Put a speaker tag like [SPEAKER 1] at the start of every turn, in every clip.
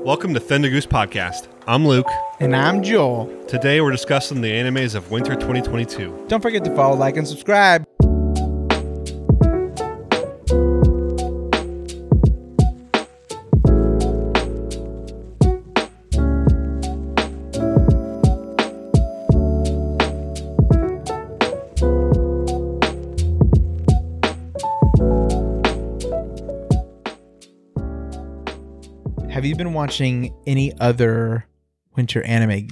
[SPEAKER 1] Welcome to Thunder Goose Podcast. I'm Luke.
[SPEAKER 2] And I'm Joel.
[SPEAKER 1] Today we're discussing the animes of winter 2022.
[SPEAKER 2] Don't forget to follow, like, and subscribe. Have you been watching any other winter anime?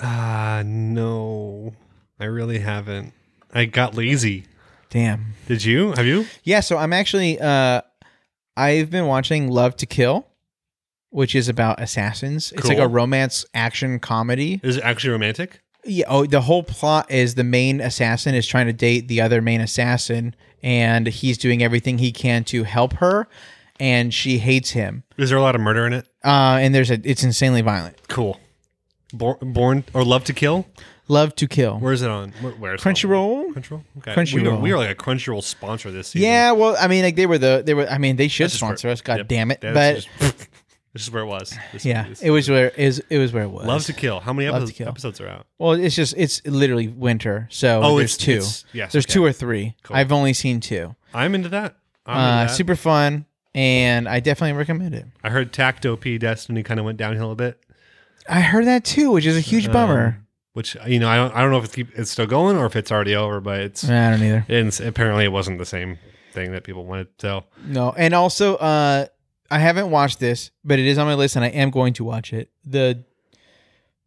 [SPEAKER 1] Ah, no. I really haven't. I got lazy.
[SPEAKER 2] Damn.
[SPEAKER 1] Did you? Have you?
[SPEAKER 2] Yeah, so I'm actually uh I've been watching Love to Kill, which is about assassins. It's like
[SPEAKER 1] Cool.
[SPEAKER 2] a romance action comedy.
[SPEAKER 1] Is it actually romantic?
[SPEAKER 2] Yeah, oh, the whole plot is the main assassin is trying to date the other main assassin and he's doing everything he can to help her and she hates him.
[SPEAKER 1] Is there a lot of murder in it?
[SPEAKER 2] Uh and there's a it's insanely violent.
[SPEAKER 1] Cool. Born, born or Love to Kill?
[SPEAKER 2] Love to Kill.
[SPEAKER 1] Where is it on? Where, where is
[SPEAKER 2] Crunchyroll?
[SPEAKER 1] It on? Crunchyroll. Okay. We are,
[SPEAKER 2] Crunchyroll.
[SPEAKER 1] we are like a Crunchyroll sponsor this season.
[SPEAKER 2] Yeah, well, I mean, like they were the they were. I mean, they should
[SPEAKER 1] This is where-
[SPEAKER 2] sponsor us. God
[SPEAKER 1] yep.
[SPEAKER 2] damn it!
[SPEAKER 1] That's
[SPEAKER 2] But
[SPEAKER 1] just- this is where it was. This-
[SPEAKER 2] yeah,
[SPEAKER 1] this-
[SPEAKER 2] it was where is it was where it was.
[SPEAKER 1] Love to Kill. How many
[SPEAKER 2] Love to
[SPEAKER 1] episodes,
[SPEAKER 2] Kill.
[SPEAKER 1] episodes are out?
[SPEAKER 2] Well, it's just it's literally winter, so
[SPEAKER 1] Oh,
[SPEAKER 2] there's
[SPEAKER 1] it's-
[SPEAKER 2] two.
[SPEAKER 1] it's- yes,
[SPEAKER 2] there's
[SPEAKER 1] okay.
[SPEAKER 2] two or three.
[SPEAKER 1] Cool.
[SPEAKER 2] I've only seen two.
[SPEAKER 1] I'm into that. I'm
[SPEAKER 2] Uh,
[SPEAKER 1] into that.
[SPEAKER 2] super fun, and I definitely recommend it.
[SPEAKER 1] I heard Tacto P Destiny kind of went downhill a bit.
[SPEAKER 2] I heard that too, which is a huge bummer.
[SPEAKER 1] which you know I don't, I don't know if it's keep, it's still going or if it's already over, but it's
[SPEAKER 2] I don't either.
[SPEAKER 1] and apparently it wasn't the same thing that people wanted. So
[SPEAKER 2] No, and also, uh, I haven't watched this, but it is on my list, and I am going to watch it. The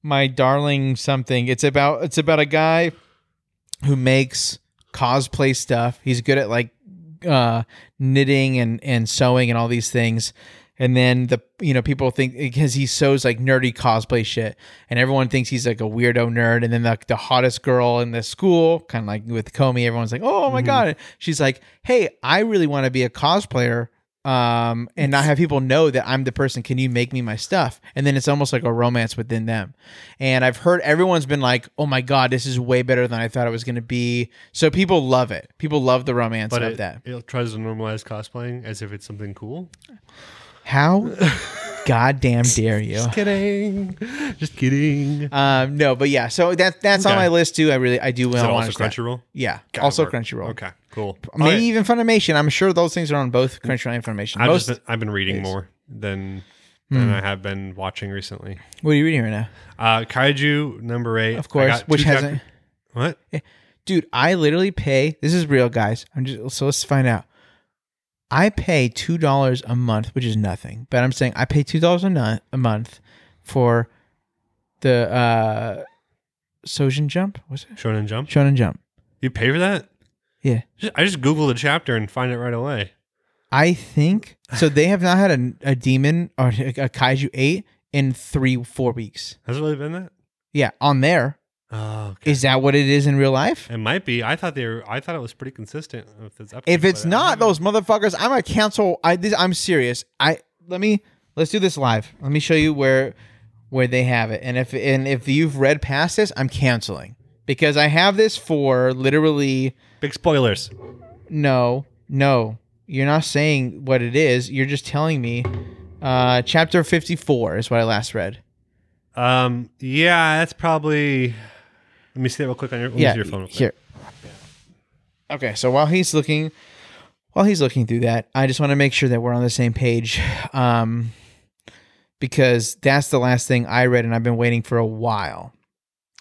[SPEAKER 2] my darling something. It's about it's about a guy who makes cosplay stuff. He's good at like uh, knitting and and sewing and all these things. And then the you know people think because he sews like nerdy cosplay shit, and everyone thinks he's like a weirdo nerd. And then like the hottest girl in the school, kind of like with Comey, everyone's like, "Oh my god!" She's like, "Hey, I really want to be a cosplayer." Um, and not have people know that I'm the person. Can you make me my stuff? And then it's almost like a romance within them. And I've heard everyone's been like, "Oh my god, this is way better than I thought it was going to be." So people love it. People love the romance
[SPEAKER 1] but
[SPEAKER 2] of
[SPEAKER 1] it,
[SPEAKER 2] that.
[SPEAKER 1] it tries to normalize cosplaying as if it's something cool.
[SPEAKER 2] How goddamn dare you?
[SPEAKER 1] Kidding, just kidding.
[SPEAKER 2] Um, no, but yeah, so that that's on
[SPEAKER 1] Okay.
[SPEAKER 2] my list too. I really I do
[SPEAKER 1] Is it
[SPEAKER 2] well want
[SPEAKER 1] also
[SPEAKER 2] to that.
[SPEAKER 1] Crunchyroll?
[SPEAKER 2] Yeah,
[SPEAKER 1] Gotta
[SPEAKER 2] also
[SPEAKER 1] work.
[SPEAKER 2] Crunchyroll.
[SPEAKER 1] Okay, cool.
[SPEAKER 2] Maybe
[SPEAKER 1] Alright.
[SPEAKER 2] even Funimation. I'm sure those things are on both Crunchyroll and Funimation.
[SPEAKER 1] I've
[SPEAKER 2] Most,
[SPEAKER 1] just been, I've been reading
[SPEAKER 2] days. Hmm.
[SPEAKER 1] more than than I have been watching recently.
[SPEAKER 2] what are you reading right now?
[SPEAKER 1] Uh, Kaiju number eight,
[SPEAKER 2] Of
[SPEAKER 1] I
[SPEAKER 2] course,
[SPEAKER 1] got
[SPEAKER 2] which
[SPEAKER 1] two chap-
[SPEAKER 2] hasn't.
[SPEAKER 1] what
[SPEAKER 2] Dude, I literally pay. This is real, guys. I'm just so let's find out. I pay two dollars a month, which is nothing, but I'm saying I pay two dollars a month a month for the uh Sojin Jump. What's it?
[SPEAKER 1] Shonen Jump?
[SPEAKER 2] Shonen Jump.
[SPEAKER 1] You pay for that?
[SPEAKER 2] Yeah.
[SPEAKER 1] Just- I just googled a chapter and find it right away.
[SPEAKER 2] I think so. They have not had a, a demon or a, a kaiju eight in three four weeks.
[SPEAKER 1] Has it really been that?
[SPEAKER 2] Yeah, on there
[SPEAKER 1] Oh, okay.
[SPEAKER 2] is that what it is in real life?
[SPEAKER 1] It might be. I thought they were. I thought it was pretty consistent. With this episode,
[SPEAKER 2] If it's
[SPEAKER 1] but uh, I don't
[SPEAKER 2] not
[SPEAKER 1] know.
[SPEAKER 2] those motherfuckers, I'm gonna cancel. I this, I'm serious. I let me let's do this live. Let me show you where where they have it. And if and if you've read past this, I'm canceling because I have this for literally
[SPEAKER 1] big spoilers.
[SPEAKER 2] no, no. You're not saying what it is. You're just telling me. Uh, chapter 54 is what I last read.
[SPEAKER 1] Um, yeah, that's probably. Let me see that real quick on your. Let me see your phone. Real quick.
[SPEAKER 2] here. Okay, so while he's looking, while he's looking through that, I just want to make sure that we're on the same page, um, because that's the last thing I read, and I've been waiting for a while.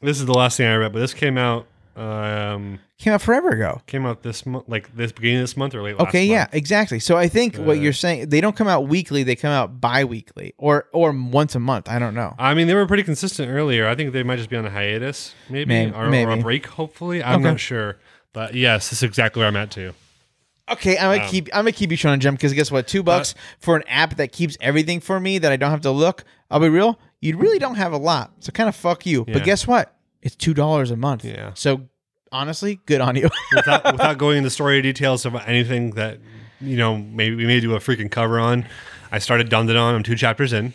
[SPEAKER 1] This is the last thing I read, but this came out. Um,
[SPEAKER 2] Came out forever ago.
[SPEAKER 1] came out this month, like this beginning of this month or late. last
[SPEAKER 2] Okay, yeah,
[SPEAKER 1] month.
[SPEAKER 2] exactly. So I think what
[SPEAKER 1] Uh,
[SPEAKER 2] you're saying, they don't come out weekly; they come out bi-weekly or or once a month. I don't know.
[SPEAKER 1] I mean, they were pretty consistent earlier. I think they might just be on a hiatus, maybe,
[SPEAKER 2] May-
[SPEAKER 1] or, or a
[SPEAKER 2] maybe.
[SPEAKER 1] break. Hopefully, I'm
[SPEAKER 2] Okay.
[SPEAKER 1] not sure, but yes, this is exactly where I'm at too.
[SPEAKER 2] Okay, I'm
[SPEAKER 1] Um,
[SPEAKER 2] gonna keep I'm gonna keep you trying to jump because guess what? Two bucks for an app that keeps everything for me that I don't have to look. I'll be real, you really don't have a lot, so kind of fuck you.
[SPEAKER 1] Yeah.
[SPEAKER 2] But guess what? It's two dollars a month.
[SPEAKER 1] Yeah.
[SPEAKER 2] So honestly, good on you.
[SPEAKER 1] without, without going into story details of anything that you know maybe we may do a freaking cover on i started Dundon on i'm two chapters in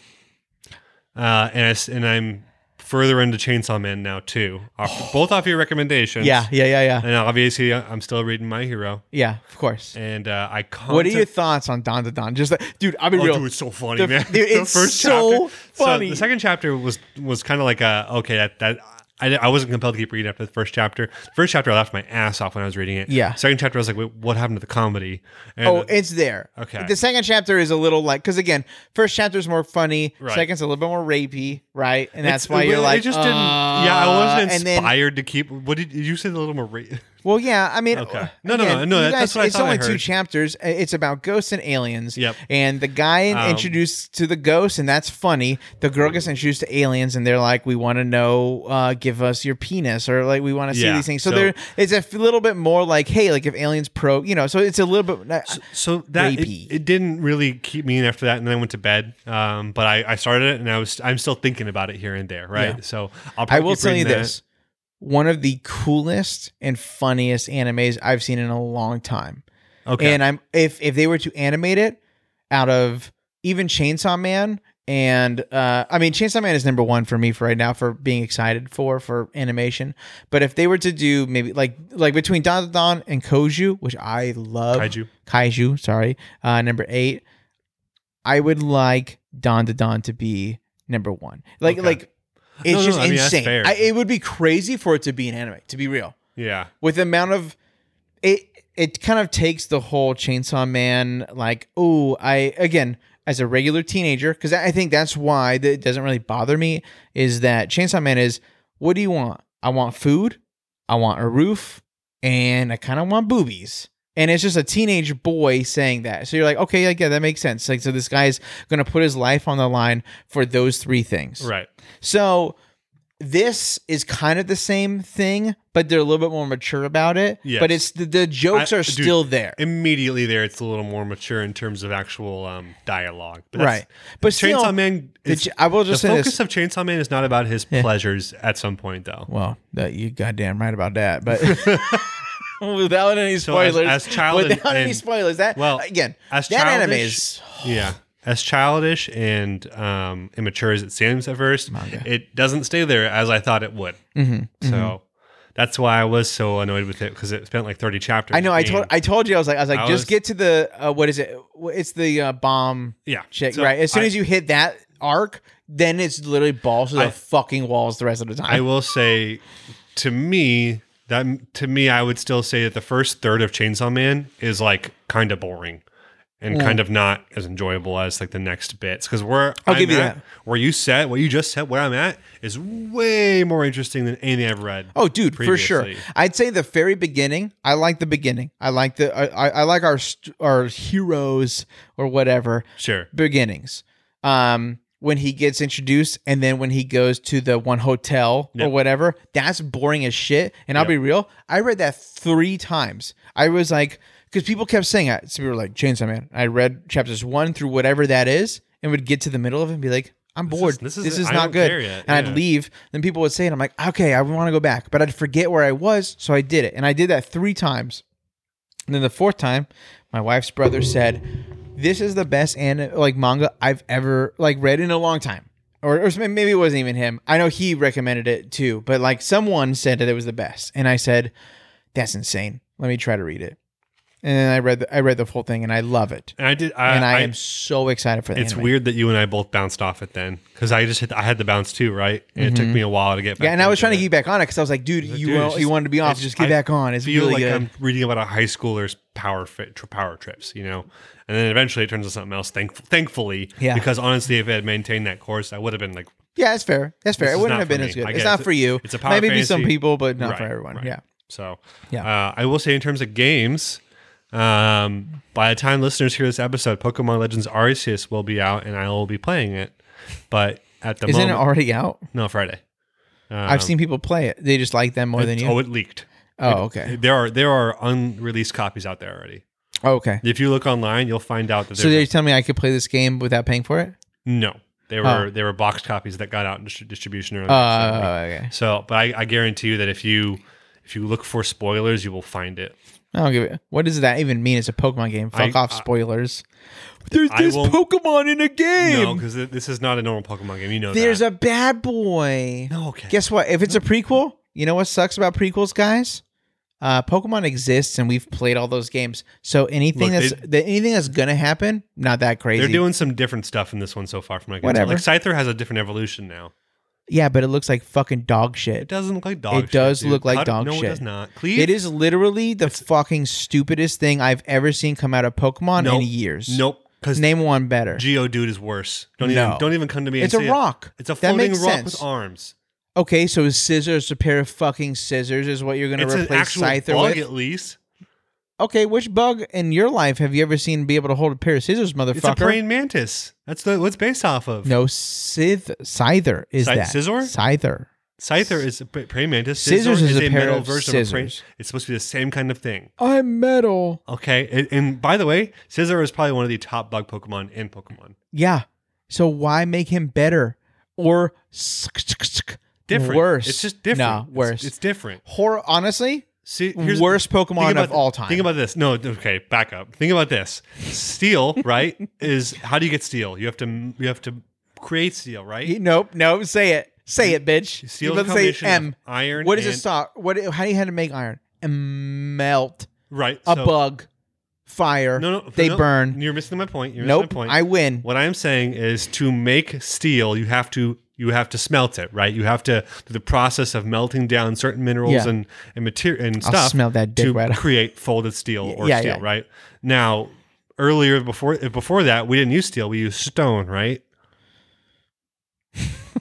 [SPEAKER 1] uh and, I, s- and i'm further into Chainsaw Man now too. Off, Both off your recommendations.
[SPEAKER 2] Yeah, yeah, yeah, yeah,
[SPEAKER 1] And obviously, uh, I'm still reading My Hero,
[SPEAKER 2] yeah. Of course.
[SPEAKER 1] and uh, I. Content-
[SPEAKER 2] What are your thoughts on Don to Don? Just like, dude, I'll be
[SPEAKER 1] Oh,
[SPEAKER 2] real.
[SPEAKER 1] dude, it's so funny,
[SPEAKER 2] The-
[SPEAKER 1] man.
[SPEAKER 2] dude, it's so funny.
[SPEAKER 1] the second chapter was was kind of like a okay that that. I, I wasn't compelled to keep reading after the first chapter. The first chapter I laughed my ass off when I was reading it.
[SPEAKER 2] Yeah.
[SPEAKER 1] Second chapter I was like, wait, what happened to the comedy? And
[SPEAKER 2] Oh, it's there.
[SPEAKER 1] Okay.
[SPEAKER 2] The second chapter is a little like because again, first chapter is more funny.
[SPEAKER 1] Right.
[SPEAKER 2] Second's a little bit more rapey, right? And that's
[SPEAKER 1] It's-
[SPEAKER 2] why
[SPEAKER 1] it
[SPEAKER 2] you're
[SPEAKER 1] really-
[SPEAKER 2] like,
[SPEAKER 1] it just didn't.
[SPEAKER 2] uh,
[SPEAKER 1] Yeah, I wasn't
[SPEAKER 2] and then-
[SPEAKER 1] inspired to keep. What did, did you say? A little more. Ra-
[SPEAKER 2] Well, yeah, I mean,
[SPEAKER 1] Okay.
[SPEAKER 2] uh,
[SPEAKER 1] No, no, no,
[SPEAKER 2] again,
[SPEAKER 1] no,
[SPEAKER 2] you
[SPEAKER 1] that- that's what I
[SPEAKER 2] it's
[SPEAKER 1] thought I
[SPEAKER 2] only two
[SPEAKER 1] heard.
[SPEAKER 2] chapters. Uh, It's about ghosts and aliens.
[SPEAKER 1] Yep.
[SPEAKER 2] And the guy
[SPEAKER 1] Um,
[SPEAKER 2] introduced to the ghosts, and that's funny. The girl gets introduced to aliens, and they're like, "We want to know, uh, give us your penis," or like, "We want to see
[SPEAKER 1] Yeah,
[SPEAKER 2] these things." So,
[SPEAKER 1] so-
[SPEAKER 2] there, it's a f- little bit more like, "Hey, like if aliens pro, you know." So it's a little bit.
[SPEAKER 1] so that it,
[SPEAKER 2] Rapey.
[SPEAKER 1] it didn't really keep me in after that, and then I went to bed. Um, but I, I started it, and I was I'm still thinking about it here and there, right?
[SPEAKER 2] Yeah.
[SPEAKER 1] So I'll probably
[SPEAKER 2] I will
[SPEAKER 1] keep
[SPEAKER 2] tell you
[SPEAKER 1] reading that.
[SPEAKER 2] this. One of the coolest and funniest animes I've seen in a long time.
[SPEAKER 1] Okay,
[SPEAKER 2] And I'm if if they were to animate it out of even Chainsaw Man and uh I mean Chainsaw Man is number 1 for me for right now for being excited for for animation. But if they were to do maybe like like between Don Don Don and Koju, which I love
[SPEAKER 1] kaiju.
[SPEAKER 2] Kaiju, sorry, uh, number eight. I would like Don to Don to be number one. Like,
[SPEAKER 1] Okay.
[SPEAKER 2] like it's
[SPEAKER 1] No, no,
[SPEAKER 2] just
[SPEAKER 1] I mean, that's
[SPEAKER 2] insane.
[SPEAKER 1] fair.
[SPEAKER 2] I, it would be crazy for it to be an anime. To be real,
[SPEAKER 1] Yeah,
[SPEAKER 2] with the amount of it, it kind of takes the whole Chainsaw Man. Like, oh, I again as a regular teenager, because I I think that's why that it doesn't really bother me. Is that Chainsaw Man is what do you want? I want food. I want a roof and I kind of want boobies. And it's just a teenage boy saying that. So you're like, okay, like, yeah, that makes sense. Like, so this guy's going to put his life on the line for those three things.
[SPEAKER 1] right.
[SPEAKER 2] So this is kind of the same thing, but they're a little bit more mature about it.
[SPEAKER 1] Yes.
[SPEAKER 2] But it's the, the jokes
[SPEAKER 1] I-
[SPEAKER 2] are
[SPEAKER 1] dude,
[SPEAKER 2] still there.
[SPEAKER 1] Immediately there, it's a little more mature in terms of actual um, dialogue. But that's-
[SPEAKER 2] Right. But
[SPEAKER 1] Chainsaw
[SPEAKER 2] still,
[SPEAKER 1] Man.
[SPEAKER 2] the
[SPEAKER 1] Is,
[SPEAKER 2] j- I will
[SPEAKER 1] the
[SPEAKER 2] just say
[SPEAKER 1] focus
[SPEAKER 2] this.
[SPEAKER 1] of Chainsaw Man is not about his
[SPEAKER 2] Yeah.
[SPEAKER 1] pleasures at some point, though.
[SPEAKER 2] well, that you goddamn right about that. But without any
[SPEAKER 1] So as-
[SPEAKER 2] spoilers,
[SPEAKER 1] as child and-
[SPEAKER 2] without any
[SPEAKER 1] and-
[SPEAKER 2] spoilers, that
[SPEAKER 1] well,
[SPEAKER 2] again,
[SPEAKER 1] As
[SPEAKER 2] that anime
[SPEAKER 1] childish-
[SPEAKER 2] is
[SPEAKER 1] yeah as childish and um, immature as it seems at first
[SPEAKER 2] Manga.
[SPEAKER 1] it doesn't stay there as i thought it would
[SPEAKER 2] Mhm,
[SPEAKER 1] so that's why i was so annoyed with it because it spent like 30 chapters
[SPEAKER 2] I know. I told
[SPEAKER 1] and-
[SPEAKER 2] I told you. I was like, I was like,
[SPEAKER 1] I
[SPEAKER 2] just
[SPEAKER 1] was-
[SPEAKER 2] get to the uh, what is it? Wh- It's the uh, bomb
[SPEAKER 1] yeah
[SPEAKER 2] chick,
[SPEAKER 1] So
[SPEAKER 2] right? As soon
[SPEAKER 1] I-
[SPEAKER 2] as you hit that arc, then it's literally balls to the
[SPEAKER 1] I-
[SPEAKER 2] fucking walls the rest of the time.
[SPEAKER 1] i will say to me that to me i would still say that the first third of chainsaw man is like kind of boring and
[SPEAKER 2] Mm.
[SPEAKER 1] kind of not as enjoyable as like the next bits because where
[SPEAKER 2] I'll
[SPEAKER 1] I'm
[SPEAKER 2] give you
[SPEAKER 1] at,
[SPEAKER 2] that.
[SPEAKER 1] where you said what you just said where I'm at is way more interesting than anything I've read.
[SPEAKER 2] Oh, dude, for sure.
[SPEAKER 1] previously.
[SPEAKER 2] I'd say the very beginning. I like the beginning. I like the I, I- I like our st- our heroes or whatever
[SPEAKER 1] Sure,
[SPEAKER 2] beginnings. Um, when he gets introduced, and then when he goes to the one hotel or
[SPEAKER 1] Yep.
[SPEAKER 2] whatever, that's boring as shit. And I'll
[SPEAKER 1] Yep.
[SPEAKER 2] be real, I read that three times. I was like, because people kept saying it. So people were like, Chainsaw Man. I read chapters one through whatever that is, and would get to the middle of it and be like, I'm
[SPEAKER 1] This
[SPEAKER 2] bored.
[SPEAKER 1] is-
[SPEAKER 2] This
[SPEAKER 1] this
[SPEAKER 2] is,
[SPEAKER 1] is- I
[SPEAKER 2] not
[SPEAKER 1] don't
[SPEAKER 2] good.
[SPEAKER 1] care yet.
[SPEAKER 2] And I'd
[SPEAKER 1] Yeah.
[SPEAKER 2] leave. Then people would say it. I'm like, okay, I want to go back, but I'd forget where I was, so I did it, and I did that three times. And then the fourth time, my wife's brother said, "This is the best and like manga I've ever like read in a long time." Or, or maybe it wasn't even him. I know he recommended it too, but like someone said that it was the best, and I said, "That's insane. Let me try to read it." And then I read the, I read the whole thing, and I love it,
[SPEAKER 1] and I did. I,
[SPEAKER 2] and I,
[SPEAKER 1] I-
[SPEAKER 2] am so excited for the
[SPEAKER 1] It's
[SPEAKER 2] anime.
[SPEAKER 1] weird that you and I both bounced off it then, because I just hit. I had the bounce too, right? And it took me a while to get back.
[SPEAKER 2] Mm-hmm. Yeah, and I was
[SPEAKER 1] into
[SPEAKER 2] trying to
[SPEAKER 1] it.
[SPEAKER 2] get back on it because I was like, dude, you
[SPEAKER 1] dude,
[SPEAKER 2] wa-
[SPEAKER 1] it's
[SPEAKER 2] you
[SPEAKER 1] just-
[SPEAKER 2] wanted to be off,
[SPEAKER 1] it's-
[SPEAKER 2] just get
[SPEAKER 1] I
[SPEAKER 2] back on. It's
[SPEAKER 1] feel
[SPEAKER 2] really
[SPEAKER 1] like
[SPEAKER 2] good.
[SPEAKER 1] I'm reading about a high schooler's power fit, tr- power trips, you know, and then eventually it turns into something else. Thankf- thankfully,
[SPEAKER 2] Yeah.
[SPEAKER 1] Because honestly, if I had maintained that course, I would have been like,
[SPEAKER 2] yeah, that's fair. That's fair.
[SPEAKER 1] This
[SPEAKER 2] It
[SPEAKER 1] is
[SPEAKER 2] wouldn't
[SPEAKER 1] not
[SPEAKER 2] have
[SPEAKER 1] for
[SPEAKER 2] been
[SPEAKER 1] me.
[SPEAKER 2] as good.
[SPEAKER 1] I
[SPEAKER 2] It's
[SPEAKER 1] guess.
[SPEAKER 2] not for you.
[SPEAKER 1] It's a power
[SPEAKER 2] maybe be some
[SPEAKER 1] fantasy.
[SPEAKER 2] people, but not for
[SPEAKER 1] Right,
[SPEAKER 2] everyone.
[SPEAKER 1] right.
[SPEAKER 2] Yeah.
[SPEAKER 1] so.
[SPEAKER 2] Yeah.
[SPEAKER 1] Uh, I will say, in terms of games, um, by the time listeners hear this episode, Pokemon Legends Arceus will be out, and I will be playing it. But at the
[SPEAKER 2] Isn't it
[SPEAKER 1] moment,
[SPEAKER 2] already out?
[SPEAKER 1] no Friday. Um,
[SPEAKER 2] I've seen people play it. They just like them more than
[SPEAKER 1] it's-
[SPEAKER 2] you.
[SPEAKER 1] Oh, it leaked.
[SPEAKER 2] oh, okay.
[SPEAKER 1] There are there are unreleased copies out there already.
[SPEAKER 2] Oh, okay.
[SPEAKER 1] If you look online, you'll find out that
[SPEAKER 2] So
[SPEAKER 1] there's
[SPEAKER 2] they tell me I could play this game without paying for it.
[SPEAKER 1] no. They were
[SPEAKER 2] Oh.
[SPEAKER 1] they were boxed copies that got out in distri- distribution earlier.
[SPEAKER 2] Oh,
[SPEAKER 1] this
[SPEAKER 2] okay.
[SPEAKER 1] week. so, but I, I guarantee you that if you if you look for spoilers, you will find it.
[SPEAKER 2] I don't give it. What does that even mean? It's a Pokemon game. Fuck
[SPEAKER 1] I-
[SPEAKER 2] off,
[SPEAKER 1] I-
[SPEAKER 2] spoilers. There's
[SPEAKER 1] I
[SPEAKER 2] this
[SPEAKER 1] will-
[SPEAKER 2] Pokemon in a game.
[SPEAKER 1] No, because this is not a normal Pokemon game. You know
[SPEAKER 2] There's
[SPEAKER 1] that.
[SPEAKER 2] a bad boy.
[SPEAKER 1] no. Okay.
[SPEAKER 2] Guess what? If it's a prequel, you know what sucks about prequels, guys? Uh, Pokemon exists, and we've played all those games. So anything
[SPEAKER 1] Look,
[SPEAKER 2] that's that anything that's gonna happen, not that crazy.
[SPEAKER 1] They're doing some different stuff in this one so far from what I can tell.
[SPEAKER 2] Whatever.
[SPEAKER 1] Like Scyther has a different evolution now.
[SPEAKER 2] yeah, but it looks like fucking dog
[SPEAKER 1] It
[SPEAKER 2] shit.
[SPEAKER 1] doesn't look like dog.
[SPEAKER 2] It does
[SPEAKER 1] shit, dude.
[SPEAKER 2] look like
[SPEAKER 1] Cut-
[SPEAKER 2] dog
[SPEAKER 1] no,
[SPEAKER 2] shit.
[SPEAKER 1] it does not. Cleve,
[SPEAKER 2] It is literally the fucking stupidest thing I've ever seen come out of Pokemon
[SPEAKER 1] Nope.
[SPEAKER 2] in years.
[SPEAKER 1] Nope. Because
[SPEAKER 2] Name one better.
[SPEAKER 1] Geodude is worse. Don't
[SPEAKER 2] No.
[SPEAKER 1] even don't even come to me.
[SPEAKER 2] it's
[SPEAKER 1] and
[SPEAKER 2] a
[SPEAKER 1] say it.
[SPEAKER 2] rock.
[SPEAKER 1] It's a
[SPEAKER 2] That
[SPEAKER 1] floating
[SPEAKER 2] makes
[SPEAKER 1] rock
[SPEAKER 2] sense.
[SPEAKER 1] with arms.
[SPEAKER 2] Okay, so is scissors a pair of fucking scissors is what you're gonna
[SPEAKER 1] It's an
[SPEAKER 2] replace
[SPEAKER 1] actual
[SPEAKER 2] Scyther
[SPEAKER 1] bug,
[SPEAKER 2] with?
[SPEAKER 1] at least.
[SPEAKER 2] Okay, which bug in your life have you ever seen be able to hold a pair of scissors, motherfucker?
[SPEAKER 1] It's a praying mantis. That's the what's based off of.
[SPEAKER 2] No, scythe, scyther is
[SPEAKER 1] Scy-
[SPEAKER 2] that
[SPEAKER 1] scissor?
[SPEAKER 2] Scyther.
[SPEAKER 1] Scyther is a p- praying mantis.
[SPEAKER 2] Scissors
[SPEAKER 1] Scissor
[SPEAKER 2] is a pair
[SPEAKER 1] metal
[SPEAKER 2] of
[SPEAKER 1] version of a praying.
[SPEAKER 2] scissors.
[SPEAKER 1] It's supposed to be the same kind of thing.
[SPEAKER 2] I'm metal.
[SPEAKER 1] Okay. And, and by the way, Scissor is probably one of the top bug Pokemon in Pokemon.
[SPEAKER 2] Yeah. So why make him better or sk- sk- sk-
[SPEAKER 1] Different.
[SPEAKER 2] Worse.
[SPEAKER 1] It's just different.
[SPEAKER 2] No,
[SPEAKER 1] It's-
[SPEAKER 2] worse.
[SPEAKER 1] It's, different.
[SPEAKER 2] Hor- honestly,
[SPEAKER 1] See, here's,
[SPEAKER 2] worst Pokemon
[SPEAKER 1] about
[SPEAKER 2] of all time.
[SPEAKER 1] Think about this. No, okay, back up. Think about this. Steel, right? Is how do you get steel? You have to you have to create steel, right?
[SPEAKER 2] Y- nope, nope. Say it. Say it, bitch.
[SPEAKER 1] Steel
[SPEAKER 2] You're
[SPEAKER 1] is a
[SPEAKER 2] about to say
[SPEAKER 1] combination
[SPEAKER 2] M.
[SPEAKER 1] of iron.
[SPEAKER 2] What is a
[SPEAKER 1] and,
[SPEAKER 2] stock? What? How do you had to make iron? M- melt
[SPEAKER 1] Right.
[SPEAKER 2] a
[SPEAKER 1] so-
[SPEAKER 2] bug, fire.
[SPEAKER 1] No, no,
[SPEAKER 2] they
[SPEAKER 1] no,
[SPEAKER 2] burn.
[SPEAKER 1] You're missing my point. You're
[SPEAKER 2] Nope,
[SPEAKER 1] missing my point.
[SPEAKER 2] I win.
[SPEAKER 1] what I'm saying is to make steel, you have to you have to smelt it, right? You have to do the process of melting down certain minerals
[SPEAKER 2] Yeah.
[SPEAKER 1] and and material and
[SPEAKER 2] I'll
[SPEAKER 1] stuff
[SPEAKER 2] smell that dick
[SPEAKER 1] to
[SPEAKER 2] right off.
[SPEAKER 1] create folded steel or
[SPEAKER 2] yeah,
[SPEAKER 1] steel,
[SPEAKER 2] yeah.
[SPEAKER 1] right? Now, earlier before before that, we didn't use steel; we used stone, right?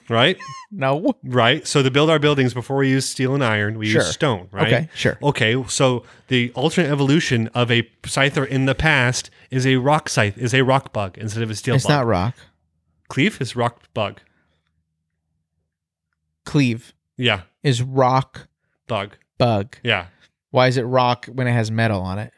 [SPEAKER 1] right,
[SPEAKER 2] No.
[SPEAKER 1] right. So to build our buildings, before we used steel and iron, we
[SPEAKER 2] Sure.
[SPEAKER 1] used stone, right?
[SPEAKER 2] Okay. Sure.
[SPEAKER 1] Okay, so the alternate evolution of a scyther in the past is a rock scythe, is a rock bug instead of a steel
[SPEAKER 2] It's
[SPEAKER 1] bug.
[SPEAKER 2] not rock.
[SPEAKER 1] Cleave is rock bug.
[SPEAKER 2] Cleave
[SPEAKER 1] Yeah,
[SPEAKER 2] is rock
[SPEAKER 1] bug.
[SPEAKER 2] bug.
[SPEAKER 1] Yeah.
[SPEAKER 2] Why is it rock when it has metal on it?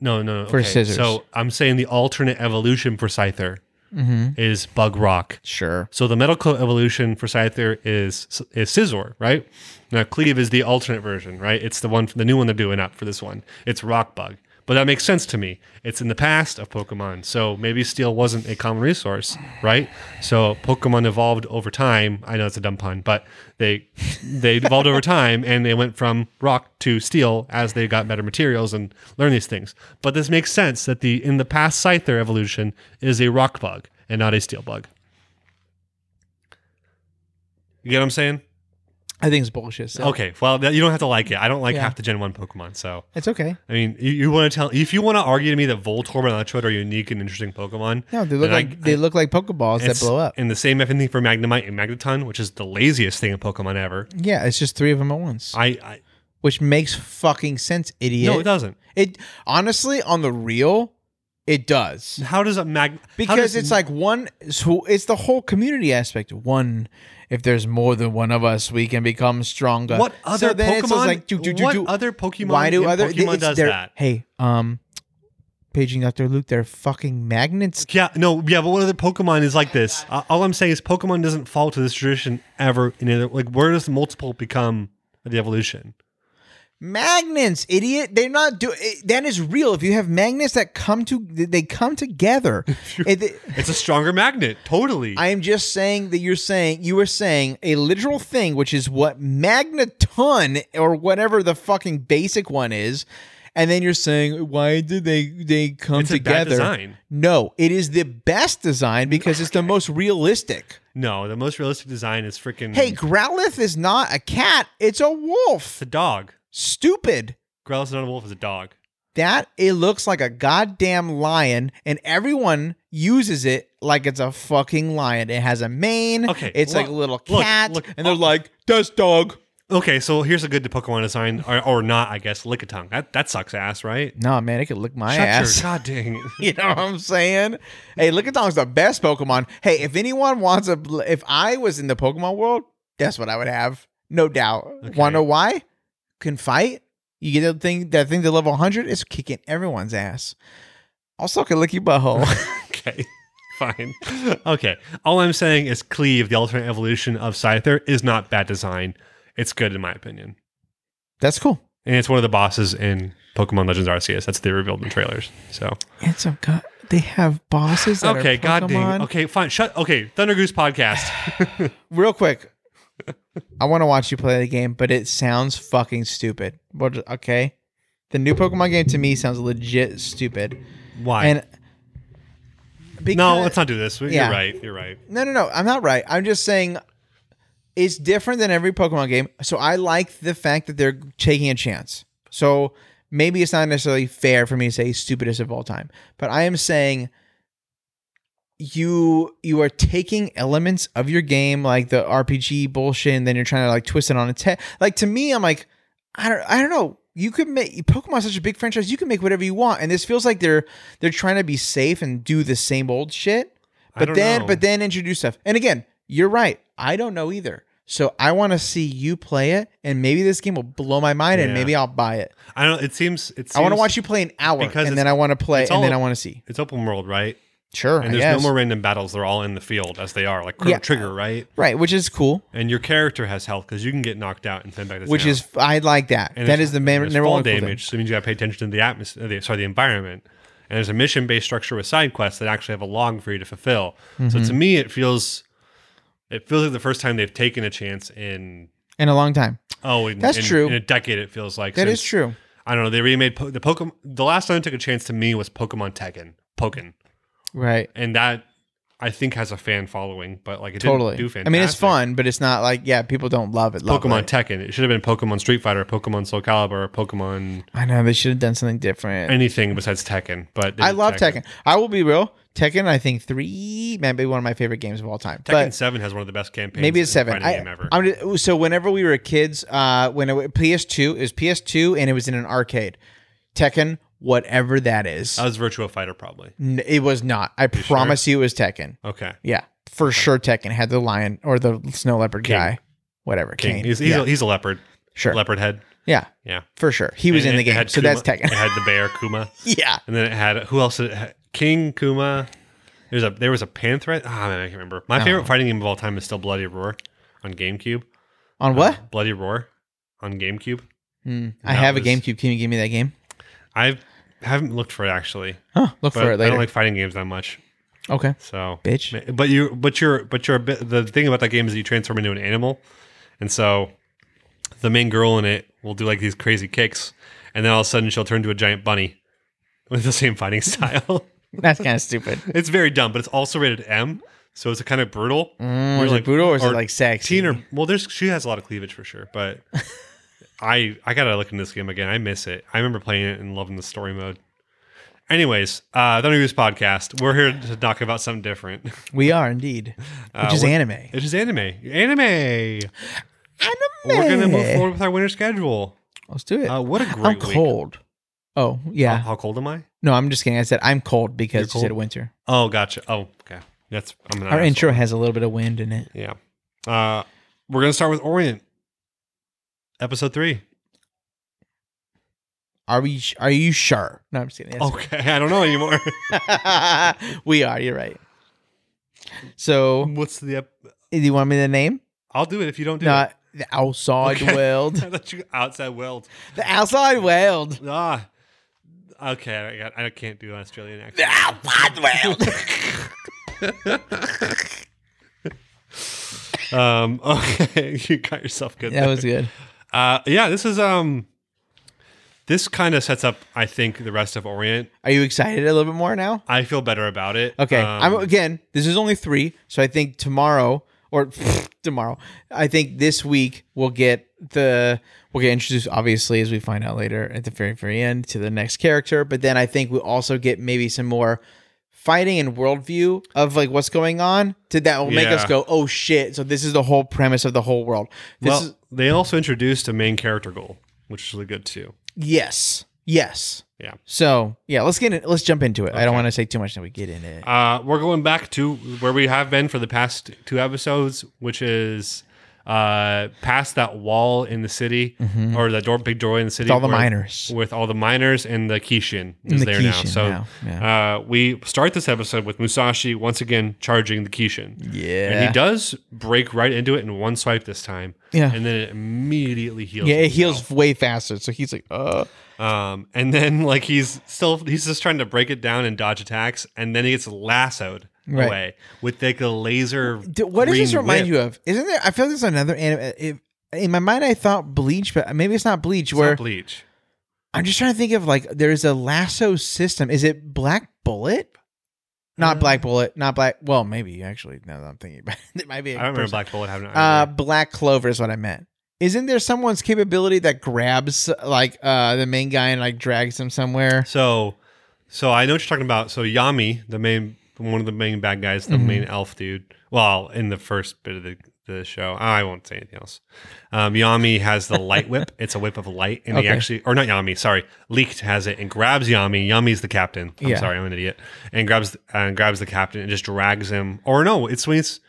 [SPEAKER 1] No, no, no.
[SPEAKER 2] For
[SPEAKER 1] okay.
[SPEAKER 2] scissors.
[SPEAKER 1] So I'm saying the alternate evolution for Scyther
[SPEAKER 2] Mm-hmm.
[SPEAKER 1] is bug rock.
[SPEAKER 2] Sure.
[SPEAKER 1] So the medical evolution for Scyther is is scissor, right? Now cleave is the alternate version, right? It's the one, the new one they're doing up for this one. It's rock bug, but that makes sense to me. It's in the past of Pokemon, so maybe steel wasn't a common resource, right? So Pokemon evolved over time. I know it's a dumb pun, but they they evolved over time and they went from rock to steel as they got better materials and learned these things. But this makes sense that the in the past Scyther evolution is a rock bug and not a steel bug. You get what I'm saying?
[SPEAKER 2] I think it's bullshit. So.
[SPEAKER 1] Okay. Well, that, you don't have to like it. I don't like
[SPEAKER 2] Yeah.
[SPEAKER 1] half the Gen One Pokemon. So
[SPEAKER 2] It's okay.
[SPEAKER 1] I mean, you, you want to tell if you want to argue to me that Voltorb and Electrode are unique and interesting Pokemon.
[SPEAKER 2] No, they look
[SPEAKER 1] And I-
[SPEAKER 2] like they look like Pokeballs that
[SPEAKER 1] it's-
[SPEAKER 2] blow up.
[SPEAKER 1] And the same effing thing for Magnemite and Magneton, which is the laziest thing in Pokemon ever.
[SPEAKER 2] yeah, it's just three of them at once,
[SPEAKER 1] I, I
[SPEAKER 2] which makes fucking sense, idiot.
[SPEAKER 1] no, it doesn't.
[SPEAKER 2] It honestly, on the real, it does
[SPEAKER 1] How does a mag? how
[SPEAKER 2] because
[SPEAKER 1] does-
[SPEAKER 2] it's like one. So it's the whole community aspect. One, if there's more than one of us, we can become stronger.
[SPEAKER 1] what
[SPEAKER 2] So
[SPEAKER 1] other
[SPEAKER 2] then
[SPEAKER 1] Pokemon?
[SPEAKER 2] it's just like do, do, do,
[SPEAKER 1] what
[SPEAKER 2] do.
[SPEAKER 1] other Pokemon?
[SPEAKER 2] Why do
[SPEAKER 1] in
[SPEAKER 2] other
[SPEAKER 1] Pokemon
[SPEAKER 2] it's
[SPEAKER 1] does
[SPEAKER 2] their-
[SPEAKER 1] that?
[SPEAKER 2] Hey, um, paging Doctor Luke, they're fucking magnets.
[SPEAKER 1] Yeah, no, yeah, but what other Pokemon is like this? Uh, all I'm saying is Pokemon doesn't fall to this tradition ever. In either, like, where does multiple become the evolution?
[SPEAKER 2] Magnets, idiot! They're not do. It, that is real. If you have magnets that come to, they come together. It-
[SPEAKER 1] It's a stronger magnet, totally.
[SPEAKER 2] I am just saying that you're saying you were saying a literal thing, which is what magneton or whatever the fucking basic one is, and then you're saying why did they they come
[SPEAKER 1] it's a bad
[SPEAKER 2] together?
[SPEAKER 1] design.
[SPEAKER 2] No, it is the best design because it's the most realistic.
[SPEAKER 1] No, the most realistic design is freaking.
[SPEAKER 2] Hey,
[SPEAKER 1] it's
[SPEAKER 2] Growlithe is not a cat; it's a wolf.
[SPEAKER 1] a dog.
[SPEAKER 2] Stupid.
[SPEAKER 1] Growlithe is not a wolf; it's a dog.
[SPEAKER 2] That it looks like a goddamn lion, and everyone uses it like it's a fucking lion. It has a mane.
[SPEAKER 1] Okay,
[SPEAKER 2] it's like a
[SPEAKER 1] look,
[SPEAKER 2] little
[SPEAKER 1] look,
[SPEAKER 2] cat,
[SPEAKER 1] look,
[SPEAKER 2] and they're
[SPEAKER 1] uh,
[SPEAKER 2] like, "That's dog."
[SPEAKER 1] Okay, so here's a good Pokemon design, or, or not? I guess Lickitung. That that sucks ass, right?
[SPEAKER 2] No, man, it could lick my
[SPEAKER 1] Shut
[SPEAKER 2] ass.
[SPEAKER 1] your god dang it.
[SPEAKER 2] You know what I'm saying? Hey, Lickitong's the best Pokemon. Hey, if anyone wants a, if I was in the Pokemon world, that's what I would have, no doubt.
[SPEAKER 1] Okay.
[SPEAKER 2] Want to know why? Can fight. You get that thing, that thing to level 100, it's kicking everyone's ass. Also, can lick your butthole.
[SPEAKER 1] Okay. Fine. Okay. All I'm saying is Cleave, the alternate evolution of Scyther, is not bad design. It's good in my opinion.
[SPEAKER 2] that's cool.
[SPEAKER 1] and it's one of the bosses in Pokemon Legends Arceus. That's the revealed in the trailers. So
[SPEAKER 2] It's a god. They have bosses. That
[SPEAKER 1] okay,
[SPEAKER 2] are
[SPEAKER 1] god dang.
[SPEAKER 2] Pokemon.
[SPEAKER 1] Okay, fine. Shut. Okay, Thunder Goose podcast.
[SPEAKER 2] Real quick, I want to watch you play the game, but it sounds fucking stupid. What? Okay, the new Pokemon game to me sounds legit stupid.
[SPEAKER 1] Why?
[SPEAKER 2] And because,
[SPEAKER 1] no, let's not do this. You're
[SPEAKER 2] Yeah.
[SPEAKER 1] right. You're right.
[SPEAKER 2] No, no, no. I'm not right. I'm just saying it's different than every Pokemon game. So I like the fact that they're taking a chance. So maybe it's not necessarily fair for me to say stupidest of all time, but I am saying you you are taking elements of your game like the RPG bullshit and then you're trying to like twist it on its head. Like to me, I'm like I don't I don't know. You could make Pokemon's such a big franchise. You can make whatever you want, and this feels like they're they're trying to be safe and do the same old shit
[SPEAKER 1] I
[SPEAKER 2] but
[SPEAKER 1] don't
[SPEAKER 2] then
[SPEAKER 1] know.
[SPEAKER 2] but then introduce stuff and again you're right i don't know either so i want to see you play it and maybe this game will blow my mind and
[SPEAKER 1] Yeah.
[SPEAKER 2] maybe i'll buy it
[SPEAKER 1] I don't. It seems. It seems
[SPEAKER 2] i want to watch you play an hour
[SPEAKER 1] because
[SPEAKER 2] and
[SPEAKER 1] it's-
[SPEAKER 2] then i want to play
[SPEAKER 1] it's
[SPEAKER 2] and then
[SPEAKER 1] all-
[SPEAKER 2] i want to see
[SPEAKER 1] It's open world, right?
[SPEAKER 2] sure
[SPEAKER 1] And
[SPEAKER 2] I
[SPEAKER 1] there's
[SPEAKER 2] guess.
[SPEAKER 1] no more random battles. They're all in the field as they are, like Chrono
[SPEAKER 2] Yeah.
[SPEAKER 1] Trigger, right?
[SPEAKER 2] right which is cool
[SPEAKER 1] And your character has health because you can get knocked out and sent back to
[SPEAKER 2] which
[SPEAKER 1] town.
[SPEAKER 2] is i like that
[SPEAKER 1] And
[SPEAKER 2] that
[SPEAKER 1] there's-
[SPEAKER 2] is the main
[SPEAKER 1] there's
[SPEAKER 2] number
[SPEAKER 1] fall
[SPEAKER 2] one cool thing.
[SPEAKER 1] damage. So it means you got to pay attention to the atmosphere. The, sorry, the environment. And there's a mission based structure with side quests that actually have a log for you to fulfill. So
[SPEAKER 2] Mm-hmm.
[SPEAKER 1] to me, it feels it feels like the first time they've taken a chance in
[SPEAKER 2] in a long time
[SPEAKER 1] oh in,
[SPEAKER 2] That's
[SPEAKER 1] in-
[SPEAKER 2] true.
[SPEAKER 1] in a decade. It feels like
[SPEAKER 2] That is
[SPEAKER 1] since-
[SPEAKER 2] true
[SPEAKER 1] I don't know. They remade po- the Pokemon. The last time I took a chance to me was Pokemon Tekken. Pokken,
[SPEAKER 2] right
[SPEAKER 1] and that I think has a fan following, but like it
[SPEAKER 2] totally
[SPEAKER 1] didn't do fantastic.
[SPEAKER 2] i mean it's fun but it's not like yeah people don't love it love
[SPEAKER 1] Pokemon
[SPEAKER 2] it.
[SPEAKER 1] Tekken. It should have been Pokemon Street Fighter, Pokemon Soul Calibur, Pokemon
[SPEAKER 2] i know they should have done something different
[SPEAKER 1] anything besides Tekken. But they
[SPEAKER 2] I
[SPEAKER 1] did
[SPEAKER 2] love Tekken. I will be real. Tekken, I think three, maybe one of my favorite games of all time.
[SPEAKER 1] Tekken
[SPEAKER 2] but
[SPEAKER 1] Seven has one of the best campaigns.
[SPEAKER 2] maybe it's
[SPEAKER 1] in
[SPEAKER 2] seven.
[SPEAKER 1] fighting
[SPEAKER 2] I,
[SPEAKER 1] game ever.
[SPEAKER 2] I'm just- so whenever we were kids, uh, when it, wa- PS2 it was PS2 and it was in an arcade. Tekken, whatever that is,
[SPEAKER 1] that was Virtua Fighter probably.
[SPEAKER 2] N- it was not. I promise you, it was Tekken.
[SPEAKER 1] Okay,
[SPEAKER 2] Yeah, for sure. Tekken had the lion or the snow leopard
[SPEAKER 1] King.
[SPEAKER 2] guy, whatever.
[SPEAKER 1] King.
[SPEAKER 2] King.
[SPEAKER 1] He's he's,
[SPEAKER 2] yeah,
[SPEAKER 1] a, he's a leopard.
[SPEAKER 2] sure.
[SPEAKER 1] Leopard head.
[SPEAKER 2] Yeah,
[SPEAKER 1] Yeah,
[SPEAKER 2] for sure. He was
[SPEAKER 1] And
[SPEAKER 2] in the
[SPEAKER 1] it
[SPEAKER 2] game.
[SPEAKER 1] had
[SPEAKER 2] So
[SPEAKER 1] Kuma-
[SPEAKER 2] that's
[SPEAKER 1] It
[SPEAKER 2] Tekken.
[SPEAKER 1] had the bear Kuma,
[SPEAKER 2] yeah.
[SPEAKER 1] and then it had who else? Did it ha- King Kuma. There's a there was a Pantheret. Ah, man, I can't remember. My favorite fighting game of all time is still Bloody Roar on GameCube. Uh,
[SPEAKER 2] On what?
[SPEAKER 1] Um, Bloody Roar on GameCube.
[SPEAKER 2] Hmm. I
[SPEAKER 1] that
[SPEAKER 2] have a
[SPEAKER 1] was-
[SPEAKER 2] GameCube. Can you give me that game?
[SPEAKER 1] I haven't looked for it actually,
[SPEAKER 2] Huh,
[SPEAKER 1] but
[SPEAKER 2] look for it
[SPEAKER 1] I
[SPEAKER 2] later.
[SPEAKER 1] don't like fighting games that much.
[SPEAKER 2] okay.
[SPEAKER 1] So
[SPEAKER 2] Bitch.
[SPEAKER 1] Ma- But you, but you're, but you're a bit. The thing about that game is you transform into an animal, and so the main girl in it will do like these crazy kicks, and then all of a sudden she'll turn into a giant bunny with the same fighting style.
[SPEAKER 2] That's kind of stupid.
[SPEAKER 1] it's very dumb, but it's also rated M, so it's kind of brutal.
[SPEAKER 2] Mm,
[SPEAKER 1] Or
[SPEAKER 2] is
[SPEAKER 1] like-
[SPEAKER 2] it brutal or is
[SPEAKER 1] or
[SPEAKER 2] it like sexy?
[SPEAKER 1] Teen or well, there's she has a lot of cleavage for sure, but I I gotta look into this game again. I miss it. I remember playing it and loving the story mode. Anyways, uh, Thunder Goose podcast. We're here to talk about something different, which
[SPEAKER 2] we are indeed, which
[SPEAKER 1] Uh,
[SPEAKER 2] is anime.
[SPEAKER 1] It is anime. Anime.
[SPEAKER 2] Anime.
[SPEAKER 1] We're gonna move forward with our winter schedule.
[SPEAKER 2] Let's do it.
[SPEAKER 1] Uh, what a great
[SPEAKER 2] I'm
[SPEAKER 1] week.
[SPEAKER 2] cold. Oh
[SPEAKER 1] How,
[SPEAKER 2] yeah.
[SPEAKER 1] how cold am I?
[SPEAKER 2] no, I'm just kidding. I said I'm cold because
[SPEAKER 1] You're
[SPEAKER 2] you said
[SPEAKER 1] cold?
[SPEAKER 2] winter.
[SPEAKER 1] Oh, gotcha. Oh, okay. That's I'm an
[SPEAKER 2] Our
[SPEAKER 1] asshole.
[SPEAKER 2] intro has a little bit of wind in it.
[SPEAKER 1] Yeah. Uh, we're gonna start with Orient, episode three.
[SPEAKER 2] Are we? Are you sure? No, I'm just kidding. That's-
[SPEAKER 1] Okay, I don't know anymore. Oh.
[SPEAKER 2] we are. You're right. So,
[SPEAKER 1] What's the? Ep-
[SPEAKER 2] do you want me to name?
[SPEAKER 1] I'll do it if you don't do it.
[SPEAKER 2] Not the outside
[SPEAKER 1] Okay.
[SPEAKER 2] world.
[SPEAKER 1] I thought you outside world.
[SPEAKER 2] the outside world.
[SPEAKER 1] Ah, okay. I, got, I can't do an Australian accent.
[SPEAKER 2] The outside world.
[SPEAKER 1] Um. Okay, you got yourself good.
[SPEAKER 2] that
[SPEAKER 1] there.
[SPEAKER 2] was good.
[SPEAKER 1] Uh. Yeah. This is um. This kind of sets up, I think, the rest of Orient.
[SPEAKER 2] Are you excited a little bit more now?
[SPEAKER 1] I feel better about it.
[SPEAKER 2] Okay.
[SPEAKER 1] Um,
[SPEAKER 2] I'm again, this is only three. So I think tomorrow or tomorrow, I think this week we'll get the we'll get introduced obviously as we find out later at the very very end to the next character. But then I think we'll also get maybe some more fighting and worldview of like what's going on to that will make us
[SPEAKER 1] Yeah.
[SPEAKER 2] go, oh shit. So this is the whole premise of the whole world. This
[SPEAKER 1] well,
[SPEAKER 2] is
[SPEAKER 1] they also introduced a main character goal, which is really good too.
[SPEAKER 2] yes. Yes.
[SPEAKER 1] Yeah.
[SPEAKER 2] So yeah, let's get in let's jump into it. I don't want to say too much until we get in it.
[SPEAKER 1] Uh, we're going back to where we have been for the past two episodes, which is uh, past that wall in the city or that door, big doorway in the city.
[SPEAKER 2] Mm-hmm. all the
[SPEAKER 1] where-
[SPEAKER 2] miners.
[SPEAKER 1] With all the miners and the Kishin is
[SPEAKER 2] the
[SPEAKER 1] there now.
[SPEAKER 2] Kishin
[SPEAKER 1] So
[SPEAKER 2] now,
[SPEAKER 1] Uh, we start this episode with Musashi once again charging the Kishin.
[SPEAKER 2] Yeah.
[SPEAKER 1] And he does break right into it in one swipe this time.
[SPEAKER 2] Yeah.
[SPEAKER 1] And then it immediately heals.
[SPEAKER 2] yeah, it
[SPEAKER 1] himself.
[SPEAKER 2] heals way faster. So he's like, uh,
[SPEAKER 1] Um, and then like he's still he's just trying to break it down and dodge attacks, and then he gets lassoed
[SPEAKER 2] Right.
[SPEAKER 1] away with like a laser.
[SPEAKER 2] D- what does
[SPEAKER 1] green
[SPEAKER 2] this remind
[SPEAKER 1] whip.
[SPEAKER 2] you of? Isn't there? I feel there's another anime. It, in my mind, I thought Bleach, but maybe it's not Bleach.
[SPEAKER 1] It's
[SPEAKER 2] where
[SPEAKER 1] not bleach.
[SPEAKER 2] I'm just trying to think of like there's a lasso system. Is it Black Bullet? Not
[SPEAKER 1] Uh,
[SPEAKER 2] Black Bullet. Not Black. Well, maybe actually. Now that I'm thinking about it, it might be.
[SPEAKER 1] I
[SPEAKER 2] a
[SPEAKER 1] don't remember
[SPEAKER 2] person.
[SPEAKER 1] Black Bullet having. it
[SPEAKER 2] Uh,
[SPEAKER 1] either.
[SPEAKER 2] Black Clover is what I meant. Isn't there someone's capability that grabs like uh the main guy and like drags him somewhere?
[SPEAKER 1] so, so I know what you're talking about. So Yami, the main one of the main bad guys, the main
[SPEAKER 2] Mm-hmm.
[SPEAKER 1] elf dude. Well, in the first bit of the the show, I won't say anything else. Um, Yami has the light whip. It's a whip of light, and
[SPEAKER 2] Okay.
[SPEAKER 1] he actually, or not Yami, sorry, leaked has it and grabs Yami. Yami's the captain. I'm
[SPEAKER 2] Yeah.
[SPEAKER 1] sorry, I'm an idiot. And grabs and grabs the captain and just drags him. Or no, it's when he's.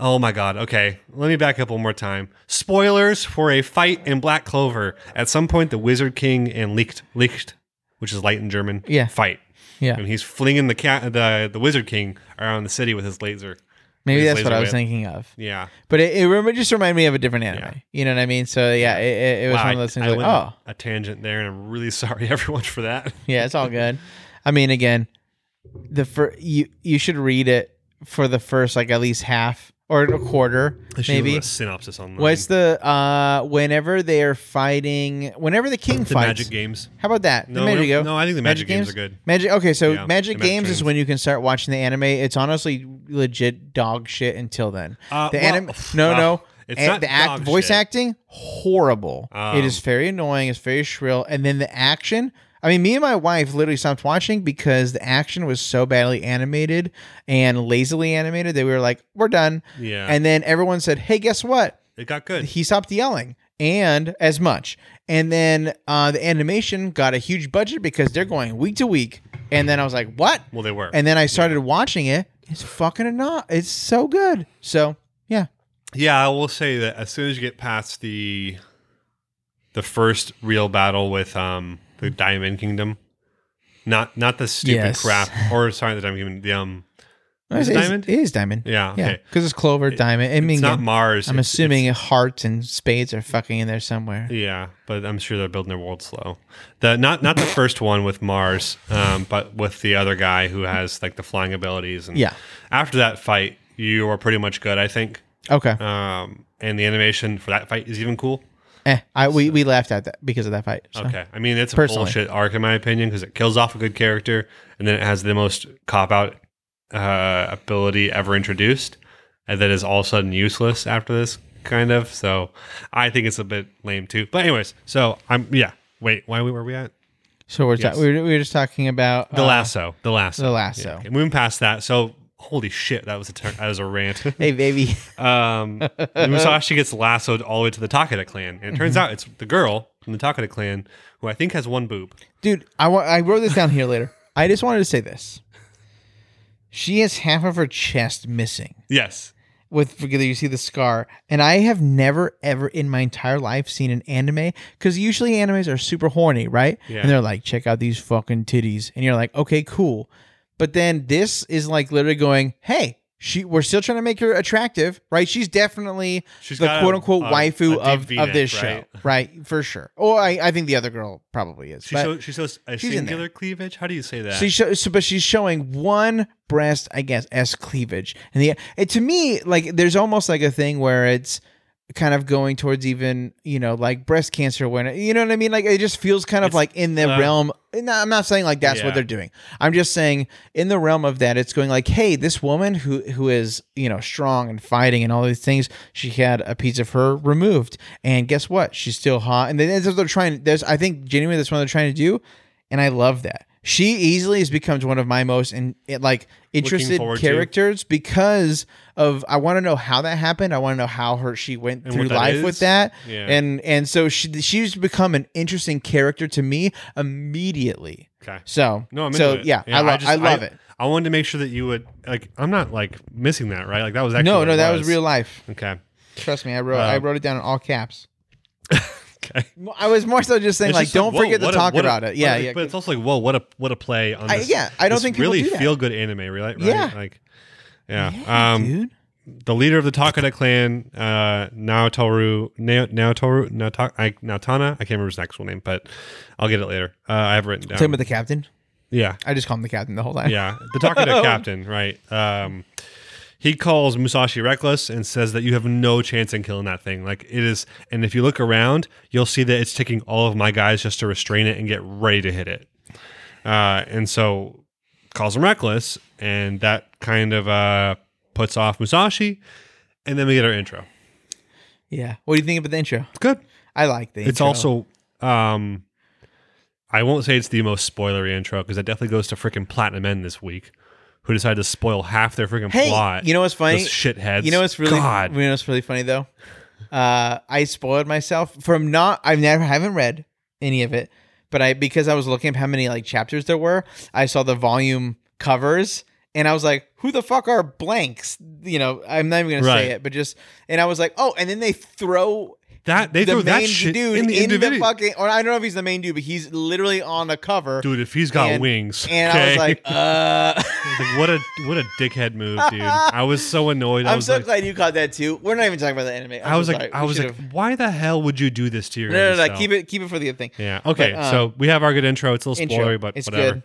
[SPEAKER 1] Oh my god. Okay, let me back up one more time. Spoilers for a fight in Black Clover. At some point, the Wizard King and leaked leaked, which is light in German.
[SPEAKER 2] Yeah.
[SPEAKER 1] fight.
[SPEAKER 2] Yeah.
[SPEAKER 1] and he's flinging the cat the the Wizard King around the city with his laser.
[SPEAKER 2] Maybe
[SPEAKER 1] His
[SPEAKER 2] that's what
[SPEAKER 1] laser
[SPEAKER 2] I was
[SPEAKER 1] whip.
[SPEAKER 2] thinking of.
[SPEAKER 1] Yeah.
[SPEAKER 2] But it, it rem- just reminded me of a different anime.
[SPEAKER 1] Yeah.
[SPEAKER 2] You know what I mean? So yeah, it, it, it was
[SPEAKER 1] Wow,
[SPEAKER 2] one of those
[SPEAKER 1] I-
[SPEAKER 2] things.
[SPEAKER 1] I
[SPEAKER 2] like,
[SPEAKER 1] went on
[SPEAKER 2] oh,
[SPEAKER 1] a tangent there, and I'm really sorry everyone for that.
[SPEAKER 2] yeah, it's all good. I mean, again, the fir- you you should read it for the first like at least half or a quarter,
[SPEAKER 1] I should
[SPEAKER 2] maybe.
[SPEAKER 1] do a synopsis on
[SPEAKER 2] What's the uh whenever they are fighting? Whenever the king
[SPEAKER 1] the
[SPEAKER 2] fights,
[SPEAKER 1] Magic Games?
[SPEAKER 2] how about that?
[SPEAKER 1] No,
[SPEAKER 2] the Magic
[SPEAKER 1] no,
[SPEAKER 2] Go?
[SPEAKER 1] no, I think the Magic, games? are good.
[SPEAKER 2] Magic. Okay, so
[SPEAKER 1] Yeah, the Magic
[SPEAKER 2] Magic Games is
[SPEAKER 1] Trains.
[SPEAKER 2] when you can start watching the anime. It's honestly legit dog shit until then.
[SPEAKER 1] Uh,
[SPEAKER 2] the
[SPEAKER 1] well,
[SPEAKER 2] anime. No,
[SPEAKER 1] uh,
[SPEAKER 2] no.
[SPEAKER 1] it's
[SPEAKER 2] A-
[SPEAKER 1] not
[SPEAKER 2] the act,
[SPEAKER 1] dog
[SPEAKER 2] voice
[SPEAKER 1] shit.
[SPEAKER 2] acting horrible. it
[SPEAKER 1] Um,
[SPEAKER 2] is very annoying. It's very shrill, and then the action. I mean, me and my wife literally stopped watching because the action was so badly animated and lazily animated that we were like, "We're done."
[SPEAKER 1] Yeah,
[SPEAKER 2] And then everyone said, "Hey, guess what?
[SPEAKER 1] it got good.
[SPEAKER 2] he stopped yelling and as much and then uh, the animation got a huge budget because they're going week to week and then i was like what
[SPEAKER 1] Well, they were.
[SPEAKER 2] and then i started watching it it's fucking enough it's so good so yeah
[SPEAKER 1] Yeah, I will say that as soon as you get past the the first real battle with um the Diamond Kingdom, not not the stupid
[SPEAKER 2] Mm-hmm. Yes.
[SPEAKER 1] crap or sorry, the Diamond Kingdom, the um Is it
[SPEAKER 2] It's-
[SPEAKER 1] diamond?
[SPEAKER 2] it is diamond
[SPEAKER 1] yeah okay.
[SPEAKER 2] yeah because it's clover diamond i mean
[SPEAKER 1] It's not Mars.
[SPEAKER 2] i'm
[SPEAKER 1] it's-
[SPEAKER 2] assuming
[SPEAKER 1] it's-
[SPEAKER 2] hearts and spades are fucking in there somewhere
[SPEAKER 1] yeah, but I'm sure they're building their world slow. The not not the first one with Mars, um, but with the other guy who has like the flying abilities. And
[SPEAKER 2] Yeah.
[SPEAKER 1] After that fight, you are pretty much good, I think.
[SPEAKER 2] okay
[SPEAKER 1] Um, and the animation for that fight is even cool.
[SPEAKER 2] eh, I, we, we laughed at that because of that fight so.
[SPEAKER 1] Okay. I mean, it's a
[SPEAKER 2] Personally.
[SPEAKER 1] bullshit arc, in my opinion, because it kills off a good character and then it has the most cop out uh, ability ever introduced. And that is all of a sudden useless after this, kind of. So I think it's a bit lame, too. But, anyways, so I'm, yeah. Wait, why were we at?
[SPEAKER 2] so we're, ta-
[SPEAKER 1] Yes.
[SPEAKER 2] we, were, we were just talking about
[SPEAKER 1] The
[SPEAKER 2] uh,
[SPEAKER 1] lasso. The lasso.
[SPEAKER 2] the lasso
[SPEAKER 1] Okay, moving past that. So, holy shit, that was a, turn that was a rant.
[SPEAKER 2] hey baby
[SPEAKER 1] Um, Musashi gets lassoed all the way to the Takeda clan. And it turns
[SPEAKER 2] Mm-hmm.
[SPEAKER 1] out it's the girl from the Takeda clan who I think has one boob.
[SPEAKER 2] dude i wa- i wrote this down here later i just wanted to say this she has half of her chest missing
[SPEAKER 1] Yes.
[SPEAKER 2] with you see the scar and i have never ever in my entire life seen an anime because usually animes are super horny right
[SPEAKER 1] Yeah.
[SPEAKER 2] and they're like check out these fucking titties and you're like okay cool but then this is like literally going hey she we're still trying to make her attractive right she's definitely
[SPEAKER 1] She's
[SPEAKER 2] the
[SPEAKER 1] got a-
[SPEAKER 2] quote unquote
[SPEAKER 1] a-
[SPEAKER 2] waifu
[SPEAKER 1] a deep
[SPEAKER 2] of,
[SPEAKER 1] V-neck,
[SPEAKER 2] of this
[SPEAKER 1] right?
[SPEAKER 2] show right for sure or I, I think the other girl probably is
[SPEAKER 1] She
[SPEAKER 2] but-
[SPEAKER 1] shows she shows a
[SPEAKER 2] she's in there.
[SPEAKER 1] singular cleavage. How do you say that?
[SPEAKER 2] She show, so, but she's showing one breast, I guess, as cleavage, and the it, to me, like, there's almost like a thing where it's kind of going towards even, you know, like breast cancer awareness. You know what I mean? Like, it just feels kind of
[SPEAKER 1] It's,
[SPEAKER 2] like in the
[SPEAKER 1] uh,
[SPEAKER 2] realm. No, I'm not saying like that's
[SPEAKER 1] Yeah.
[SPEAKER 2] what they're doing. I'm just saying in the realm of that, it's going like, hey, this woman who who is you know strong and fighting and all these things, she had a piece of her removed, and guess what? She's still hot. And then that's what they're trying. There's, I think, genuinely, that's what they're trying to do, and I love that. She easily has become one of my most in, like interested
[SPEAKER 1] forward to.
[SPEAKER 2] characters because of I want to know how that happened. I want to know how her she went
[SPEAKER 1] And
[SPEAKER 2] through
[SPEAKER 1] what that
[SPEAKER 2] life
[SPEAKER 1] is?
[SPEAKER 2] with that
[SPEAKER 1] Yeah.
[SPEAKER 2] and and so she she's become an interesting character to me immediately
[SPEAKER 1] okay.
[SPEAKER 2] so
[SPEAKER 1] No, I'm
[SPEAKER 2] so
[SPEAKER 1] into it.
[SPEAKER 2] yeah, I, lo-
[SPEAKER 1] just-
[SPEAKER 2] I love it
[SPEAKER 1] I wanted to make sure that you would like. I'm not like missing that, right? Like that was actually
[SPEAKER 2] no
[SPEAKER 1] what
[SPEAKER 2] no
[SPEAKER 1] it
[SPEAKER 2] that was real life
[SPEAKER 1] Okay.
[SPEAKER 2] Trust me, I wrote
[SPEAKER 1] Um,
[SPEAKER 2] I wrote it down in all caps.
[SPEAKER 1] Okay.
[SPEAKER 2] Mo- I was more so just saying
[SPEAKER 1] It's
[SPEAKER 2] like,
[SPEAKER 1] just
[SPEAKER 2] don't
[SPEAKER 1] whoa,
[SPEAKER 2] forget to
[SPEAKER 1] what a-
[SPEAKER 2] talk
[SPEAKER 1] what a-
[SPEAKER 2] about it. Yeah,
[SPEAKER 1] what a-
[SPEAKER 2] yeah.
[SPEAKER 1] But it's also like, whoa, what a what a play on
[SPEAKER 2] I-
[SPEAKER 1] this.
[SPEAKER 2] yeah, I don't
[SPEAKER 1] this
[SPEAKER 2] think people
[SPEAKER 1] really
[SPEAKER 2] do that.
[SPEAKER 1] feel good anime, right? right?
[SPEAKER 2] Yeah.
[SPEAKER 1] Like, yeah.
[SPEAKER 2] Yeah,
[SPEAKER 1] um,
[SPEAKER 2] dude.
[SPEAKER 1] the leader of the Takada clan, uh, Naotoru, Na- Naotoru, Naota- I, Naotana. I can't remember his actual name, but I'll get it later. Uh, I have it written down.
[SPEAKER 2] Same with the captain.
[SPEAKER 1] yeah,
[SPEAKER 2] I just call him the captain the whole time.
[SPEAKER 1] yeah, the Takada captain, right? Um, he calls Musashi reckless and says that you have no chance in killing that thing. Like it is, and if you look around, you'll see that it's taking all of my guys just to restrain it and get ready to hit it. Uh, and so calls him reckless, and that kind of uh, puts off Musashi. And then we get our intro.
[SPEAKER 2] Yeah. What do you think about the intro?
[SPEAKER 1] It's good.
[SPEAKER 2] I like the.
[SPEAKER 1] It's
[SPEAKER 2] intro.
[SPEAKER 1] also, um, I won't say it's the most spoilery intro because it definitely goes to freaking Platinum End this week, who decided to spoil half their freaking
[SPEAKER 2] hey.
[SPEAKER 1] plot.
[SPEAKER 2] You know what's funny?
[SPEAKER 1] those shitheads.
[SPEAKER 2] You know what's really
[SPEAKER 1] God.
[SPEAKER 2] You know what's really funny though? Uh, I spoiled myself from not. I've never haven't read any of it, but I because I was looking up how many like chapters there were. I saw the volume covers. And I was like, "Who the fuck are blanks?" You know, I'm not even gonna
[SPEAKER 1] Right.
[SPEAKER 2] say it, but just. And I was like, "Oh!" And then they throw
[SPEAKER 1] that they
[SPEAKER 2] the
[SPEAKER 1] throw that
[SPEAKER 2] main
[SPEAKER 1] shit
[SPEAKER 2] dude
[SPEAKER 1] in the individual.
[SPEAKER 2] fucking. Or I don't know if he's the main dude, but he's literally on the cover.
[SPEAKER 1] dude, if he's got
[SPEAKER 2] And-
[SPEAKER 1] wings,
[SPEAKER 2] and I was
[SPEAKER 1] okay?
[SPEAKER 2] like, "Uh."
[SPEAKER 1] Like, what a what a dickhead move, dude. I was so annoyed. I
[SPEAKER 2] I'm
[SPEAKER 1] was
[SPEAKER 2] so
[SPEAKER 1] like,
[SPEAKER 2] glad you caught that too. We're not even talking about the anime. I'm
[SPEAKER 1] I was
[SPEAKER 2] so
[SPEAKER 1] like,
[SPEAKER 2] sorry.
[SPEAKER 1] I
[SPEAKER 2] We
[SPEAKER 1] was like,
[SPEAKER 2] should've-
[SPEAKER 1] why the hell would you do this to your?
[SPEAKER 2] No, no,
[SPEAKER 1] yourself?
[SPEAKER 2] no. Keep it, keep it for the thing.
[SPEAKER 1] Yeah. Okay.
[SPEAKER 2] But, um,
[SPEAKER 1] so we have our good intro. It's a little
[SPEAKER 2] intro.
[SPEAKER 1] spoilery, but
[SPEAKER 2] It's
[SPEAKER 1] whatever.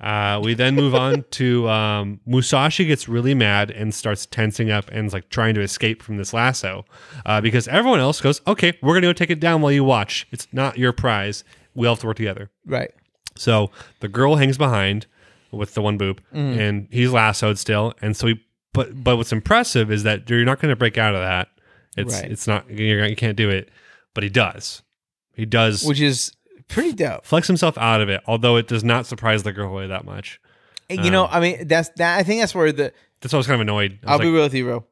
[SPEAKER 1] Uh, we then move on to um, Musashi gets really mad and starts tensing up and is like trying to escape from this lasso uh, because everyone else goes, "Okay, we're gonna go take it down while you watch. It's not your prize. We all have to work together."
[SPEAKER 2] Right.
[SPEAKER 1] So the girl hangs behind with the one boob,
[SPEAKER 2] Mm.
[SPEAKER 1] and he's lassoed still. And so he, but but what's impressive is that you're not going to break out of that. It's
[SPEAKER 2] Right.
[SPEAKER 1] it's not you're, not- you can't do it, but he does. He does
[SPEAKER 2] Which is pretty dope.
[SPEAKER 1] flex himself out of it. Although it does not surprise the girl away that much.
[SPEAKER 2] And, you know, I mean, that's that. I think that's where the.
[SPEAKER 1] That's why I Uh. was kind of annoyed. I
[SPEAKER 2] I'll
[SPEAKER 1] was
[SPEAKER 2] be
[SPEAKER 1] like,
[SPEAKER 2] real with you, bro.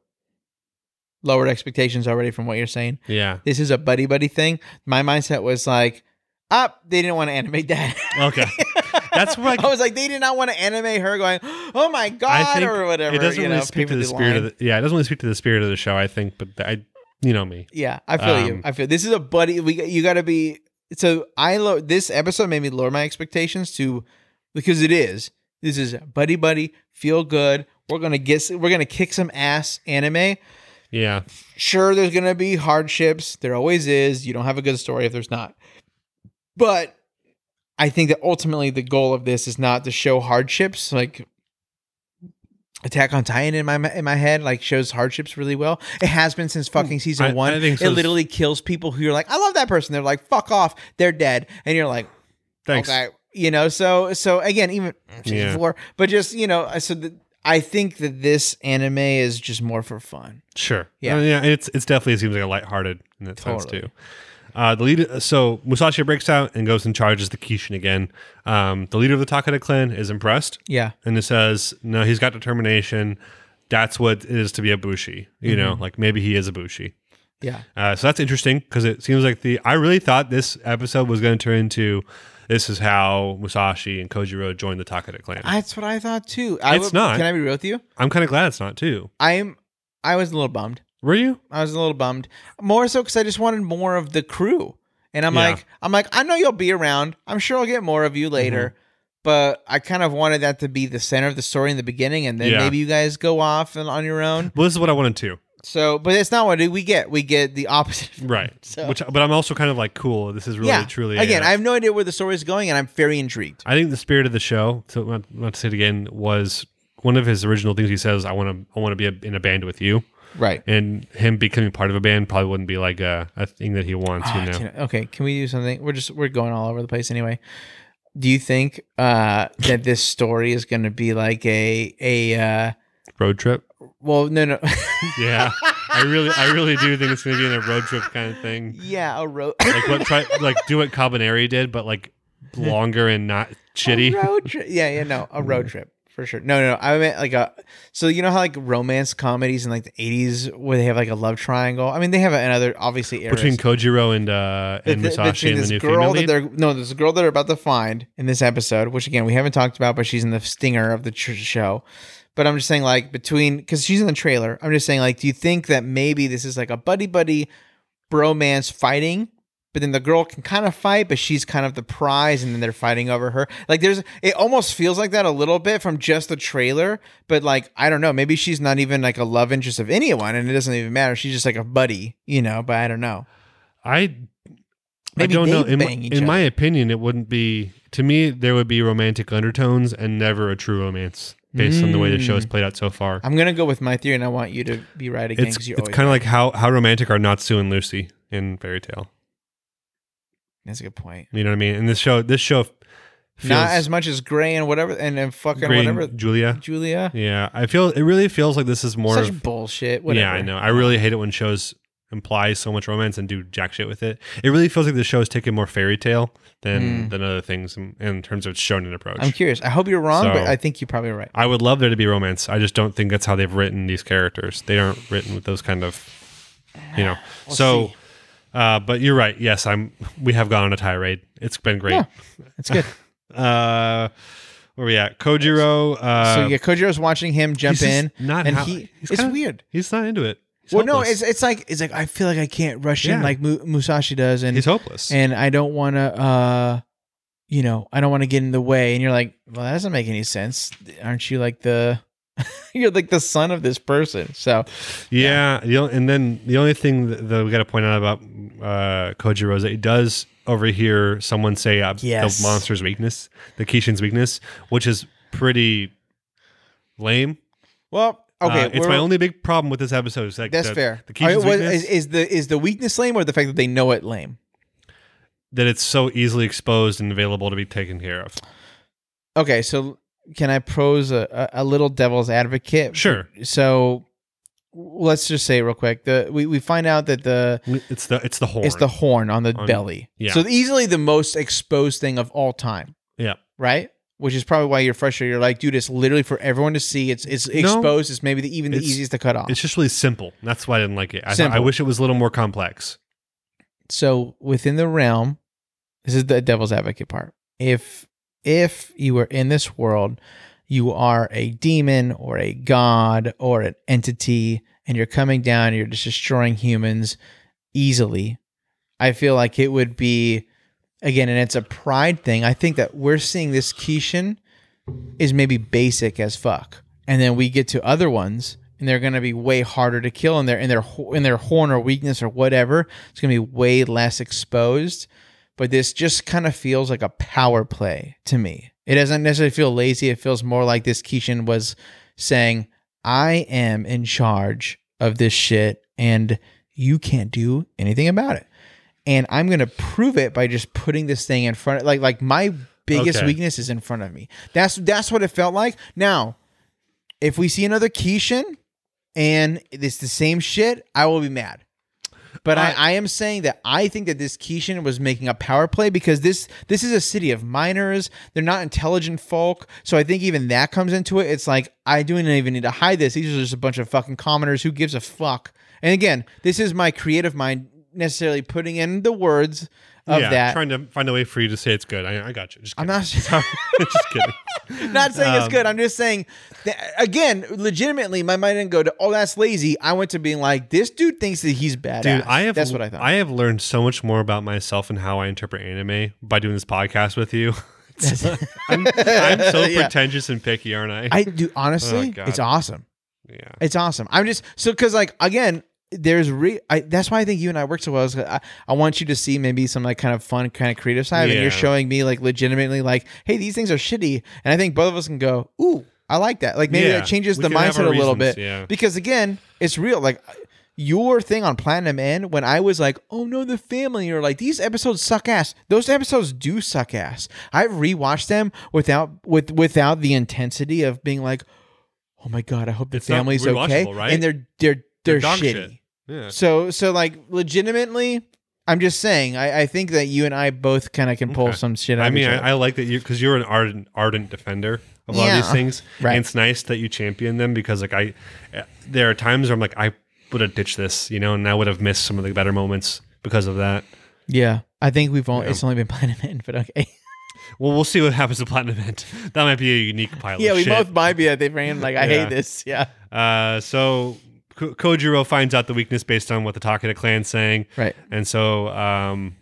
[SPEAKER 2] Lowered expectations already from what you're saying.
[SPEAKER 1] yeah,
[SPEAKER 2] This is a buddy buddy thing. My mindset was like, up. they didn't want to animate that.
[SPEAKER 1] okay. That's where I-
[SPEAKER 2] I was like, they did not want to animate her going, oh my
[SPEAKER 1] I
[SPEAKER 2] god,
[SPEAKER 1] think
[SPEAKER 2] or whatever.
[SPEAKER 1] it doesn't
[SPEAKER 2] you
[SPEAKER 1] really
[SPEAKER 2] know,
[SPEAKER 1] speak to
[SPEAKER 2] people
[SPEAKER 1] the
[SPEAKER 2] do
[SPEAKER 1] spirit
[SPEAKER 2] line.
[SPEAKER 1] of the yeah. It doesn't really speak to the spirit of the show. I think, but I you know me.
[SPEAKER 2] Yeah, I feel you.
[SPEAKER 1] Um,
[SPEAKER 2] I feel this is a buddy. We you got to be. So I lo- this episode made me lower my expectations to because it is this is buddy buddy feel good. We're gonna get we're gonna kick some ass anime.
[SPEAKER 1] Yeah,
[SPEAKER 2] Sure, there's gonna be hardships. There always is. You don't have a good story if there's not. But I think that ultimately the goal of this is not to show hardships like. Attack on Titan in my in my head like shows hardships really well. It has been since fucking season
[SPEAKER 1] Hmm, I-
[SPEAKER 2] one.
[SPEAKER 1] I think so.
[SPEAKER 2] It literally kills people who you're like, I love that person. They're like, fuck off. They're dead, and you're like,
[SPEAKER 1] thanks.
[SPEAKER 2] okay, you know. So so again, even season
[SPEAKER 1] Yeah.
[SPEAKER 2] four, but just you know, so the, I think that this anime is just more for fun.
[SPEAKER 1] Sure.
[SPEAKER 2] Yeah.
[SPEAKER 1] Yeah. yeah. It's it's definitely seems like a lighthearted in that sense
[SPEAKER 2] Totally.
[SPEAKER 1] too. Uh, the leader, so Musashi breaks out and goes and charges the Kishin again. Um, the leader of the Takada clan is impressed
[SPEAKER 2] Yeah,
[SPEAKER 1] and it says, "No, he's got determination. That's what it is to be a bushi. You know,
[SPEAKER 2] Mm-hmm.
[SPEAKER 1] like maybe he is a bushi."
[SPEAKER 2] yeah.
[SPEAKER 1] Uh, so that's interesting because it seems like the I really thought this episode was going to turn into this is how Musashi and Kojiro joined the Takada clan. I,
[SPEAKER 2] That's what I thought too. I
[SPEAKER 1] It's not.
[SPEAKER 2] Can I be real with you?
[SPEAKER 1] am kind of glad it's not too.
[SPEAKER 2] I'm. I was a little bummed.
[SPEAKER 1] Were you?
[SPEAKER 2] I was a little bummed. More so because I just wanted more of the crew. And I'm
[SPEAKER 1] Yeah.
[SPEAKER 2] like, I'm like, I know you'll be around. I'm sure I'll get more of you later.
[SPEAKER 1] Mm-hmm.
[SPEAKER 2] But I kind of wanted that to be the center of the story in the beginning, and then
[SPEAKER 1] Yeah.
[SPEAKER 2] maybe you guys go off and on your own.
[SPEAKER 1] Well, this is what I wanted to.
[SPEAKER 2] So, but it's not what we get. We get the opposite.
[SPEAKER 1] Right.
[SPEAKER 2] So-
[SPEAKER 1] Which, but I'm also kind of like, cool. This is really,
[SPEAKER 2] yeah,
[SPEAKER 1] truly.
[SPEAKER 2] Again,
[SPEAKER 1] a-
[SPEAKER 2] I have no idea where the story is going, and I'm very intrigued.
[SPEAKER 1] I think the spirit of the show. So not, not to say it again, was one of his original things. He says, "I want to, I want to be a, in a band with you."
[SPEAKER 2] Right.
[SPEAKER 1] And him becoming part of a band probably wouldn't be like a, a thing that he wants.
[SPEAKER 2] Oh,
[SPEAKER 1] you know,
[SPEAKER 2] Ah, Okay, can we do something? We're just we're going all over the place anyway. Do you think uh, that this story is going to be like a a uh,
[SPEAKER 1] road trip.
[SPEAKER 2] well no no
[SPEAKER 1] Yeah, I really, I really do think it's going to be in a road trip kind of thing.
[SPEAKER 2] yeah a road
[SPEAKER 1] Like what? Try like do what Cabaneri did, but like longer and not shitty.
[SPEAKER 2] A road trip. Yeah, yeah, no, a road trip for sure. No, no, no. I meant like a. So you know how like romance comedies in like the eighties where they have like a love triangle. I mean, they have another obviously eras.
[SPEAKER 1] Between Kojiro and uh, and
[SPEAKER 2] But the-
[SPEAKER 1] Musashi
[SPEAKER 2] between
[SPEAKER 1] and
[SPEAKER 2] this
[SPEAKER 1] the new
[SPEAKER 2] girl
[SPEAKER 1] female
[SPEAKER 2] that
[SPEAKER 1] lead.
[SPEAKER 2] they're no, there's a girl they're about to find in this episode, which again we haven't talked about, but she's in the stinger of the tr- show. But I'm just saying, like, between because she's in the trailer, I'm just saying, like, do you think that maybe this is like a buddy buddy bromance fighting? But then the girl can kind of fight, but she's kind of the prize, and then they're fighting over her. Like, there's it almost feels like that a little bit from just the trailer, but like, I don't know, maybe she's not even like a love interest of anyone, and it doesn't even matter. She's just like a buddy, you know, but I don't know.
[SPEAKER 1] I
[SPEAKER 2] Maybe
[SPEAKER 1] I don't
[SPEAKER 2] they
[SPEAKER 1] know. In, my-
[SPEAKER 2] bang each
[SPEAKER 1] in my opinion, it wouldn't be. To me, there would be romantic undertones and never a true romance based on the way the show has played out so far.
[SPEAKER 2] I'm gonna go with my theory, and I want you to be right again
[SPEAKER 1] it's
[SPEAKER 2] because you
[SPEAKER 1] it's
[SPEAKER 2] always.
[SPEAKER 1] kind of like how how romantic are Natsu and Lucy in Fairy Tale.
[SPEAKER 2] That's a good point.
[SPEAKER 1] You know what I mean? And this show, this show, feels
[SPEAKER 2] Not as much as Gray and whatever, and, and fucking
[SPEAKER 1] Gray and
[SPEAKER 2] whatever.
[SPEAKER 1] Julia.
[SPEAKER 2] Julia,
[SPEAKER 1] Yeah, I feel it really feels like this is more.
[SPEAKER 2] such
[SPEAKER 1] of,
[SPEAKER 2] bullshit. Whatever.
[SPEAKER 1] Yeah, I know. I really hate it when shows imply so much romance and do jack shit with it. It really feels like the show is taking more fairy tale than than other things in, in terms of its shonen approach.
[SPEAKER 2] Hmm. I'm curious. I hope you're wrong, but
[SPEAKER 1] So-
[SPEAKER 2] I think you're probably right.
[SPEAKER 1] I would love there to be romance. I just don't think that's how they've written these characters. They aren't written with those kind of, you know.
[SPEAKER 2] We'll
[SPEAKER 1] so,
[SPEAKER 2] see.
[SPEAKER 1] uh, but you're right. Yes, I'm. We have gone on a tirade. It's been great.
[SPEAKER 2] Yeah. That's good.
[SPEAKER 1] Uh, where we at? Kojiro. Uh,
[SPEAKER 2] so yeah, Kojiro's watching him jump
[SPEAKER 1] he's just
[SPEAKER 2] in,
[SPEAKER 1] not
[SPEAKER 2] and
[SPEAKER 1] how-
[SPEAKER 2] he.
[SPEAKER 1] he's
[SPEAKER 2] It's
[SPEAKER 1] kinda-
[SPEAKER 2] weird.
[SPEAKER 1] he's not into it. He's
[SPEAKER 2] Well, no,
[SPEAKER 1] hopeless.
[SPEAKER 2] it's it's like it's like I feel like I can't rush in
[SPEAKER 1] Yeah.
[SPEAKER 2] like Mu- Musashi does, and
[SPEAKER 1] he's hopeless.
[SPEAKER 2] and I don't want to, uh, you know, I don't want to get in the way. And you're like, well, that doesn't make any sense. Aren't you like the, you're like the son of this person? So
[SPEAKER 1] Yeah, the only- and then the only thing that, that we got to point out about uh, Kojiro is that he does overhear someone say uh,
[SPEAKER 2] Yes.
[SPEAKER 1] the monster's weakness, the Kishin's weakness, which is pretty lame.
[SPEAKER 2] well, okay,
[SPEAKER 1] Uh, it's
[SPEAKER 2] we're-
[SPEAKER 1] my only big problem with this episode. Is like
[SPEAKER 2] That's
[SPEAKER 1] the,
[SPEAKER 2] fair.
[SPEAKER 1] The
[SPEAKER 2] Are-
[SPEAKER 1] Kishin's
[SPEAKER 2] was-
[SPEAKER 1] weakness
[SPEAKER 2] is, is the is the weakness lame or the fact that they know it lame?
[SPEAKER 1] that it's so easily exposed and available to be taken care of.
[SPEAKER 2] Okay, so can I pose a, a, a little devil's advocate?
[SPEAKER 1] Sure,
[SPEAKER 2] So w- let's just say real quick, the we, we find out that the
[SPEAKER 1] it's the it's the horn.
[SPEAKER 2] it's the horn on the
[SPEAKER 1] On-
[SPEAKER 2] belly.
[SPEAKER 1] yeah.
[SPEAKER 2] So easily the most exposed thing of all time.
[SPEAKER 1] yeah.
[SPEAKER 2] right? Which is probably why you're frustrated. You're like, dude, it's literally for everyone to see. It's it's
[SPEAKER 1] No.
[SPEAKER 2] exposed. It's maybe the, even the
[SPEAKER 1] It's-
[SPEAKER 2] easiest to cut off.
[SPEAKER 1] It's just really simple. That's why I didn't like it. I, thought- I
[SPEAKER 2] Simple.
[SPEAKER 1] wish it was a little more complex.
[SPEAKER 2] So within the realm, this is the devil's advocate part. If if you were in this world, you are a demon or a god or an entity, and you're coming down. You're just destroying humans easily. I feel like it would be again, and it's a pride thing. I think that we're seeing this Keishan is maybe basic as fuck, and then we get to other ones, and they're gonna be way harder to kill, and their in their ho- in their horn or weakness or whatever, it's gonna be way less exposed. But this just kind of feels like a power play to me. It doesn't necessarily feel lazy. It feels more like this Keishan was saying, "I am in charge of this shit, and you can't do anything about it." and I'm gonna prove it by just putting this thing in front. Like like my biggest
[SPEAKER 1] Okay.
[SPEAKER 2] weakness is in front of me. That's that's what it felt like. Now, if we see another Keishan and it's the same shit, I will be mad. But
[SPEAKER 1] Uh,
[SPEAKER 2] I, I am saying that I think that this Keishan was making a power play because this this is a city of miners. They're not intelligent folk. So I think even that comes into it. It's like I don't even need to hide this. These are just a bunch of fucking commoners. Who gives a fuck? And again, this is my creative mind necessarily putting in the words of
[SPEAKER 1] yeah,
[SPEAKER 2] that.
[SPEAKER 1] trying to find a way for you to say it's good. I, I got you. Just
[SPEAKER 2] I'm
[SPEAKER 1] kidding.
[SPEAKER 2] not
[SPEAKER 1] just kidding.
[SPEAKER 2] not saying it's
[SPEAKER 1] Um,
[SPEAKER 2] good. I'm just saying that again, legitimately, my mind didn't go to oh that's lazy. I went to being like this dude thinks that he's badass.
[SPEAKER 1] Dude, I have
[SPEAKER 2] that's what I thought.
[SPEAKER 1] have learned so much more about myself and how I interpret anime by doing this podcast with you. It's- I'm, I'm so
[SPEAKER 2] Yeah.
[SPEAKER 1] pretentious and picky, aren't I?
[SPEAKER 2] I do
[SPEAKER 1] Oh,
[SPEAKER 2] honestly,
[SPEAKER 1] God.
[SPEAKER 2] it's awesome.
[SPEAKER 1] yeah.
[SPEAKER 2] It's awesome. I'm just so because like again, there's re. I, that's why I think you and I work so well. Is 'cause I, I want you to see maybe some like kind of fun, kind of creative side, and
[SPEAKER 1] Yeah.
[SPEAKER 2] you're showing me like legitimately like, hey, these things are shitty, and I think both of us can go, ooh, I like that. Like maybe
[SPEAKER 1] Yeah.
[SPEAKER 2] that changes
[SPEAKER 1] We
[SPEAKER 2] the
[SPEAKER 1] can have
[SPEAKER 2] mindset a
[SPEAKER 1] our
[SPEAKER 2] little
[SPEAKER 1] reasons,
[SPEAKER 2] bit
[SPEAKER 1] yeah.
[SPEAKER 2] because again, it's real. Like your thing on Platinum End when I was like, oh no, the family, you're like, these episodes suck ass. Those episodes do suck ass. I've rewatched them without with without the intensity of being like, oh my god, I hope the
[SPEAKER 1] It's not
[SPEAKER 2] family's okay.
[SPEAKER 1] rewatchable, right?
[SPEAKER 2] And they're they're they're,
[SPEAKER 1] They're dog
[SPEAKER 2] shitty.
[SPEAKER 1] shit. Yeah.
[SPEAKER 2] So so like legitimately, I'm just saying, I, I think that you and I both kind of can pull
[SPEAKER 1] Okay.
[SPEAKER 2] some shit out
[SPEAKER 1] I
[SPEAKER 2] of
[SPEAKER 1] mean,
[SPEAKER 2] each other.
[SPEAKER 1] I, I like that you because you're an ardent, ardent defender of a lot
[SPEAKER 2] Yeah.
[SPEAKER 1] of these things.
[SPEAKER 2] Right.
[SPEAKER 1] And it's nice that you champion them because, like, I eh, there are times where I'm like, I would have ditched this, you know, and I would have missed some of the better moments because of that. Oh,
[SPEAKER 2] yeah. I think we've only it's only been planning it, but okay.
[SPEAKER 1] Well, we'll see what happens to Platinum Event. That might be a unique pile
[SPEAKER 2] Yeah,
[SPEAKER 1] of
[SPEAKER 2] we
[SPEAKER 1] shit.
[SPEAKER 2] both might be at the end. Like, I
[SPEAKER 1] Yeah.
[SPEAKER 2] hate this. Yeah.
[SPEAKER 1] Uh, so Ko- Kojiro finds out the weakness based on what the Takeda clan's saying,
[SPEAKER 2] Right.
[SPEAKER 1] and so um,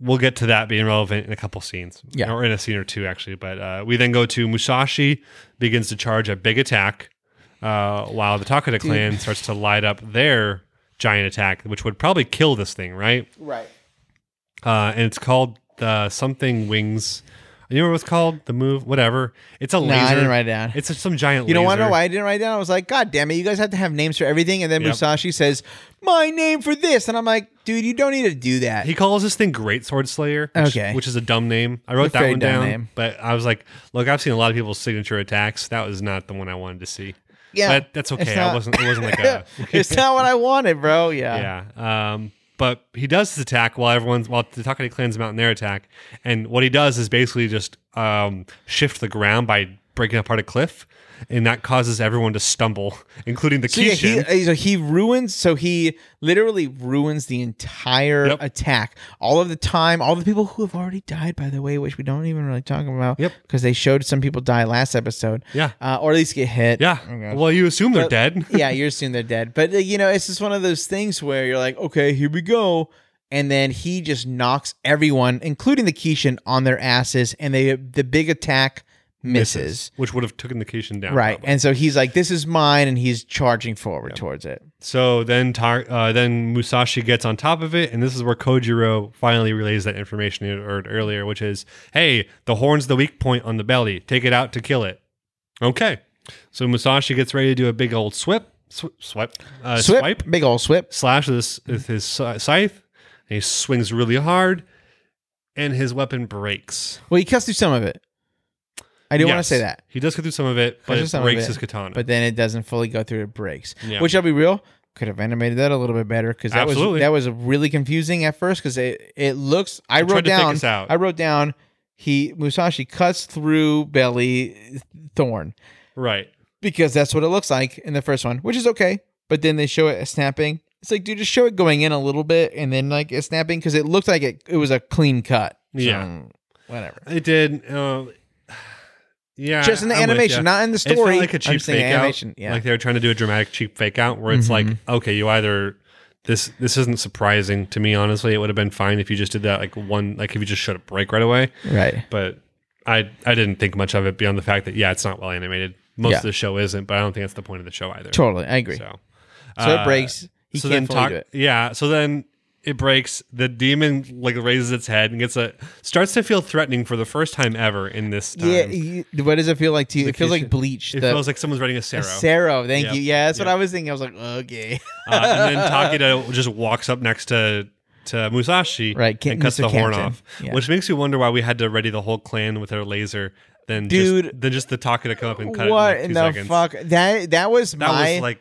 [SPEAKER 1] we'll get to that being relevant in a couple scenes,
[SPEAKER 2] Yeah.
[SPEAKER 1] or in a scene or two actually. But uh, we then go to Musashi begins to charge a big attack, uh, while the Takeda clan starts to light up their giant attack, which would probably kill this thing, right?
[SPEAKER 2] Right.
[SPEAKER 1] Uh, and it's called uh, something wings. You remember what it's called? The move, whatever. It's a
[SPEAKER 2] No,
[SPEAKER 1] laser.
[SPEAKER 2] I didn't write it down.
[SPEAKER 1] It's some giant.
[SPEAKER 2] You know,
[SPEAKER 1] laser.
[SPEAKER 2] wanna know why I didn't write it down? I was like, God damn it, you guys have to have names for everything. And then
[SPEAKER 1] Yep.
[SPEAKER 2] Musashi says, My name for this. And I'm like, dude, you don't need to do that.
[SPEAKER 1] He calls this thing Great Sword Slayer, which,
[SPEAKER 2] Okay.
[SPEAKER 1] which is a dumb name. I wrote that
[SPEAKER 2] very
[SPEAKER 1] one
[SPEAKER 2] dumb
[SPEAKER 1] down,
[SPEAKER 2] name.
[SPEAKER 1] but I was like, look, I've seen a lot of people's signature attacks. That was not the one I wanted to see.
[SPEAKER 2] yeah.
[SPEAKER 1] but that's okay. I
[SPEAKER 2] not-
[SPEAKER 1] wasn't. It wasn't like a
[SPEAKER 2] it's not what I wanted, bro. Yeah.
[SPEAKER 1] yeah. Um, but he does this attack while everyone's while the Takeda clan's mounting their attack, and what he does is basically just um, shift the ground by breaking apart a cliff, and that causes everyone to stumble, including the
[SPEAKER 2] So yeah,
[SPEAKER 1] Kishin.
[SPEAKER 2] he, uh, so he ruins. So he literally ruins the entire
[SPEAKER 1] Yep.
[SPEAKER 2] attack. All of the time, all the people who have already died, by the way, which we don't even really talk about.
[SPEAKER 1] Yep.
[SPEAKER 2] Because they showed some people die last episode.
[SPEAKER 1] Yeah.
[SPEAKER 2] Uh, or at least get hit.
[SPEAKER 1] yeah.
[SPEAKER 2] Okay.
[SPEAKER 1] Well, you assume they're
[SPEAKER 2] But-
[SPEAKER 1] dead.
[SPEAKER 2] yeah, you're assuming they're dead. But uh, you know, it's just one of those things where you're like, okay, here we go, and then he just knocks everyone, including the Keishan, on their asses, and they the big attack misses.
[SPEAKER 1] which would have taken the Kishin down.
[SPEAKER 2] Right,
[SPEAKER 1] probably.
[SPEAKER 2] and so he's like, "This is mine," and he's charging forward towards it.
[SPEAKER 1] So then, Tar- uh, then Musashi gets on top of it, and this is where Kojiro finally relays that information you heard earlier, which is, "Hey, the horn's the weak point on the belly. Take it out to kill it." Okay. So Musashi gets ready to do a big old swip, sw- swipe, uh,
[SPEAKER 2] Swip,
[SPEAKER 1] swipe,
[SPEAKER 2] big old swip.
[SPEAKER 1] slash with his, with his scy- scythe, and he swings really hard, and his weapon breaks.
[SPEAKER 2] Well, he cuts through some of it. I do want to
[SPEAKER 1] Yes,
[SPEAKER 2] say that,
[SPEAKER 1] he does get through some of it, but
[SPEAKER 2] through
[SPEAKER 1] it
[SPEAKER 2] some of
[SPEAKER 1] breaks
[SPEAKER 2] it,
[SPEAKER 1] his katana.
[SPEAKER 2] but then it doesn't fully go through. It breaks,
[SPEAKER 1] Yeah.
[SPEAKER 2] which I'll be real. Could have animated that a little bit better because that
[SPEAKER 1] Absolutely.
[SPEAKER 2] was that was really confusing at first because it it looks. I,
[SPEAKER 1] tried
[SPEAKER 2] wrote
[SPEAKER 1] to think
[SPEAKER 2] down.
[SPEAKER 1] this out.
[SPEAKER 2] I wrote down. He Musashi cuts through belly thorn
[SPEAKER 1] right.
[SPEAKER 2] because that's what it looks like in the first one, which is okay. But then they show it snapping. It's like, dude, just show it going in a little bit and then like it's snapping because it looked like it it was a clean cut. So,
[SPEAKER 1] Yeah.
[SPEAKER 2] whatever.
[SPEAKER 1] It did. Uh, yeah.
[SPEAKER 2] Just in the
[SPEAKER 1] I'm with
[SPEAKER 2] animation,
[SPEAKER 1] ya.
[SPEAKER 2] not in the
[SPEAKER 1] It
[SPEAKER 2] story.
[SPEAKER 1] felt like a
[SPEAKER 2] I'm
[SPEAKER 1] cheap
[SPEAKER 2] saying
[SPEAKER 1] fake
[SPEAKER 2] animation.
[SPEAKER 1] out.
[SPEAKER 2] Yeah.
[SPEAKER 1] Like they were trying to do a dramatic cheap fake out where it's
[SPEAKER 2] Mhm.
[SPEAKER 1] like, okay, you either this this isn't surprising to me. Honestly, it would have been fine if you just did that like one like if you just shut it break right away.
[SPEAKER 2] right.
[SPEAKER 1] But I I didn't think much of it beyond the fact that yeah, it's not well animated. Most
[SPEAKER 2] Yeah.
[SPEAKER 1] of the show isn't, but I don't think that's the point of the show either.
[SPEAKER 2] Totally. I agree. So,
[SPEAKER 1] So,
[SPEAKER 2] it
[SPEAKER 1] uh,
[SPEAKER 2] breaks. He can't fully
[SPEAKER 1] talk-
[SPEAKER 2] do it.
[SPEAKER 1] Yeah. So then it breaks. The demon like raises its head and gets a starts to feel threatening for the first time ever in this time.
[SPEAKER 2] Yeah, you, what does it feel like to you? It feels like
[SPEAKER 1] Vacation.
[SPEAKER 2] bleach.
[SPEAKER 1] It
[SPEAKER 2] the,
[SPEAKER 1] feels like someone's writing a Sarah.
[SPEAKER 2] Sarah, thank
[SPEAKER 1] Yeah.
[SPEAKER 2] you. Yeah, that's what
[SPEAKER 1] Yeah.
[SPEAKER 2] I was thinking. I was like, okay,
[SPEAKER 1] uh, and then Takeda just walks up next to to Musashi
[SPEAKER 2] Right, get-
[SPEAKER 1] and cuts
[SPEAKER 2] Mr.
[SPEAKER 1] the horn
[SPEAKER 2] Captain.
[SPEAKER 1] off,
[SPEAKER 2] Yeah.
[SPEAKER 1] which makes you wonder why we had to ready the whole clan with their laser. Then
[SPEAKER 2] Dude.
[SPEAKER 1] just, then just the Takeda come up and cut
[SPEAKER 2] what
[SPEAKER 1] it
[SPEAKER 2] in
[SPEAKER 1] in like two
[SPEAKER 2] the
[SPEAKER 1] seconds.
[SPEAKER 2] fuck? That that was
[SPEAKER 1] That
[SPEAKER 2] my.
[SPEAKER 1] was like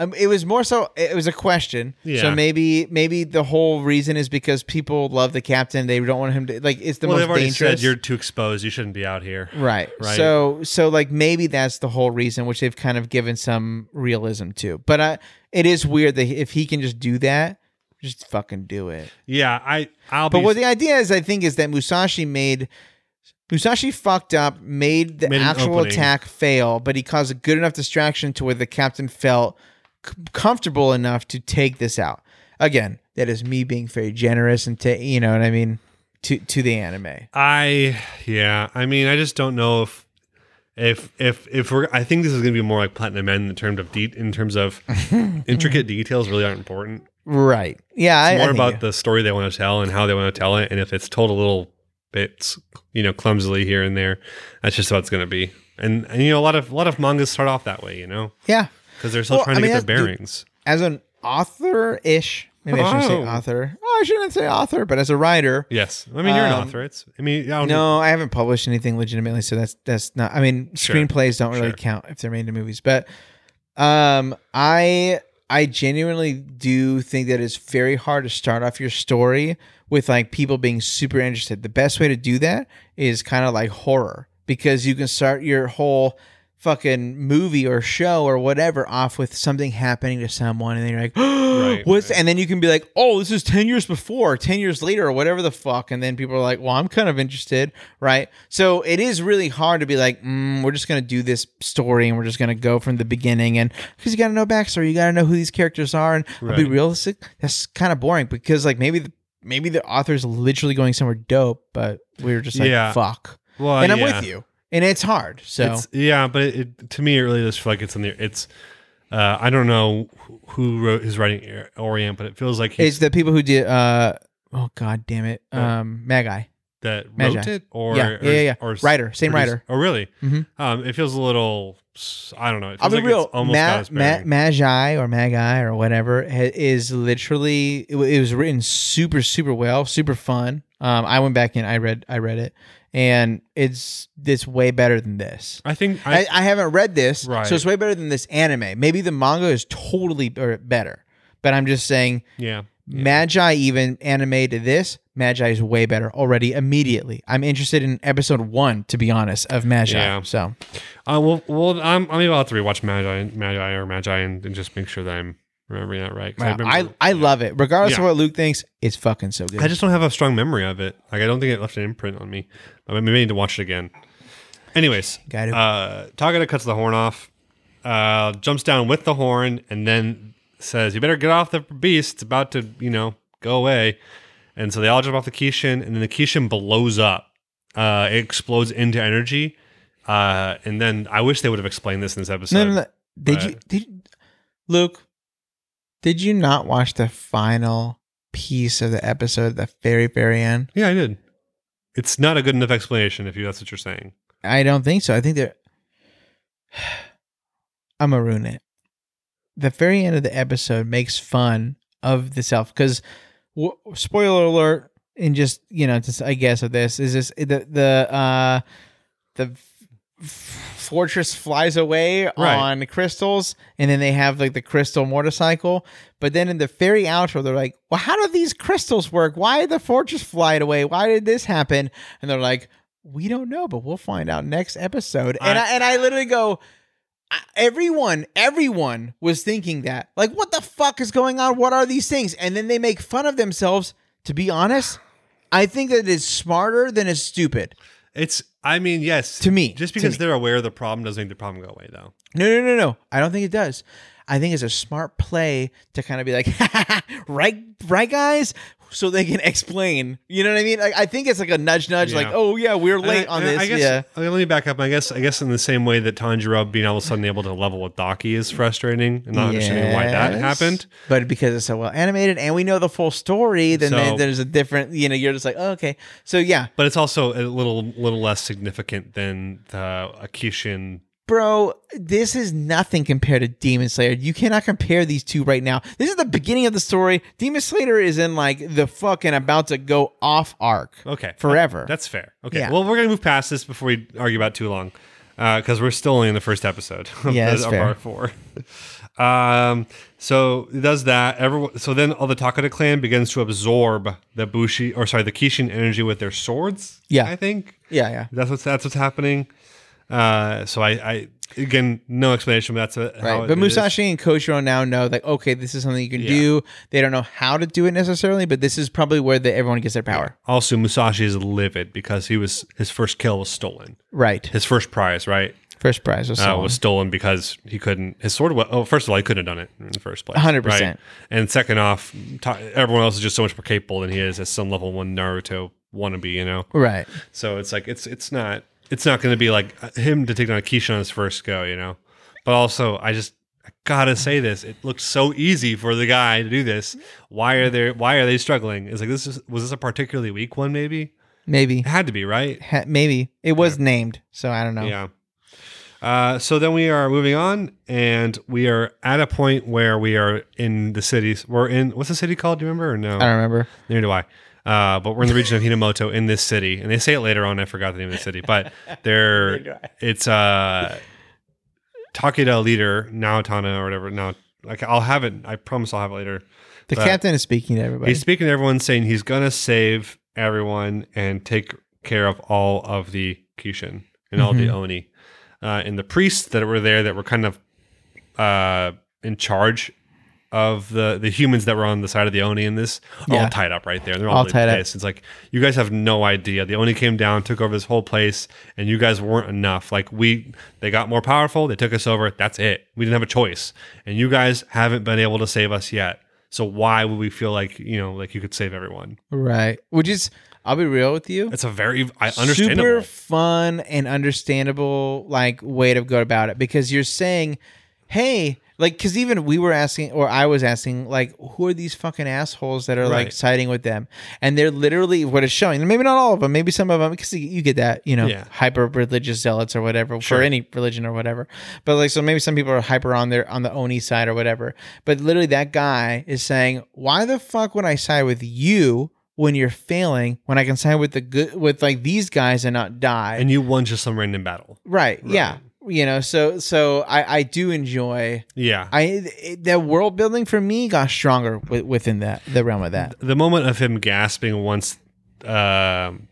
[SPEAKER 2] um, it was more so. It was a question.
[SPEAKER 1] Yeah.
[SPEAKER 2] So maybe maybe the whole reason is because people love the captain. They don't want him to like. It's the
[SPEAKER 1] well, they've
[SPEAKER 2] most
[SPEAKER 1] already
[SPEAKER 2] dangerous.
[SPEAKER 1] said you're too exposed. You shouldn't be out here.
[SPEAKER 2] Right.
[SPEAKER 1] Right.
[SPEAKER 2] So so like maybe that's the whole reason which they've kind of given some realism to. But I, it is weird that if he can just do that, just fucking do it.
[SPEAKER 1] Yeah, I I'll
[SPEAKER 2] But
[SPEAKER 1] be
[SPEAKER 2] what the idea is, I think, is that Musashi made Musashi fucked up, made the
[SPEAKER 1] Made an
[SPEAKER 2] actual
[SPEAKER 1] opening.
[SPEAKER 2] attack fail, but he caused a good enough distraction to where the captain felt c- comfortable enough to take this out. Again, that is me being very generous and ta- you know what I mean to to the anime.
[SPEAKER 1] I yeah. I mean, I just don't know if if if if we're. I think this is going to be more like Platinum Men in terms of de- in terms of intricate details really aren't important.
[SPEAKER 2] Right? Yeah. I,
[SPEAKER 1] It's
[SPEAKER 2] I
[SPEAKER 1] more
[SPEAKER 2] think
[SPEAKER 1] about
[SPEAKER 2] you-
[SPEAKER 1] the story they want to tell and how they want to tell it, and if it's told a little bits, you know, clumsily here and there, that's just what it's going to be. And, and you know, a lot of a lot of mangas start off that way, you know,
[SPEAKER 2] yeah.
[SPEAKER 1] because they're still
[SPEAKER 2] Well,
[SPEAKER 1] trying
[SPEAKER 2] I
[SPEAKER 1] to
[SPEAKER 2] mean,
[SPEAKER 1] get their
[SPEAKER 2] that's-
[SPEAKER 1] bearings.
[SPEAKER 2] As an author ish, maybe I shouldn't say
[SPEAKER 1] Oh.
[SPEAKER 2] author. Oh, I shouldn't say author, but as a writer,
[SPEAKER 1] yes, I mean, you're an
[SPEAKER 2] Um,
[SPEAKER 1] author. It's I mean, I don't,
[SPEAKER 2] No, I haven't published anything legitimately, so that's that's not. I mean,
[SPEAKER 1] Sure.
[SPEAKER 2] screenplays don't really
[SPEAKER 1] Sure.
[SPEAKER 2] count if they're made into movies. But um, I I genuinely do think that it's very hard to start off your story with like people being super interested. The best way to do that is kind of like horror because you can start your whole fucking movie or show or whatever off with something happening to someone and then you're like
[SPEAKER 1] Right,
[SPEAKER 2] what's
[SPEAKER 1] right.
[SPEAKER 2] and then you can be like oh this is 10 years before 10 years later or whatever the fuck and then people are like well i'm kind of interested right so it is really hard to be like mm, we're just gonna do this story and we're just gonna go from the beginning and because you gotta know backstory you gotta know who these characters are and I'll be
[SPEAKER 1] Right.
[SPEAKER 2] realistic that's kind of boring because like maybe the, maybe the author's literally going somewhere dope but we were just like
[SPEAKER 1] Yeah.
[SPEAKER 2] fuck
[SPEAKER 1] Well,
[SPEAKER 2] and i'm
[SPEAKER 1] yeah.
[SPEAKER 2] with you and it's hard so
[SPEAKER 1] It's, yeah, but it, it, to me, it really does feel like it's in the. It's uh, I don't know who- who wrote his writing Orient, but it feels like he's
[SPEAKER 2] It's the people who did. uh Oh God damn it!
[SPEAKER 1] Yeah.
[SPEAKER 2] Um, Magi
[SPEAKER 1] that wrote
[SPEAKER 2] Magi.
[SPEAKER 1] it, Uh, or
[SPEAKER 2] Yeah, yeah, yeah, yeah.
[SPEAKER 1] or, or
[SPEAKER 2] writer, same
[SPEAKER 1] produced-
[SPEAKER 2] writer.
[SPEAKER 1] Oh, really?
[SPEAKER 2] Mhm.
[SPEAKER 1] Um, it feels a little. s- I don't know. It feels
[SPEAKER 2] I'll be
[SPEAKER 1] like
[SPEAKER 2] real.
[SPEAKER 1] It's almost
[SPEAKER 2] Ma-
[SPEAKER 1] got its
[SPEAKER 2] Ma-
[SPEAKER 1] bearing.
[SPEAKER 2] Magi or Magi or whatever ha- is literally it, wa- it was written super super well, super fun. Um, I went back and I read I read it, and it's it's way better than this.
[SPEAKER 1] I think I,
[SPEAKER 2] I, I haven't read this,
[SPEAKER 1] Right.
[SPEAKER 2] so it's way better than this anime. Maybe the manga is totally be- better, but I'm just saying
[SPEAKER 1] yeah.
[SPEAKER 2] Magi even animated this. Magi is way better already immediately. I'm interested in episode one, to be honest, of Magi.
[SPEAKER 1] Yeah.
[SPEAKER 2] So
[SPEAKER 1] Uh, well, well, I'm, I'm about to rewatch Magi, Magi or Magi, and, and just make sure that I'm remembering that right. 'cause
[SPEAKER 2] I,
[SPEAKER 1] remember-
[SPEAKER 2] I, love it. Regardless of
[SPEAKER 1] Yeah.
[SPEAKER 2] what Luke thinks, it's fucking so good.
[SPEAKER 1] I just don't have a strong memory of it. Like I don't think it left an imprint on me. I may- maybe I need to watch it again. Anyways,
[SPEAKER 2] Got it.
[SPEAKER 1] uh, Tagata cuts the horn off, uh, jumps down with the horn, and then says, "You better get off the beast. It's about to, you know, go away." And so they all jump off the Kishin, and then the Kishin blows up. Uh, it explodes into energy. Uh, and then I wish they would have explained this in this episode.
[SPEAKER 2] no, no, no. Did you,
[SPEAKER 1] but-
[SPEAKER 2] did you- Luke? Did you not watch the final piece of the episode at the very, very end?
[SPEAKER 1] Yeah, I did. It's not a good enough explanation if you that's what you're saying.
[SPEAKER 2] I don't think so. I think they're. I'm gonna ruin it. The very end of the episode makes fun of the self because, w- spoiler alert, and just you know, just I guess of this is this the the uh the f- fortress flies away
[SPEAKER 1] Right.
[SPEAKER 2] on crystals, and then they have like the crystal motorcycle. But then in the very outro, they're like, "Well, how do these crystals work? Why did the fortress fly away? Why did this happen?" And they're like, "We don't know, but we'll find out next episode." and
[SPEAKER 1] I-
[SPEAKER 2] I and I literally go. I- Everyone, everyone was thinking that. Like, what the fuck is going on? What are these things? And then they make fun of themselves. To be honest, I think that it's smarter than it's stupid.
[SPEAKER 1] It's, I mean, yes.
[SPEAKER 2] To me,
[SPEAKER 1] Just
[SPEAKER 2] to
[SPEAKER 1] because
[SPEAKER 2] me.
[SPEAKER 1] they're aware of the problem doesn't make the problem go away, though.
[SPEAKER 2] No, no, no, no. I don't think it does. I think it's a smart play to kind of be like, right, right, guys, so they can explain. You know what I mean? Like, I think it's like a nudge, nudge, like,
[SPEAKER 1] Yeah.
[SPEAKER 2] oh yeah, we're
[SPEAKER 1] And I-
[SPEAKER 2] late on
[SPEAKER 1] and
[SPEAKER 2] this.
[SPEAKER 1] I guess,
[SPEAKER 2] yeah,
[SPEAKER 1] okay, let me back up. I guess, I guess, in the same way that Tanjiro being all of a sudden able to level with Daki is frustrating and not understanding why that
[SPEAKER 2] Yes.
[SPEAKER 1] happened.
[SPEAKER 2] But because it's so well animated and we know the full story, then,
[SPEAKER 1] So-
[SPEAKER 2] then there's a different. You know, you're just like, oh, okay, so yeah,
[SPEAKER 1] But it's also a little, little less significant than the Akishin.
[SPEAKER 2] bro, this is nothing compared to Demon Slayer. You cannot compare these two right now. This is the beginning of the story. Demon Slayer is in like the fucking about to go off arc.
[SPEAKER 1] Okay,
[SPEAKER 2] Forever.
[SPEAKER 1] That's fair. Okay.
[SPEAKER 2] Yeah.
[SPEAKER 1] Well, we're gonna move past this before we argue about it too long, because we're still only in the first episode. of
[SPEAKER 2] Yeah,
[SPEAKER 1] this-
[SPEAKER 2] that's
[SPEAKER 1] of
[SPEAKER 2] fair.
[SPEAKER 1] our four. Um. So it does that. Everyone. So then all the Takada clan begins to absorb the Bushi, or sorry, the Kishin energy with their swords.
[SPEAKER 2] Yeah.
[SPEAKER 1] I think
[SPEAKER 2] Yeah, yeah.
[SPEAKER 1] that's what's that's what's happening. Uh. So I. I again, no explanation. But that's a,
[SPEAKER 2] Right. But Musashi and Koshiro now know like, okay, this is something you can
[SPEAKER 1] Yeah.
[SPEAKER 2] do. They don't know how to do it necessarily, but this is probably where the, everyone gets their power.
[SPEAKER 1] Also, Musashi is livid because he was his first kill was stolen.
[SPEAKER 2] Right.
[SPEAKER 1] His first prize, right?
[SPEAKER 2] First prize was
[SPEAKER 1] uh,
[SPEAKER 2] someone.
[SPEAKER 1] was stolen because he couldn't. His sword. wa oh, first of all, he couldn't have done it in the first place.
[SPEAKER 2] 100%.
[SPEAKER 1] right? And second off, ta everyone else is just so much more capable than he is as some level one Naruto wannabe. You know,
[SPEAKER 2] right.
[SPEAKER 1] so it's like it's it's not it's not going to be like uh, him to take down Keisha on his first go. You know, but also I just I gotta say this. It looked so easy for the guy to do this. Why are they Why are they struggling? It's like this is was this a particularly weak one? Maybe
[SPEAKER 2] Maybe.
[SPEAKER 1] it had to be right.
[SPEAKER 2] Ha- maybe. It was named, so I don't know.
[SPEAKER 1] Yeah. Uh, so then we are moving on, and we are at a point where we are in the cities. We're in what's the city called? Do you remember or no?
[SPEAKER 2] I don't remember.
[SPEAKER 1] Neither do I. Uh, but we're in the region of Hinamoto in this city, and they say it later on. I forgot the name of the city, but
[SPEAKER 2] Neither
[SPEAKER 1] they're
[SPEAKER 2] do I.
[SPEAKER 1] it's uh, Takeda leader Naotana or whatever. Now, like I'll have it. I promise I'll have it later.
[SPEAKER 2] The
[SPEAKER 1] But-
[SPEAKER 2] captain is speaking to everybody.
[SPEAKER 1] He's speaking to everyone, saying he's gonna save
[SPEAKER 2] Mm-hmm.
[SPEAKER 1] everyone and take care of all of the Kishin and all the Oni. uh, and the priests that were there that were kind of uh, in charge of the the humans that were on the side of the Oni in this are
[SPEAKER 2] Yeah.
[SPEAKER 1] all tied up right there. They're all,
[SPEAKER 2] All
[SPEAKER 1] really
[SPEAKER 2] tied up.
[SPEAKER 1] pissed. It's like you guys have no idea. The Oni came down, took over this whole place, and you guys weren't enough. Like we, they got more powerful. They took us over. That's it. We didn't have a choice, and you guys haven't been able to save us yet. So why would we feel like you know like you could save everyone?
[SPEAKER 2] Right. Which is, I'll be real with you.
[SPEAKER 1] It's a very I understandable.
[SPEAKER 2] Super fun and understandable like way to go about it because you're saying, hey, like because even we were asking or I was asking like who are these fucking assholes that are like
[SPEAKER 1] Right.
[SPEAKER 2] siding with them and they're literally what it's showing maybe not all of them maybe some of them because you get that you know
[SPEAKER 1] Yeah.
[SPEAKER 2] hyper religious zealots or whatever for
[SPEAKER 1] Sure.
[SPEAKER 2] any religion or whatever but like so maybe some people are hyper on their on the oni side or whatever but literally that guy is saying why the fuck would I side with you when you're failing when I can side with the good with like these guys and not die
[SPEAKER 1] and you won just some random battle.
[SPEAKER 2] right,
[SPEAKER 1] Right.
[SPEAKER 2] yeah you know so so I I do enjoy
[SPEAKER 1] Yeah.
[SPEAKER 2] I it, that world building for me got stronger wi- within that the realm of that
[SPEAKER 1] the moment of him gasping once um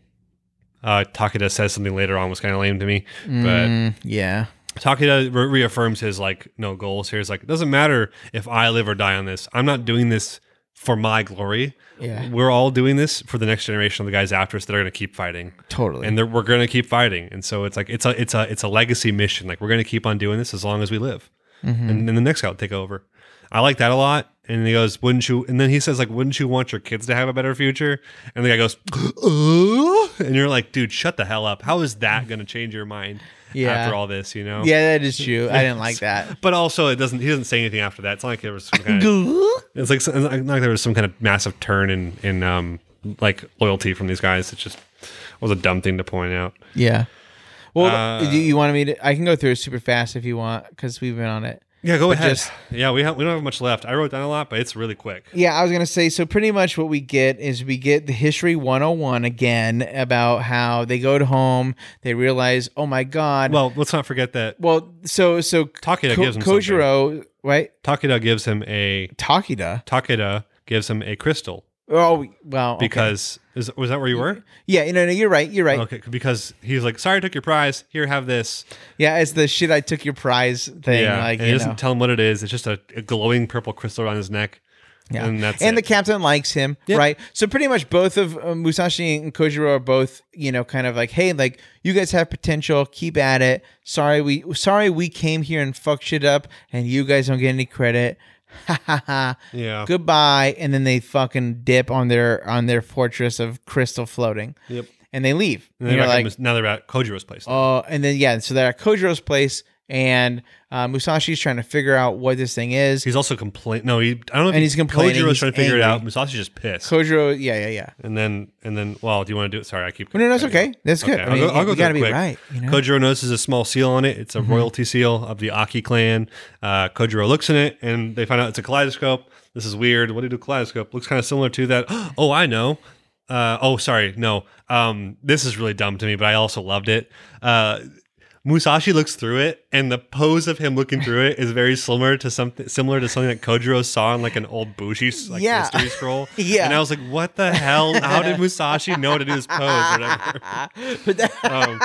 [SPEAKER 1] uh Takeda says something later on was kind of lame to me.
[SPEAKER 2] Mm, yeah
[SPEAKER 1] Takeda re- reaffirms his like no goals here. It's like it doesn't matter if I live or die on this. I'm not doing this for my glory.
[SPEAKER 2] yeah
[SPEAKER 1] We're all doing this for the next generation of the guys after us that are going to keep fighting,
[SPEAKER 2] totally
[SPEAKER 1] and they're, we're going to keep fighting. And so it's like it's a it's a it's a legacy mission. Like we're going to keep on doing this as long as we live
[SPEAKER 2] Mhm.
[SPEAKER 1] and then the next guy will take over. I like that a lot. And he goes, "Wouldn't you?" And then he says, "Like, wouldn't you want your kids to have a better future?" And the guy goes, "Uh?" and you're like, "Dude, shut the hell up! How is that going to change your mind
[SPEAKER 2] Yeah.
[SPEAKER 1] after all this?" You know.
[SPEAKER 2] yeah that is true I didn't like that
[SPEAKER 1] But also, it doesn't. He doesn't say anything after that. It's not like there was some kind of,
[SPEAKER 2] yeah
[SPEAKER 1] it's like it's not like there was some kind of massive turn in in um like loyalty from these guys. It just was a dumb thing to point out.
[SPEAKER 2] well
[SPEAKER 1] Uh,
[SPEAKER 2] do you want me to I can go through it super fast if you want because we've been on it
[SPEAKER 1] Yeah, go ahead.
[SPEAKER 2] just-
[SPEAKER 1] yeah, we have, we don't have much left. I wrote down a lot, but it's really quick.
[SPEAKER 2] Yeah, I was going to say so pretty much what we get is we get the history 101 again about how they go to home, they realize, "Oh my god." Well,
[SPEAKER 1] Well, let's not forget that
[SPEAKER 2] so so Ko-
[SPEAKER 1] Takeda gives him something.
[SPEAKER 2] Kojiro, right?
[SPEAKER 1] Takeda gives him a
[SPEAKER 2] Takeda.
[SPEAKER 1] Takeda gives him a crystal
[SPEAKER 2] Oh, well, okay.
[SPEAKER 1] because is, was that where you were?
[SPEAKER 2] Yeah, you know, no, you're right, you're right.
[SPEAKER 1] Okay, because he's like, sorry, I took your prize. Here, have this.
[SPEAKER 2] Yeah, it's the shit I took your prize thing
[SPEAKER 1] yeah,
[SPEAKER 2] like,
[SPEAKER 1] and he
[SPEAKER 2] you
[SPEAKER 1] doesn't
[SPEAKER 2] know.
[SPEAKER 1] tell him what it is. It's just a, a glowing purple crystal on his neck.
[SPEAKER 2] Yeah.
[SPEAKER 1] and that's
[SPEAKER 2] and
[SPEAKER 1] it.
[SPEAKER 2] the captain likes him,
[SPEAKER 1] Yeah.
[SPEAKER 2] right? So pretty much both of uh, Musashi and Kojiro are both, you know, kind of like, hey, like you guys have potential, keep at it. Sorry we sorry we came here and fucked shit up and you guys don't get any credit. Ha ha ha.
[SPEAKER 1] yeah,
[SPEAKER 2] Goodbye. And then they fucking dip on their on their fortress of crystal floating.
[SPEAKER 1] yep.
[SPEAKER 2] And they leave.
[SPEAKER 1] And
[SPEAKER 2] And
[SPEAKER 1] they're
[SPEAKER 2] you're
[SPEAKER 1] back at
[SPEAKER 2] like,
[SPEAKER 1] Mus- now they're at Kojiro's place.
[SPEAKER 2] Oh, and then yeah, so they're at Kojiro's place and uh, Musashi's trying to figure out what this thing is.
[SPEAKER 1] he's also complaining. No, he. I don't know. If
[SPEAKER 2] And he's complaining,
[SPEAKER 1] Kojiro's
[SPEAKER 2] he's
[SPEAKER 1] trying to figure it
[SPEAKER 2] angry.
[SPEAKER 1] out. Musashi's just pissed.
[SPEAKER 2] Kojiro, yeah, yeah, yeah.
[SPEAKER 1] and then and then, well, do you want to do it? Sorry, I keep.
[SPEAKER 2] No, no, that's okay. That's good.
[SPEAKER 1] Okay,
[SPEAKER 2] I mean,
[SPEAKER 1] I'll go, I'll go
[SPEAKER 2] you
[SPEAKER 1] through
[SPEAKER 2] got to
[SPEAKER 1] it
[SPEAKER 2] be
[SPEAKER 1] quick.
[SPEAKER 2] right. You know? Mm-hmm.
[SPEAKER 1] Kojiro notices a small seal on it. It's a royalty seal of the Aki clan. Uh, Kojiro looks in it and they find out it's a kaleidoscope. This is weird. What do you do with kaleidoscope? Looks kind of similar to that. Oh, I know. Uh, oh, sorry. No. Um, this is really dumb to me, but I also loved it. Uh, Musashi looks through it, and the pose of him looking through it is very similar to something similar to something that Kojiro saw in like an old Bushi like
[SPEAKER 2] Yeah.
[SPEAKER 1] mystery scroll.
[SPEAKER 2] Yeah.
[SPEAKER 1] and I was like, "What the hell? How did Musashi know to do this pose?" Or whatever.
[SPEAKER 2] but that,
[SPEAKER 1] Um,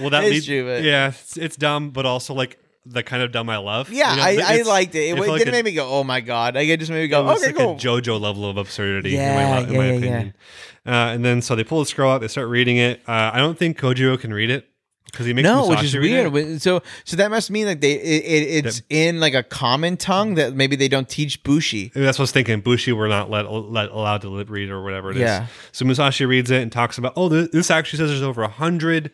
[SPEAKER 1] well, that
[SPEAKER 2] that is
[SPEAKER 1] leads,
[SPEAKER 2] true. But yeah,
[SPEAKER 1] yeah, it's, it's dumb, but also like the kind of dumb I love. You know, th-
[SPEAKER 2] I, I
[SPEAKER 1] it's-
[SPEAKER 2] liked it. It,
[SPEAKER 1] felt
[SPEAKER 2] w-
[SPEAKER 1] like
[SPEAKER 2] didn't
[SPEAKER 1] a-
[SPEAKER 2] make me go, "Oh my god!" Like it just made me go,
[SPEAKER 1] It's
[SPEAKER 2] "Okay,
[SPEAKER 1] like
[SPEAKER 2] cool."
[SPEAKER 1] a JoJo level of absurdity,
[SPEAKER 2] Yeah,
[SPEAKER 1] in my,
[SPEAKER 2] yeah,
[SPEAKER 1] in my
[SPEAKER 2] yeah, yeah.
[SPEAKER 1] opinion. Uh, and then so they pull the scroll out, they start reading it. Uh, I don't think Kojiro can read it because he makes
[SPEAKER 2] no,
[SPEAKER 1] Musashi
[SPEAKER 2] which is
[SPEAKER 1] read
[SPEAKER 2] weird.
[SPEAKER 1] It.
[SPEAKER 2] Wh- So, so that must mean like they it, it, it's in like a common
[SPEAKER 1] Mm.
[SPEAKER 2] tongue that maybe they don't teach Bushi.
[SPEAKER 1] Maybe that's what I was thinking. Bushi were not let, let allowed to li- read or whatever it is.
[SPEAKER 2] Yeah.
[SPEAKER 1] So Musashi reads it and talks about, oh, this, this actually says there's over a hundred.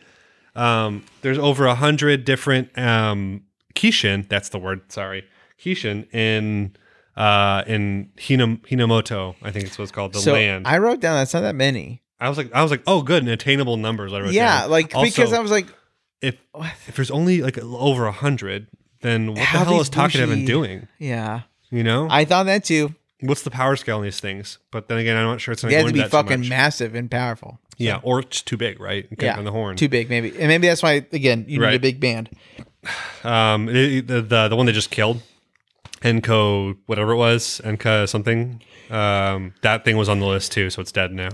[SPEAKER 1] Um, there's over a hundred different um, kishin. That's the word. Sorry, kishin in uh, in Hinam, Hinamoto. I think it's what it's called. The
[SPEAKER 2] so
[SPEAKER 1] land. I,
[SPEAKER 2] I wrote down that's not that many.
[SPEAKER 1] was like, I was like, oh, good, and attainable numbers. I wrote
[SPEAKER 2] Yeah,
[SPEAKER 1] down.
[SPEAKER 2] like
[SPEAKER 1] Also,
[SPEAKER 2] because I was like,
[SPEAKER 1] if if there's only like over a hundred, then what the
[SPEAKER 2] How
[SPEAKER 1] hell
[SPEAKER 2] these
[SPEAKER 1] is Takeda
[SPEAKER 2] Bushi-
[SPEAKER 1] been doing?
[SPEAKER 2] yeah,
[SPEAKER 1] You know,
[SPEAKER 2] I thought that too.
[SPEAKER 1] what's the power scale on these things? But then again, I'm not sure it's going
[SPEAKER 2] They
[SPEAKER 1] to go
[SPEAKER 2] had to
[SPEAKER 1] into
[SPEAKER 2] be
[SPEAKER 1] that too
[SPEAKER 2] fucking
[SPEAKER 1] much.
[SPEAKER 2] massive and powerful.
[SPEAKER 1] Yeah, or it's too big, right? It could
[SPEAKER 2] Yeah,
[SPEAKER 1] be on the horn.
[SPEAKER 2] Too big, maybe, and maybe that's why again you need a
[SPEAKER 1] Right.
[SPEAKER 2] big band.
[SPEAKER 1] um, it- it- the, the the one they just killed, Enco, whatever it was, Enca something. Um, that thing was on the list too, so it's dead now.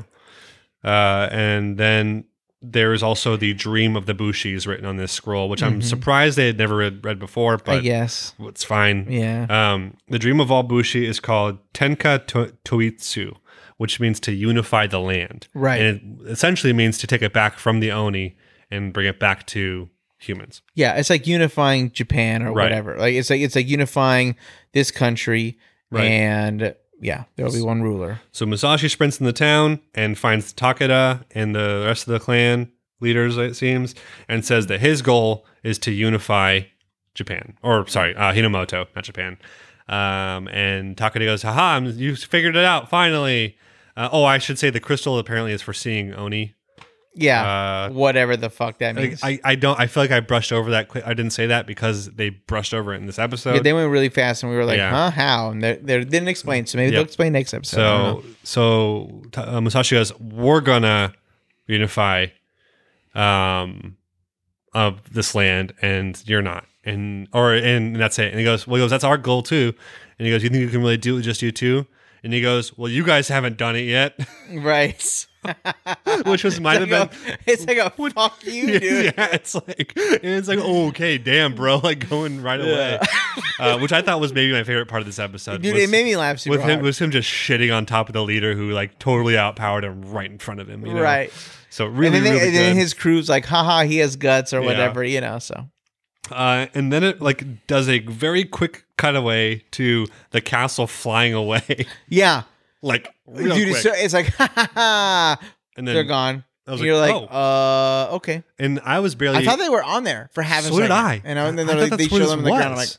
[SPEAKER 1] Uh, and then there is also the dream of the Bushis written on this scroll, which I'm surprised they had never read, read before,
[SPEAKER 2] Mm-hmm. I
[SPEAKER 1] but
[SPEAKER 2] guess.
[SPEAKER 1] it's fine.
[SPEAKER 2] Yeah.
[SPEAKER 1] Um, the dream of all Bushi is called Tenka to- Toitsu, which means to unify the land.
[SPEAKER 2] Right.
[SPEAKER 1] And it essentially means to take it back from the Oni and bring it back to humans.
[SPEAKER 2] Yeah, it's like unifying Japan or
[SPEAKER 1] Right.
[SPEAKER 2] whatever. Like it's like it's like unifying this country
[SPEAKER 1] Right.
[SPEAKER 2] and yeah, there'll be one ruler.
[SPEAKER 1] So Musashi sprints in the town and finds Takeda and the rest of the clan leaders, it seems, and says that his goal is to unify Japan. Or, sorry, uh, Hinomoto, not Japan. Um, and Takeda goes, haha, I'm- you figured it out, finally. Uh, oh, I should say the crystal apparently is for seeing Oni.
[SPEAKER 2] Yeah.
[SPEAKER 1] Uh,
[SPEAKER 2] whatever the fuck that
[SPEAKER 1] I,
[SPEAKER 2] means.
[SPEAKER 1] I, I don't. I feel like I brushed over that. Quick. I didn't say that because they brushed over it in this episode.
[SPEAKER 2] Yeah, they went really fast and we were like,
[SPEAKER 1] Yeah.
[SPEAKER 2] huh, how? And they they didn't explain. So
[SPEAKER 1] Yep.
[SPEAKER 2] maybe they'll explain next episode. I don't know.
[SPEAKER 1] so so t- uh, Musashi goes, "We're gonna unify, um, of this land, and you're not." And or and that's it. And he goes, "Well, he goes, that's our goal too." And he goes, "You think you can really do it with just you two? And he goes, "Well, you guys haven't done it yet,"
[SPEAKER 2] right.
[SPEAKER 1] which was might have
[SPEAKER 2] It's like
[SPEAKER 1] been.
[SPEAKER 2] a- it's like a fuck you, dude.
[SPEAKER 1] Yeah, it's like and it's like oh, okay, damn, bro, like going right away, uh, which I thought was maybe my favorite part of this episode.
[SPEAKER 2] Dude,
[SPEAKER 1] was-
[SPEAKER 2] it made me laugh super
[SPEAKER 1] with him
[SPEAKER 2] hard.
[SPEAKER 1] was him just shitting on top of the leader who like totally outpowered him right in front of him. You know?
[SPEAKER 2] Right.
[SPEAKER 1] So really,
[SPEAKER 2] and then, they,
[SPEAKER 1] really
[SPEAKER 2] and then
[SPEAKER 1] good.
[SPEAKER 2] his crew's like, haha, he has guts or
[SPEAKER 1] Yeah.
[SPEAKER 2] whatever, you know. So
[SPEAKER 1] uh, and then it like does a very quick cutaway to the castle flying away,
[SPEAKER 2] yeah.
[SPEAKER 1] like real quick.
[SPEAKER 2] dude, it's, so, it's like, ha ha ha.
[SPEAKER 1] and then
[SPEAKER 2] They're gone.
[SPEAKER 1] I was
[SPEAKER 2] You're
[SPEAKER 1] like, "Oh."
[SPEAKER 2] like, uh, okay.
[SPEAKER 1] and I was barely.
[SPEAKER 2] I thought they were on there for half a
[SPEAKER 1] So did
[SPEAKER 2] second.
[SPEAKER 1] I.
[SPEAKER 2] And, I, and then
[SPEAKER 1] I
[SPEAKER 2] they're
[SPEAKER 1] thought
[SPEAKER 2] like, they
[SPEAKER 1] that's where
[SPEAKER 2] show
[SPEAKER 1] this
[SPEAKER 2] them in the ground. I'm like,
[SPEAKER 1] was.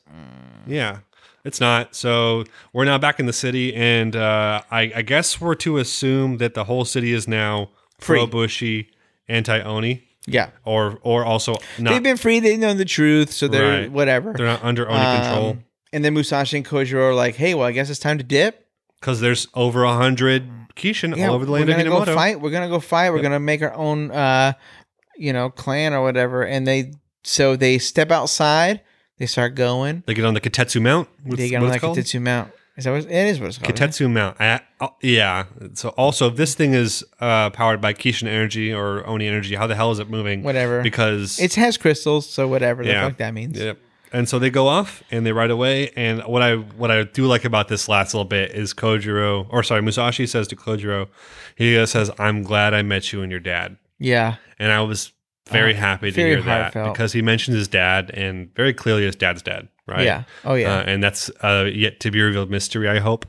[SPEAKER 1] yeah, it's not. So we're now back in the city, and uh, I, I guess we're to assume that the whole city is now
[SPEAKER 2] Free.
[SPEAKER 1] pro Bushy, anti Oni,
[SPEAKER 2] yeah.
[SPEAKER 1] or or also not.
[SPEAKER 2] They've been free. They know the truth. So they're
[SPEAKER 1] Right.
[SPEAKER 2] whatever.
[SPEAKER 1] they're not under Oni control.
[SPEAKER 2] Um, and then Musashi and Kojiro are like, hey, well, I guess it's time to dip.
[SPEAKER 1] because there's over a hundred Kishin all over the land
[SPEAKER 2] we're
[SPEAKER 1] of
[SPEAKER 2] gonna go
[SPEAKER 1] Minamoto.
[SPEAKER 2] fight. We're gonna go fight. We're gonna make our own, uh, you know, clan or whatever. And they so they step outside. They start going.
[SPEAKER 1] They get on the Katetsu Mount. What's,
[SPEAKER 2] they get
[SPEAKER 1] what
[SPEAKER 2] on
[SPEAKER 1] it's
[SPEAKER 2] that
[SPEAKER 1] called?
[SPEAKER 2] Kitetsu Mount. Is that what it is? What it's called? right?
[SPEAKER 1] Katetsu Mount. I, oh, yeah. So also, if this thing is uh, powered by Kishin energy or Oni energy, how the hell is it moving?
[SPEAKER 2] Whatever.
[SPEAKER 1] Because
[SPEAKER 2] It has crystals, so whatever
[SPEAKER 1] Yeah.
[SPEAKER 2] the fuck that means.
[SPEAKER 1] Yep. And so they go off and they ride away. And what I what I do like about this last little bit is Kojiro, or sorry, Musashi says to Kojiro, he uh, says, "I'm glad I met you and your dad."
[SPEAKER 2] Yeah.
[SPEAKER 1] And I was very
[SPEAKER 2] Oh,
[SPEAKER 1] happy to
[SPEAKER 2] very
[SPEAKER 1] hear that
[SPEAKER 2] heartfelt.
[SPEAKER 1] because he mentioned his dad, and very clearly his dad's dead, right?
[SPEAKER 2] Yeah. Oh yeah.
[SPEAKER 1] Uh, and that's uh, yet to be revealed mystery, I hope,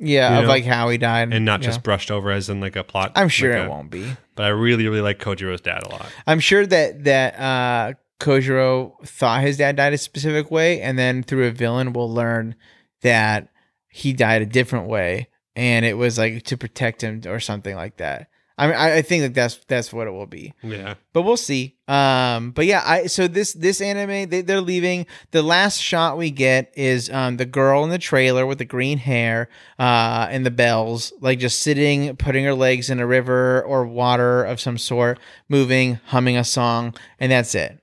[SPEAKER 2] yeah.
[SPEAKER 1] you
[SPEAKER 2] Of
[SPEAKER 1] know,
[SPEAKER 2] like how he died,
[SPEAKER 1] and not
[SPEAKER 2] yeah.
[SPEAKER 1] just brushed over as in like a plot.
[SPEAKER 2] I'm sure
[SPEAKER 1] like
[SPEAKER 2] it
[SPEAKER 1] a-
[SPEAKER 2] won't be.
[SPEAKER 1] But I really, really like Kojiro's dad a lot.
[SPEAKER 2] I'm sure that that uh, Kojiro thought his dad died a specific way, and then through a villain, we'll learn that he died a different way, and it was like to protect him or something like that. I mean, I, I think that that's that's what it will be,
[SPEAKER 1] Yeah.
[SPEAKER 2] but we'll see. Um, but yeah, I so this this anime they, they're leaving. The last shot we get is um, the girl in the trailer with the green hair uh, and the bells, like just sitting, putting her legs in a river or water of some sort, moving, humming a song, and that's it.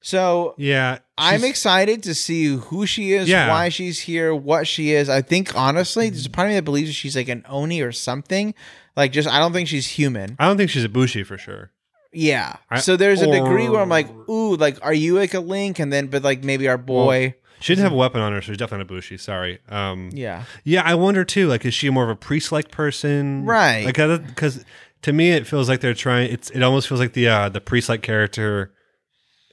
[SPEAKER 2] So
[SPEAKER 1] Yeah.
[SPEAKER 2] I'm
[SPEAKER 1] she's-
[SPEAKER 2] excited to see who she is,
[SPEAKER 1] Yeah.
[SPEAKER 2] why she's here, what she is. I think honestly, there's a part of me that believes she's like an oni or something. Like just I don't think she's human.
[SPEAKER 1] I don't think she's a Bushi for sure.
[SPEAKER 2] Yeah.
[SPEAKER 1] I-
[SPEAKER 2] so there's a degree where I'm like,
[SPEAKER 1] or-
[SPEAKER 2] ooh, like, are you like a link? And then, but like, maybe our boy.
[SPEAKER 1] She didn't have a weapon on her, so she's definitely not a Bushi. Sorry. Um,
[SPEAKER 2] yeah.
[SPEAKER 1] Yeah, I wonder too. Like, is she more of a priest-like person?
[SPEAKER 2] Right.
[SPEAKER 1] Like, because to me, it feels like they're trying. It's it almost feels like the uh, the priest-like character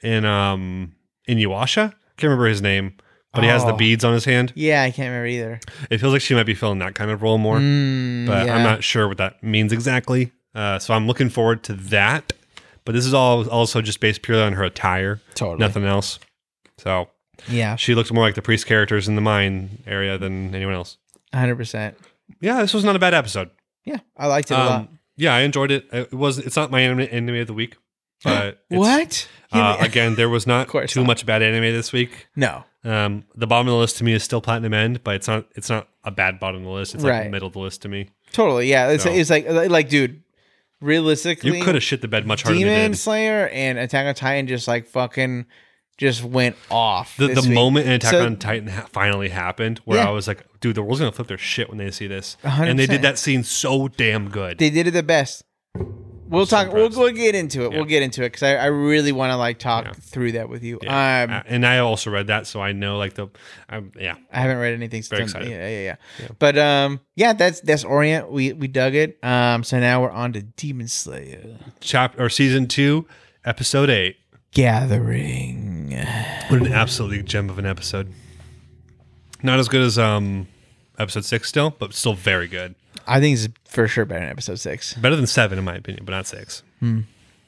[SPEAKER 1] in um in Yuasha. Can't remember his name, but he has the
[SPEAKER 2] Oh.
[SPEAKER 1] beads on his hand.
[SPEAKER 2] Yeah. I can't remember either.
[SPEAKER 1] It feels like she might be filling that kind of role more,
[SPEAKER 2] Mm,
[SPEAKER 1] but
[SPEAKER 2] yeah.
[SPEAKER 1] I'm not sure what that means exactly. Uh, so I'm looking forward to that. But this is all also just based purely on her attire,
[SPEAKER 2] totally.
[SPEAKER 1] nothing else. So
[SPEAKER 2] Yeah.
[SPEAKER 1] she looks more like the priest characters in the mine area than anyone else.
[SPEAKER 2] 100%.
[SPEAKER 1] Yeah, this was not a bad episode.
[SPEAKER 2] Yeah. I liked it a lot.
[SPEAKER 1] Um, yeah, I enjoyed it. It was it's not my anime, anime of the week, but it's-
[SPEAKER 2] What?
[SPEAKER 1] uh,
[SPEAKER 2] You-
[SPEAKER 1] again, there was not
[SPEAKER 2] course
[SPEAKER 1] too
[SPEAKER 2] not.
[SPEAKER 1] much bad anime this week.
[SPEAKER 2] no.
[SPEAKER 1] Um, the bottom of the list to me is still Platinum End, but it's not it's not a bad bottom of the list. It's
[SPEAKER 2] Right.
[SPEAKER 1] like middle of the list to me.
[SPEAKER 2] Totally. Yeah. It's,
[SPEAKER 1] No.
[SPEAKER 2] it's like, uh, like, dude, realistically,
[SPEAKER 1] You could have shit the bed much harder than
[SPEAKER 2] Demon
[SPEAKER 1] you did.
[SPEAKER 2] Slayer and Attack on Titan just like fucking just went off.
[SPEAKER 1] The,
[SPEAKER 2] this
[SPEAKER 1] the
[SPEAKER 2] week.
[SPEAKER 1] moment in Attack
[SPEAKER 2] So-
[SPEAKER 1] on Titan ha- finally happened, where I
[SPEAKER 2] Yeah.
[SPEAKER 1] was like, "Dude, the world's gonna flip their shit when they see this,"
[SPEAKER 2] hundred
[SPEAKER 1] and they
[SPEAKER 2] percent.
[SPEAKER 1] did that scene so damn good.
[SPEAKER 2] They did it the best. We'll
[SPEAKER 1] just
[SPEAKER 2] talk. We'll,
[SPEAKER 1] impressed.
[SPEAKER 2] we'll get into it.
[SPEAKER 1] Yeah.
[SPEAKER 2] We'll get into it because I, I really want to like talk
[SPEAKER 1] Yeah.
[SPEAKER 2] through that with you.
[SPEAKER 1] Yeah.
[SPEAKER 2] Um,
[SPEAKER 1] Uh, and I also read that, so I know like the, um, yeah,
[SPEAKER 2] I haven't read anything since.
[SPEAKER 1] Very
[SPEAKER 2] then.
[SPEAKER 1] excited.
[SPEAKER 2] Yeah, yeah, yeah,
[SPEAKER 1] Yeah.
[SPEAKER 2] But um, yeah, that's that's Orient. We we dug it. Um, so now we're on to Demon Slayer
[SPEAKER 1] chapter or season two, episode eight.
[SPEAKER 2] Gathering.
[SPEAKER 1] What an absolute gem of an episode. Not as good as um episode six still, but still very good.
[SPEAKER 2] I think it's for sure better than episode six.
[SPEAKER 1] Better than seven in my opinion, but not six.
[SPEAKER 2] Hmm.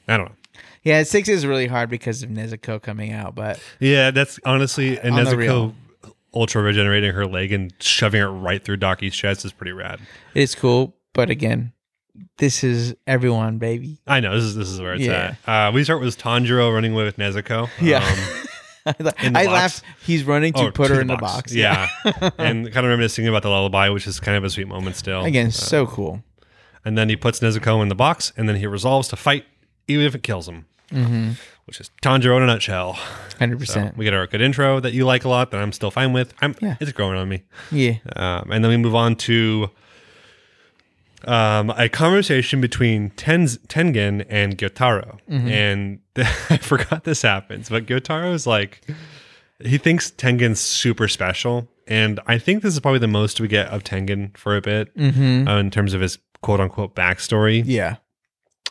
[SPEAKER 1] I don't know.
[SPEAKER 2] Yeah, six is really hard because of Nezuko coming out, but
[SPEAKER 1] Yeah, that's honestly and
[SPEAKER 2] On the
[SPEAKER 1] Nezuko
[SPEAKER 2] real.
[SPEAKER 1] ultra regenerating her leg and shoving it right through Daki's chest is pretty rad.
[SPEAKER 2] it's cool. But again, this is everyone, baby.
[SPEAKER 1] I know this is this is where it's
[SPEAKER 2] Yeah.
[SPEAKER 1] at. Uh, we start with Tanjiro running away with Nezuko.
[SPEAKER 2] Yeah.
[SPEAKER 1] Um,
[SPEAKER 2] I la-
[SPEAKER 1] In the
[SPEAKER 2] I
[SPEAKER 1] box.
[SPEAKER 2] laughed. He's running to
[SPEAKER 1] oh,
[SPEAKER 2] put her in the box.
[SPEAKER 1] Yeah. and kind of reminiscing about the lullaby, which is kind of a sweet moment still.
[SPEAKER 2] Again, so cool.
[SPEAKER 1] And then he puts Nezuko in the box, and then he resolves to fight, even if it kills him.
[SPEAKER 2] Mm-hmm.
[SPEAKER 1] Which is Tanjiro in a nutshell.
[SPEAKER 2] Hundred
[SPEAKER 1] So
[SPEAKER 2] percent.
[SPEAKER 1] we get our good intro that you like a lot, that I'm still fine with. I'm,
[SPEAKER 2] Yeah.
[SPEAKER 1] It's growing on me.
[SPEAKER 2] Yeah.
[SPEAKER 1] Um, and then we move on to um, a conversation between Ten- Tengen and Gyotaro.
[SPEAKER 2] Mm-hmm.
[SPEAKER 1] And I forgot this happens, but Gyotaro's like, he thinks Tengen's super special. And I think this is probably the most we get of Tengen for a bit
[SPEAKER 2] Mm-hmm.
[SPEAKER 1] uh, in terms of his quote unquote backstory.
[SPEAKER 2] Yeah.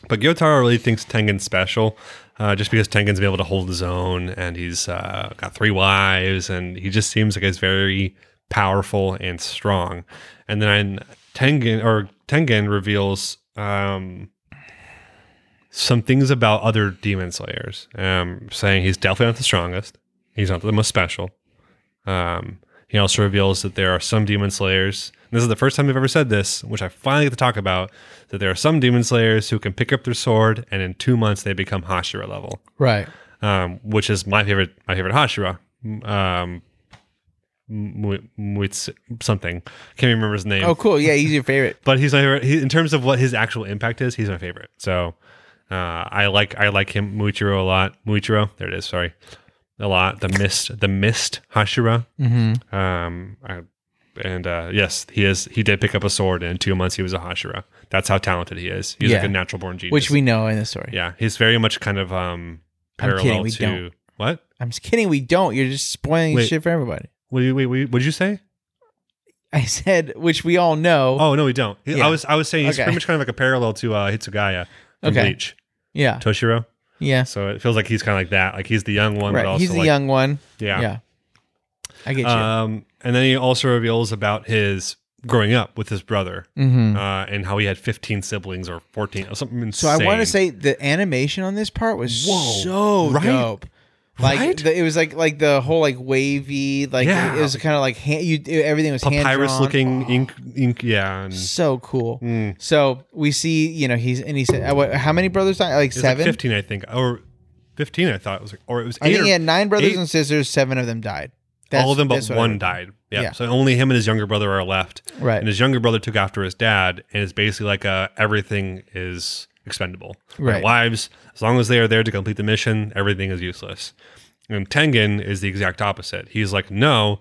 [SPEAKER 1] But Gyotaro really thinks Tengen's special uh, just because Tengen's been able to hold his own and he's uh, got three wives and he just seems like he's very powerful and strong. And then Tengen or Tengen reveals um, some things about other demon slayers, um, saying he's definitely not the strongest, he's not the most special. Um, he also reveals that there are some demon slayers. and this is the first time I've ever said this, which I finally get to talk about. That there are some demon slayers who can pick up their sword, and in two months they become Hashira level,
[SPEAKER 2] Right.
[SPEAKER 1] um, which is my favorite. My favorite Hashira, um, Mu- Muits- something. Can't remember his name
[SPEAKER 2] Oh, cool. Yeah, he's your favorite.
[SPEAKER 1] but he's my favorite. He, in terms of what his actual impact is, he's my favorite. So uh, I like I like him Muichiro a lot. Muichiro, there it is. Sorry, a lot. The mist, the mist Hashira. Mm-hmm. Um, I, and uh, yes, he is. He did pick up a sword, and in two months he was a Hashira. That's how talented he is. He's like
[SPEAKER 2] Yeah.
[SPEAKER 1] a natural born genius.
[SPEAKER 2] Which we know in the story.
[SPEAKER 1] yeah, he's very much kind of um
[SPEAKER 2] I'm kidding,
[SPEAKER 1] parallel
[SPEAKER 2] we
[SPEAKER 1] to
[SPEAKER 2] don't.
[SPEAKER 1] what?
[SPEAKER 2] I'm just kidding. We don't. You're just spoiling
[SPEAKER 1] Wait.
[SPEAKER 2] shit for everybody.
[SPEAKER 1] What did you, wait, wait, what did you say?
[SPEAKER 2] I said, which we all know.
[SPEAKER 1] Oh no, we don't. He-
[SPEAKER 2] Yeah.
[SPEAKER 1] I was I was saying he's
[SPEAKER 2] Okay.
[SPEAKER 1] pretty much kind of like a parallel to uh, Hitsugaya from
[SPEAKER 2] Okay.
[SPEAKER 1] Bleach,
[SPEAKER 2] Yeah.
[SPEAKER 1] Toshiro.
[SPEAKER 2] Yeah.
[SPEAKER 1] So it feels like he's kind of like that. Like he's the young one, but
[SPEAKER 2] Right.
[SPEAKER 1] also
[SPEAKER 2] He's the
[SPEAKER 1] like,
[SPEAKER 2] young one.
[SPEAKER 1] yeah.
[SPEAKER 2] Yeah. I get you.
[SPEAKER 1] Um, and then he also reveals about his growing up with his brother
[SPEAKER 2] hmm
[SPEAKER 1] uh, and how he had 15 siblings or 14 or something
[SPEAKER 2] So
[SPEAKER 1] insane.
[SPEAKER 2] I want to say the animation on this part was
[SPEAKER 1] Whoa.
[SPEAKER 2] so
[SPEAKER 1] Right?
[SPEAKER 2] dope. Like
[SPEAKER 1] Right?
[SPEAKER 2] the, it was like like the whole like wavy like
[SPEAKER 1] Yeah.
[SPEAKER 2] it was kind of like hand, you everything was hand
[SPEAKER 1] papyrus
[SPEAKER 2] drawn.
[SPEAKER 1] looking ink, ink, yeah, and it's
[SPEAKER 2] so cool.
[SPEAKER 1] Mm.
[SPEAKER 2] So we see, you know, he's and he said, uh, what, how many brothers? died? Like
[SPEAKER 1] like
[SPEAKER 2] seven.
[SPEAKER 1] 15, I think, or 15, I thought it was, like, or it was
[SPEAKER 2] I
[SPEAKER 1] eight.
[SPEAKER 2] think
[SPEAKER 1] or-
[SPEAKER 2] he had nine brothers
[SPEAKER 1] eight-
[SPEAKER 2] and sisters. Seven of them died.
[SPEAKER 1] all of them but
[SPEAKER 2] that's what I
[SPEAKER 1] one
[SPEAKER 2] read.
[SPEAKER 1] died. yeah.
[SPEAKER 2] Yeah.
[SPEAKER 1] So only him and his younger brother are left.
[SPEAKER 2] Right.
[SPEAKER 1] and his younger brother took after his dad and it's basically like uh, everything is expendable My
[SPEAKER 2] Right.
[SPEAKER 1] wives as long as they are there to complete the mission everything is useless and tengen is the exact opposite he's like no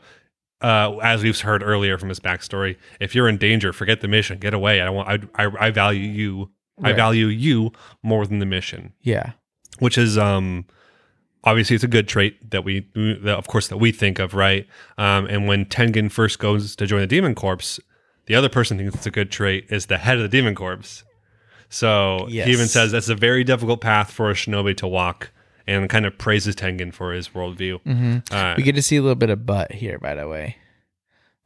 [SPEAKER 1] uh, as we've heard earlier from his backstory if you're in danger forget the mission get away i want i, I, I value you i
[SPEAKER 2] Right.
[SPEAKER 1] value you more than the mission
[SPEAKER 2] yeah.
[SPEAKER 1] which is um obviously it's a good trait that we that of course that we think of right um and when tengen first goes to join the demon corpse the other person thinks it's a good trait is the head of the demon corpse so
[SPEAKER 2] Yes.
[SPEAKER 1] he even says that's a very difficult path for a shinobi to walk and kind of praises tengen for his worldview
[SPEAKER 2] hmm
[SPEAKER 1] uh,
[SPEAKER 2] We get to see a little bit of butt here, by the way.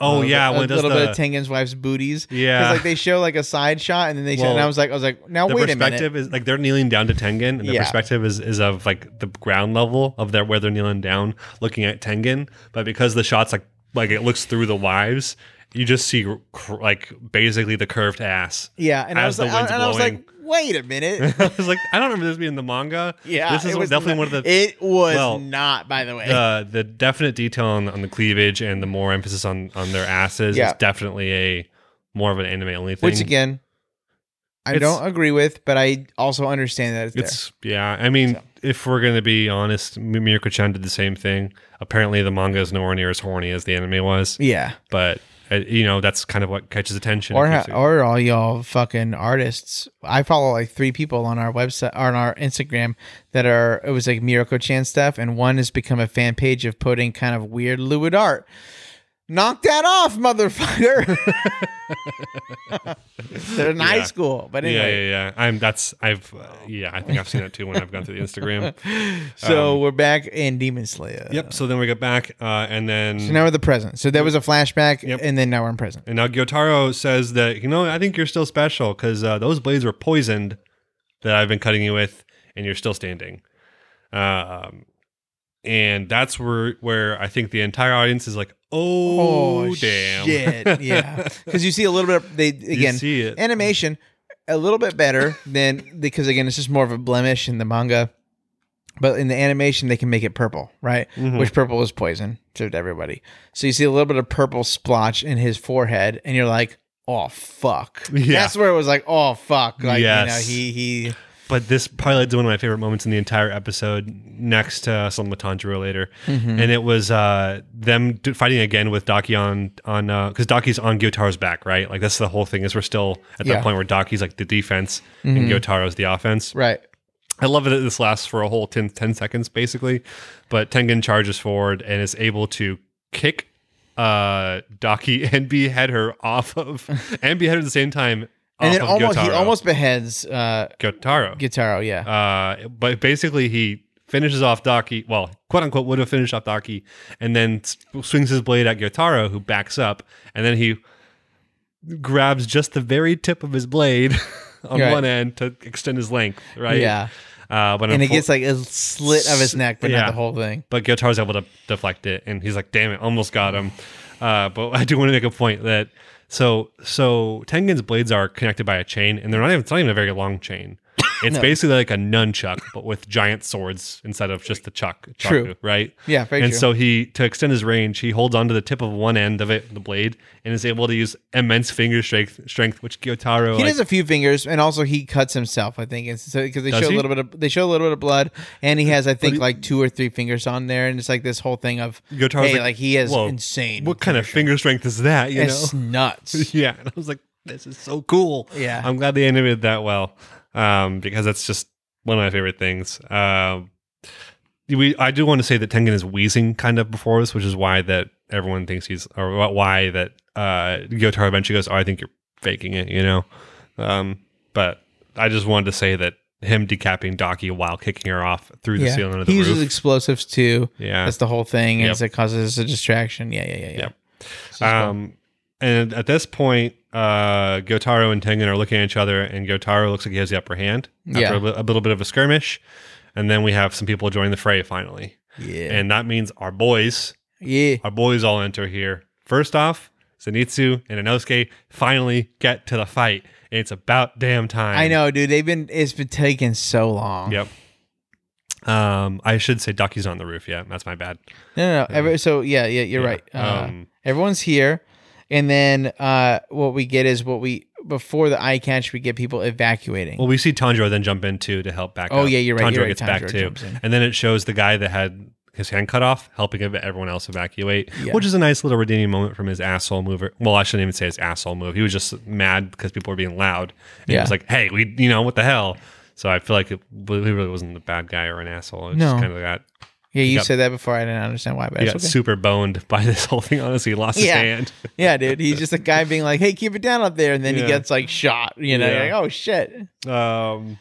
[SPEAKER 2] A
[SPEAKER 1] oh
[SPEAKER 2] little
[SPEAKER 1] yeah
[SPEAKER 2] bit-
[SPEAKER 1] when it
[SPEAKER 2] a
[SPEAKER 1] does
[SPEAKER 2] little bit
[SPEAKER 1] the,
[SPEAKER 2] of Tengen's wife's booties. 'Cause,
[SPEAKER 1] Yeah.
[SPEAKER 2] like they show like a side shot, and then they show, and
[SPEAKER 1] Well,
[SPEAKER 2] I was like, I was like, now
[SPEAKER 1] the
[SPEAKER 2] wait a minute.
[SPEAKER 1] perspective is like they're kneeling down to Tengen, and the
[SPEAKER 2] Yeah.
[SPEAKER 1] perspective is, is of like the ground level of their where they're kneeling down, looking at Tengen. But because the shots like like it looks through the wives, you just see cr- like basically the curved ass.
[SPEAKER 2] Yeah, and I
[SPEAKER 1] as
[SPEAKER 2] was
[SPEAKER 1] the
[SPEAKER 2] like,
[SPEAKER 1] wind's
[SPEAKER 2] and I was
[SPEAKER 1] blowing.
[SPEAKER 2] like, wait a minute.
[SPEAKER 1] I was like, I don't remember this being in the manga.
[SPEAKER 2] Yeah,
[SPEAKER 1] this is
[SPEAKER 2] it was
[SPEAKER 1] definitely
[SPEAKER 2] not-
[SPEAKER 1] one of the
[SPEAKER 2] It was
[SPEAKER 1] well,
[SPEAKER 2] not, by the way.
[SPEAKER 1] uh, the definite detail on, on the cleavage and the more emphasis on on their asses
[SPEAKER 2] Yeah.
[SPEAKER 1] is definitely a more of an anime only thing.
[SPEAKER 2] Which again, I
[SPEAKER 1] It's-
[SPEAKER 2] don't agree with, but I also understand that it's, there.
[SPEAKER 1] It's yeah. I mean,
[SPEAKER 2] So.
[SPEAKER 1] if we're gonna be honest, M- Mirko Chan did the same thing. Apparently, the manga is nowhere near as horny as the anime was,
[SPEAKER 2] Yeah,
[SPEAKER 1] but Uh, you know, that's kind of what catches attention.
[SPEAKER 2] or
[SPEAKER 1] keeps it-
[SPEAKER 2] or all y'all fucking artists. I follow like three people on our website on our Instagram that are it was like Mirko Chan stuff, and one has become a fan page of putting kind of weird lewd art. Knock that off, motherfucker! They're in high
[SPEAKER 1] Yeah.
[SPEAKER 2] school, but
[SPEAKER 1] yeah, yeah,
[SPEAKER 2] anyway.
[SPEAKER 1] yeah. I'm that's I've uh, yeah, I think I've seen that too when I've gone through the Instagram.
[SPEAKER 2] So
[SPEAKER 1] Um,
[SPEAKER 2] we're back in Demon Slayer.
[SPEAKER 1] Yep. So then we get back, uh, and then
[SPEAKER 2] So now we're the present. So there was a flashback,
[SPEAKER 1] Yep.
[SPEAKER 2] and then now we're in present.
[SPEAKER 1] and now Gyotaro says that you know I think you're still special because uh, those blades were poisoned that I've been cutting you with, and you're still standing. Um, and that's where where I think the entire audience is like, oh, damn,
[SPEAKER 2] shit! Yeah, because you see a little bit. Of, they
[SPEAKER 1] You
[SPEAKER 2] again,
[SPEAKER 1] see it.
[SPEAKER 2] animation a little bit better than because again it's just more of a blemish in the manga but in the animation they can make it purple right
[SPEAKER 1] Mhm.
[SPEAKER 2] which purple is poison to everybody so you see a little bit of purple splotch in his forehead and you're like oh fuck
[SPEAKER 1] Yeah.
[SPEAKER 2] that's where it was like oh fuck like you know
[SPEAKER 1] Yes.
[SPEAKER 2] he he
[SPEAKER 1] But this probably led to one of my favorite moments in the entire episode, next to some Latanjiro later,
[SPEAKER 2] Mm-hmm.
[SPEAKER 1] and it was uh, them d- fighting again with Daki on on because Daki's on Gyotaro's back, right? Like that's the whole thing is we're still at
[SPEAKER 2] Yeah. Mm-hmm.
[SPEAKER 1] that point where Daki's like the defense and Gyotaro's the offense.
[SPEAKER 2] right
[SPEAKER 1] I love that this lasts for a whole 10, 10 seconds basically, but Tengen charges forward and is able to kick uh Daki and behead her off of and behead her at the same time.
[SPEAKER 2] and then
[SPEAKER 1] off of
[SPEAKER 2] almost he
[SPEAKER 1] Gyotaro.
[SPEAKER 2] almost beheads uh
[SPEAKER 1] Gyotaro.
[SPEAKER 2] Guitaro, yeah
[SPEAKER 1] Uh, but basically, he finishes off Daki. Well, quote unquote, would have finished off Daki, and then s- swings his blade at Gyotaro, who backs up, and then he grabs just the very tip of his blade on
[SPEAKER 2] Right.
[SPEAKER 1] one end to extend his length. Right.
[SPEAKER 2] yeah
[SPEAKER 1] Uh, but
[SPEAKER 2] and it
[SPEAKER 1] unfor-
[SPEAKER 2] gets like a slit of his neck but not
[SPEAKER 1] Yeah.
[SPEAKER 2] the whole thing
[SPEAKER 1] but Guitar's able to deflect it, and he's like, "Damn it, almost got him." Uh, but I do want to make a point that so so Tengen's blades are connected by a chain, and they're not even it's not even a very long chain. It's basically like a nunchuck, but with giant swords instead of just the chuck.
[SPEAKER 2] True.
[SPEAKER 1] chaku, right?
[SPEAKER 2] yeah very
[SPEAKER 1] and
[SPEAKER 2] true.
[SPEAKER 1] so he to extend his range, he holds onto the tip of one end of it, the blade, and is able to use immense finger strength, strength which Gyotaro
[SPEAKER 2] He
[SPEAKER 1] like,
[SPEAKER 2] does a few fingers, and also he cuts himself. I think because they
[SPEAKER 1] Does
[SPEAKER 2] show
[SPEAKER 1] he?
[SPEAKER 2] a little bit of they show a little bit of blood, and he has I think like two or three fingers on there, and it's like this whole thing of
[SPEAKER 1] Guitar's
[SPEAKER 2] hey,
[SPEAKER 1] like,
[SPEAKER 2] like, he is
[SPEAKER 1] "Whoa,
[SPEAKER 2] insane.
[SPEAKER 1] what kind of finger strength is that? You know,
[SPEAKER 2] It's nuts.
[SPEAKER 1] yeah and i was like this is so cool
[SPEAKER 2] Yeah.
[SPEAKER 1] i'm glad they animated that well um because that's just one of my favorite things um we i do want to say that tengen is wheezing kind of before this which is why that everyone thinks he's or wh- why that uh Gyotaro eventually goes oh i think you're faking it you know um but i just wanted to say that him decapping Daki while kicking her off through the
[SPEAKER 2] yeah,
[SPEAKER 1] ceiling of the
[SPEAKER 2] he uses
[SPEAKER 1] roof.
[SPEAKER 2] explosives too.
[SPEAKER 1] yeah.
[SPEAKER 2] That's the whole thing, and
[SPEAKER 1] Yep.
[SPEAKER 2] it's it causes a distraction. Yeah, yeah, yeah, yeah.
[SPEAKER 1] Yep.
[SPEAKER 2] It's just fun.
[SPEAKER 1] Um, and at this point, uh, Gyotaro and Tengen are looking at each other, and Gyotaro looks like he has the upper hand after
[SPEAKER 2] Yeah.
[SPEAKER 1] a, li- a little bit of a skirmish. And then we have some people join the fray finally.
[SPEAKER 2] yeah,
[SPEAKER 1] And that means our boys,
[SPEAKER 2] yeah.
[SPEAKER 1] our boys all enter here. First off, Zenitsu and Inosuke finally get to the fight. And it's about damn time.
[SPEAKER 2] I know, dude. They've been it's been taking so long.
[SPEAKER 1] Yep. Um, I should say Ducky's on the roof. Yeah, that's my bad.
[SPEAKER 2] No, no. no. Every, so yeah, yeah, you're
[SPEAKER 1] Yeah.
[SPEAKER 2] right. Uh,
[SPEAKER 1] Um,
[SPEAKER 2] everyone's here, and then uh, what we get is what we before the eye catch, we get people evacuating.
[SPEAKER 1] Well, we see Tanjiro then jump in too to help back.
[SPEAKER 2] Oh,
[SPEAKER 1] up.
[SPEAKER 2] yeah, you're right,
[SPEAKER 1] Tanjiro
[SPEAKER 2] you're right,
[SPEAKER 1] gets back
[SPEAKER 2] Tanjiro
[SPEAKER 1] too,
[SPEAKER 2] jumps in.
[SPEAKER 1] and then it shows the guy that had his hand cut off helping ev- everyone else evacuate,
[SPEAKER 2] Yeah.
[SPEAKER 1] which is a nice little redeeming moment from his asshole mover. Well, I shouldn't even say his asshole move. He was just mad because people were being loud, and he
[SPEAKER 2] Yeah.
[SPEAKER 1] was like, "Hey, we, you know, what the hell." So I feel like it, he really wasn't a bad guy or an asshole. It
[SPEAKER 2] No.
[SPEAKER 1] just kind of got
[SPEAKER 2] yeah, you
[SPEAKER 1] got-
[SPEAKER 2] said that before. I didn't understand why, but
[SPEAKER 1] he
[SPEAKER 2] it's
[SPEAKER 1] got
[SPEAKER 2] okay.
[SPEAKER 1] super boned by this whole thing. Honestly, he lost his
[SPEAKER 2] Yeah.
[SPEAKER 1] hand.
[SPEAKER 2] yeah, dude, he's just a guy being like, "Hey, keep it down up there," and then
[SPEAKER 1] Yeah.
[SPEAKER 2] he gets like shot. You know,
[SPEAKER 1] Yeah.
[SPEAKER 2] You're like, oh shit.
[SPEAKER 1] Um,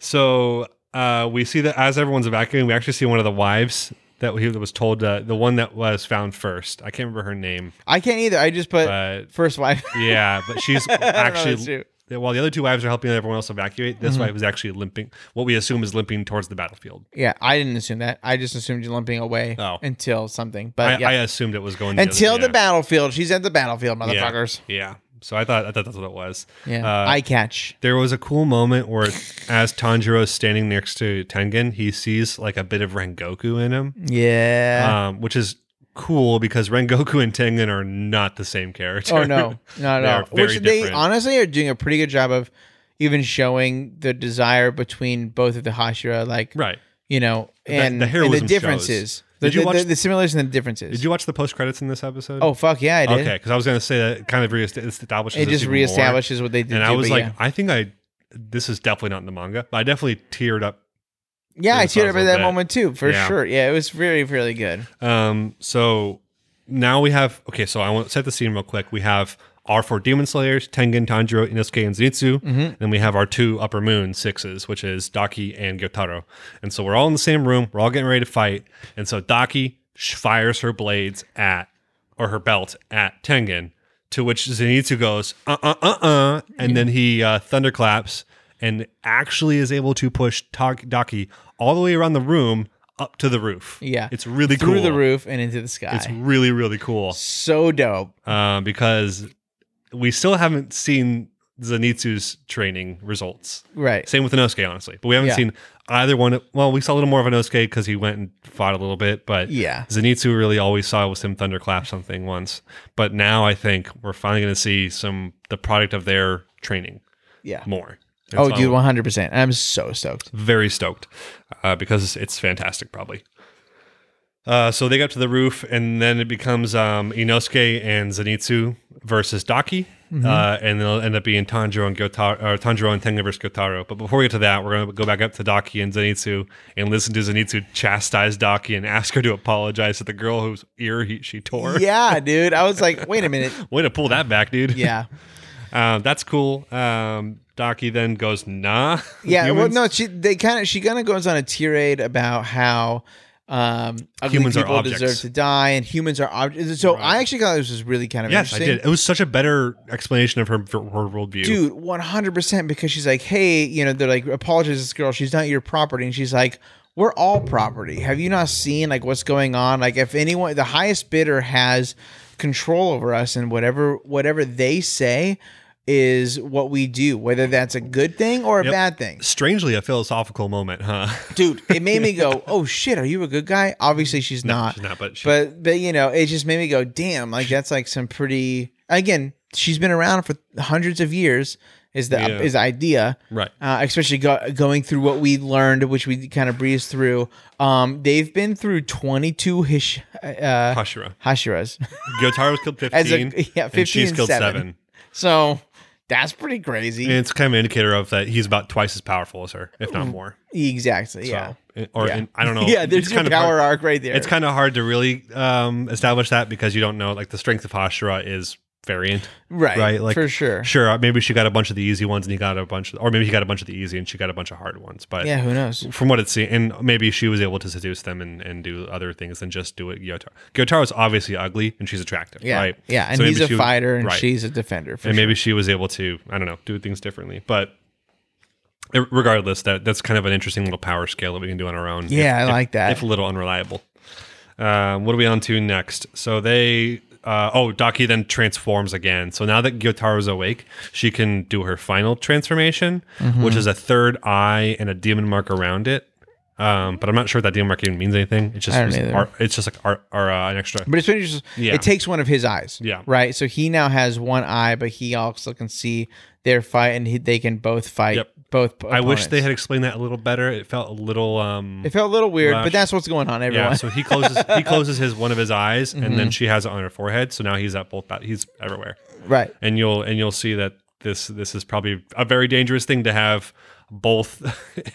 [SPEAKER 1] so uh, we see that as everyone's evacuating, we actually see one of the wives that we, that was told uh, the one that was found first. I can't remember her name,
[SPEAKER 2] I can't either. I just put
[SPEAKER 1] but
[SPEAKER 2] first wife.
[SPEAKER 1] yeah, but she's
[SPEAKER 2] Uh, I don't know, that's
[SPEAKER 1] actually.
[SPEAKER 2] true.
[SPEAKER 1] While the other two wives are helping everyone else evacuate, this wife is actually limping. What we assume is limping towards the battlefield.
[SPEAKER 2] Yeah, I didn't assume that. I just assumed you're limping away
[SPEAKER 1] Oh.
[SPEAKER 2] until something.
[SPEAKER 1] I,
[SPEAKER 2] But Uh, yeah,
[SPEAKER 1] I assumed it was going the other-
[SPEAKER 2] until the
[SPEAKER 1] yeah.
[SPEAKER 2] battlefield. She's at the battlefield,
[SPEAKER 1] Yeah.
[SPEAKER 2] motherfuckers.
[SPEAKER 1] Yeah, so I thought I thought that's what it was.
[SPEAKER 2] Yeah,
[SPEAKER 1] Uh,
[SPEAKER 2] eye catch.
[SPEAKER 1] There was a cool moment where, as Tanjiro's standing next to Tengen, he sees like a bit of Rengoku in him.
[SPEAKER 2] Yeah.
[SPEAKER 1] um, which is cool because Rengoku and Tengen are not the same character.
[SPEAKER 2] Oh no, not
[SPEAKER 1] They're
[SPEAKER 2] at all. Which
[SPEAKER 1] very
[SPEAKER 2] they
[SPEAKER 1] different.
[SPEAKER 2] honestly are doing a pretty good job of even showing the desire between both of the Hashira. Like
[SPEAKER 1] right.
[SPEAKER 2] you know,
[SPEAKER 1] The-
[SPEAKER 2] and
[SPEAKER 1] the
[SPEAKER 2] the,
[SPEAKER 1] heroism
[SPEAKER 2] and the differences.
[SPEAKER 1] shows.
[SPEAKER 2] The,
[SPEAKER 1] Did you
[SPEAKER 2] the-
[SPEAKER 1] watch-
[SPEAKER 2] the, the similarities and the differences.
[SPEAKER 1] Did you watch the post credits in this episode?
[SPEAKER 2] oh fuck yeah, I did.
[SPEAKER 1] okay. Because I was gonna say that it kind of reestablishes.
[SPEAKER 2] It
[SPEAKER 1] this
[SPEAKER 2] just
[SPEAKER 1] even more.
[SPEAKER 2] reestablishes what they did.
[SPEAKER 1] And I
[SPEAKER 2] too,
[SPEAKER 1] was
[SPEAKER 2] but
[SPEAKER 1] like,
[SPEAKER 2] yeah.
[SPEAKER 1] I think I. This is definitely not in the manga, but I definitely teared up
[SPEAKER 2] yeah, I
[SPEAKER 1] this was
[SPEAKER 2] teared up
[SPEAKER 1] a
[SPEAKER 2] at that
[SPEAKER 1] bit.
[SPEAKER 2] moment too, for
[SPEAKER 1] Yeah.
[SPEAKER 2] sure. Yeah, it was really, really good.
[SPEAKER 1] Um, so now we have okay. So I want to set the scene real quick. We have our four demon slayers: Tengen, Tanjiro, Inosuke, and Zenitsu.
[SPEAKER 2] Mhm.
[SPEAKER 1] Then we have our two upper moon sixes, which is Daki and Gyotaro. And so we're all in the same room. We're all getting ready to fight. And so Daki sh- fires her blades at or her belt at Tengen, to which Zenitsu goes uh uh uh uh, and then he uh, thunderclaps and actually is able to push Ta- Daki all the way around the room up to the roof.
[SPEAKER 2] Yeah.
[SPEAKER 1] it's really
[SPEAKER 2] Through
[SPEAKER 1] cool.
[SPEAKER 2] the roof and into the sky.
[SPEAKER 1] It's really really cool
[SPEAKER 2] so dope.
[SPEAKER 1] uh, because we still haven't seen Zenitsu's training results.
[SPEAKER 2] Right.
[SPEAKER 1] Same with Inosuke, honestly, but we haven't
[SPEAKER 2] Yeah.
[SPEAKER 1] seen either one. Well, we saw a little more of Inosuke because he went and fought a little bit, but
[SPEAKER 2] Yeah.
[SPEAKER 1] Zenitsu really all we saw was him thunderclap something once. But now I think we're finally going to see some the product of their training
[SPEAKER 2] Yeah.
[SPEAKER 1] more. And
[SPEAKER 2] Oh,
[SPEAKER 1] so
[SPEAKER 2] dude,
[SPEAKER 1] I'm
[SPEAKER 2] one hundred percent. I'm so stoked.
[SPEAKER 1] very stoked uh, because it's fantastic, probably. Uh, so they get up to the roof, and then it becomes um, Inosuke and Zenitsu versus Daki,
[SPEAKER 2] Mm-hmm.
[SPEAKER 1] uh, and they'll end up being Tanjiro and Gyotaro, or Tanjiro and Tengen versus Gyotaro. But before we get to that, we're going to go back up to Daki and Zenitsu and listen to Zenitsu chastise Daki and ask her to apologize to the girl whose ear he, she tore.
[SPEAKER 2] Yeah, dude. I was like, wait a minute.
[SPEAKER 1] Way to pull that back, dude.
[SPEAKER 2] Yeah.
[SPEAKER 1] Uh, that's cool. Um, Daki then goes, nah.
[SPEAKER 2] Yeah.
[SPEAKER 1] humans-
[SPEAKER 2] Well, no, she they kind of she kind of goes on a tirade about how um ugly
[SPEAKER 1] Humans are
[SPEAKER 2] people
[SPEAKER 1] objects.
[SPEAKER 2] deserve to die and humans are objects. So I actually thought this was really kind of
[SPEAKER 1] Yes, I
[SPEAKER 2] interesting.
[SPEAKER 1] did. It was such a better explanation of her her worldview.
[SPEAKER 2] Dude, one hundred percent because she's like, hey, you know, they're like, apologize to this girl, she's not your property, and she's like, we're all property. Have you not seen like what's going on? Like, if anyone, the highest bidder has control over us, and whatever whatever they say is what we do, whether that's a good thing or a
[SPEAKER 1] Yep.
[SPEAKER 2] bad thing.
[SPEAKER 1] Strangely, a philosophical moment, huh?
[SPEAKER 2] dude it made me go oh shit are you a good guy obviously she's not
[SPEAKER 1] She's not, but, she,
[SPEAKER 2] but but you know it just made me go damn like that's like some pretty again she's been around for hundreds of years is the
[SPEAKER 1] Yeah.
[SPEAKER 2] is the idea
[SPEAKER 1] right.
[SPEAKER 2] uh, especially go, going through what we learned which we kind of breezed through um they've been through 22 hish uh
[SPEAKER 1] Hashira.
[SPEAKER 2] hashiras
[SPEAKER 1] Gyotaro was killed 15.
[SPEAKER 2] as a yeah 15
[SPEAKER 1] and she's
[SPEAKER 2] and
[SPEAKER 1] killed
[SPEAKER 2] seven.
[SPEAKER 1] seven.
[SPEAKER 2] so that's pretty crazy
[SPEAKER 1] And it's kind of an indicator of that he's about twice as powerful as her, if not more.
[SPEAKER 2] exactly
[SPEAKER 1] So,
[SPEAKER 2] Mm-hmm. yeah
[SPEAKER 1] Or
[SPEAKER 2] Yeah.
[SPEAKER 1] and I don't know.
[SPEAKER 2] yeah there's
[SPEAKER 1] It's
[SPEAKER 2] your
[SPEAKER 1] kind of
[SPEAKER 2] power
[SPEAKER 1] hard-
[SPEAKER 2] arc right there
[SPEAKER 1] It's kind of hard to really um, establish that because you don't know. Like the strength of Hashira is variant.
[SPEAKER 2] right
[SPEAKER 1] right, like-
[SPEAKER 2] for sure
[SPEAKER 1] Sure, maybe she got a bunch of the easy ones and he got a bunch, of, or maybe he got a bunch of the easy and she got a bunch of hard ones. But
[SPEAKER 2] yeah who knows
[SPEAKER 1] from what it's seen, and maybe she was able to seduce them and, and do other things than just do it. Gyotaro. Gyotaro's obviously ugly, and she's attractive,
[SPEAKER 2] Yeah,
[SPEAKER 1] right?
[SPEAKER 2] yeah, and
[SPEAKER 1] So maybe
[SPEAKER 2] he's a
[SPEAKER 1] she-
[SPEAKER 2] fighter, and
[SPEAKER 1] right.
[SPEAKER 2] she's a defender. For
[SPEAKER 1] and maybe she was able to, I don't know, do things differently. But i- regardless, that that's kind of an interesting little power scale that we can do on our own. if-
[SPEAKER 2] sure. yeah, I like that.
[SPEAKER 1] if a little unreliable. Um, what are we on to next? So they, uh, oh, Daki then transforms again. So now that Gyotaro's awake, she can do her final transformation,
[SPEAKER 2] Mm-hmm.
[SPEAKER 1] which is a third eye and a demon mark around it. Um, but I'm not sure if that demon mark even means anything. It's just
[SPEAKER 2] I don't
[SPEAKER 1] it's,
[SPEAKER 2] either.
[SPEAKER 1] art, it's just like art or uh, an extra.
[SPEAKER 2] but it's pretty just
[SPEAKER 1] Yeah.
[SPEAKER 2] it takes one of his eyes.
[SPEAKER 1] Yeah.
[SPEAKER 2] right. So he now has one eye, but he also can see their fight, and he, they can both fight.
[SPEAKER 1] Yep.
[SPEAKER 2] Both.
[SPEAKER 1] I wish they
[SPEAKER 2] opponents.
[SPEAKER 1] had explained that a little better. It felt a little um,
[SPEAKER 2] It felt a little weird,
[SPEAKER 1] rushed.
[SPEAKER 2] but that's what's going on. Everyone.
[SPEAKER 1] yeah. So he closes he closes his one of his eyes, and
[SPEAKER 2] Mm-hmm.
[SPEAKER 1] then she has it on her forehead. So now he's at both. He's everywhere.
[SPEAKER 2] right.
[SPEAKER 1] and you'll and you'll see that this this is probably a very dangerous thing to have both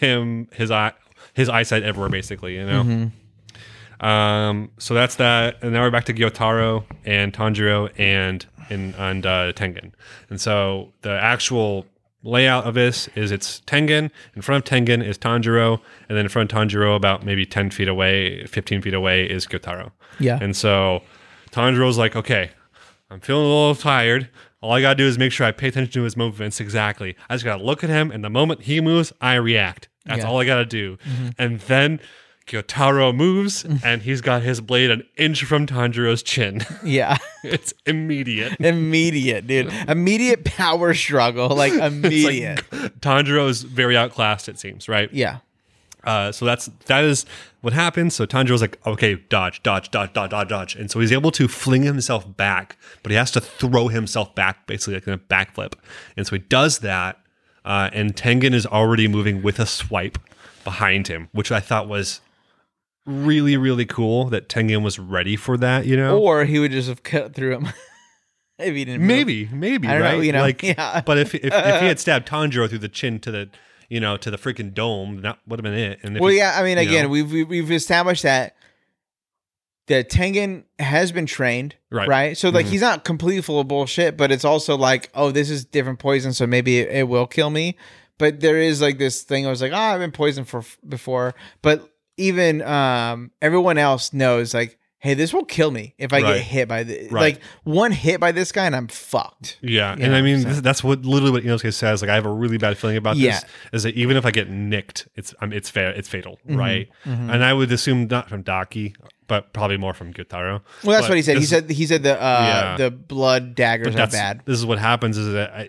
[SPEAKER 1] him his eye his eyesight everywhere basically you know
[SPEAKER 2] Mm-hmm.
[SPEAKER 1] um so that's that and now we're back to Gyotaro and Tanjiro and and and uh, Tengen and so the actual layout of this is it's Tengen in front of Tengen is Tanjiro and then in front of Tanjiro about maybe 10 feet away 15 feet away is Gyotaro
[SPEAKER 2] Yeah.
[SPEAKER 1] and so Tanjiro's like, okay, I'm feeling a little tired. All I gotta do is make sure I pay attention to his movements exactly. I just gotta look at him, and the moment he moves, I react. That's
[SPEAKER 2] Yeah.
[SPEAKER 1] all I gotta do. And then Kyotaro moves, and he's got his blade an inch from Tanjiro's chin.
[SPEAKER 2] yeah.
[SPEAKER 1] it's immediate.
[SPEAKER 2] immediate, dude. Immediate power struggle. Like immediate.
[SPEAKER 1] Tanjiro is very outclassed, it seems, right?
[SPEAKER 2] Oh, yeah.
[SPEAKER 1] Uh, so that's that is what happens. So Tanjiro's like, okay, dodge, dodge, dodge, dodge, dodge, dodge, and so he's able to fling himself back, but he has to throw himself back, basically like in a backflip. And so he does that, uh, and Tengen is already moving with a swipe behind him, which I thought was really really cool that Tengen was ready for that. You know,
[SPEAKER 2] Or he would just have cut through him if he didn't. move.
[SPEAKER 1] maybe maybe
[SPEAKER 2] I don't
[SPEAKER 1] right?
[SPEAKER 2] know. You know,
[SPEAKER 1] Like,
[SPEAKER 2] yeah.
[SPEAKER 1] but if, if if he had stabbed Tanjiro through the chin to the you know to the freaking dome, that would have been it. And if
[SPEAKER 2] Well,
[SPEAKER 1] he-
[SPEAKER 2] yeah. I mean,
[SPEAKER 1] you
[SPEAKER 2] again,
[SPEAKER 1] know.
[SPEAKER 2] we've we've- we've established that that Tengen has been trained,
[SPEAKER 1] Right.
[SPEAKER 2] So like,
[SPEAKER 1] Mhm.
[SPEAKER 2] he's not completely full of bullshit, but it's also like, oh, this is different poison, so maybe it, it will kill me. But there is like this thing. I was like, oh, I've been poisoned for before, but even um, everyone else knows like. Hey, this will kill me if I
[SPEAKER 1] Right.
[SPEAKER 2] get hit by this.
[SPEAKER 1] Right.
[SPEAKER 2] Like one hit by this guy, and I'm fucked.
[SPEAKER 1] Yeah,
[SPEAKER 2] You
[SPEAKER 1] and I
[SPEAKER 2] know,
[SPEAKER 1] mean
[SPEAKER 2] so-
[SPEAKER 1] this, that's what literally what Inosuke says. Like I have a really bad feeling about
[SPEAKER 2] Yeah.
[SPEAKER 1] this. Is that even if I get nicked, it's um, it's fa- it's fatal, right?
[SPEAKER 2] mhm.
[SPEAKER 1] And I would assume not from Daki, but probably more from Gyutaro.
[SPEAKER 2] Well, that's
[SPEAKER 1] But
[SPEAKER 2] what he said. He
[SPEAKER 1] this-
[SPEAKER 2] said he said the uh,
[SPEAKER 1] Yeah.
[SPEAKER 2] the blood daggers are
[SPEAKER 1] that's
[SPEAKER 2] bad.
[SPEAKER 1] This is what happens. Is that I,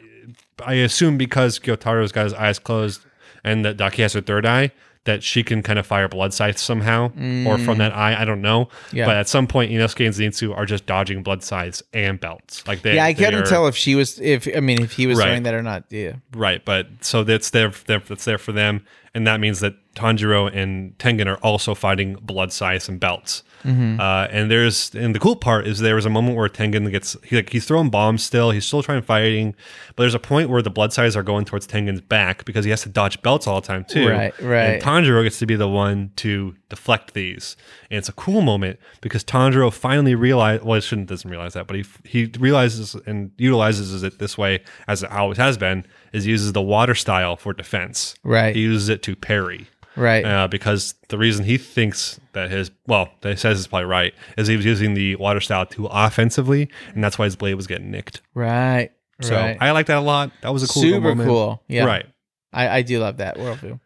[SPEAKER 1] I assume because Gyotaro's got his eyes closed and that Daki has her third eye, that she can kind of fire blood scythe somehow or from that eye. I don't know.
[SPEAKER 2] Mm. Yeah.
[SPEAKER 1] But at some point, Inosuke and Zenitsu are just dodging blood scythes and belts. Like they,
[SPEAKER 2] yeah, I
[SPEAKER 1] they
[SPEAKER 2] couldn't
[SPEAKER 1] are-
[SPEAKER 2] tell if she was if I mean if he was
[SPEAKER 1] Right.
[SPEAKER 2] doing that or not. Yeah,
[SPEAKER 1] Right, but so that's there, there that's there for them, and that means that Tanjiro and Tengen are also fighting blood scythes and belts.
[SPEAKER 2] Mm-hmm.
[SPEAKER 1] Uh, and there's and the cool part is there was a moment where Tengen gets he like he's throwing bombs still, he's still trying fighting, but there's a point where the blood scythes are going towards Tengen's back because he has to dodge belts all the time too.
[SPEAKER 2] Right, right.
[SPEAKER 1] And Tanjiro gets to be the one to deflect these, and it's a cool moment because Tanjiro finally realizes. Well, he shouldn't doesn't realize that, but he he realizes and utilizes it this way as it always has been. Is he uses the water style for defense.
[SPEAKER 2] Right.
[SPEAKER 1] He uses it to parry.
[SPEAKER 2] right.
[SPEAKER 1] Uh, because the reason he thinks that his well, that he says is probably right, is he was using the water style too offensively, and that's why his blade was getting nicked.
[SPEAKER 2] right.
[SPEAKER 1] So
[SPEAKER 2] right.
[SPEAKER 1] I like that a lot. That was a cool little
[SPEAKER 2] Super
[SPEAKER 1] moment.
[SPEAKER 2] cool. Yeah.
[SPEAKER 1] Right.
[SPEAKER 2] I, I do love that worldview.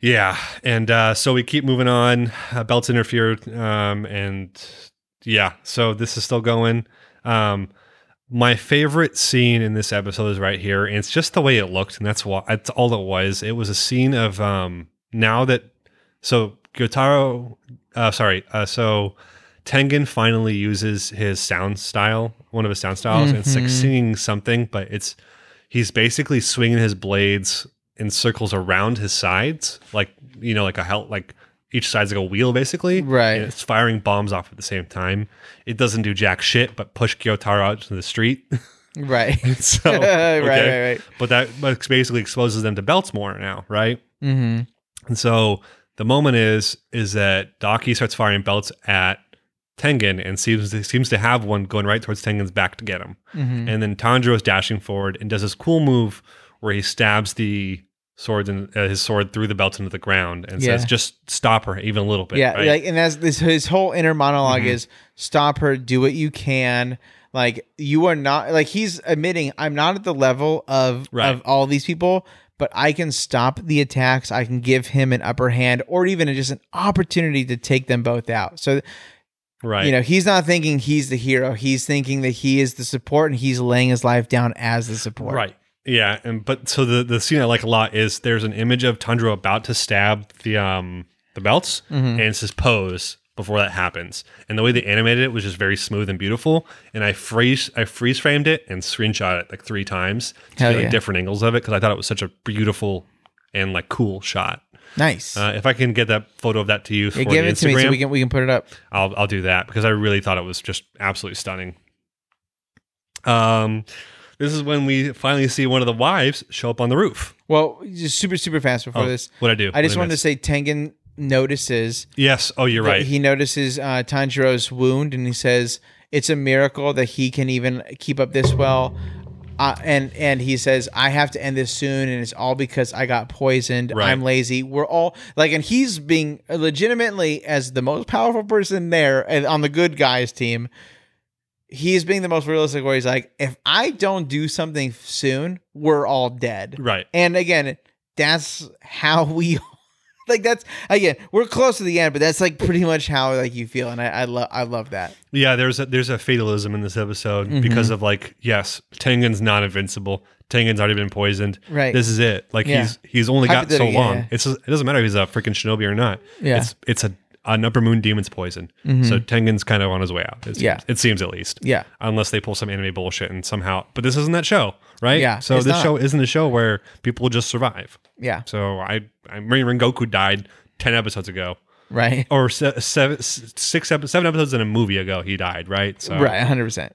[SPEAKER 1] Yeah, and uh, so we keep moving on. Uh, belts interfered, um, and yeah, so this is still going. Um, my favorite scene in this episode is right here, and it's just the way it looked, and that's why that's all it was. It was a scene of um, now that so Gyotaro, uh, sorry, uh, so Tengen finally uses his sound style, one of his sound styles, and it's like
[SPEAKER 2] Mhm.
[SPEAKER 1] singing something, but it's he's basically swinging his blades in circles around his sides, like you know, like a hel- like each side's like a wheel, basically.
[SPEAKER 2] Right.
[SPEAKER 1] And it's firing bombs off at the same time. It doesn't do jack shit, but push Gyotaro out to the street.
[SPEAKER 2] Right.
[SPEAKER 1] so
[SPEAKER 2] right.
[SPEAKER 1] okay.
[SPEAKER 2] Right. Right.
[SPEAKER 1] But that but basically exposes them to belts more now, right?
[SPEAKER 2] Mm-hmm.
[SPEAKER 1] And so the moment is is that Daki starts firing belts at Tengen and seems seems to have one going right towards Tengen's back to get him.
[SPEAKER 2] Mm-hmm.
[SPEAKER 1] And then Tanjiro is dashing forward and does this cool move where he stabs the sword and uh, his sword through the belt into the ground and
[SPEAKER 2] Yeah.
[SPEAKER 1] says, "Just stop her, even a little bit."
[SPEAKER 2] yeah.
[SPEAKER 1] right?
[SPEAKER 2] Like, and that's this. His whole inner monolog
[SPEAKER 1] Mhm.
[SPEAKER 2] is stop her. Do what you can. Like you are not. Like he's admitting I'm not at the level of
[SPEAKER 1] Right.
[SPEAKER 2] of all these people. But I can stop the attacks. I can give him an upper hand, or even just an opportunity to take them both out. So
[SPEAKER 1] right.
[SPEAKER 2] you know he's not thinking he's the hero he's thinking that he is the support and he's laying his life down as the support
[SPEAKER 1] Right. Yeah, and but so the the scene I like a lot is there's an image of Tundra about to stab the um the belts,
[SPEAKER 2] Mm-hmm.
[SPEAKER 1] and it's his pose before that happens, and the way they animated it was just very smooth and beautiful. And I freeze I freeze framed it and screenshot it like three times to
[SPEAKER 2] Hell
[SPEAKER 1] get like,
[SPEAKER 2] yeah.
[SPEAKER 1] different angles of it because I thought it was such a beautiful and like cool shot.
[SPEAKER 2] nice
[SPEAKER 1] Uh, if I can get that photo of that to you for
[SPEAKER 2] yeah, give
[SPEAKER 1] the
[SPEAKER 2] it to me
[SPEAKER 1] Instagram,
[SPEAKER 2] so we can we can put it up
[SPEAKER 1] I'll I'll do that because I really thought it was just absolutely stunning. Um, this is when we finally see one of the wives show up on the roof.
[SPEAKER 2] well just super super fast before this
[SPEAKER 1] What I do?
[SPEAKER 2] i just
[SPEAKER 1] Oh, What'd
[SPEAKER 2] wanted to
[SPEAKER 1] miss?
[SPEAKER 2] say tengen notices
[SPEAKER 1] yes. Oh, you're
[SPEAKER 2] that
[SPEAKER 1] right.
[SPEAKER 2] he notices uh, tanjiro's wound and he says it's a miracle that he can even keep up this well uh, and and he says I have to end this soon, and it's all because I got poisoned.
[SPEAKER 1] Right.
[SPEAKER 2] I'm lazy. We're all like, and he's being legitimately as the most powerful person there and on the good guys team. He's being the most realistic, where he's like, if I don't do something soon, we're all dead.
[SPEAKER 1] right.
[SPEAKER 2] And again, that's how we like. That's again, we're close to the end, but that's like pretty much how like you feel, and I, I love I love that.
[SPEAKER 1] Yeah. There's a, there's a fatalism in this episode
[SPEAKER 2] Mm-hmm.
[SPEAKER 1] because of like yes, Tengen's not invincible. Tengen's already been poisoned.
[SPEAKER 2] Right.
[SPEAKER 1] This is it. Like
[SPEAKER 2] Yeah.
[SPEAKER 1] he's he's only got so
[SPEAKER 2] Hypothetically,
[SPEAKER 1] long.
[SPEAKER 2] yeah.
[SPEAKER 1] It's it doesn't matter if he's a freaking shinobi or not.
[SPEAKER 2] Yeah. Mm-hmm.
[SPEAKER 1] It's it's a an Upper Moon Demon's poison. So Tengen's kind of on his way out. It seems,
[SPEAKER 2] Yeah.
[SPEAKER 1] it seems at least.
[SPEAKER 2] Yeah.
[SPEAKER 1] Unless they pull some anime bullshit and somehow, but this isn't that show, right?
[SPEAKER 2] Yeah,
[SPEAKER 1] So
[SPEAKER 2] it's
[SPEAKER 1] this
[SPEAKER 2] not.
[SPEAKER 1] show isn't a show where people just survive.
[SPEAKER 2] Yeah.
[SPEAKER 1] So I, I remember Goku died ten episodes ago,
[SPEAKER 2] Right.
[SPEAKER 1] or se- seven, s- six, epi- seven episodes in a movie ago. He died, right? So
[SPEAKER 2] Right. 100%.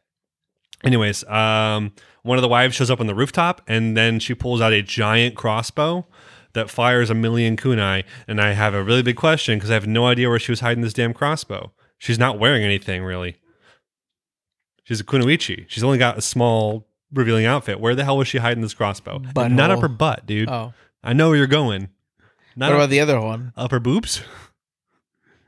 [SPEAKER 1] Anyways, um, one of the wives shows up on the rooftop and then she pulls out a giant crossbow that fires a million kunai. And I have a really big question because I have no idea where she was hiding this damn crossbow. She's not wearing anything really. She's a kunoichi. She's only got a small revealing outfit. Where the hell was she hiding this crossbow?
[SPEAKER 2] Butthole.
[SPEAKER 1] Not up her butt, dude.
[SPEAKER 2] Oh.
[SPEAKER 1] I know where you're going. Not
[SPEAKER 2] What
[SPEAKER 1] up,
[SPEAKER 2] about the other one?
[SPEAKER 1] up her boobs.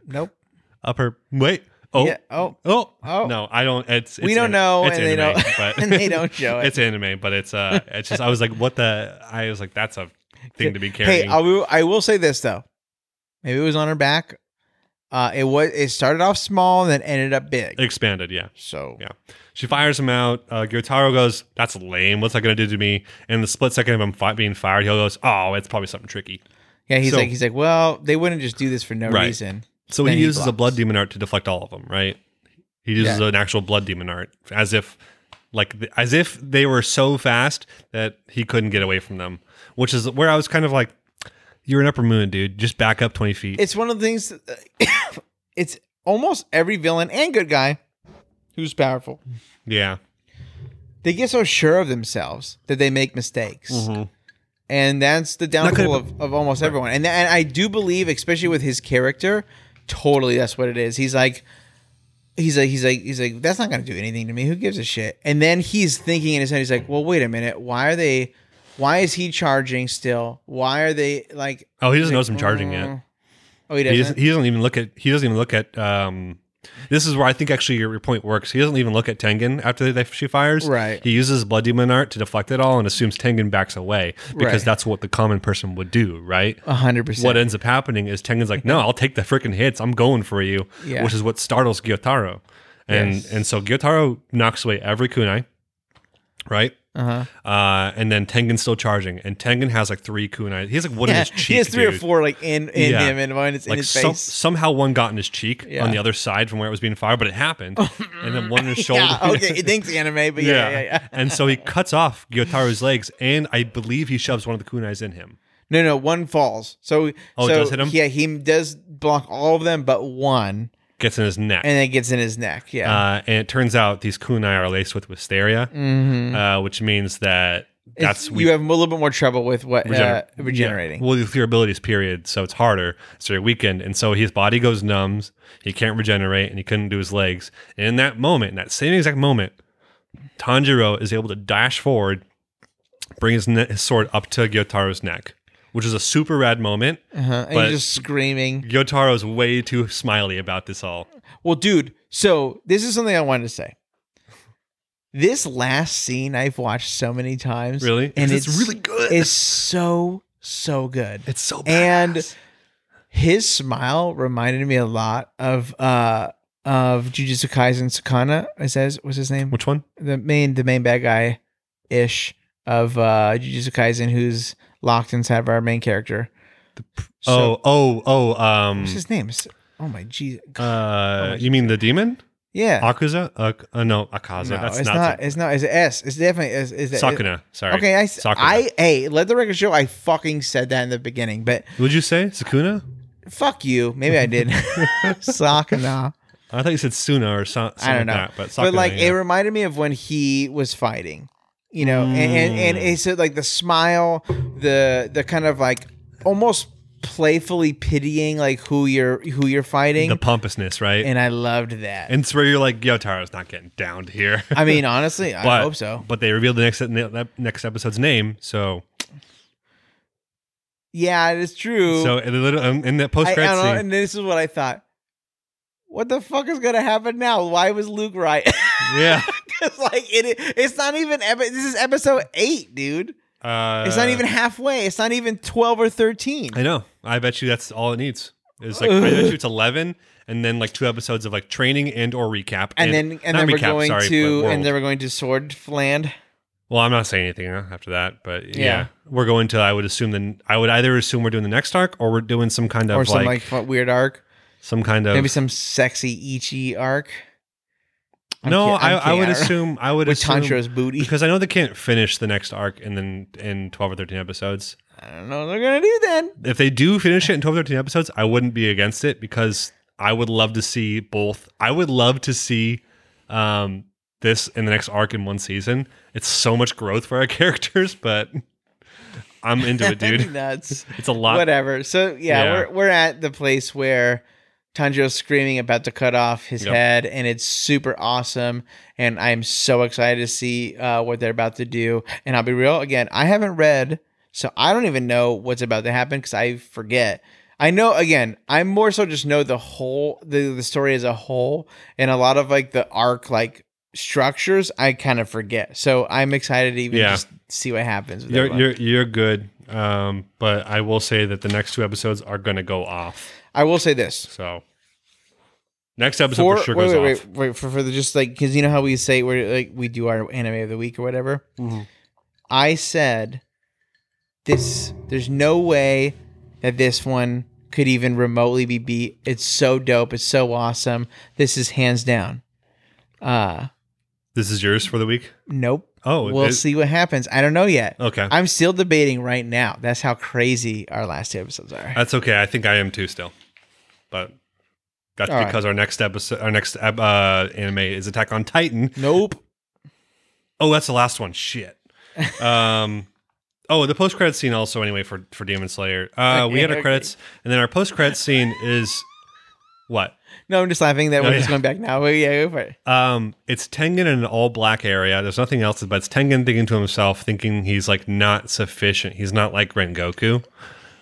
[SPEAKER 2] Nope.
[SPEAKER 1] Up her wait. Oh.
[SPEAKER 2] Yeah. Oh.
[SPEAKER 1] Oh,
[SPEAKER 2] Oh.
[SPEAKER 1] no, I don't. It's, it's
[SPEAKER 2] We don't know,
[SPEAKER 1] It's
[SPEAKER 2] and they
[SPEAKER 1] anime,
[SPEAKER 2] don't-
[SPEAKER 1] but
[SPEAKER 2] and they don't show it.
[SPEAKER 1] It's anime, but it's uh, it's just I was like, what the? I was like, that's a thing to be
[SPEAKER 2] Hey,
[SPEAKER 1] carrying.
[SPEAKER 2] I will, I will say this though. Maybe it was on her back. Uh, it was. It started off small and then ended up big.
[SPEAKER 1] Expanded, yeah.
[SPEAKER 2] So
[SPEAKER 1] Yeah. She fires him out. Uh, Gyotaro goes, "That's lame. What's that gonna do to me?" And the split second of him fi- being fired, he goes, "Oh, it's probably something tricky."
[SPEAKER 2] yeah, he's
[SPEAKER 1] So-
[SPEAKER 2] like he's like, well, they wouldn't just do this for no
[SPEAKER 1] Right.
[SPEAKER 2] reason.
[SPEAKER 1] So
[SPEAKER 2] Then
[SPEAKER 1] he
[SPEAKER 2] he
[SPEAKER 1] uses a
[SPEAKER 2] blocks.
[SPEAKER 1] blood demon art to deflect all of them, right? He uses
[SPEAKER 2] Yeah.
[SPEAKER 1] an actual blood demon art as if like th- as if they were so fast that he couldn't get away from them, which is where I was kind of like you're an upper moon, dude. Just back up 20 feet.
[SPEAKER 2] It's one of the things. it's almost every villain and good guy who's powerful.
[SPEAKER 1] yeah.
[SPEAKER 2] They get so sure of themselves that they make mistakes.
[SPEAKER 1] Mm-hmm.
[SPEAKER 2] and that's the
[SPEAKER 1] could've
[SPEAKER 2] downfall of, of almost everyone. And and I do believe, especially with his character, totally that's what it is. He's like, he's like, he's like, he's like, that's not gonna do anything to me. Who gives a shit? And then he's thinking in his head, he's like, well, wait a minute, why are they? Why is he charging still? Why are they like?
[SPEAKER 1] Oh, he doesn't know I'm charging yet.
[SPEAKER 2] Oh,
[SPEAKER 1] He
[SPEAKER 2] he doesn't.
[SPEAKER 1] doesn't, he doesn't even look at he doesn't even look at um this is where I think actually your, your point works. He doesn't even look at Tengen after they, she fires.
[SPEAKER 2] Right.
[SPEAKER 1] He uses blood demon art to deflect it all and assumes Tengen backs away because
[SPEAKER 2] Right.
[SPEAKER 1] that's what the common person would do, right?
[SPEAKER 2] A hundred
[SPEAKER 1] what
[SPEAKER 2] percent.
[SPEAKER 1] ends up happening is Tengen's like, "No, I'll take the freaking hits. I'm going for you,"
[SPEAKER 2] Yeah.
[SPEAKER 1] which is what startles Gyotaro, and
[SPEAKER 2] Yes.
[SPEAKER 1] and so Gyotaro knocks away every kunai, right?
[SPEAKER 2] Uh-huh.
[SPEAKER 1] Uh, and then Tengen's still charging, and Tengen has like three kunai. He has like one in
[SPEAKER 2] Yeah,
[SPEAKER 1] his cheek.
[SPEAKER 2] he has three or
[SPEAKER 1] dude.
[SPEAKER 2] four like in in
[SPEAKER 1] Yeah.
[SPEAKER 2] him and one is in
[SPEAKER 1] Like
[SPEAKER 2] his
[SPEAKER 1] some-
[SPEAKER 2] face.
[SPEAKER 1] somehow one got in his cheek
[SPEAKER 2] Yeah.
[SPEAKER 1] on the other side from where it was being fired, but it happened. and then one in his shoulder.
[SPEAKER 2] Yeah, okay, it thinks anime, but yeah, yeah, yeah.
[SPEAKER 1] and so he cuts off Gyotaro's legs, and I believe he shoves one of the kunais in him.
[SPEAKER 2] No, no, one falls. So,
[SPEAKER 1] Oh, it
[SPEAKER 2] so
[SPEAKER 1] does hit him?
[SPEAKER 2] yeah, he does block all of them but one,
[SPEAKER 1] Gets in his neck.
[SPEAKER 2] and it gets in his neck. Yeah,
[SPEAKER 1] Uh, and it turns out these kunai are laced with wisteria, uh, which means that that's
[SPEAKER 2] Mm-hmm. It's-
[SPEAKER 1] we-
[SPEAKER 2] you have a little bit more trouble with what uh,
[SPEAKER 1] regener-
[SPEAKER 2] regenerating.
[SPEAKER 1] Yeah. Well, your ability is period, so it's harder. So you're weakened, and so his body goes numb. He can't regenerate, and he couldn't do his legs. And in that moment, in that same exact moment, Tanjiro is able to dash forward, bring his, ne- his sword up to Gyotaro's neck, which is a super rad moment.
[SPEAKER 2] Uh-huh. And
[SPEAKER 1] but-
[SPEAKER 2] you're just screaming.
[SPEAKER 1] Gyotaro is way too smiley about this all.
[SPEAKER 2] Well, dude. So this is something I wanted to say. This last scene I've watched so many times.
[SPEAKER 1] Really,
[SPEAKER 2] and
[SPEAKER 1] 'Cause
[SPEAKER 2] it's,
[SPEAKER 1] really good.
[SPEAKER 2] It's so so good.
[SPEAKER 1] it's so bad.
[SPEAKER 2] and his smile reminded me a lot of uh of Jujutsu Kaisen Sakana. It says what's his name?
[SPEAKER 1] which one?
[SPEAKER 2] the main the main bad guy ish of uh Jujutsu Kaisen who's locked inside of our main character.
[SPEAKER 1] oh,
[SPEAKER 2] So-
[SPEAKER 1] oh, oh. Um,
[SPEAKER 2] what's his name? S- Oh my Jesus. Oh
[SPEAKER 1] uh, you mean the demon?
[SPEAKER 2] Yeah.
[SPEAKER 1] Akaza? Uh, uh, no, Akaza.
[SPEAKER 2] No,
[SPEAKER 1] That's
[SPEAKER 2] it's
[SPEAKER 1] not,
[SPEAKER 2] not, it's not it's a S. It's definitely is is
[SPEAKER 1] Sakuna. Sorry.
[SPEAKER 2] Okay, I,
[SPEAKER 1] Sakuna.
[SPEAKER 2] I hey, let the record show I fucking said that in the beginning, but
[SPEAKER 1] Would you say Sakuna?
[SPEAKER 2] fuck you. Maybe I did. Sakana.
[SPEAKER 1] I thought you said Suna or so, something
[SPEAKER 2] I don't know.
[SPEAKER 1] like that. But, Sakuna,
[SPEAKER 2] but like
[SPEAKER 1] yeah.
[SPEAKER 2] it reminded me of when he was fighting you know and, and and
[SPEAKER 1] Mm.
[SPEAKER 2] it's uh, like the smile the the kind of like almost playfully pitying like who you're who you're fighting
[SPEAKER 1] the pompousness, right? And,
[SPEAKER 2] and i loved that
[SPEAKER 1] it's where you're like, yo, Taro's not getting downed here.
[SPEAKER 2] i mean honestly
[SPEAKER 1] but,
[SPEAKER 2] i hope so
[SPEAKER 1] But they revealed the next that next episode's name, so
[SPEAKER 2] yeah it is true
[SPEAKER 1] so in, the little, um, in that post
[SPEAKER 2] I, I
[SPEAKER 1] credit
[SPEAKER 2] don't know,
[SPEAKER 1] scene,
[SPEAKER 2] and this is what i thought what the fuck is gonna happen now why was luke right
[SPEAKER 1] yeah,
[SPEAKER 2] it's like it it's not even epi- this is episode 8 dude
[SPEAKER 1] uh,
[SPEAKER 2] it's not even halfway it's not even 12 or 13
[SPEAKER 1] I know. I bet you that's all it needs. It's like I bet you it's eleven, and then like two episodes of like training and or recap,
[SPEAKER 2] and, then and
[SPEAKER 1] not
[SPEAKER 2] then we're
[SPEAKER 1] recap,
[SPEAKER 2] going
[SPEAKER 1] sorry,
[SPEAKER 2] to
[SPEAKER 1] but
[SPEAKER 2] and
[SPEAKER 1] world.
[SPEAKER 2] then we're going to Swordland.
[SPEAKER 1] Well, I'm not saying anything uh, after that, but yeah.
[SPEAKER 2] Yeah.
[SPEAKER 1] we're going to. I would assume then I would either assume we're doing the next arc or we're doing some kind of
[SPEAKER 2] or some
[SPEAKER 1] like,
[SPEAKER 2] like, fu- weird arc.
[SPEAKER 1] some kind of
[SPEAKER 2] Maybe some sexy Ichi arc. I'm
[SPEAKER 1] no.
[SPEAKER 2] kid-
[SPEAKER 1] I,
[SPEAKER 2] I'm
[SPEAKER 1] I would
[SPEAKER 2] kidding.
[SPEAKER 1] assume I would
[SPEAKER 2] with
[SPEAKER 1] assume
[SPEAKER 2] Tantra's booty.
[SPEAKER 1] because I know they can't finish the next arc in then in twelve or thirteen episodes.
[SPEAKER 2] I don't know what they're gonna do then.
[SPEAKER 1] If they do finish it in 12 or 13 episodes, I wouldn't be against it because I would love to see both. I would love to see um, this in the next arc in one season. It's so much growth for our characters, but I'm into it, dude.
[SPEAKER 2] Nuts.
[SPEAKER 1] It's a lot.
[SPEAKER 2] Whatever. So yeah,
[SPEAKER 1] Yeah.
[SPEAKER 2] we're we're at the place where Tanjiro's screaming about to cut off his
[SPEAKER 1] Yep.
[SPEAKER 2] head, and it's super awesome. And I'm so excited to see uh, what they're about to do. And I'll be real again, I haven't read, so I don't even know what's about to happen because I forget. I know again, I more so just know the whole the, the story as a whole and a lot of like the arc like structures I kind of forget. So I'm excited to even
[SPEAKER 1] Yeah.
[SPEAKER 2] just see what happens. with
[SPEAKER 1] You're,
[SPEAKER 2] everyone.
[SPEAKER 1] you're, you're good. Um, but I will say that the next two episodes are going to go off.
[SPEAKER 2] I will say this.
[SPEAKER 1] So next episode for, sure
[SPEAKER 2] wait,
[SPEAKER 1] goes
[SPEAKER 2] wait,
[SPEAKER 1] off.
[SPEAKER 2] wait, wait, for, for the just like because you know how we say we're like we do our anime of the week or whatever.
[SPEAKER 1] Mm-hmm.
[SPEAKER 2] I said this. There's no way that this one could even remotely be beat. It's so dope. It's so awesome. This is hands down. Uh
[SPEAKER 1] This is yours for the week.
[SPEAKER 2] nope.
[SPEAKER 1] Oh,
[SPEAKER 2] we'll
[SPEAKER 1] it-
[SPEAKER 2] see what happens. I don't know yet.
[SPEAKER 1] Okay.
[SPEAKER 2] I'm still debating right now. That's how crazy our last two episodes are.
[SPEAKER 1] That's okay. I think I am too still, but that's
[SPEAKER 2] All right.
[SPEAKER 1] because our next episode, our next ep- uh, anime is Attack on Titan.
[SPEAKER 2] nope.
[SPEAKER 1] Oh, that's the last one. Shit. Um. Oh, the post credit scene also anyway for for Demon Slayer. Uh, we had our
[SPEAKER 2] Okay.
[SPEAKER 1] credits, and then our post credit scene is what?
[SPEAKER 2] No, I'm just laughing that
[SPEAKER 1] Oh,
[SPEAKER 2] we're just
[SPEAKER 1] yeah.
[SPEAKER 2] going back now. Wait, yeah, go for it.
[SPEAKER 1] Um, it's Tengen in an all black area. There's nothing else, but it's Tengen thinking to himself, thinking he's like not sufficient. He's not like Rengoku.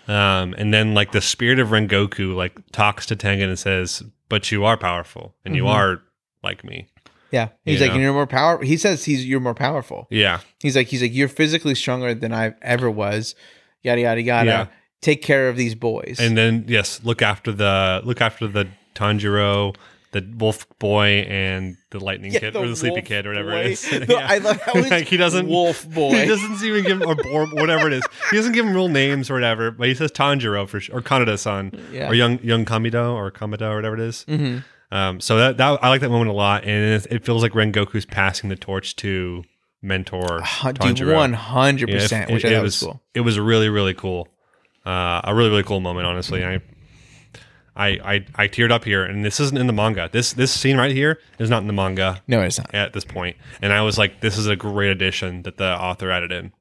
[SPEAKER 1] Um, and then like the spirit of Rengoku like talks to Tengen and says, "But you are powerful, and you
[SPEAKER 2] Mhm.
[SPEAKER 1] are like me."
[SPEAKER 2] Yeah, he's
[SPEAKER 1] You
[SPEAKER 2] like
[SPEAKER 1] know?
[SPEAKER 2] you're more powerful. He says he's you're more powerful.
[SPEAKER 1] Yeah,
[SPEAKER 2] He's like he's like you're physically stronger than I ever was. Yada yada yada.
[SPEAKER 1] Yeah.
[SPEAKER 2] Take care of these boys.
[SPEAKER 1] and then yes, look after the look after the Tanjiro, the Wolf Boy, and the Lightning
[SPEAKER 2] Yeah,
[SPEAKER 1] Kid or the Sleepy
[SPEAKER 2] wolf
[SPEAKER 1] Kid or whatever
[SPEAKER 2] boy.
[SPEAKER 1] it is.
[SPEAKER 2] The-
[SPEAKER 1] Yeah.
[SPEAKER 2] I love how it's
[SPEAKER 1] Like, he doesn't
[SPEAKER 2] wolf boy.
[SPEAKER 1] He doesn't even give him or, or whatever it is. He doesn't give him real names or whatever, but he says Tanjiro for sure, or Kaneda-san
[SPEAKER 2] Yeah.
[SPEAKER 1] or young young Kamido or Kamida or whatever it is.
[SPEAKER 2] Mhm.
[SPEAKER 1] Um, so that, that I like that moment a lot, and it, it feels like Rengoku's passing the torch to mentor
[SPEAKER 2] Hu- Dude,
[SPEAKER 1] Tanjiro.
[SPEAKER 2] one hundred
[SPEAKER 1] Yeah, if-
[SPEAKER 2] percent. Which
[SPEAKER 1] it,
[SPEAKER 2] I
[SPEAKER 1] it
[SPEAKER 2] thought was
[SPEAKER 1] was
[SPEAKER 2] cool.
[SPEAKER 1] it was really really cool. Uh, a really really cool moment, honestly. I. I, I, I teared up here, and this isn't in the manga. This this scene right here is not in the manga
[SPEAKER 2] No, it's not.
[SPEAKER 1] at this point, and I was like, "This is a great addition that the author added in."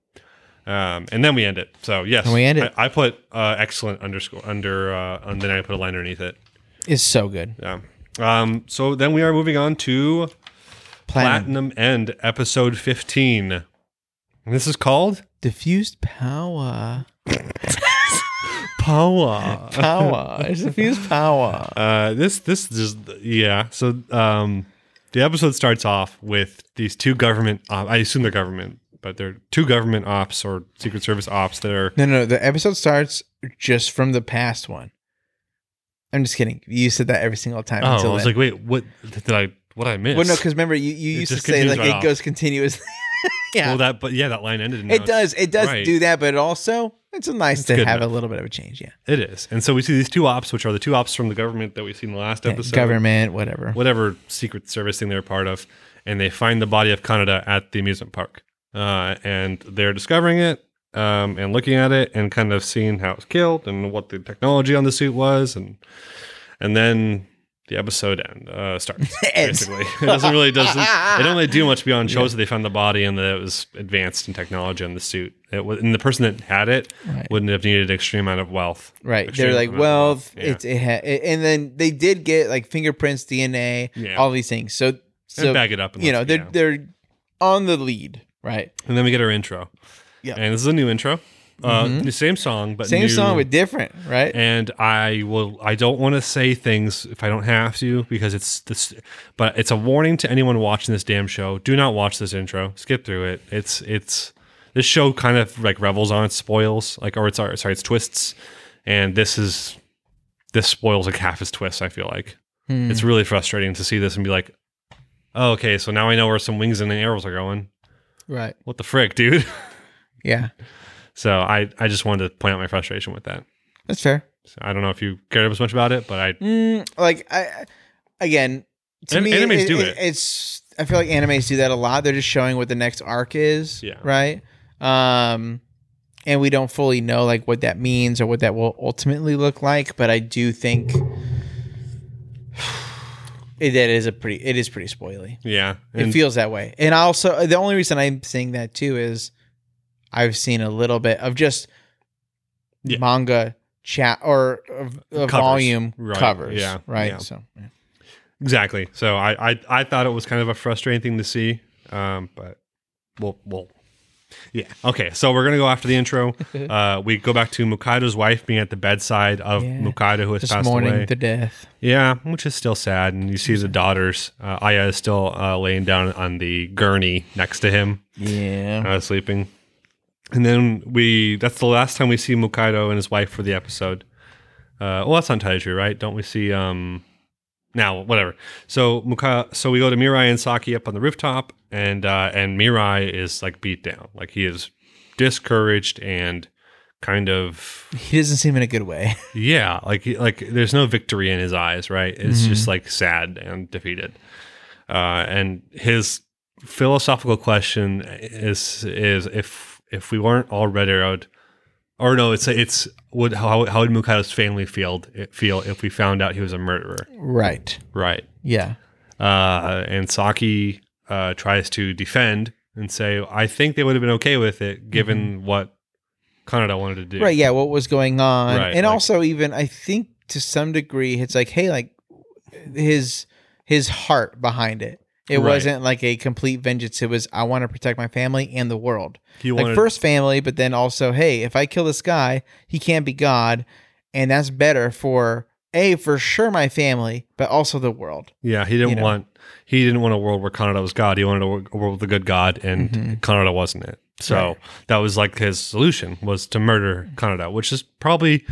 [SPEAKER 1] Um, and then we end it. So yes,
[SPEAKER 2] And we end it.
[SPEAKER 1] I, I put uh, excellent underscore under, uh, and then I put a line underneath it.
[SPEAKER 2] It's so good.
[SPEAKER 1] Yeah. Um, so then we are moving on to
[SPEAKER 2] Platinum,
[SPEAKER 1] Platinum End, episode fifteen. And this is called
[SPEAKER 2] diffused power.
[SPEAKER 1] Power.
[SPEAKER 2] Power. it's diffused power.
[SPEAKER 1] Uh, this this just yeah. So um, the episode starts off with these two government. Op- I assume they're government, but they're two government ops or Secret Service ops that are
[SPEAKER 2] No, no, no, the episode starts just from the past one. I'm just kidding. You said that every single time.
[SPEAKER 1] Oh, I
[SPEAKER 2] until
[SPEAKER 1] was
[SPEAKER 2] then.
[SPEAKER 1] like, wait, what did I? What I miss?
[SPEAKER 2] well, no, because remember you, you
[SPEAKER 1] It
[SPEAKER 2] used to
[SPEAKER 1] just
[SPEAKER 2] say
[SPEAKER 1] continues
[SPEAKER 2] like
[SPEAKER 1] right
[SPEAKER 2] it
[SPEAKER 1] off.
[SPEAKER 2] goes continuously. yeah,
[SPEAKER 1] well, that but yeah, that line ended. In
[SPEAKER 2] it does. It does
[SPEAKER 1] right.
[SPEAKER 2] do that, but it also it's nice to
[SPEAKER 1] good
[SPEAKER 2] have a little bit of a change. Yeah,
[SPEAKER 1] It is, and so we see these two ops, which are the two ops from the government that we see in the last episode,
[SPEAKER 2] government, whatever.
[SPEAKER 1] whatever secret service thing they're a part of, and they find the body of Kanada at the amusement park, uh, and they're discovering it. Um, and looking at it and kind of seeing how it was killed and what the technology on the suit was and and then the episode end uh, starts
[SPEAKER 2] Ends.
[SPEAKER 1] basically it doesn't really doesn't it don't really do much beyond shows that they found the body and that it was advanced in technology on the suit it was, and the person that had it
[SPEAKER 2] Right.
[SPEAKER 1] wouldn't have needed an extreme amount of wealth
[SPEAKER 2] Right.
[SPEAKER 1] Extreme
[SPEAKER 2] They're like,
[SPEAKER 1] amount of
[SPEAKER 2] well,
[SPEAKER 1] wealth. Yeah.
[SPEAKER 2] it's it, ha- it, and then they did get like fingerprints, DNA,
[SPEAKER 1] Yeah.
[SPEAKER 2] all these things. So, so
[SPEAKER 1] and bag it up and
[SPEAKER 2] you know,
[SPEAKER 1] let's-
[SPEAKER 2] they're
[SPEAKER 1] yeah.
[SPEAKER 2] they're on the lead, right?
[SPEAKER 1] and then we get our intro
[SPEAKER 2] Yeah. Mm-hmm.
[SPEAKER 1] and this is a new intro uh, the same song but
[SPEAKER 2] Same
[SPEAKER 1] new-
[SPEAKER 2] song but different, right?
[SPEAKER 1] and I will. I don't want to say things if I don't have to because it's this. But it's a warning to anyone watching this damn show. Do not watch this intro. Skip through it. It's it's this show kind of like revels on its spoils, like or it's sorry, its twists, and this is this spoils like half its twists. I feel like
[SPEAKER 2] Hmm.
[SPEAKER 1] it's really frustrating to see this and be like, oh, okay, so now I know where some wings and arrows are going.
[SPEAKER 2] right.
[SPEAKER 1] What the frick, dude?
[SPEAKER 2] Yeah,
[SPEAKER 1] so I I just wanted to point out my frustration with that.
[SPEAKER 2] that's fair.
[SPEAKER 1] So I don't know if you care as much about it, but I
[SPEAKER 2] Mm, like I again to
[SPEAKER 1] An-
[SPEAKER 2] me
[SPEAKER 1] animes do it.
[SPEAKER 2] It's I feel like animes do that a lot. They're just showing what the next arc is,
[SPEAKER 1] Yeah.
[SPEAKER 2] right? Um and we don't fully know like what that means or what that will ultimately look like, but I do think it, that is a pretty it is pretty spoily.
[SPEAKER 1] yeah.
[SPEAKER 2] it
[SPEAKER 1] And
[SPEAKER 2] feels that way. And also the only reason I'm saying that too is I've seen a little bit of just
[SPEAKER 1] Yeah.
[SPEAKER 2] manga chat or of, of
[SPEAKER 1] Covers,
[SPEAKER 2] volume
[SPEAKER 1] right,
[SPEAKER 2] covers.
[SPEAKER 1] yeah,
[SPEAKER 2] Right.
[SPEAKER 1] yeah.
[SPEAKER 2] So yeah.
[SPEAKER 1] exactly. So I, I I thought it was kind of a frustrating thing to see. Um, but we'll we'll yeah. Okay, so we're gonna go after the intro. uh, we go back to Mukaido's wife being at the bedside of
[SPEAKER 2] Yeah.
[SPEAKER 1] Mukaido who has
[SPEAKER 2] this
[SPEAKER 1] passed
[SPEAKER 2] morning
[SPEAKER 1] away.
[SPEAKER 2] the death.
[SPEAKER 1] Yeah, which is still sad. And you see the daughters. Uh, Aya is still uh, laying down on the gurney next to him,
[SPEAKER 2] Yeah.
[SPEAKER 1] uh, sleeping. And then we, that's the last time we see Mukaido and his wife for the episode. Uh, well, that's not entirely true, right? Don't we see, um, now, whatever. So Muka, so we go to Mirai and Saki up on the rooftop, and uh, and Mirai is like beat down, like he is discouraged and kind of
[SPEAKER 2] he doesn't seem in a good way.
[SPEAKER 1] yeah, like like there's no victory in his eyes, right? It's
[SPEAKER 2] Mm-hmm.
[SPEAKER 1] just like sad and defeated. Uh, and his philosophical question is is if if we weren't all red arrowed, or no, it's it's would how how would Mukaido's family feel feel if we found out he was a murderer,
[SPEAKER 2] right.
[SPEAKER 1] right?
[SPEAKER 2] Yeah.
[SPEAKER 1] Uh, and Saki uh, tries to defend and say, I think they would have been okay with it given what Kanada wanted to do,
[SPEAKER 2] Mm-hmm. Right. Yeah. What was going on?
[SPEAKER 1] Right,
[SPEAKER 2] and
[SPEAKER 1] like-
[SPEAKER 2] also, even I think to some degree, it's like, hey, like his his heart behind it. It
[SPEAKER 1] Right.
[SPEAKER 2] wasn't like a complete vengeance. It was I want to protect my family and the world.
[SPEAKER 1] He
[SPEAKER 2] like
[SPEAKER 1] wanted
[SPEAKER 2] first family, but then also, hey, if I kill this guy, he can't be God, and that's better for a for sure my family, but also the world.
[SPEAKER 1] Yeah, he didn't
[SPEAKER 2] you know.
[SPEAKER 1] want he didn't want a world where Kanada was God. He wanted a, wor- a world with a good God, and
[SPEAKER 2] Mhm.
[SPEAKER 1] Kanada wasn't it. So
[SPEAKER 2] Right.
[SPEAKER 1] that was like his solution was to murder Kanada, which is probably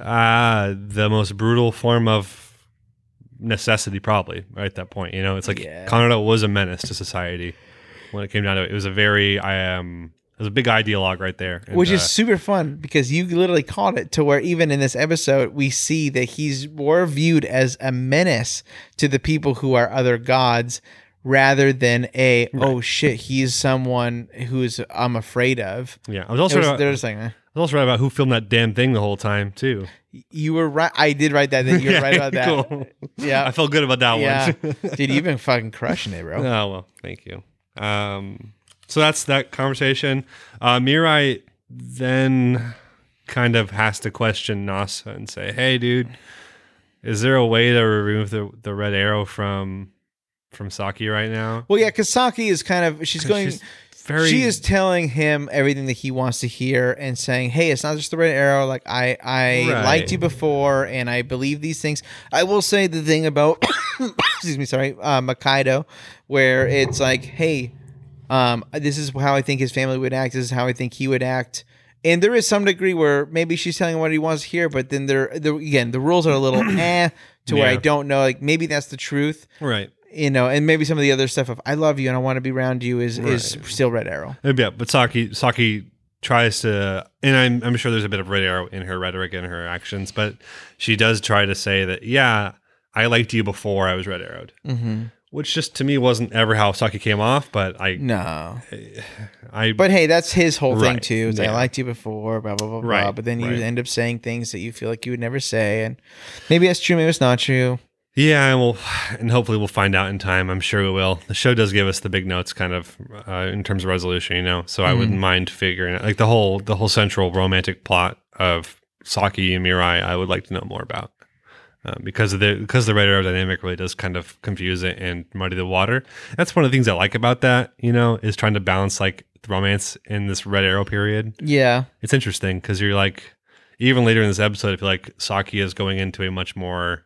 [SPEAKER 1] uh, the most brutal form of necessity, probably right at that point. You know, it's like
[SPEAKER 2] Yeah.
[SPEAKER 1] Kanada was a menace to society when it came down to it. It was a very I um, it was a big ideologue right there, And,
[SPEAKER 2] Which is
[SPEAKER 1] uh,
[SPEAKER 2] super fun because you literally caught it to where even in this episode we see that he's more viewed as a menace to the people who are other gods rather than a oh shit he's someone who's I'm afraid of.
[SPEAKER 1] yeah. I was
[SPEAKER 2] It
[SPEAKER 1] also uh, right
[SPEAKER 2] was-
[SPEAKER 1] about,
[SPEAKER 2] they're
[SPEAKER 1] I
[SPEAKER 2] just like, eh.
[SPEAKER 1] was also right about who filmed that damn thing the whole time too.
[SPEAKER 2] you were right. I did write that. that you were right about that.
[SPEAKER 1] Cool.
[SPEAKER 2] Yeah.
[SPEAKER 1] I felt good about that
[SPEAKER 2] Yeah,
[SPEAKER 1] one.
[SPEAKER 2] dude, you've been fucking crushing it, bro.
[SPEAKER 1] Oh well, thank you. Um, so that's that conversation. Uh, Mirai then kind of has to question NASA and say, "Hey, dude, is there a way to remove the, the red arrow from from Saki right now?"
[SPEAKER 2] Well, yeah, Kasaki is kind of she's going.
[SPEAKER 1] She's very
[SPEAKER 2] she is telling him everything that he wants to hear and saying, "Hey, it's not just the red arrow. Like I, I
[SPEAKER 1] Right.
[SPEAKER 2] liked you before, and I believe these things." I will say the thing about, excuse me, sorry, uh, Makaido, where it's like, "Hey, um, this is how I think his family would act. This is how I think he would act." And there is some degree where maybe she's telling him what he wants to hear, but then there, there again, the rules are a little eh to where I
[SPEAKER 1] Yeah.
[SPEAKER 2] don't know. Like maybe that's the truth
[SPEAKER 1] right.
[SPEAKER 2] you know, and maybe some of the other stuff of "I love you" and "I want to be around you" is is still Red Arrow.
[SPEAKER 1] Yeah, but Saki Saki tries to, and I'm I'm sure there's a bit of red arrow in her rhetoric and her actions, but she does try to say that, "Yeah, I liked you before I was red arrowed."
[SPEAKER 2] Mm-hmm.
[SPEAKER 1] Which just to me wasn't ever how Saki came off, but I
[SPEAKER 2] Mm. No,
[SPEAKER 1] I
[SPEAKER 2] but hey, that's his whole thing
[SPEAKER 1] Right,
[SPEAKER 2] too. Is I
[SPEAKER 1] yeah.
[SPEAKER 2] liked you before, blah blah blah blah.
[SPEAKER 1] Right,
[SPEAKER 2] But then you
[SPEAKER 1] right.
[SPEAKER 2] end up saying things that you feel like you would never say, and maybe that's true, maybe it's not true.
[SPEAKER 1] yeah, and we'll and hopefully we'll find out in time. I'm sure we will. The show does give us the big notes, kind of uh, in terms of resolution, you know. So I wouldn't mind figuring out like the whole the whole central romantic plot of Saki and Mirai. I would like to know more about um, because of the because the red arrow dynamic really does kind of confuse it and muddy the water. That's one of the things I like about that, you know, is trying to balance like the romance in this red arrow period.
[SPEAKER 2] Yeah,
[SPEAKER 1] it's interesting because you're like even later in this episode i feel like saki is going into a much more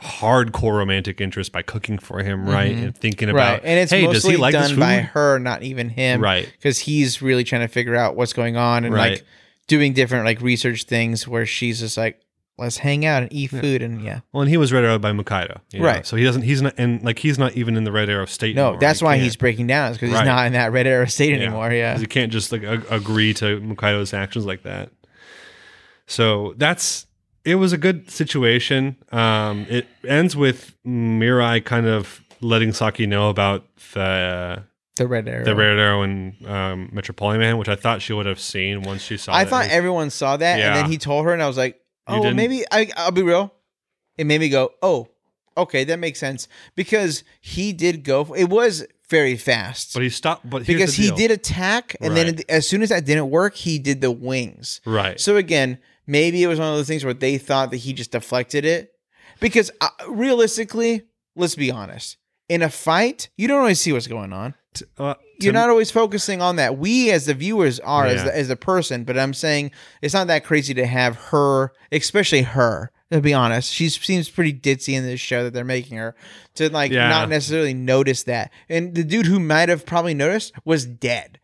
[SPEAKER 1] hardcore romantic interest by cooking for him right
[SPEAKER 2] Mhm.
[SPEAKER 1] and thinking
[SPEAKER 2] right.
[SPEAKER 1] about
[SPEAKER 2] And it's
[SPEAKER 1] hey does
[SPEAKER 2] mostly
[SPEAKER 1] he like this
[SPEAKER 2] done
[SPEAKER 1] food
[SPEAKER 2] by her, not even him,
[SPEAKER 1] right
[SPEAKER 2] Because he's really trying to figure out what's going on and
[SPEAKER 1] Right.
[SPEAKER 2] like doing different like research things where she's just like, "Let's hang out and eat
[SPEAKER 1] Yeah.
[SPEAKER 2] food," and yeah.
[SPEAKER 1] well and he was red arrowed by Mukaido, you know?
[SPEAKER 2] Right.
[SPEAKER 1] so he doesn't he's not and like he's not even in the red arrow state
[SPEAKER 2] No,
[SPEAKER 1] anymore.
[SPEAKER 2] that's
[SPEAKER 1] He
[SPEAKER 2] why
[SPEAKER 1] can't-
[SPEAKER 2] he's breaking down. Because
[SPEAKER 1] Right.
[SPEAKER 2] he's not in that red arrow state
[SPEAKER 1] Yeah.
[SPEAKER 2] anymore. Yeah,
[SPEAKER 1] Because you can't just like ag- agree to Mukaido's actions like that. So that's it was a good situation. Um, it ends with Mirai kind of letting Saki know about the
[SPEAKER 2] The red arrow.
[SPEAKER 1] the Red Arrow and um, Metropolitan Man, which I thought she would have seen once she saw.
[SPEAKER 2] I
[SPEAKER 1] it.
[SPEAKER 2] thought everyone saw that, and
[SPEAKER 1] Yeah.
[SPEAKER 2] then he told her, and I was like,
[SPEAKER 1] You
[SPEAKER 2] "Oh, well,
[SPEAKER 1] didn't?
[SPEAKER 2] maybe." I, I'll be real. It made me go, "Oh, okay, that makes sense," because he did go. f- It was very fast
[SPEAKER 1] but he stopped. But here's
[SPEAKER 2] because
[SPEAKER 1] the
[SPEAKER 2] he
[SPEAKER 1] deal.
[SPEAKER 2] did attack, and then as soon as that didn't work, he did the wings.
[SPEAKER 1] right.
[SPEAKER 2] So again, maybe it was one of those things where they thought that he just deflected it, because uh, realistically, let's be honest. In a fight, you don't always see what's going on
[SPEAKER 1] T- uh, to
[SPEAKER 2] you're not always focusing on that. We as the viewers are as
[SPEAKER 1] Yeah.
[SPEAKER 2] the, as the person, but I'm saying it's not that crazy to have her, especially her. To be honest, she seems pretty ditzy in this show that they're making her to like
[SPEAKER 1] Yeah.
[SPEAKER 2] not necessarily notice that. And the dude who might have probably noticed was dead.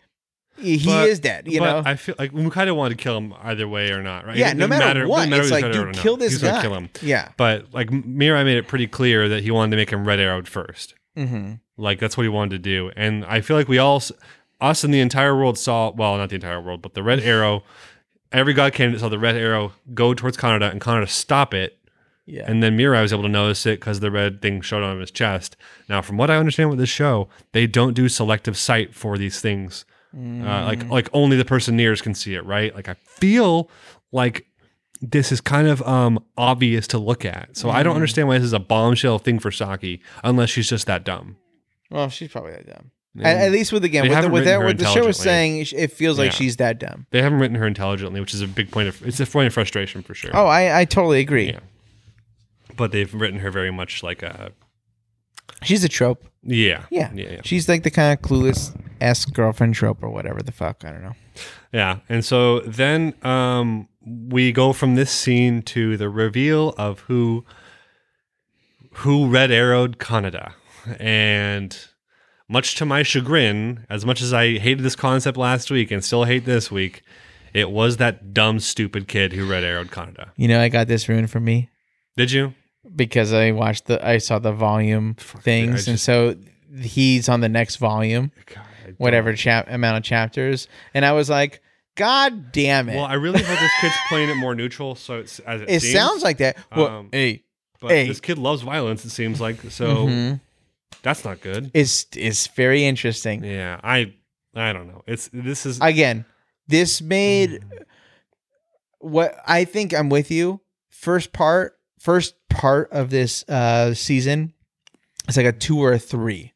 [SPEAKER 2] He he
[SPEAKER 1] But-
[SPEAKER 2] is dead. You know,
[SPEAKER 1] but I feel like we kind of wanted to kill him either way or not, right?
[SPEAKER 2] yeah.
[SPEAKER 1] It
[SPEAKER 2] No
[SPEAKER 1] didn't
[SPEAKER 2] matter,
[SPEAKER 1] it
[SPEAKER 2] what,
[SPEAKER 1] didn't matter
[SPEAKER 2] it's
[SPEAKER 1] if he
[SPEAKER 2] like,
[SPEAKER 1] was Red Arrow
[SPEAKER 2] dude,
[SPEAKER 1] or not.
[SPEAKER 2] kill this
[SPEAKER 1] He's gonna
[SPEAKER 2] guy.
[SPEAKER 1] kill him.
[SPEAKER 2] Yeah.
[SPEAKER 1] But like Mirai made it pretty clear that he wanted to make him red arrowed first.
[SPEAKER 2] Mm-hmm.
[SPEAKER 1] Like that's what he wanted to do. And I feel like we all, s- us and the entire world saw, well, not the entire world, but the red arrow. Every god candidate saw the red arrow go towards Kanada and Kanada stop it.
[SPEAKER 2] Yeah.
[SPEAKER 1] And then Mirai was able to notice it because the red thing showed on his chest. Now, from what I understand with this show, they don't do selective sight for these things. Uh,
[SPEAKER 2] Mm.
[SPEAKER 1] like like only the person nearest can see it, right? Like I feel like this is kind of um obvious to look at. So I
[SPEAKER 2] Mm.
[SPEAKER 1] don't understand why this is a bombshell thing for Saki unless she's just that dumb.
[SPEAKER 2] well, she's probably that dumb.
[SPEAKER 1] And
[SPEAKER 2] At, at least with again
[SPEAKER 1] they
[SPEAKER 2] with the,
[SPEAKER 1] haven't
[SPEAKER 2] with
[SPEAKER 1] written
[SPEAKER 2] that
[SPEAKER 1] her
[SPEAKER 2] what the show is
[SPEAKER 1] intelligently.
[SPEAKER 2] saying, it feels like
[SPEAKER 1] Yeah.
[SPEAKER 2] she's that dumb.
[SPEAKER 1] they haven't written her intelligently, which is a big point of it's a point of frustration for sure.
[SPEAKER 2] Oh, I, I totally agree.
[SPEAKER 1] Yeah. But they've written her very much like a
[SPEAKER 2] She's a trope.
[SPEAKER 1] yeah.
[SPEAKER 2] Yeah.
[SPEAKER 1] Yeah. yeah.
[SPEAKER 2] She's like the kind of clueless ass girlfriend trope or whatever the fuck. I don't know.
[SPEAKER 1] Yeah. And so then um, we go from this scene to the reveal of who who red arrowed Kanada. And much to my chagrin, as much as I hated this concept last week and still hate this week, it was that dumb, stupid kid who red arrowed Kanada.
[SPEAKER 2] You know, I got this ruined for me
[SPEAKER 1] Did you?
[SPEAKER 2] because I watched the, I saw the volume
[SPEAKER 1] I
[SPEAKER 2] things.
[SPEAKER 1] just-
[SPEAKER 2] and so he's on the next volume,
[SPEAKER 1] God, I don't-
[SPEAKER 2] whatever chap amount of chapters. And I was like, God damn it.
[SPEAKER 1] Well, I really hope this kid's playing it more neutral. So it's as it,
[SPEAKER 2] it
[SPEAKER 1] seems,
[SPEAKER 2] sounds like that. Well,
[SPEAKER 1] Um,
[SPEAKER 2] hey,
[SPEAKER 1] but
[SPEAKER 2] hey.
[SPEAKER 1] this kid loves violence. It seems like so
[SPEAKER 2] mhm.
[SPEAKER 1] that's not good.
[SPEAKER 2] it's, it's very interesting.
[SPEAKER 1] Yeah, I I don't know. It's this is
[SPEAKER 2] again, this
[SPEAKER 1] Mm.
[SPEAKER 2] made what I think I'm with you. First part, first part of this uh season, it's like a two or a three,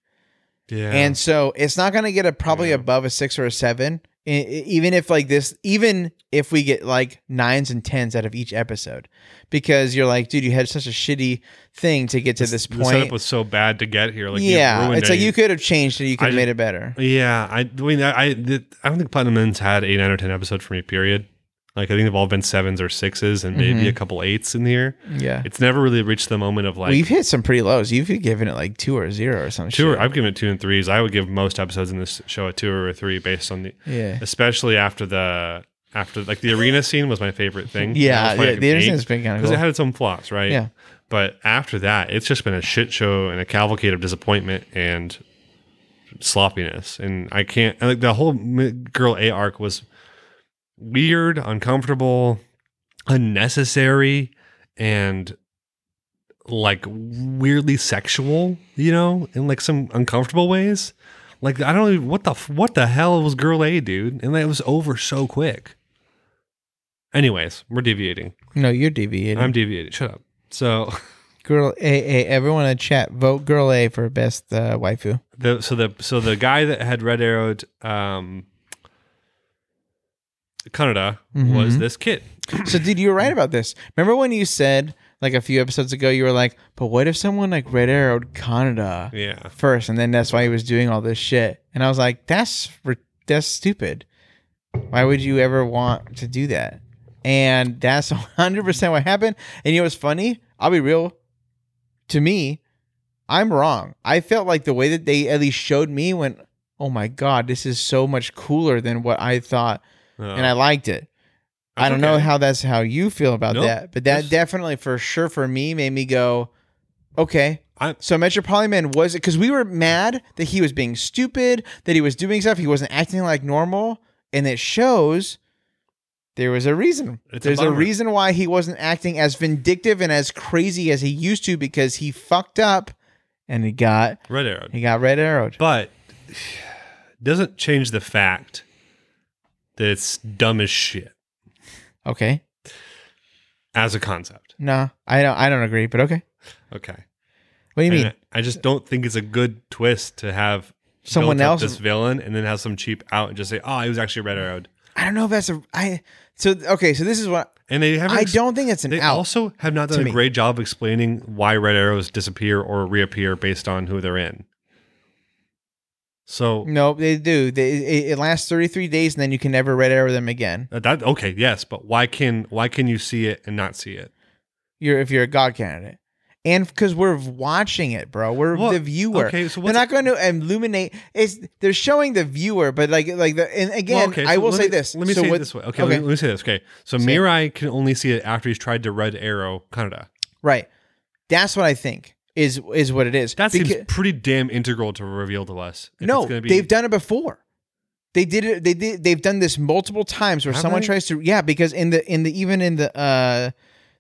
[SPEAKER 1] yeah.
[SPEAKER 2] and so it's not gonna get a probably
[SPEAKER 1] Yeah.
[SPEAKER 2] above a six or a seven. e- e- Even if like this, even if we get like nines and tens out of each episode, because you're like, dude, you had such a shitty thing to get to this
[SPEAKER 1] the setup
[SPEAKER 2] point.
[SPEAKER 1] was so bad to get here. Like you've
[SPEAKER 2] yeah,
[SPEAKER 1] ruined
[SPEAKER 2] it's like
[SPEAKER 1] it.
[SPEAKER 2] you could have changed it. You could have
[SPEAKER 1] I
[SPEAKER 2] made it better.
[SPEAKER 1] Yeah, I, I mean, I I, th- I don't think Platinum Men's had eight, nine, or ten episode for me. Period. Like I think they've all been sevens or sixes, and maybe
[SPEAKER 2] Mm-hmm.
[SPEAKER 1] a couple eights in here.
[SPEAKER 2] Yeah,
[SPEAKER 1] It's never really reached the moment of like
[SPEAKER 2] well, you've hit some pretty lows. You've given it like two or a zero or something.
[SPEAKER 1] two. Or, I've given it two and threes. I would give most episodes in this show a two or a three based on the,
[SPEAKER 2] Yeah.
[SPEAKER 1] especially after the after like the arena scene was my favorite thing.
[SPEAKER 2] Yeah,
[SPEAKER 1] That was my
[SPEAKER 2] yeah the
[SPEAKER 1] eight.
[SPEAKER 2] internet's been kind of
[SPEAKER 1] because
[SPEAKER 2] cool.
[SPEAKER 1] it had its own flaws, right?
[SPEAKER 2] Yeah.
[SPEAKER 1] But after that, it's just been a shit show and a cavalcade of disappointment and sloppiness. And I can't like the whole M- girl A arc was weird, uncomfortable, unnecessary, and like weirdly sexual, you know, in like some uncomfortable ways. Like I don't even what the f- what the hell was girl A, dude? And that was over so quick. Anyways, we're deviating.
[SPEAKER 2] no, you're deviating.
[SPEAKER 1] I'm deviating. Shut up. So
[SPEAKER 2] girl A, A, everyone in the chat, vote girl A for best uh, waifu.
[SPEAKER 1] the so the so the guy that had red arrowed um Canada
[SPEAKER 2] Mm-hmm.
[SPEAKER 1] was this kid.
[SPEAKER 2] so, dude, you were right about this. Remember when you said, like a few episodes ago, you were like, but what if someone like red arrowed Canada
[SPEAKER 1] Yeah.
[SPEAKER 2] first, and then that's why he was doing all this shit? And I was like, that's ri- that's stupid. Why would you ever want to do that? And that's 100% what happened. And you know what's funny? I'll be real. To me, I'm wrong. I felt like the way that they at least showed me went, oh my God, this is so much cooler than what I thought.
[SPEAKER 1] Uh,
[SPEAKER 2] And
[SPEAKER 1] Oh.
[SPEAKER 2] I liked it. I don't know how that's how you feel about
[SPEAKER 1] Nope.
[SPEAKER 2] that, but that
[SPEAKER 1] That's-
[SPEAKER 2] definitely for sure for me made me go, okay.
[SPEAKER 1] I-
[SPEAKER 2] so Metropolitan Man was because we were mad that he was being stupid, that he was doing stuff, he wasn't acting like normal, and it shows There was a reason.
[SPEAKER 1] It's a
[SPEAKER 2] There's a
[SPEAKER 1] bummer.
[SPEAKER 2] reason why he wasn't acting as vindictive and as crazy as he used to because he fucked up and he got
[SPEAKER 1] Red Arrow.
[SPEAKER 2] he got red arrowed.
[SPEAKER 1] But it doesn't change the fact that it's dumb as shit
[SPEAKER 2] Okay.
[SPEAKER 1] as a concept.
[SPEAKER 2] No, I don't I don't agree, but okay.
[SPEAKER 1] Okay.
[SPEAKER 2] What do you mean?
[SPEAKER 1] And I I just don't think it's a good twist to have
[SPEAKER 2] Someone
[SPEAKER 1] built up
[SPEAKER 2] else
[SPEAKER 1] this villain and then have some cheap out and just say, "Oh, he was actually red arrowed."
[SPEAKER 2] I don't know if that's a I so okay, so this is what
[SPEAKER 1] And they haven't.
[SPEAKER 2] I
[SPEAKER 1] ex-
[SPEAKER 2] don't think it's an
[SPEAKER 1] They
[SPEAKER 2] out.
[SPEAKER 1] also have not done
[SPEAKER 2] to
[SPEAKER 1] a
[SPEAKER 2] me.
[SPEAKER 1] great job of explaining why red arrows disappear or reappear based on who they're in. So
[SPEAKER 2] no, they do. They, it, it lasts 33 days and then you can never red arrow them again.
[SPEAKER 1] uh, that okay, yes, but why can why can you see it and not see it?
[SPEAKER 2] You're if you're a god candidate. And because we're watching it, bro. We're
[SPEAKER 1] Well,
[SPEAKER 2] the viewer.
[SPEAKER 1] okay, so
[SPEAKER 2] They're
[SPEAKER 1] what's
[SPEAKER 2] not going to illuminate. It's they're showing the viewer, but like like the and again,
[SPEAKER 1] Well, okay,
[SPEAKER 2] I
[SPEAKER 1] so
[SPEAKER 2] will
[SPEAKER 1] let
[SPEAKER 2] say
[SPEAKER 1] me-
[SPEAKER 2] this.
[SPEAKER 1] Let me
[SPEAKER 2] So
[SPEAKER 1] say
[SPEAKER 2] what-
[SPEAKER 1] it this way. Okay, Let, me, let me say this. Okay, so
[SPEAKER 2] Say it.
[SPEAKER 1] Mirai can only see it after he's tried to red arrow Canada.
[SPEAKER 2] Right. That's what I think is is what it is.
[SPEAKER 1] That
[SPEAKER 2] Beca-
[SPEAKER 1] seems pretty damn integral to reveal to us. if
[SPEAKER 2] no,
[SPEAKER 1] it's gonna be-
[SPEAKER 2] they've done it before. They did it. They did. They've done this multiple times where
[SPEAKER 1] Have
[SPEAKER 2] someone
[SPEAKER 1] they?
[SPEAKER 2] tries to. Yeah, because in the in the even in the uh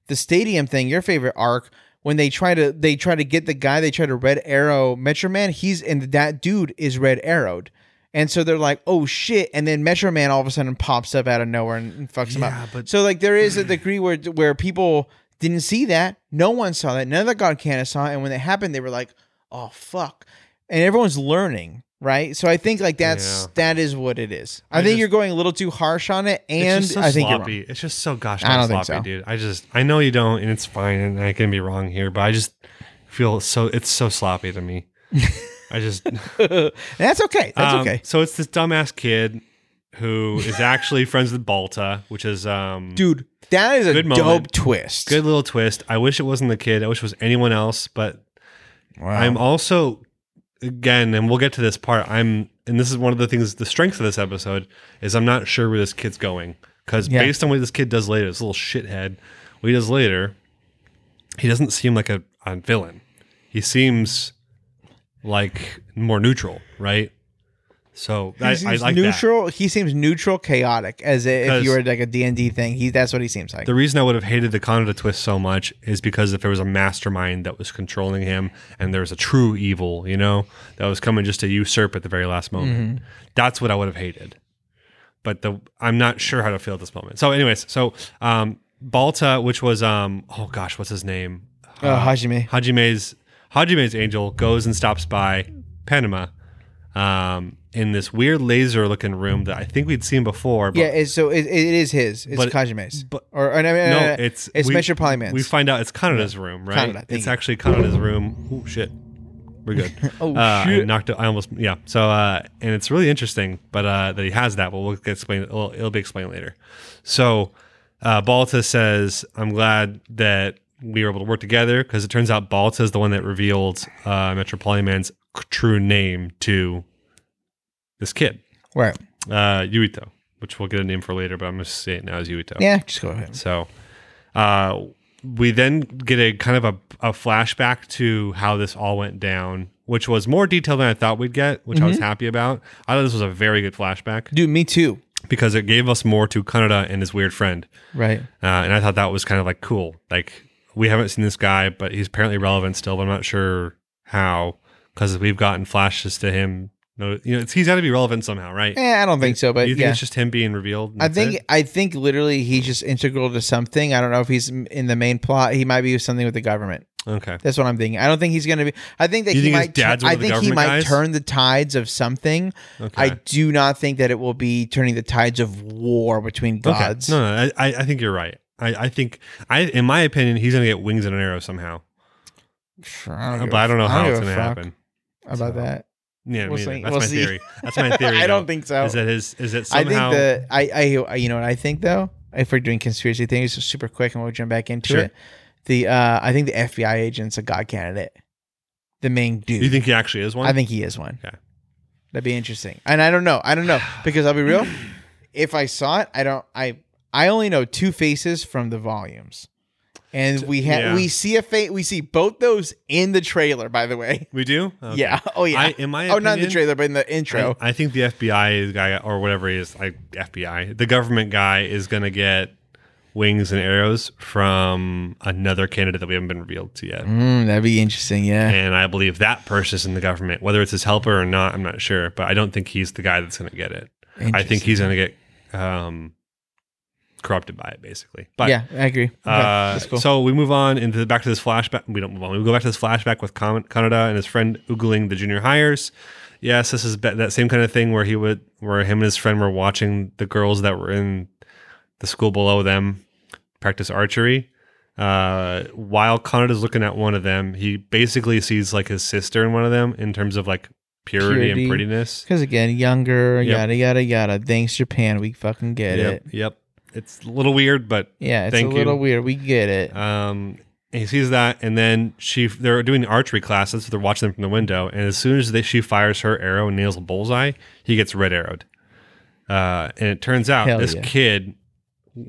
[SPEAKER 2] the stadium thing, your favorite arc when they try to they try to get the guy they try to red arrow Metro Man. He's and that dude is red arrowed. And so they're like, "Oh shit!" And then Metro Man all of a sudden pops up out of nowhere and, and fucks him
[SPEAKER 1] Yeah,
[SPEAKER 2] up.
[SPEAKER 1] but-
[SPEAKER 2] so like there is a degree where where people didn't see that, no one saw that, none of the God Candace saw, it. and when it happened, they were like, "Oh fuck!" And everyone's learning, right? So I think like that's
[SPEAKER 1] Yeah.
[SPEAKER 2] that is what it is. I,
[SPEAKER 1] I
[SPEAKER 2] think
[SPEAKER 1] just-
[SPEAKER 2] you're going a little too harsh on it,
[SPEAKER 1] It's
[SPEAKER 2] and
[SPEAKER 1] just so
[SPEAKER 2] I think
[SPEAKER 1] sloppy.
[SPEAKER 2] you're wrong.
[SPEAKER 1] It's just so gosh
[SPEAKER 2] I
[SPEAKER 1] darn
[SPEAKER 2] don't think
[SPEAKER 1] sloppy,
[SPEAKER 2] so.
[SPEAKER 1] dude. I just I know you don't, and it's fine, and I can be wrong here, but I just feel so it's so sloppy to me. I just
[SPEAKER 2] And that's okay. That's
[SPEAKER 1] um,
[SPEAKER 2] okay,
[SPEAKER 1] So it's this dumbass kid who is actually friends with Balta, which is um
[SPEAKER 2] dude. That is a
[SPEAKER 1] Good
[SPEAKER 2] dope
[SPEAKER 1] moment.
[SPEAKER 2] twist.
[SPEAKER 1] good little twist. I wish it wasn't the kid. I wish it was anyone else, but
[SPEAKER 2] Wow.
[SPEAKER 1] I'm also again, and we'll get to this part. I'm, and this is one of the things. The strengths of this episode is I'm not sure where this kid's going because
[SPEAKER 2] Yeah.
[SPEAKER 1] based on what this kid does later, this little shithead, what he does later, he doesn't seem like a, a villain. He seems like more neutral, right? So
[SPEAKER 2] He
[SPEAKER 1] I, I
[SPEAKER 2] seems
[SPEAKER 1] like that.
[SPEAKER 2] neutral. He seems neutral, chaotic, as if
[SPEAKER 1] Because-
[SPEAKER 2] you were like a D and D thing. He that's what he seems like.
[SPEAKER 1] The reason I would have hated the Canada twist so much is because if there was a mastermind that was controlling him and there was a true evil, you know, that was coming just to usurp at the very last moment, that's what I would have hated. But the I'm not sure how to feel at this moment. So, anyways, so um, Balta, which was um, oh gosh, what's his name?
[SPEAKER 2] uh, Hajime.
[SPEAKER 1] Hajime's Hajime's angel goes and stops by Panama um, in this weird laser-looking room that I think we'd seen before. But
[SPEAKER 2] Yeah, it's, so it, it is his. It's
[SPEAKER 1] But-
[SPEAKER 2] Kajime's.
[SPEAKER 1] but-
[SPEAKER 2] or I mean,
[SPEAKER 1] no,
[SPEAKER 2] no,
[SPEAKER 1] it's
[SPEAKER 2] Uh, it's
[SPEAKER 1] we-
[SPEAKER 2] Metro Polyman's.
[SPEAKER 1] We find out it's Kanada's room, right?
[SPEAKER 2] Kaneda, thank
[SPEAKER 1] it's
[SPEAKER 2] you.
[SPEAKER 1] actually Kanada's room. Oh shit, we're good.
[SPEAKER 2] Oh,
[SPEAKER 1] uh, I
[SPEAKER 2] shit.
[SPEAKER 1] knocked. I almost yeah. So uh, and it's really interesting, but uh, that he has that. But we'll get explained. It'll, it'll be explained later. So uh, Balta says, "I'm glad that we were able to work together because it turns out Balta is the one that revealed uh, Metropoliman's true name to this kid,
[SPEAKER 2] right.
[SPEAKER 1] uh, Yuito, which we'll get a name for later. But I'm going to say it now as Yuito.
[SPEAKER 2] Yeah, just go ahead.
[SPEAKER 1] So uh, we then get a kind of a, a flashback to how this all went down, which was more detailed than I thought we'd get, which
[SPEAKER 2] Mm-hmm.
[SPEAKER 1] I was happy about. I thought this was a very good flashback
[SPEAKER 2] Dude, me too.
[SPEAKER 1] because it gave us more to Kanada and his weird friend.
[SPEAKER 2] Right.
[SPEAKER 1] Uh, and I thought that was kind of like cool. Like, we haven't seen this guy, but he's apparently relevant still, but I'm not sure how because we've gotten flashes to him. No, you know, it's, he's got to be relevant somehow, right?
[SPEAKER 2] Eh, I don't think so, but
[SPEAKER 1] you think
[SPEAKER 2] yeah.
[SPEAKER 1] it's just him being revealed? and
[SPEAKER 2] I
[SPEAKER 1] that's
[SPEAKER 2] think
[SPEAKER 1] it?
[SPEAKER 2] I think literally he's just integral to something. I don't know if he's m- in the main plot. He might be something with the government.
[SPEAKER 1] okay.
[SPEAKER 2] That's what I'm thinking. I don't think he's going to be. I think that
[SPEAKER 1] You
[SPEAKER 2] he
[SPEAKER 1] think his
[SPEAKER 2] might. tu-
[SPEAKER 1] dad's one
[SPEAKER 2] I
[SPEAKER 1] of the
[SPEAKER 2] think he
[SPEAKER 1] government
[SPEAKER 2] might
[SPEAKER 1] guys?
[SPEAKER 2] turn the tides of something.
[SPEAKER 1] Okay.
[SPEAKER 2] I do not think that it will be turning the tides of war between
[SPEAKER 1] Okay.
[SPEAKER 2] gods.
[SPEAKER 1] No, no, I, I I think you're right. I, I think I in my opinion he's gonna get wings and an arrow somehow.
[SPEAKER 2] Sure, I
[SPEAKER 1] but I don't know how it's
[SPEAKER 2] going
[SPEAKER 1] gonna
[SPEAKER 2] to
[SPEAKER 1] happen.
[SPEAKER 2] about
[SPEAKER 1] So,
[SPEAKER 2] that.
[SPEAKER 1] Yeah,
[SPEAKER 2] We'll
[SPEAKER 1] me either.
[SPEAKER 2] see.
[SPEAKER 1] that's
[SPEAKER 2] We'll
[SPEAKER 1] my
[SPEAKER 2] see.
[SPEAKER 1] theory. That's my theory.
[SPEAKER 2] I don't
[SPEAKER 1] though,
[SPEAKER 2] think so.
[SPEAKER 1] is that his is that
[SPEAKER 2] I think
[SPEAKER 1] somehow
[SPEAKER 2] that I, I you know what I think though. If we're doing conspiracy things, just super quick, and we'll jump back into
[SPEAKER 1] Sure.
[SPEAKER 2] it. The uh, I think the FBI agent's a god candidate. The main dude.
[SPEAKER 1] you think he actually is one?
[SPEAKER 2] I think he is one.
[SPEAKER 1] Okay.
[SPEAKER 2] That'd be interesting. And I don't know. I don't know because I'll be real. If I saw it, I don't. I I only know two faces from the volumes, and we have
[SPEAKER 1] yeah.
[SPEAKER 2] we see a fa- we see both those in the trailer. By the way,
[SPEAKER 1] We do? Okay.
[SPEAKER 2] yeah, oh yeah,
[SPEAKER 1] I- in my
[SPEAKER 2] oh not in the
[SPEAKER 1] opinion,
[SPEAKER 2] trailer, but in the intro.
[SPEAKER 1] I, I think the FBI guy or whatever he is, like FBI, the government guy is gonna get wings and arrows from another candidate that we haven't been revealed to yet.
[SPEAKER 2] Mm, that'd be interesting. Yeah,
[SPEAKER 1] And I believe that person is in the government, whether it's his helper or not, I'm not sure. But I don't think he's the guy that's gonna get it. I think he's gonna get um, corrupted by it, basically. But
[SPEAKER 2] yeah, I agree. Okay,
[SPEAKER 1] uh,
[SPEAKER 2] that's cool.
[SPEAKER 1] So we move on into the, back to this flashback. We don't move on. We go back to this flashback with Con- Kanada and his friend oogling the junior hires. Yes, this is be- that same kind of thing where he would, where him and his friend were watching the girls that were in the school below them practice archery. Uh, while Kanada's looking at one of them, he basically sees like his sister in one of them in terms of like purity,
[SPEAKER 2] Purity.
[SPEAKER 1] and prettiness.
[SPEAKER 2] Because again, younger,
[SPEAKER 1] Yep.
[SPEAKER 2] yada yada yada. Thanks, Japan. We fucking get
[SPEAKER 1] Yep,
[SPEAKER 2] it.
[SPEAKER 1] yep. It's a little weird, but
[SPEAKER 2] Yeah, it's
[SPEAKER 1] Thank
[SPEAKER 2] a little
[SPEAKER 1] you.
[SPEAKER 2] weird. We get it.
[SPEAKER 1] Um, he sees that, and then she they're doing archery classes. So they're watching them from the window, and as soon as they, she fires her arrow and nails a bullseye, he gets red arrowed. Uh, and it turns out
[SPEAKER 2] Hell
[SPEAKER 1] this
[SPEAKER 2] yeah.
[SPEAKER 1] kid,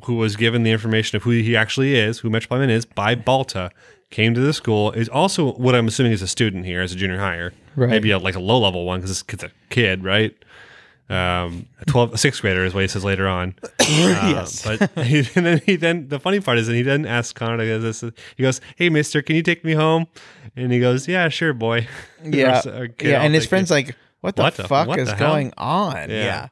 [SPEAKER 1] who was given the information of who he actually is, who Metro Playman is, by Balta, came to the school. Is also what I'm assuming is a student here as a junior higher,
[SPEAKER 2] Right.
[SPEAKER 1] maybe a, like a low level one because this kid's a kid, right? Um, a 12, a sixth grader is what he says later on. Uh,
[SPEAKER 2] Yes.
[SPEAKER 1] But he, and then he then the funny part is that he doesn't ask Connor. He goes, he goes, "Hey, Mister, can you take me home?" And he goes, "Yeah, sure, boy."
[SPEAKER 2] yeah,
[SPEAKER 1] Or, "Kid,
[SPEAKER 2] yeah.
[SPEAKER 1] I'll
[SPEAKER 2] And his
[SPEAKER 1] take
[SPEAKER 2] friend's
[SPEAKER 1] you."
[SPEAKER 2] like, "What the
[SPEAKER 1] What the-
[SPEAKER 2] fuck
[SPEAKER 1] what
[SPEAKER 2] is
[SPEAKER 1] the hell?"
[SPEAKER 2] going on?" Yeah.
[SPEAKER 1] Yeah.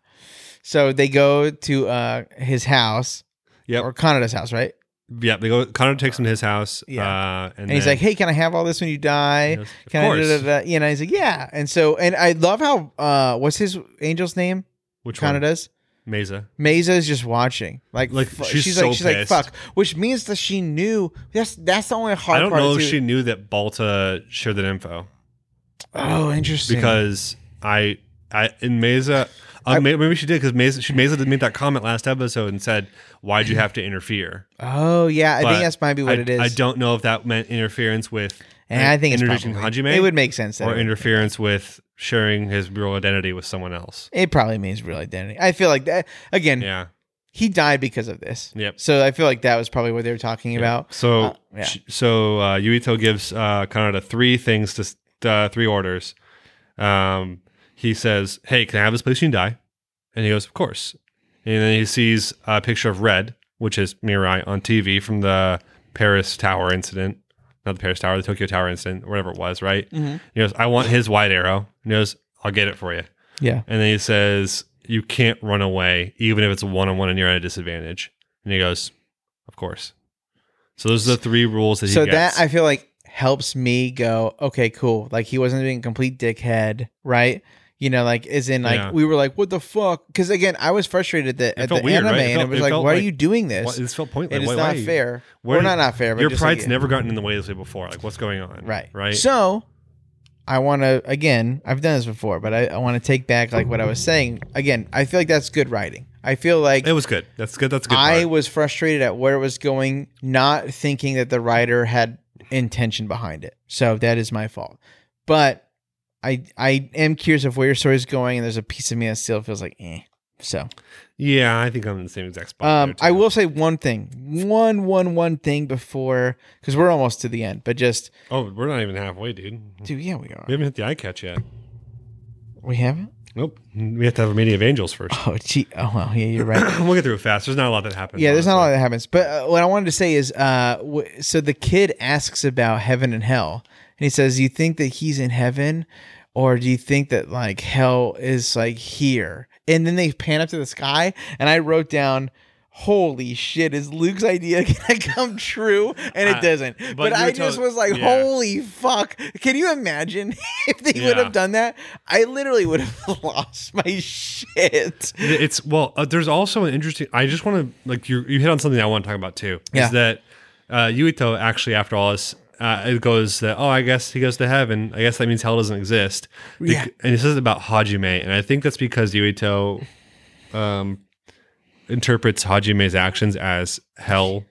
[SPEAKER 2] So they go to uh his house,
[SPEAKER 1] Yep.
[SPEAKER 2] or Kanada's house, right?
[SPEAKER 1] "Yeah." They go. Connor takes him to his house.
[SPEAKER 2] Yeah.
[SPEAKER 1] Uh, and,
[SPEAKER 2] And he's
[SPEAKER 1] then
[SPEAKER 2] like, "Hey, can I have all this when you die?"
[SPEAKER 1] he goes, "Of
[SPEAKER 2] Can I
[SPEAKER 1] course."
[SPEAKER 2] da, da, da, you know, he's like, yeah. And so and I love how uh what's his angel's name?
[SPEAKER 1] Which one?
[SPEAKER 2] Kanada's?
[SPEAKER 1] Mesa.
[SPEAKER 2] Meza is just watching. Like,
[SPEAKER 1] Like,
[SPEAKER 2] fu-
[SPEAKER 1] she's
[SPEAKER 2] she's
[SPEAKER 1] so
[SPEAKER 2] like she's like
[SPEAKER 1] pissed.
[SPEAKER 2] fuck. Which means that she knew that's that's the only hard
[SPEAKER 1] I don't
[SPEAKER 2] part.
[SPEAKER 1] know if
[SPEAKER 2] too.
[SPEAKER 1] she knew that Balta shared that info
[SPEAKER 2] Oh interesting.
[SPEAKER 1] because I, I in Mesa, uh,
[SPEAKER 2] I-
[SPEAKER 1] may- maybe she did because Mesa, she Mesa did make that comment last episode and said, "Why'd you have to interfere?"
[SPEAKER 2] oh yeah, I
[SPEAKER 1] but
[SPEAKER 2] think that's might be what
[SPEAKER 1] I,
[SPEAKER 2] it is.
[SPEAKER 1] I don't know if that meant interference with
[SPEAKER 2] and I think it's
[SPEAKER 1] introducing
[SPEAKER 2] probably,
[SPEAKER 1] Hajime
[SPEAKER 2] It would make sense. That
[SPEAKER 1] or
[SPEAKER 2] it, would-
[SPEAKER 1] interference with sharing his real identity with someone else.
[SPEAKER 2] it probably means real identity. I feel like that again.
[SPEAKER 1] Yeah.
[SPEAKER 2] He died because of this.
[SPEAKER 1] Yep.
[SPEAKER 2] So I feel like that was probably what they were talking about.
[SPEAKER 1] So
[SPEAKER 2] Uh, yeah.
[SPEAKER 1] sh- so uh, Yuito gives uh, Kanada three things to s- uh, three orders. Um, he says, "Hey, can I have this place you can die?" And he goes, "Of course." And then he sees a picture of Red, which is Mirai on TV from the Paris Tower incident, not the Paris Tower, the Tokyo Tower incident, whatever it was, right?
[SPEAKER 2] Mhm.
[SPEAKER 1] He goes, "I want his white arrow." And he goes, "I'll get it for you."
[SPEAKER 2] Yeah.
[SPEAKER 1] And then he says, You can't run away, even if it's one on one and you're at a disadvantage. And he goes, Of course. So those are the three rules that he
[SPEAKER 2] so
[SPEAKER 1] gets.
[SPEAKER 2] that I feel like helps me go, okay, cool. Like he wasn't being a complete dickhead, right? You know, like is in like
[SPEAKER 1] Yeah.
[SPEAKER 2] we were like, what the fuck? Because again, I was frustrated that at the
[SPEAKER 1] felt weird,
[SPEAKER 2] anime,
[SPEAKER 1] right? It
[SPEAKER 2] and
[SPEAKER 1] felt-
[SPEAKER 2] it was
[SPEAKER 1] it
[SPEAKER 2] like,
[SPEAKER 1] felt
[SPEAKER 2] why are
[SPEAKER 1] like-
[SPEAKER 2] you doing
[SPEAKER 1] Why-
[SPEAKER 2] this?
[SPEAKER 1] this felt pointless.
[SPEAKER 2] It is
[SPEAKER 1] Why-
[SPEAKER 2] not
[SPEAKER 1] why-
[SPEAKER 2] fair.
[SPEAKER 1] where-
[SPEAKER 2] We're not not fair. But
[SPEAKER 1] Your
[SPEAKER 2] just
[SPEAKER 1] pride's
[SPEAKER 2] like-
[SPEAKER 1] never gotten in the way this way before. Like, what's going on?
[SPEAKER 2] right,
[SPEAKER 1] Right.
[SPEAKER 2] So I want to again. I've done this before, but I, I want to take back like what I was saying. Again, I feel like that's good writing. I feel like
[SPEAKER 1] it was good. That's good. That's a good.
[SPEAKER 2] I
[SPEAKER 1] part.
[SPEAKER 2] was frustrated at where it was going, not thinking that the writer had intention behind it. So that is my fault. But I I am curious of where your story is going, and there's a piece of me that still feels like eh. So
[SPEAKER 1] Yeah, I think I'm in the same exact spot.
[SPEAKER 2] um,
[SPEAKER 1] there,
[SPEAKER 2] I
[SPEAKER 1] too.
[SPEAKER 2] will say one thing, one one one thing before because we're almost to the end. But just
[SPEAKER 1] Oh, we're not even halfway, dude.
[SPEAKER 2] dude, yeah, we are.
[SPEAKER 1] We haven't hit the eye catch yet.
[SPEAKER 2] We haven't.
[SPEAKER 1] Nope. We have to have a meeting of angels first.
[SPEAKER 2] Oh gee. Oh well, yeah, you're right.
[SPEAKER 1] we'll get through it fast. There's not a lot that happens.
[SPEAKER 2] Yeah, there's not a lot
[SPEAKER 1] honestly.
[SPEAKER 2] that happens. But uh, what I wanted to say is, uh, w- so the kid asks about heaven and hell, and he says, "Do you think that he's in heaven, or do you think that like hell is like here?" And then they pan up to the sky, and I wrote down. Holy shit! Is Luke's idea gonna come true? And it
[SPEAKER 1] I-
[SPEAKER 2] doesn't. But,
[SPEAKER 1] Uh, but you
[SPEAKER 2] I
[SPEAKER 1] were
[SPEAKER 2] just
[SPEAKER 1] telling-
[SPEAKER 2] was like,
[SPEAKER 1] yeah.
[SPEAKER 2] "Holy fuck!" Can you imagine if they would
[SPEAKER 1] Yeah.
[SPEAKER 2] have done that? I literally would have lost my shit.
[SPEAKER 1] it's well uh, there's also an interesting i just want to like you you hit on something i want to talk about too
[SPEAKER 2] Yeah.
[SPEAKER 1] is that uh yuito actually after all this uh, it goes that oh i guess he goes to heaven i guess that means hell doesn't exist Bec-
[SPEAKER 2] Yeah.
[SPEAKER 1] and he says about hajime and i think that's because yuito um interprets hajime's actions as hell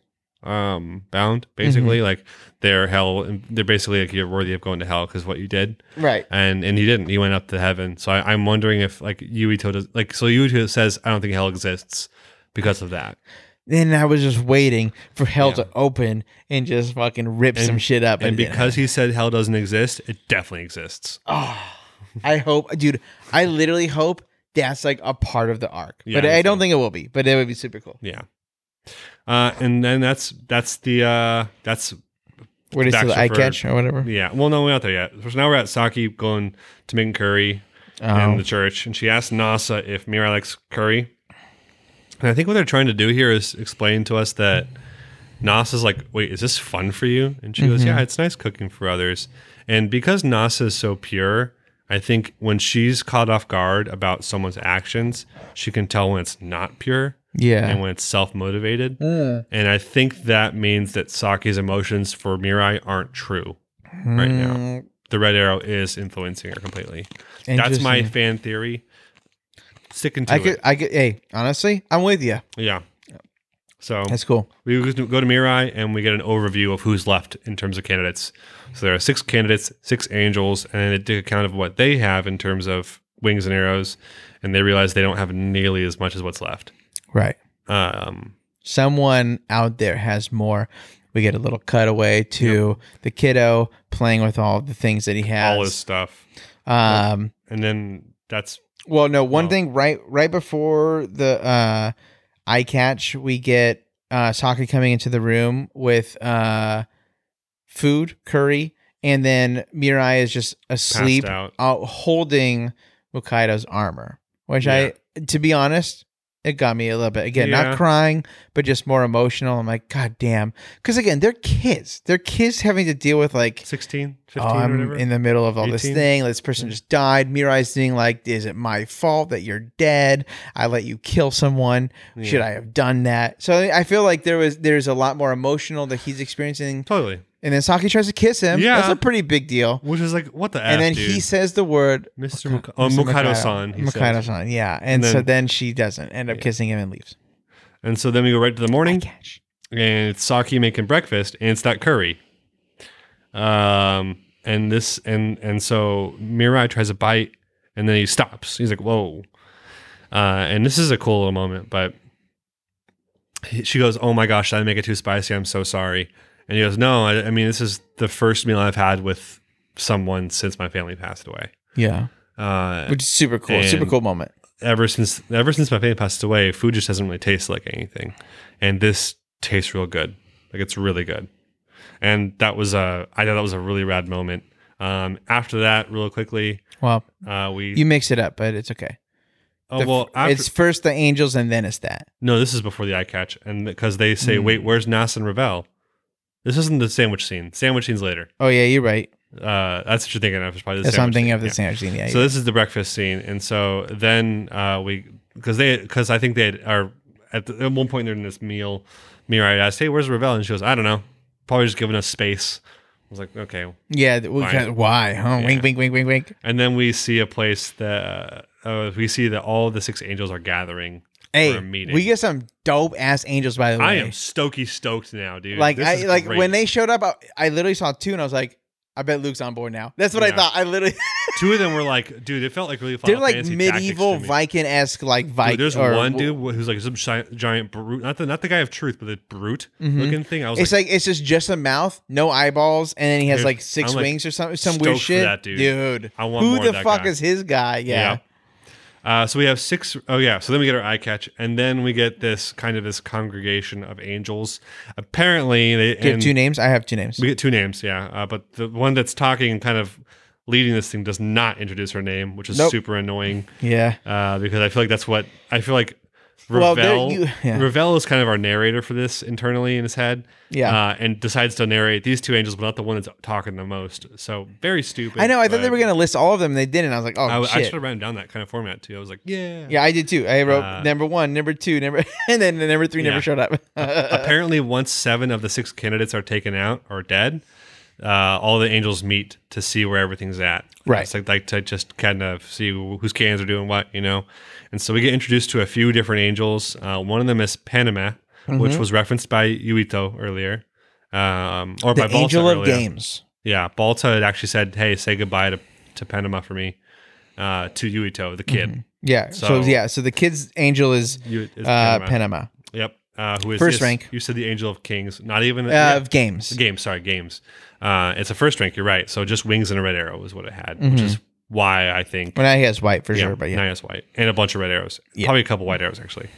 [SPEAKER 1] um bound basically
[SPEAKER 2] Mm-hmm.
[SPEAKER 1] like they're hell and they're basically like you're worthy of going to hell because what you did
[SPEAKER 2] Right.
[SPEAKER 1] and and he didn't. He went up to heaven. So I, I'm wondering if like Yuito does like so Yuito says I don't think hell exists because of that.
[SPEAKER 2] Then I was just waiting for hell to open and just fucking rip some shit up.
[SPEAKER 1] And
[SPEAKER 2] it didn't
[SPEAKER 1] because he said hell doesn't exist, it definitely exists.
[SPEAKER 2] "Ah." I hope, dude. I literally hope that's like a part of the arc,
[SPEAKER 1] Yeah,
[SPEAKER 2] but
[SPEAKER 1] me
[SPEAKER 2] I don't think it will be. But it would be super cool.
[SPEAKER 1] Yeah. Uh, and then that's that's the uh, that's
[SPEAKER 2] Where do you see
[SPEAKER 1] Baxter
[SPEAKER 2] the eye
[SPEAKER 1] for-
[SPEAKER 2] catch or whatever?
[SPEAKER 1] yeah. Well, no, we're not there yet. So now we're at Saki going to making curry in
[SPEAKER 2] Oh.
[SPEAKER 1] the church, and she asked Nasa if Mira likes curry. And I think what they're trying to do here is explain to us that Nasa's like, wait, is this fun for you? And she
[SPEAKER 2] Mm-hmm.
[SPEAKER 1] goes, yeah, it's nice cooking for others. And because Nasa is so pure, I think when she's caught off guard about someone's actions, she can tell when it's not pure and
[SPEAKER 2] yeah.
[SPEAKER 1] when it's self motivated. And I think that means that Saki's emotions for Mirai aren't true right now.
[SPEAKER 2] Mm,
[SPEAKER 1] The red arrow is influencing her completely. That's my
[SPEAKER 2] interesting.
[SPEAKER 1] fan theory. Sticking to
[SPEAKER 2] I could.
[SPEAKER 1] it.
[SPEAKER 2] I could. Hey, honestly, I'm with you.
[SPEAKER 1] Yeah. So
[SPEAKER 2] That's cool.
[SPEAKER 1] we go to go to Mirai and we get an overview of who's left in terms of candidates. So there are six candidates, six angels, and then it took account of what they have in terms of wings and arrows, and they realize they don't have nearly as much as what's left.
[SPEAKER 2] Right.
[SPEAKER 1] Um,
[SPEAKER 2] Someone out there has more. We get a little cutaway to the kiddo playing with all the things that he has.
[SPEAKER 1] all his stuff.
[SPEAKER 2] um.
[SPEAKER 1] And then that's
[SPEAKER 2] Well, no, one
[SPEAKER 1] Oh.
[SPEAKER 2] thing right right before the uh eye catch, we get uh Saki coming into the room with uh food, curry, and then Mirai is just
[SPEAKER 1] passed
[SPEAKER 2] asleep
[SPEAKER 1] out.
[SPEAKER 2] out holding Mokaido's armor. Which I to be honest, it got me a little bit. Again,
[SPEAKER 1] Yeah.
[SPEAKER 2] not crying, but just more emotional. I'm like, God damn. Cause again, they're kids. They're kids having to deal with like
[SPEAKER 1] 16, 15
[SPEAKER 2] oh,
[SPEAKER 1] or
[SPEAKER 2] I'm
[SPEAKER 1] whatever.
[SPEAKER 2] in the middle of all this
[SPEAKER 1] 18?
[SPEAKER 2] thing. This person just died. Mirai's being like, is it my fault that you're dead? I let you kill someone.
[SPEAKER 1] Yeah.
[SPEAKER 2] Should I have done that? So I feel like there was there's a lot more emotional that he's experiencing.
[SPEAKER 1] totally.
[SPEAKER 2] And then Saki tries to kiss him.
[SPEAKER 1] Yeah.
[SPEAKER 2] That's a pretty big deal.
[SPEAKER 1] Which is like, what the
[SPEAKER 2] and then
[SPEAKER 1] dude?
[SPEAKER 2] he says the word
[SPEAKER 1] Mr. Mok- oh, Mokaido-san. he says.
[SPEAKER 2] Mokaido-san, yeah.
[SPEAKER 1] And
[SPEAKER 2] And, so
[SPEAKER 1] then-
[SPEAKER 2] then she doesn't end up kissing him and leaves.
[SPEAKER 1] And so then we go right to the morning,
[SPEAKER 2] Catch.
[SPEAKER 1] and it's Saki making breakfast, and it's that curry. Um, and this, and and so Mirai tries a bite, and then he stops. He's like, "Whoa!" Uh, and this is a cool little moment, but he- she goes, "Oh my gosh, did I make it too spicy? I'm so sorry." And he goes, "No, I, I mean this is the first meal I've had with someone since my family passed away."
[SPEAKER 2] Yeah.
[SPEAKER 1] Uh,
[SPEAKER 2] Which is super cool.
[SPEAKER 1] And-
[SPEAKER 2] super cool moment.
[SPEAKER 1] ever since ever since my family passed away, food just doesn't really taste like anything, and this tastes real good. Like it's really good, and that was a I thought that was a really rad moment. Um, after that, real quickly,
[SPEAKER 2] Well,
[SPEAKER 1] uh, we
[SPEAKER 2] you mix it up, but it's okay.
[SPEAKER 1] oh
[SPEAKER 2] The f-
[SPEAKER 1] well after,
[SPEAKER 2] it's first the angels and then it's that.
[SPEAKER 1] no this is before the eye catch, and because they say
[SPEAKER 2] Mm.
[SPEAKER 1] wait where's Nas and Ravel? This isn't the sandwich scene. Sandwich scene's later.
[SPEAKER 2] Oh yeah, you're right.
[SPEAKER 1] Uh, that's what you're thinking of. It's probably the
[SPEAKER 2] That's
[SPEAKER 1] sandwich
[SPEAKER 2] something
[SPEAKER 1] scene.
[SPEAKER 2] of the
[SPEAKER 1] Yeah.
[SPEAKER 2] sandwich scene. Yeah.
[SPEAKER 1] So this is the breakfast scene, and so then uh, we because they because I think they are at, the, at one point they're in this meal. Mirai asked, "Hey, where's Ravel?" And she goes, "I don't know. Probably just giving us space." I was like, "Okay."
[SPEAKER 2] yeah. th- we
[SPEAKER 1] Fine.
[SPEAKER 2] got- why? Huh?
[SPEAKER 1] Yeah.
[SPEAKER 2] Wink, wink, wink, wink, wink.
[SPEAKER 1] And then we see a place that uh, we see that all the six angels are gathering.
[SPEAKER 2] Hey,
[SPEAKER 1] a meeting.
[SPEAKER 2] we get some dope ass angels. By the way,
[SPEAKER 1] I am stoky stoked now, dude.
[SPEAKER 2] like,
[SPEAKER 1] This
[SPEAKER 2] I
[SPEAKER 1] is
[SPEAKER 2] like
[SPEAKER 1] great.
[SPEAKER 2] when they showed up. I, I literally saw two, and I was like, I bet Luke's on board now. That's what I
[SPEAKER 1] Yeah.
[SPEAKER 2] thought. I literally
[SPEAKER 1] two of them were like, dude, it felt like really fun.
[SPEAKER 2] they're like medieval Viking esque like Viking.
[SPEAKER 1] Dude, there's one dude who's like some giant, giant brute, not the not the guy of truth, but the brute
[SPEAKER 2] Mhm.
[SPEAKER 1] looking thing. I was
[SPEAKER 2] It's
[SPEAKER 1] like,
[SPEAKER 2] like it's just just a mouth, no eyeballs, and then he has
[SPEAKER 1] Dude,
[SPEAKER 2] like 6
[SPEAKER 1] I'm, like,
[SPEAKER 2] wings or something, some weird
[SPEAKER 1] stoked for
[SPEAKER 2] shit.
[SPEAKER 1] that dude. I want
[SPEAKER 2] who
[SPEAKER 1] more of
[SPEAKER 2] the
[SPEAKER 1] that
[SPEAKER 2] fuck
[SPEAKER 1] guy.
[SPEAKER 2] is his guy? Yeah,
[SPEAKER 1] Uh, so we have six oh yeah. So then we get our eye catch, and then we get this kind of this congregation of angels. Apparently, they
[SPEAKER 2] Do you have
[SPEAKER 1] and
[SPEAKER 2] two names. I have two names.
[SPEAKER 1] we get two names. Yeah, uh, but the one that's talking and kind of leading this thing does not introduce her name, which is
[SPEAKER 2] Nope.
[SPEAKER 1] super annoying
[SPEAKER 2] yeah,
[SPEAKER 1] uh, because I feel like that's what I feel like.
[SPEAKER 2] Well, there
[SPEAKER 1] Ravel,
[SPEAKER 2] you- yeah.
[SPEAKER 1] Ravel is kind of our narrator for this internally in his head,
[SPEAKER 2] yeah.
[SPEAKER 1] uh, and decides to narrate these two angels, but not the one that's talking the most. So very stupid.
[SPEAKER 2] I know. I thought they
[SPEAKER 1] but
[SPEAKER 2] were gonna list all of them. and They didn't. I was like, oh
[SPEAKER 1] I,
[SPEAKER 2] shit.
[SPEAKER 1] I should have written down that kind of format too. I was like, yeah,
[SPEAKER 2] Yeah, I did too. I wrote
[SPEAKER 1] Uh,
[SPEAKER 2] number one, number two, number, and then the number three
[SPEAKER 1] Yeah.
[SPEAKER 2] never showed up.
[SPEAKER 1] apparently once seven of the six candidates are taken out or dead uh, all the angels meet to see where everything's at
[SPEAKER 2] Right.
[SPEAKER 1] it's like, like to just kind of see wh- whose cans are doing what you know and so we get introduced to a few different angels uh, one of them is panama
[SPEAKER 2] Mm-hmm.
[SPEAKER 1] which was referenced by yuito earlier um, or by
[SPEAKER 2] the
[SPEAKER 1] Balta
[SPEAKER 2] angel of
[SPEAKER 1] earlier.
[SPEAKER 2] games.
[SPEAKER 1] yeah balta had actually said hey say goodbye to, to panama for me uh, to yuito the kid
[SPEAKER 2] Yeah. So,
[SPEAKER 1] So-
[SPEAKER 2] yeah. So the kid's angel is,
[SPEAKER 1] You- it's
[SPEAKER 2] Mm-hmm. uh,
[SPEAKER 1] Panama.
[SPEAKER 2] Panama.
[SPEAKER 1] Yep. uh, who is
[SPEAKER 2] First
[SPEAKER 1] this-
[SPEAKER 2] rank.
[SPEAKER 1] You said the Angel of Kings, not even
[SPEAKER 2] Uh,
[SPEAKER 1] yeah,
[SPEAKER 2] Of games.
[SPEAKER 1] games. Sorry, games. Uh, it's a first rank. You're right. So just wings and a red arrow is what it had, which
[SPEAKER 2] Mm-hmm.
[SPEAKER 1] is why I think
[SPEAKER 2] Well, now he has white for
[SPEAKER 1] yeah,
[SPEAKER 2] sure, but yeah.
[SPEAKER 1] nine is white and a bunch of red arrows.
[SPEAKER 2] Yeah.
[SPEAKER 1] Probably a couple white arrows actually.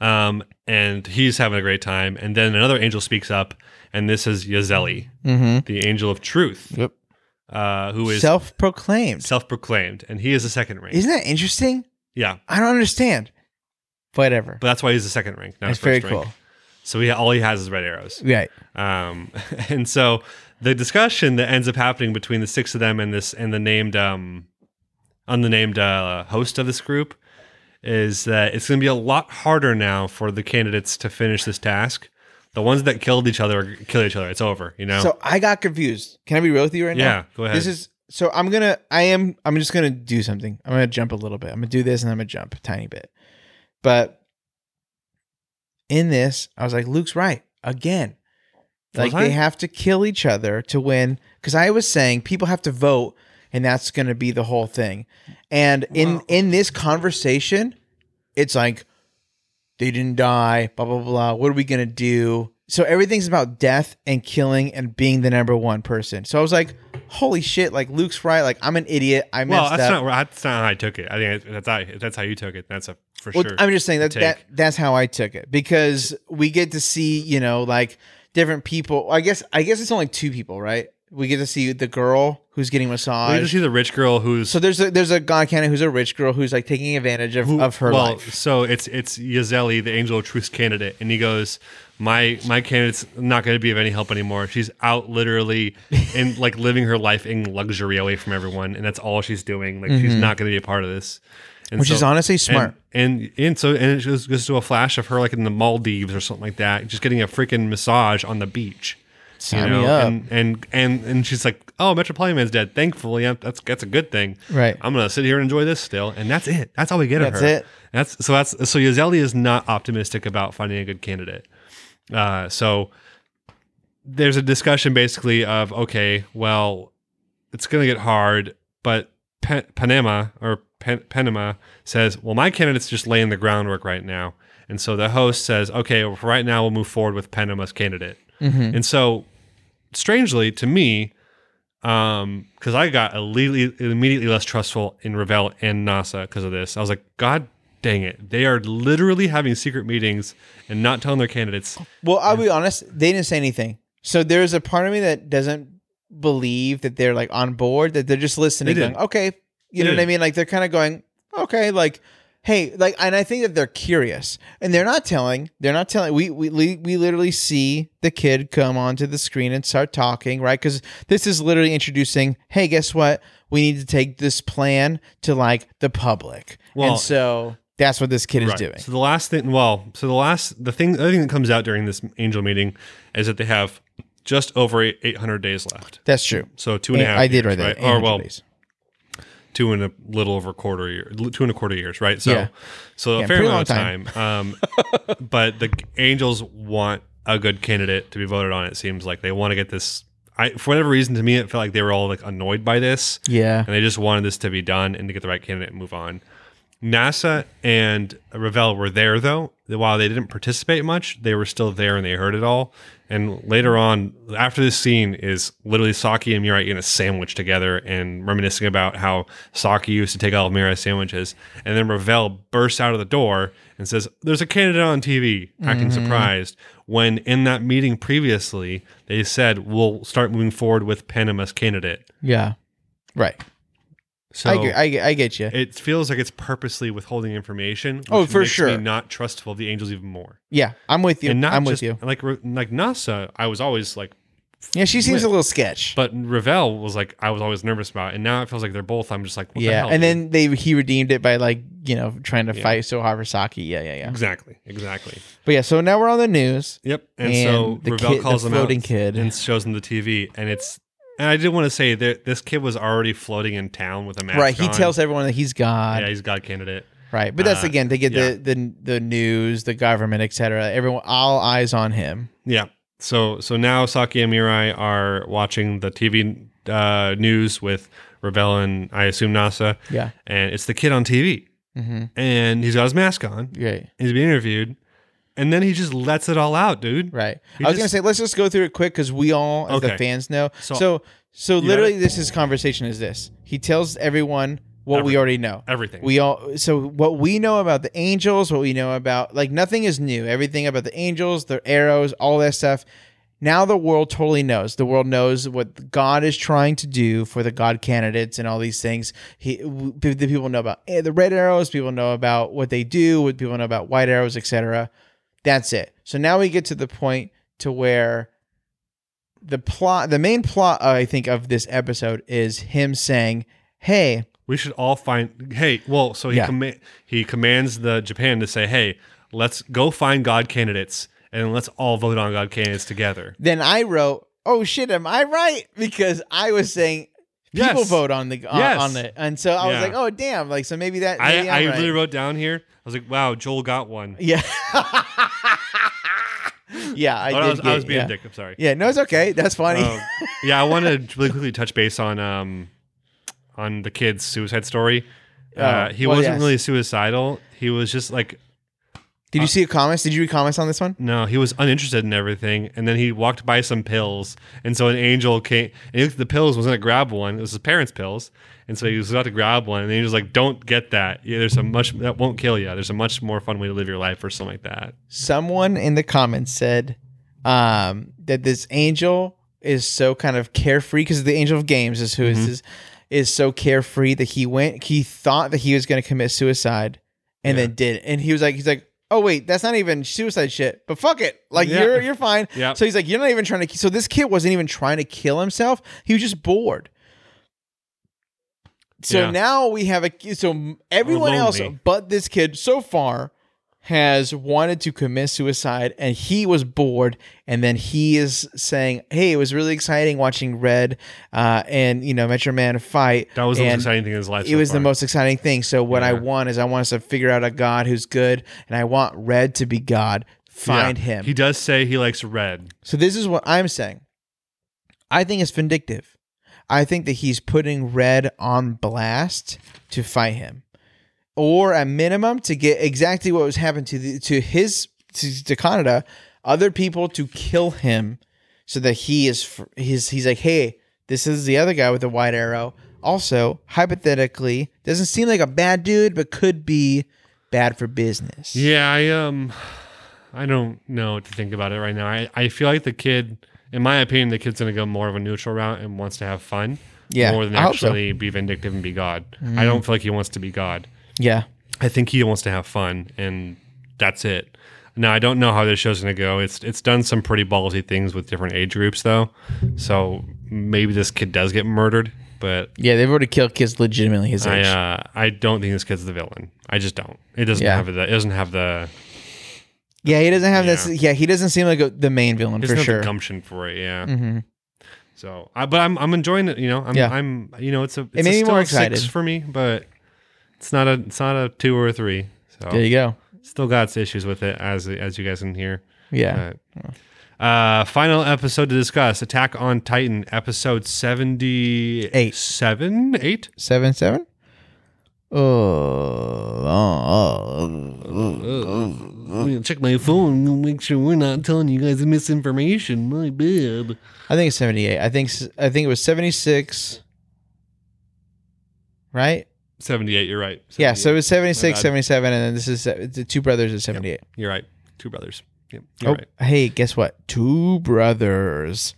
[SPEAKER 1] Um, and he's having a great time. And then another angel speaks up, and this is Yazeli,
[SPEAKER 2] Mm-hmm.
[SPEAKER 1] the angel of truth,
[SPEAKER 2] Yep.
[SPEAKER 1] uh, who is
[SPEAKER 2] Self-proclaimed.
[SPEAKER 1] self-proclaimed, and he is the second rank.
[SPEAKER 2] Isn't that interesting?
[SPEAKER 1] yeah,
[SPEAKER 2] I don't understand. Whatever.
[SPEAKER 1] but that's why he's the second rank, not
[SPEAKER 2] That's
[SPEAKER 1] his first
[SPEAKER 2] very
[SPEAKER 1] rank.
[SPEAKER 2] cool.
[SPEAKER 1] So he all he has is red arrows.
[SPEAKER 2] Right.
[SPEAKER 1] Um, and so the discussion that ends up happening between the six of them and this and the named um, unnamed uh, host of this group is that it's going to be a lot harder now for the candidates to finish this task. The ones that killed each other are- kill each other. It's over. You know.
[SPEAKER 2] So I got confused. Can I be real with you right now?
[SPEAKER 1] yeah. Go ahead.
[SPEAKER 2] This is so I'm gonna I am I'm just gonna do something. I'm gonna jump a little bit. I'm gonna do this and I'm gonna jump a tiny bit. But in this, I was like, Luke's right again.
[SPEAKER 1] Was
[SPEAKER 2] Like they
[SPEAKER 1] I?
[SPEAKER 2] have to kill each other to win. Because I was saying people have to vote, and that's gonna be the whole thing. And in in this conversation, it's like they didn't die, blah blah blah. What are we gonna do? So everything's about death and killing and being the number one person. So I was like, holy shit! Like Luke's right. Like I'm an idiot. I messed
[SPEAKER 1] well, that's
[SPEAKER 2] up.
[SPEAKER 1] not where- that's not how I took it. I think that's how, that's how you took it. That's a for
[SPEAKER 2] Well,
[SPEAKER 1] sure.
[SPEAKER 2] I'm just saying that,
[SPEAKER 1] take.
[SPEAKER 2] that that's how I took it because we get to see, you know, like different people. I guess I guess it's only two people, right? We get to see the girl who's getting
[SPEAKER 1] we just
[SPEAKER 2] massage.
[SPEAKER 1] see the rich girl who's
[SPEAKER 2] So there's a there's a God canon who's a rich girl who's like taking advantage of, of her
[SPEAKER 1] well,
[SPEAKER 2] life.
[SPEAKER 1] so it's it's Yazeli, the Angel of Truth candidate, and he goes, "My my candidate's not going to be of any help anymore. She's out literally in like living her life in luxury away from everyone, and that's all she's doing. Like she's not going to be a part of this." And
[SPEAKER 2] Mm-hmm. Which
[SPEAKER 1] so-
[SPEAKER 2] is honestly smart.
[SPEAKER 1] And, and and so and it just goes to a flash of her like in the Maldives or something like that, just getting a freaking massage on the beach. You
[SPEAKER 2] Sign me up.
[SPEAKER 1] and, and and and she's like, "Oh, Metropolitan Man's dead. Thankfully, I'm, that's that's a good thing.
[SPEAKER 2] Right.
[SPEAKER 1] I'm gonna sit here and enjoy this still, and that's it. That's all we get
[SPEAKER 2] That's
[SPEAKER 1] of her.
[SPEAKER 2] it.
[SPEAKER 1] That's so that's so Yazeli is not optimistic about finding a good candidate. Uh, so there's a discussion basically of okay, well, it's gonna get hard, but Pe- Panama or Pen- Panama says, well, my candidate's just laying the groundwork right now, and so the host says, okay, well, for right now we'll move forward with Panama's candidate,
[SPEAKER 2] Mm-hmm.
[SPEAKER 1] and so strangely to me, um, because I got immediately immediately less trustful in Revel and NASA because of this. I was like, God dang it, they are literally having secret meetings and not telling their candidates.
[SPEAKER 2] Well, I'll be honest, they didn't say anything. So there's a part of me that doesn't believe that they're like on board, that they're just listening,
[SPEAKER 1] They
[SPEAKER 2] going,
[SPEAKER 1] didn't.
[SPEAKER 2] okay, you know
[SPEAKER 1] They
[SPEAKER 2] what I mean? Like they're kind of going, okay, like, hey, like, and I think that they're curious and they're not telling, they're not telling. We we li- we literally see the kid come onto the screen and start talking, right? Because this is literally introducing, hey, guess what? We need to take this plan to like the public,
[SPEAKER 1] Well-
[SPEAKER 2] and so that's what this kid is
[SPEAKER 1] Right.
[SPEAKER 2] doing.
[SPEAKER 1] So the last thing, well, so the last the thing, the other thing that comes out during this angel meeting is that they have just over eight hundred days left.
[SPEAKER 2] That's true.
[SPEAKER 1] So two and a half.
[SPEAKER 2] I did
[SPEAKER 1] years,
[SPEAKER 2] right there.
[SPEAKER 1] Or
[SPEAKER 2] 800
[SPEAKER 1] well,
[SPEAKER 2] days.
[SPEAKER 1] two and a little over a quarter year, two and a quarter years, right? So,
[SPEAKER 2] Yeah.
[SPEAKER 1] so
[SPEAKER 2] Yeah,
[SPEAKER 1] a fair
[SPEAKER 2] pretty
[SPEAKER 1] amount of
[SPEAKER 2] long
[SPEAKER 1] time. Um, but the Angels want a good candidate to be voted on. It seems like they want to get this. I, for whatever reason, to me, it felt like they were all like annoyed by this,
[SPEAKER 2] yeah.
[SPEAKER 1] and they just wanted this to be done and to get the right candidate and move on. NASA and Ravel were there though. While they didn't participate much, they were still there and they heard it all. And later on, after this scene is literally Saki and Mirai in a sandwich together and reminiscing about how Saki used to take all of Mirai's sandwiches. And then Ravel bursts out of the door and says, There's a candidate on TV, acting surprised. When in that meeting previously, they said, We'll start moving forward with Panama's candidate.
[SPEAKER 2] Yeah. Right.
[SPEAKER 1] So
[SPEAKER 2] I, get, I, get, I get you.
[SPEAKER 1] it feels like it's purposely withholding information. Which
[SPEAKER 2] Oh, for
[SPEAKER 1] makes
[SPEAKER 2] sure.
[SPEAKER 1] Me not trustful of the angels even more,
[SPEAKER 2] yeah, I'm with you.
[SPEAKER 1] and not
[SPEAKER 2] I'm
[SPEAKER 1] just
[SPEAKER 2] with you.
[SPEAKER 1] like like NASA. I was always like,
[SPEAKER 2] Yeah, she seems
[SPEAKER 1] with-
[SPEAKER 2] a little sketch.
[SPEAKER 1] but Ravel was like, I was always nervous about, it. and now it feels like they're both. I'm just like, what the
[SPEAKER 2] yeah,
[SPEAKER 1] hell, dude?
[SPEAKER 2] and then they he redeemed it by like you know trying to fight so Harasaki. Yeah, yeah, yeah.
[SPEAKER 1] exactly, exactly.
[SPEAKER 2] But yeah, so now we're on the news.
[SPEAKER 1] Yep. And,
[SPEAKER 2] And
[SPEAKER 1] so
[SPEAKER 2] the
[SPEAKER 1] Ravel
[SPEAKER 2] kid- the
[SPEAKER 1] calls him out
[SPEAKER 2] floating kid.
[SPEAKER 1] and shows him the TV, and it's. And I did want to say that this kid was already floating in town with a mask.
[SPEAKER 2] right, he
[SPEAKER 1] on.
[SPEAKER 2] tells everyone that he's God.
[SPEAKER 1] Yeah, he's God candidate.
[SPEAKER 2] right, but that's
[SPEAKER 1] uh,
[SPEAKER 2] again to get
[SPEAKER 1] yeah.
[SPEAKER 2] the, the the news, the government, etc. Everyone, all eyes on him.
[SPEAKER 1] Yeah. So so now Saki and Mirai are watching the TV uh, news with Ravel and I assume NASA,
[SPEAKER 2] Yeah.
[SPEAKER 1] and it's the kid on TV,
[SPEAKER 2] Mm-hmm.
[SPEAKER 1] and he's got his mask on.
[SPEAKER 2] Right.
[SPEAKER 1] He's being interviewed, and then he just lets it all out, dude.
[SPEAKER 2] Right.
[SPEAKER 1] You
[SPEAKER 2] I
[SPEAKER 1] just-
[SPEAKER 2] was gonna say, let's just go through it quick because we all, as
[SPEAKER 1] Okay.
[SPEAKER 2] the fans, know.
[SPEAKER 1] So-
[SPEAKER 2] So, so,
[SPEAKER 1] got
[SPEAKER 2] literally, this is conversation is this. He tells everyone what
[SPEAKER 1] Everything.
[SPEAKER 2] we already know.
[SPEAKER 1] Everything.
[SPEAKER 2] We all so what we know about the angels, what we know about like nothing is new. Everything about the angels, their arrows, all that stuff. Now the world totally knows. The world knows what God is trying to do for the God candidates and all these things. He, w- the people know about eh, the red arrows. People know about what they do. What people know about white arrows, etc. That's it. So now we get to the point to where the plot, the main plot, uh, I think, of this episode is him saying, "Hey,
[SPEAKER 1] we should all find. Hey, well, so he
[SPEAKER 2] Yeah.
[SPEAKER 1] comma- he commands the Japan to say, hey, let's go find God candidates and let's all vote on God candidates together.
[SPEAKER 2] then I wrote, "Oh shit, am I right?" Because I was saying people
[SPEAKER 1] Yes.
[SPEAKER 2] vote on the on,
[SPEAKER 1] Yes.
[SPEAKER 2] on it, and so I was
[SPEAKER 1] Yeah.
[SPEAKER 2] like, "Oh damn!" Like so, maybe that.
[SPEAKER 1] I,
[SPEAKER 2] Maybe
[SPEAKER 1] I
[SPEAKER 2] am right.
[SPEAKER 1] literally wrote down here. I was like, wow, Joel got one.
[SPEAKER 2] yeah, yeah. I
[SPEAKER 1] Oh,
[SPEAKER 2] did.
[SPEAKER 1] I, was, I
[SPEAKER 2] get-
[SPEAKER 1] was being
[SPEAKER 2] yeah.
[SPEAKER 1] a dick. I'm sorry.
[SPEAKER 2] Yeah, no, it's okay. That's funny.
[SPEAKER 1] Um, yeah, I wanted to really quickly touch base on um, on the kid's suicide story. Uh,
[SPEAKER 2] Oh,
[SPEAKER 1] he
[SPEAKER 2] well,
[SPEAKER 1] wasn't
[SPEAKER 2] yes.
[SPEAKER 1] really suicidal. He was just like
[SPEAKER 2] Did
[SPEAKER 1] Uh,
[SPEAKER 2] you see the comments? Did you read comments on this one?
[SPEAKER 1] no, he was uninterested in everything. And then he walked by some pills, and so an angel came and he looked at the pills, was going to grab one. It was his parents' pills, and so he was about to grab one, and he was like, "Don't get that. Yeah, there's a much that won't kill you. There's a much more fun way to live your life, or something like that."
[SPEAKER 2] Someone in the comments said um, that this angel is so kind of carefree because the angel of games is who is
[SPEAKER 1] Mhm.
[SPEAKER 2] is is so carefree that he went. He thought that he was going to commit suicide, and
[SPEAKER 1] Yeah.
[SPEAKER 2] then did. And he was like, he's like, oh wait, that's not even suicide shit. But fuck it, like
[SPEAKER 1] Yeah.
[SPEAKER 2] you're you're fine.
[SPEAKER 1] Yeah.
[SPEAKER 2] So he's like, you're not even trying to. So this kid wasn't even trying to kill himself. He was just bored. So
[SPEAKER 1] Yeah.
[SPEAKER 2] now we have a so everyone else
[SPEAKER 1] lonely.
[SPEAKER 2] but this kid so far has wanted to commit suicide and he was bored and then he is saying hey it was really exciting watching red uh, and you know metro man fight
[SPEAKER 1] That was the most
[SPEAKER 2] And
[SPEAKER 1] exciting thing in his life.
[SPEAKER 2] it
[SPEAKER 1] so
[SPEAKER 2] was
[SPEAKER 1] far.
[SPEAKER 2] the most exciting thing. So what I
[SPEAKER 1] Yeah.
[SPEAKER 2] want is I want us to figure out a God who's good, and I want Red to be God.
[SPEAKER 1] Yeah.
[SPEAKER 2] Find him.
[SPEAKER 1] He does say he likes red.
[SPEAKER 2] so this is what I'm saying. I think it's vindictive. I think that he's putting Red on blast to fight him, or at minimum to get exactly what was happened to the, to his to, to Kanada, other people to kill him, so that he is fr- he's he's like, hey, this is the other guy with the white arrow. Also, hypothetically, doesn't seem like a bad dude, but could be bad for business.
[SPEAKER 1] Yeah, I um, I don't know what to think about it right now. I, I feel like the kid, in my opinion, the kid's gonna go more of a neutral route and wants to have fun,
[SPEAKER 2] Yeah,
[SPEAKER 1] more than
[SPEAKER 2] I hope so. Mm.
[SPEAKER 1] actually be vindictive and be God. I don't feel like he wants to be God.
[SPEAKER 2] Yeah.
[SPEAKER 1] I think he wants to have fun, and that's it. Now I don't know how this show's gonna go. It's it's done some pretty ballsy things with different age groups though, so maybe this kid does get murdered. But
[SPEAKER 2] Yeah, they've already killed kids legitimately his
[SPEAKER 1] I
[SPEAKER 2] age.
[SPEAKER 1] uh, I don't think this kid's the villain. I just don't. It doesn't
[SPEAKER 2] Yeah.
[SPEAKER 1] have the it doesn't have the
[SPEAKER 2] yeah, he doesn't have
[SPEAKER 1] Yeah.
[SPEAKER 2] this. Yeah, he doesn't seem like a, the main villain
[SPEAKER 1] There's
[SPEAKER 2] for
[SPEAKER 1] no
[SPEAKER 2] sure.
[SPEAKER 1] gumption for it, yeah.
[SPEAKER 2] Mhm.
[SPEAKER 1] So, I, but I'm I'm enjoying it. You know, I'm
[SPEAKER 2] Yeah.
[SPEAKER 1] I'm you know it's a it's
[SPEAKER 2] made
[SPEAKER 1] a
[SPEAKER 2] me
[SPEAKER 1] still
[SPEAKER 2] more
[SPEAKER 1] a six
[SPEAKER 2] excited.
[SPEAKER 1] for me, but it's not a it's not a two or a three. So
[SPEAKER 2] There you go.
[SPEAKER 1] still got its issues with it as as you guys can hear.
[SPEAKER 2] Yeah.
[SPEAKER 1] But, uh, final episode to discuss: Attack on Titan, episode seventy
[SPEAKER 2] Eight.
[SPEAKER 1] seven, eight.
[SPEAKER 2] Seven seven. Oh, oh, oh.
[SPEAKER 1] check my phone, and make sure we're not telling you guys misinformation. My bad.
[SPEAKER 2] I think it's seventy eight. I think s- I think it was seventy six. Right?
[SPEAKER 1] Seventy eight. You're right.
[SPEAKER 2] Yeah. So it was 76,
[SPEAKER 1] bad.
[SPEAKER 2] 77, and then this is uh, the two brothers is seventy eight.
[SPEAKER 1] you're right. Two brothers. Yep. You're
[SPEAKER 2] oh,
[SPEAKER 1] right.
[SPEAKER 2] hey, guess what? Two brothers.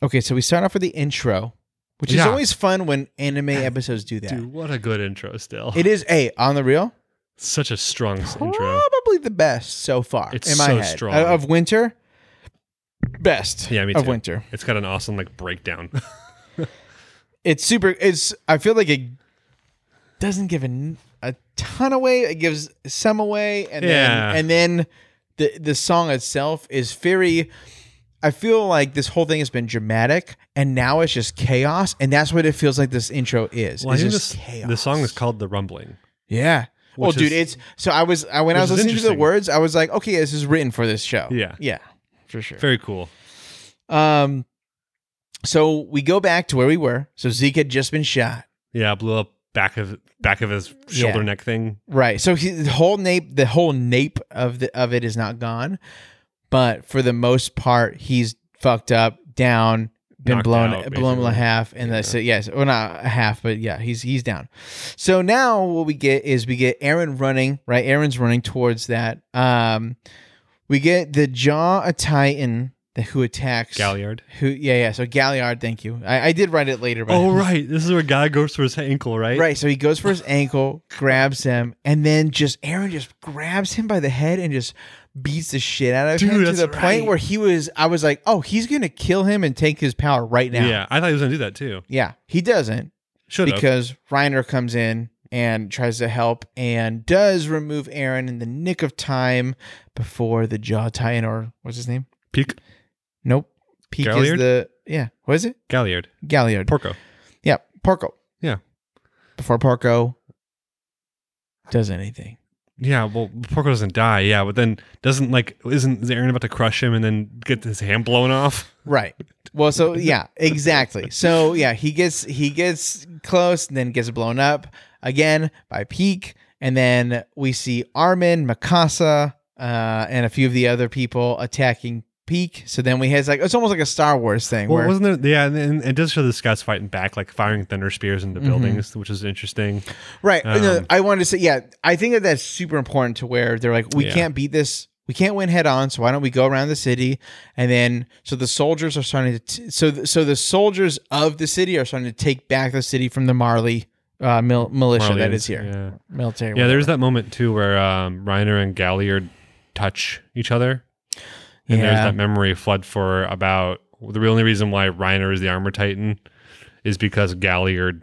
[SPEAKER 2] Okay, so we start off with the intro, which is
[SPEAKER 1] Yeah.
[SPEAKER 2] always fun when anime episodes do that.
[SPEAKER 1] Dude, what a good intro still.
[SPEAKER 2] It is a on the real,
[SPEAKER 1] Such a strong s- intro.
[SPEAKER 2] probably the best so far
[SPEAKER 1] It's
[SPEAKER 2] in my
[SPEAKER 1] so
[SPEAKER 2] head
[SPEAKER 1] strong.
[SPEAKER 2] Uh, of winter. Best,
[SPEAKER 1] Yeah, me
[SPEAKER 2] of
[SPEAKER 1] too.
[SPEAKER 2] winter.
[SPEAKER 1] It's got an awesome like breakdown.
[SPEAKER 2] It's super. It's I feel like it doesn't give a, a ton away. It gives some away, and
[SPEAKER 1] Yeah.
[SPEAKER 2] then and then the the song itself is very. I feel like this whole thing has been dramatic, and now it's just chaos, and that's what it feels like this intro is.
[SPEAKER 1] Well, I
[SPEAKER 2] it's
[SPEAKER 1] think
[SPEAKER 2] just
[SPEAKER 1] this,
[SPEAKER 2] chaos.
[SPEAKER 1] the song is called "The Rumbling."
[SPEAKER 2] Yeah. Well,
[SPEAKER 1] Which
[SPEAKER 2] dude,
[SPEAKER 1] is-
[SPEAKER 2] it's so I was I, when I
[SPEAKER 1] Which
[SPEAKER 2] was
[SPEAKER 1] is
[SPEAKER 2] listening to the
[SPEAKER 1] interesting.
[SPEAKER 2] words, I was like, okay, this is written for this show.
[SPEAKER 1] Yeah.
[SPEAKER 2] yeah, for sure.
[SPEAKER 1] Very cool.
[SPEAKER 2] Um, so we go back to where we were. So Zeke had just been shot.
[SPEAKER 1] Yeah, blew up back of back of his shoulder
[SPEAKER 2] Yeah.
[SPEAKER 1] neck thing.
[SPEAKER 2] Right. So he, the whole nape, the whole nape of the of it is not gone, but for the most part, he's fucked up, down, been
[SPEAKER 1] Knocked
[SPEAKER 2] blown,
[SPEAKER 1] out,
[SPEAKER 2] blown
[SPEAKER 1] basically.
[SPEAKER 2] a half, and that's it. Yes, well, not a half, but yeah, he's he's down. So now what we get is we get Aaron running. Right, Aaron's running towards that. Um, we get the jaw a titan that who attacks
[SPEAKER 1] Galliard.
[SPEAKER 2] Who? Yeah, yeah. So Galliard. Thank you. I, I did write it later. But
[SPEAKER 1] Oh right, this is where guy goes for his ankle, right?
[SPEAKER 2] Right. So he goes for his ankle, grabs him, and then just Aaron just grabs him by the head and just beats the shit out of
[SPEAKER 1] Dude,
[SPEAKER 2] him to
[SPEAKER 1] that's
[SPEAKER 2] the
[SPEAKER 1] right.
[SPEAKER 2] point where he was. I was like, oh, he's gonna kill him and take his power right now.
[SPEAKER 1] Yeah, I thought he was gonna do that too.
[SPEAKER 2] Yeah. He doesn't
[SPEAKER 1] Should have.
[SPEAKER 2] because Reiner comes in and tries to help and does remove Aaron in the nick of time before the jaw titan or what's his name?
[SPEAKER 1] Peak
[SPEAKER 2] Nope. Peak
[SPEAKER 1] Galliard?
[SPEAKER 2] is the yeah. What is it?
[SPEAKER 1] Galliard.
[SPEAKER 2] Galliard.
[SPEAKER 1] Porco.
[SPEAKER 2] yeah. Porco.
[SPEAKER 1] Yeah.
[SPEAKER 2] Before Porco does anything.
[SPEAKER 1] Yeah, well, Porco doesn't die. Yeah, but then doesn't like isn't Aaron about to crush him and then get his hand blown off?
[SPEAKER 2] Right. Well, so yeah, exactly. So yeah, he gets he gets close, and then gets blown up again by Peak, and then we see Armin, Mikasa, uh, and a few of the other people attacking Peak. So then we has like it's almost like a Star Wars thing
[SPEAKER 1] Well,
[SPEAKER 2] where
[SPEAKER 1] wasn't there? Yeah, and, and it does show the Scots fighting back, like firing thunder spears into
[SPEAKER 2] Mhm.
[SPEAKER 1] buildings, which is interesting.
[SPEAKER 2] Right. no,
[SPEAKER 1] Um,
[SPEAKER 2] I wanted to say, yeah, I think that that's super important to where they're like, we
[SPEAKER 1] Yeah.
[SPEAKER 2] can't beat this. We can't win head on. So why don't we go around the city? And then, so the soldiers are starting to, t- so, th- so the soldiers of the city are starting to take back the city from the Marley uh, mil- militia that
[SPEAKER 1] Marlians,
[SPEAKER 2] is here.
[SPEAKER 1] Yeah.
[SPEAKER 2] Military.
[SPEAKER 1] Yeah, there's
[SPEAKER 2] whatever.
[SPEAKER 1] that moment too where um, Reiner and Galliard touch each other, and there's
[SPEAKER 2] Yeah.
[SPEAKER 1] that memory flood for about the only reason why Reiner is the armor titan is because Galliard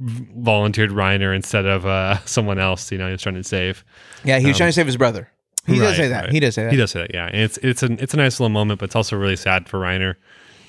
[SPEAKER 1] v- volunteered Reiner instead of uh, someone else. You know, he was trying to save.
[SPEAKER 2] yeah, he was
[SPEAKER 1] um,
[SPEAKER 2] trying to save his brother. He does
[SPEAKER 1] Right,
[SPEAKER 2] say that.
[SPEAKER 1] right.
[SPEAKER 2] He does say that.
[SPEAKER 1] He does say that, yeah. And it's it's an it's a nice little moment, but it's also really sad for Reiner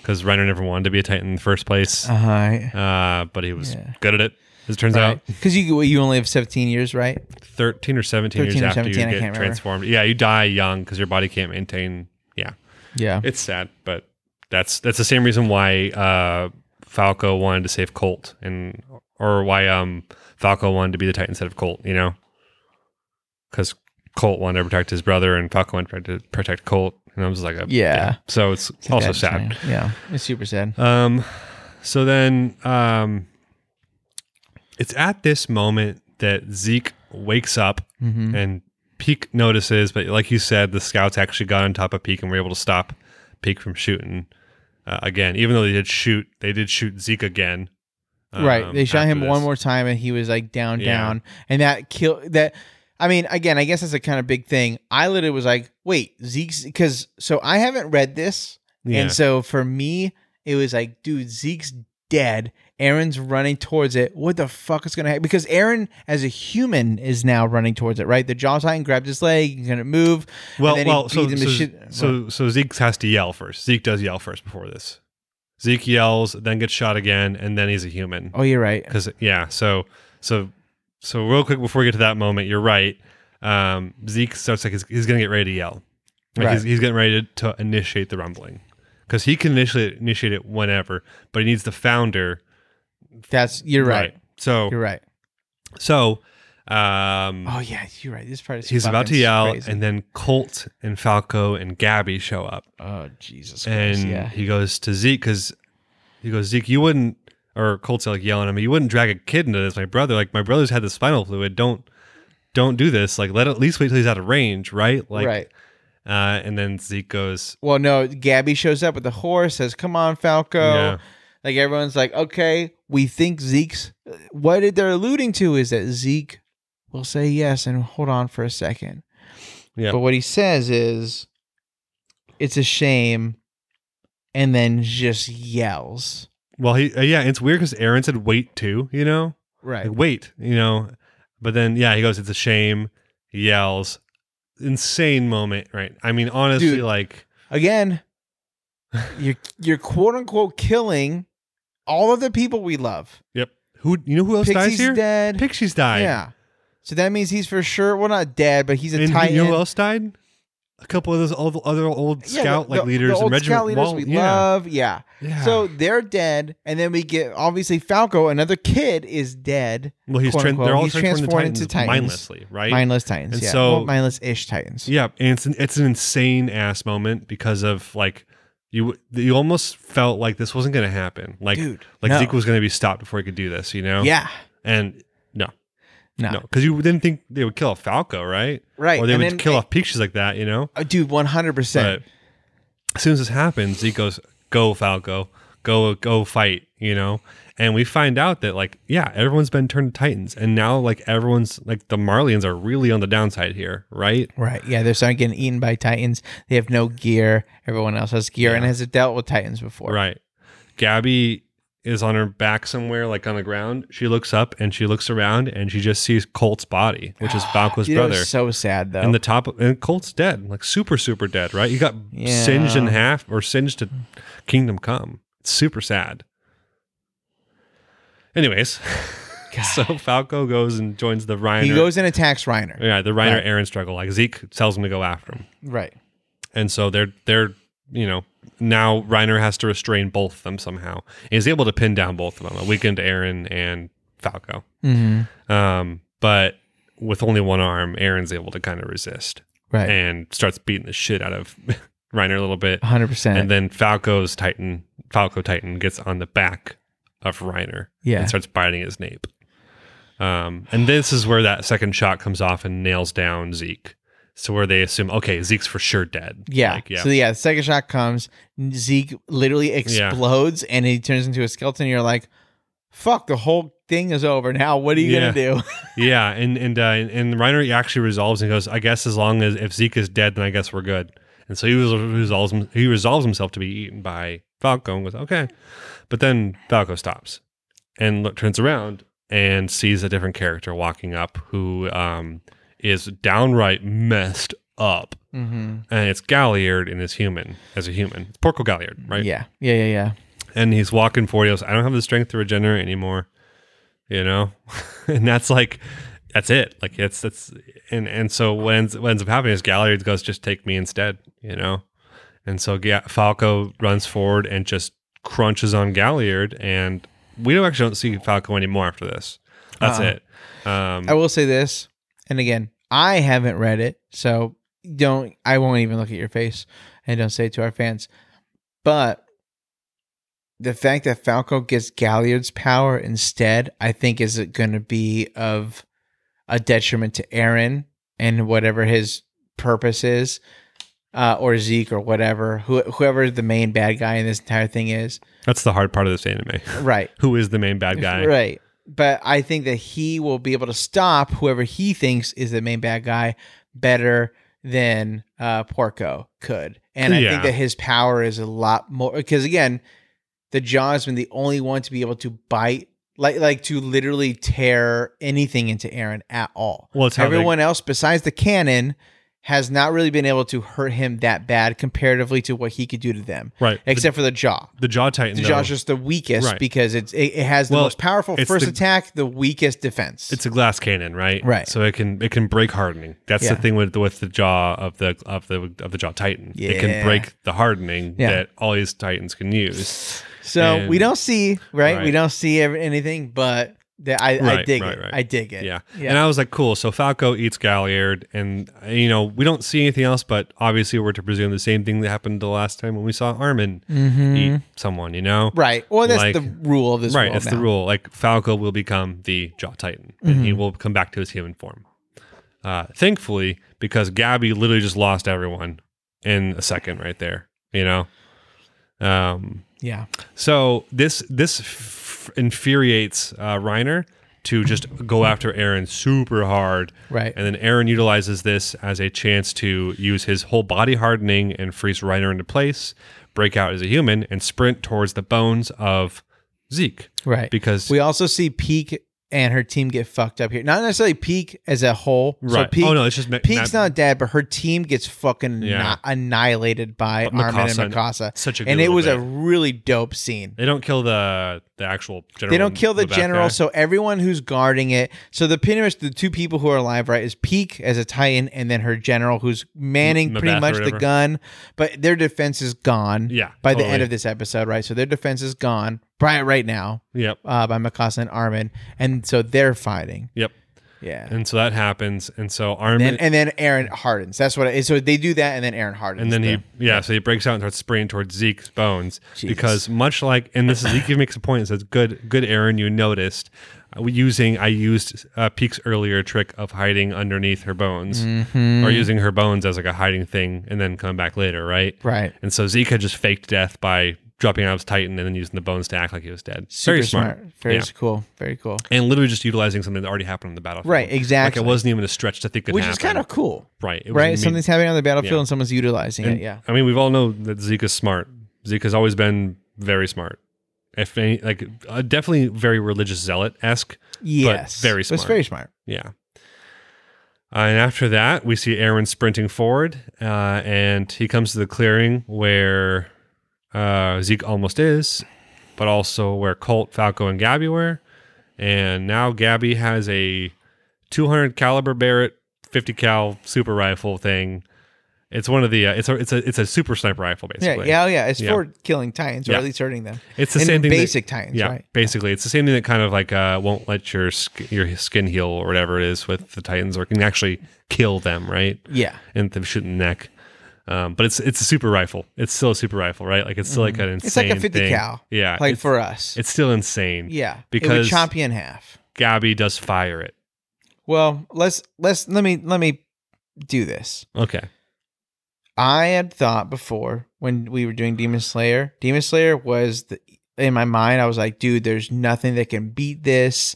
[SPEAKER 1] because Reiner never wanted to be a titan in the first place,
[SPEAKER 2] Uh-huh.
[SPEAKER 1] uh, but he was
[SPEAKER 2] Yeah.
[SPEAKER 1] good at it. As it turns out,
[SPEAKER 2] Because you you only have 17 years, right?
[SPEAKER 1] 13 or 17 years
[SPEAKER 2] 13 or
[SPEAKER 1] after
[SPEAKER 2] 17, I
[SPEAKER 1] you
[SPEAKER 2] can't
[SPEAKER 1] get
[SPEAKER 2] remember.
[SPEAKER 1] transformed. Yeah, you die young because your body can't maintain. Yeah,
[SPEAKER 2] Yeah.
[SPEAKER 1] it's sad, but that's that's the same reason why uh, Falco wanted to save Colt and or why um, Falco wanted to be the Titan instead of Colt. You know, because Colt wanted to protect his brother and Falco wanted to protect Colt, and I was like, a,
[SPEAKER 2] Yeah.
[SPEAKER 1] So it's also
[SPEAKER 2] That's
[SPEAKER 1] sad.
[SPEAKER 2] fine. Yeah. It's super sad.
[SPEAKER 1] Um, so then, um, it's at this moment that Zeke wakes up
[SPEAKER 2] hmm
[SPEAKER 1] and Peak notices, but like you said, the scouts actually got on top of Peak and were able to stop Peak from shooting uh, again. Even though they did shoot, they did shoot Zeke again.
[SPEAKER 2] right.
[SPEAKER 1] um,
[SPEAKER 2] They shot
[SPEAKER 1] after
[SPEAKER 2] him one
[SPEAKER 1] this.
[SPEAKER 2] more time and he was like down,
[SPEAKER 1] Yeah.
[SPEAKER 2] down. And that kill that I mean, again, I guess that's a kind of big thing. I literally was like, wait, Zeke's because so I haven't read this.
[SPEAKER 1] Yeah.
[SPEAKER 2] And so for me, it was like, dude, Zeke's dead. Aaron's running towards it. What the fuck is gonna happen? Because Aaron, as a human, is now running towards it, right? The jaw titan grabbed his leg, he's gonna move.
[SPEAKER 1] well,
[SPEAKER 2] then he
[SPEAKER 1] well, so
[SPEAKER 2] beat him
[SPEAKER 1] so,
[SPEAKER 2] to shit.
[SPEAKER 1] so so Zeke has to yell first. Zeke does yell first before this. Zeke yells, then gets shot again, and then he's a human.
[SPEAKER 2] Oh, you're right.
[SPEAKER 1] because yeah so so so real quick before we get to that moment you're right um zeke starts like he's, he's gonna get ready to yell like he's,
[SPEAKER 2] Right.
[SPEAKER 1] he's getting ready to, to initiate the rumbling because he can initiate, initiate it whenever but he needs the founder
[SPEAKER 2] That's you're right.
[SPEAKER 1] so
[SPEAKER 2] You're right.
[SPEAKER 1] so um
[SPEAKER 2] Oh yeah, you're right. This part is
[SPEAKER 1] he's about to
[SPEAKER 2] fucking
[SPEAKER 1] yell
[SPEAKER 2] crazy.
[SPEAKER 1] and then colt and falco and gabby show up
[SPEAKER 2] oh Jesus Christ.
[SPEAKER 1] and
[SPEAKER 2] yeah.
[SPEAKER 1] he goes to Zeke because he goes Zeke, you wouldn't or Colt's like yelling at me, you wouldn't drag a kid into this, my brother. Like my brother's had the spinal fluid. Don't don't do this. Like let at least wait till he's out of range, right? Like,
[SPEAKER 2] right.
[SPEAKER 1] Uh, and then Zeke goes,
[SPEAKER 2] Well, no, Gabby shows up with the horse, says, Come on, Falco.
[SPEAKER 1] Yeah.
[SPEAKER 2] Like everyone's like, Okay, we think Zeke's. uh, What they're alluding to is that Zeke will say yes and hold on for a second.
[SPEAKER 1] Yeah.
[SPEAKER 2] But what he says is, It's a shame. And then just yells.
[SPEAKER 1] well, he uh, yeah, it's weird because Aaron said wait too, you know,
[SPEAKER 2] Right.
[SPEAKER 1] like wait, you know, but then yeah, he goes, it's a shame. He yells, insane moment, right? I mean, honestly,
[SPEAKER 2] Dude.
[SPEAKER 1] like
[SPEAKER 2] Again, you're, you're quote unquote killing all of the people we love.
[SPEAKER 1] yep. Who you know who else dies
[SPEAKER 2] Pixie's
[SPEAKER 1] here?
[SPEAKER 2] dead.
[SPEAKER 1] Pixie's died.
[SPEAKER 2] Yeah. So that means he's for sure, well, not dead, but he's a
[SPEAKER 1] And who-
[SPEAKER 2] titan.
[SPEAKER 1] you know who else died? a couple of those old, other old scout like leaders
[SPEAKER 2] the old
[SPEAKER 1] and regiment
[SPEAKER 2] scout leaders
[SPEAKER 1] Wal-
[SPEAKER 2] we
[SPEAKER 1] yeah.
[SPEAKER 2] love. Yeah.
[SPEAKER 1] yeah.
[SPEAKER 2] So they're dead, and then we get obviously Falco, another kid, is dead.
[SPEAKER 1] well, he's
[SPEAKER 2] quote
[SPEAKER 1] tran-
[SPEAKER 2] unquote,
[SPEAKER 1] they're all
[SPEAKER 2] he's
[SPEAKER 1] transformed into
[SPEAKER 2] transformed
[SPEAKER 1] titans,
[SPEAKER 2] into Titans.
[SPEAKER 1] mindlessly, right?
[SPEAKER 2] Mindless Titans,
[SPEAKER 1] And
[SPEAKER 2] yeah.
[SPEAKER 1] so-
[SPEAKER 2] well, mindless-ish Titans.
[SPEAKER 1] Yeah, and it's an, it's an insane ass moment because of like you you almost felt like this wasn't going to happen. Like
[SPEAKER 2] Dude,
[SPEAKER 1] like
[SPEAKER 2] no.
[SPEAKER 1] Zeke was going to be stopped before he could do this, you know?
[SPEAKER 2] Yeah.
[SPEAKER 1] And no.
[SPEAKER 2] No.
[SPEAKER 1] No, because you didn't think they would kill off Falco, right?
[SPEAKER 2] Right.
[SPEAKER 1] Or they
[SPEAKER 2] and
[SPEAKER 1] would
[SPEAKER 2] then, eh,
[SPEAKER 1] kill off Peaches like that, you know?
[SPEAKER 2] uh, dude, one hundred
[SPEAKER 1] But
[SPEAKER 2] percent.
[SPEAKER 1] as soon as this happens, Zeke goes, "Go Falco, go go fight," you know. And we find out that like, yeah, everyone's been turned to Titans, and now like everyone's like the Marlians are really on the downside here, right?
[SPEAKER 2] Right. Yeah. They're starting getting eaten by Titans. They have no gear. Everyone else has gear and
[SPEAKER 1] Yeah.
[SPEAKER 2] has dealt with Titans before.
[SPEAKER 1] Right. Gabby is on her back somewhere, like on the ground. She looks up and she looks around and she just sees Colt's body, which is Falco's
[SPEAKER 2] Dude, that was
[SPEAKER 1] brother.
[SPEAKER 2] so sad though.
[SPEAKER 1] and the top of, and Colt's dead, like super, super dead, right? You got singed in
[SPEAKER 2] Yeah.
[SPEAKER 1] half or singed to Kingdom Come. It's super sad. Anyways,
[SPEAKER 2] God.
[SPEAKER 1] so Falco goes and joins the Reiner.
[SPEAKER 2] he goes and attacks Reiner.
[SPEAKER 1] yeah, the Reiner
[SPEAKER 2] Right.
[SPEAKER 1] Aaron struggle. Like Zeke tells him to go after him.
[SPEAKER 2] Right.
[SPEAKER 1] And so they're they're you know now Reiner has to restrain both of them somehow. And he's able to pin down both of them, a weakened Aaron and Falco.
[SPEAKER 2] hmm
[SPEAKER 1] Um, but with only one arm, Aaron's able to kind of resist
[SPEAKER 2] Right.
[SPEAKER 1] and starts beating the shit out of Reiner a little bit.
[SPEAKER 2] One hundred percent.
[SPEAKER 1] And then Falco's Titan, Falco Titan, gets on the back of Reiner
[SPEAKER 2] Yeah.
[SPEAKER 1] and starts biting his nape. Um, and this is where that second shot comes off and nails down Zeke. So where they assume, okay, Zeke's for sure dead.
[SPEAKER 2] Yeah.
[SPEAKER 1] Like, yeah.
[SPEAKER 2] So yeah, the second shot comes. Zeke literally explodes and he turns into a skeleton. You're like, fuck, the whole thing is over now. What are you
[SPEAKER 1] Yeah.
[SPEAKER 2] gonna do?
[SPEAKER 1] Yeah, and and uh, and Reiner actually resolves and goes, I guess as long as if Zeke is dead, then I guess we're good. And so he was, resolves him- he resolves himself to be eaten by Falco and goes, okay. But then Falco stops and look, turns around and sees a different character walking up who um, is downright messed up,
[SPEAKER 2] mm-hmm.
[SPEAKER 1] and it's Galliard and is human as a human. It's Porco Galliard, right?
[SPEAKER 2] Yeah. Yeah. Yeah. Yeah.
[SPEAKER 1] and he's walking forward. He goes, I don't have the strength to regenerate anymore. You know? and that's like that's it. Like it's that's and and so what ends what ends up happening is Galliard goes, just take me instead, you know? And so Ga- Falco runs forward and just crunches on Galliard and we don't actually don't see Falco anymore after this. That's
[SPEAKER 2] Uh-uh.
[SPEAKER 1] it. Um
[SPEAKER 2] I will say this, and again, I haven't read it, so don't. I won't even look at your face, and don't say it to our fans. But the fact that Falco gets Galliard's power instead, I think, is going to be of a detriment to Aaron and whatever his purpose is, uh, or Zeke or whatever, who, whoever the main bad guy in this entire thing is.
[SPEAKER 1] that's the hard part of this anime.
[SPEAKER 2] Right.
[SPEAKER 1] Who is the main bad guy?
[SPEAKER 2] Right. But I think that he will be able to stop whoever he thinks is the main bad guy better than uh, Porco could. And I
[SPEAKER 1] Yeah.
[SPEAKER 2] think that his power is a lot more because again, the jaw has been the only one to be able to bite like like to literally tear anything into Aaron at all.
[SPEAKER 1] Well, it's how they-
[SPEAKER 2] Everyone else besides the cannon has not really been able to hurt him that bad comparatively to what he could do to them,
[SPEAKER 1] Right.
[SPEAKER 2] except for the jaw.
[SPEAKER 1] the, the Jaw Titan.
[SPEAKER 2] The
[SPEAKER 1] though,
[SPEAKER 2] jaw's just the weakest
[SPEAKER 1] Right.
[SPEAKER 2] because it's it, it has the
[SPEAKER 1] Well,
[SPEAKER 2] most powerful
[SPEAKER 1] it's
[SPEAKER 2] first
[SPEAKER 1] the-
[SPEAKER 2] attack, the weakest defense.
[SPEAKER 1] It's a glass cannon, right?
[SPEAKER 2] Right.
[SPEAKER 1] So it can it can break hardening. That's
[SPEAKER 2] Yeah.
[SPEAKER 1] the thing with with the jaw of the of the of the jaw titan. It
[SPEAKER 2] Yeah.
[SPEAKER 1] can break the hardening
[SPEAKER 2] Yeah.
[SPEAKER 1] that all these titans can use.
[SPEAKER 2] so
[SPEAKER 1] and-
[SPEAKER 2] we don't see right? we
[SPEAKER 1] Right.
[SPEAKER 2] don't see ev- anything, but that I, I
[SPEAKER 1] Right,
[SPEAKER 2] dig
[SPEAKER 1] right,
[SPEAKER 2] it.
[SPEAKER 1] right.
[SPEAKER 2] I dig it.
[SPEAKER 1] Yeah.
[SPEAKER 2] yeah,
[SPEAKER 1] And I was like, cool. So Falco eats Galliard, and uh, you know we don't see anything else, but obviously we're to presume the same thing that happened the last time when we saw Armin
[SPEAKER 2] Mhm.
[SPEAKER 1] eat someone. You know.
[SPEAKER 2] right. Well, that's
[SPEAKER 1] Like-
[SPEAKER 2] the rule of this.
[SPEAKER 1] Right,
[SPEAKER 2] world
[SPEAKER 1] that's the
[SPEAKER 2] now. Mm-hmm.
[SPEAKER 1] rule. Like Falco will become the Jaw Titan, and he will come back to his human form. Uh, thankfully, because Gabby literally just lost everyone in a second, right there. You know, um,
[SPEAKER 2] Yeah,
[SPEAKER 1] so this this f- infuriates uh, Reiner to just go after Aaron super hard,
[SPEAKER 2] right.
[SPEAKER 1] and then Aaron utilizes this as a chance to use his whole body hardening and freeze Reiner into place, break out as a human, and sprint towards the bones of Zeke
[SPEAKER 2] right.
[SPEAKER 1] because
[SPEAKER 2] we also see Peak and her team get fucked up here. Not necessarily Peak as a whole. So
[SPEAKER 1] right.
[SPEAKER 2] Peak,
[SPEAKER 1] oh no, it's just Ma-
[SPEAKER 2] Peak's
[SPEAKER 1] Ma-
[SPEAKER 2] not dead, but her team gets fucking
[SPEAKER 1] Yeah.
[SPEAKER 2] not annihilated by
[SPEAKER 1] But
[SPEAKER 2] Armin and
[SPEAKER 1] Mikasa-
[SPEAKER 2] Mikasa.
[SPEAKER 1] such a good
[SPEAKER 2] And it
[SPEAKER 1] little
[SPEAKER 2] was a
[SPEAKER 1] bit.
[SPEAKER 2] really dope scene.
[SPEAKER 1] They don't kill the the actual general.
[SPEAKER 2] They don't kill the,
[SPEAKER 1] bad
[SPEAKER 2] general,
[SPEAKER 1] guy.
[SPEAKER 2] so everyone who's guarding it. So the pretty much the two people who are alive, right, is Peak as a Titan, and then her general who's manning
[SPEAKER 1] M- Mbath
[SPEAKER 2] pretty
[SPEAKER 1] or
[SPEAKER 2] much the
[SPEAKER 1] whatever.
[SPEAKER 2] gun. But their defense is gone.
[SPEAKER 1] Yeah,
[SPEAKER 2] By the
[SPEAKER 1] totally.
[SPEAKER 2] end of this episode, right? So their defense is gone right right now
[SPEAKER 1] Yep.
[SPEAKER 2] uh, by Mikasa and Armin, and so they're fighting.
[SPEAKER 1] Yep.
[SPEAKER 2] Yeah. And
[SPEAKER 1] And so that happens. And so Armin.
[SPEAKER 2] then, and then Aaron hardens. That's what. It is. So they do that, and then Aaron hardens.
[SPEAKER 1] and then
[SPEAKER 2] the-
[SPEAKER 1] he, yeah, so he breaks out and starts spraying towards Zeke's bones
[SPEAKER 2] Jesus.
[SPEAKER 1] because much like, and this is Zeke makes a point and says, "Good, good, Aaron, you noticed uh, using I used uh, Peek's earlier trick of hiding underneath her bones,
[SPEAKER 2] Mm-hmm.
[SPEAKER 1] or using her bones as like a hiding thing, and then come back later, right?
[SPEAKER 2] Right.
[SPEAKER 1] And so Zeke had just faked death by dropping out of his Titan and then using the bones to act like he was dead. Very
[SPEAKER 2] Super
[SPEAKER 1] smart,
[SPEAKER 2] Very
[SPEAKER 1] Yeah.
[SPEAKER 2] cool. Very cool.
[SPEAKER 1] and literally just utilizing something that already happened on the battlefield,
[SPEAKER 2] Right,
[SPEAKER 1] Like
[SPEAKER 2] exactly.
[SPEAKER 1] it wasn't even a stretch to think it
[SPEAKER 2] Which
[SPEAKER 1] happen.
[SPEAKER 2] is kind of cool,
[SPEAKER 1] right, it was
[SPEAKER 2] right?
[SPEAKER 1] imme-
[SPEAKER 2] Something's happening on the battlefield, and someone's utilizing it. Yeah.
[SPEAKER 1] I mean, we've all know that Zeke is smart. Zeke has always been very smart. If any, like uh, definitely very religious zealot esque.
[SPEAKER 2] Yes.
[SPEAKER 1] very
[SPEAKER 2] It's
[SPEAKER 1] smart.
[SPEAKER 2] very smart.
[SPEAKER 1] Yeah. Uh, and after that, we see Aaron sprinting forward, uh, and he comes to the clearing where uh, Zeke almost is, but also where Colt, Falco, and Gabby were. And now Gabby has a 200 caliber Barrett 50 cal super rifle thing. It's one of the uh, it's a it's a it's a super sniper rifle
[SPEAKER 2] Yeah,
[SPEAKER 1] basically.
[SPEAKER 2] yeah, oh, yeah. It's
[SPEAKER 1] Yeah.
[SPEAKER 2] for killing titans, or
[SPEAKER 1] Yeah.
[SPEAKER 2] at least hurting them.
[SPEAKER 1] It's the
[SPEAKER 2] And
[SPEAKER 1] same thing. that-
[SPEAKER 2] Basic titans,
[SPEAKER 1] yeah,
[SPEAKER 2] right?
[SPEAKER 1] basically, it's the same thing that kind of like uh, won't let your sk- your skin heal or whatever it is with the Titans, or can actually kill them, right?
[SPEAKER 2] Yeah,
[SPEAKER 1] And they shoot in the neck. Um, but it's it's a super rifle. It's still a super rifle, right? Like it's still like an insane.
[SPEAKER 2] Mm-hmm. It's like a 50
[SPEAKER 1] thing.
[SPEAKER 2] cal.
[SPEAKER 1] Yeah,
[SPEAKER 2] like
[SPEAKER 1] it's,
[SPEAKER 2] for us.
[SPEAKER 1] it's still insane.
[SPEAKER 2] yeah, it would
[SPEAKER 1] because-
[SPEAKER 2] chop you in half.
[SPEAKER 1] Gabby does fire it.
[SPEAKER 2] Well, let's let's let me let me do this.
[SPEAKER 1] Okay,
[SPEAKER 2] I had thought before when we were doing Demon Slayer. Demon Slayer was the in my mind. I was like, dude, there's nothing that can beat this.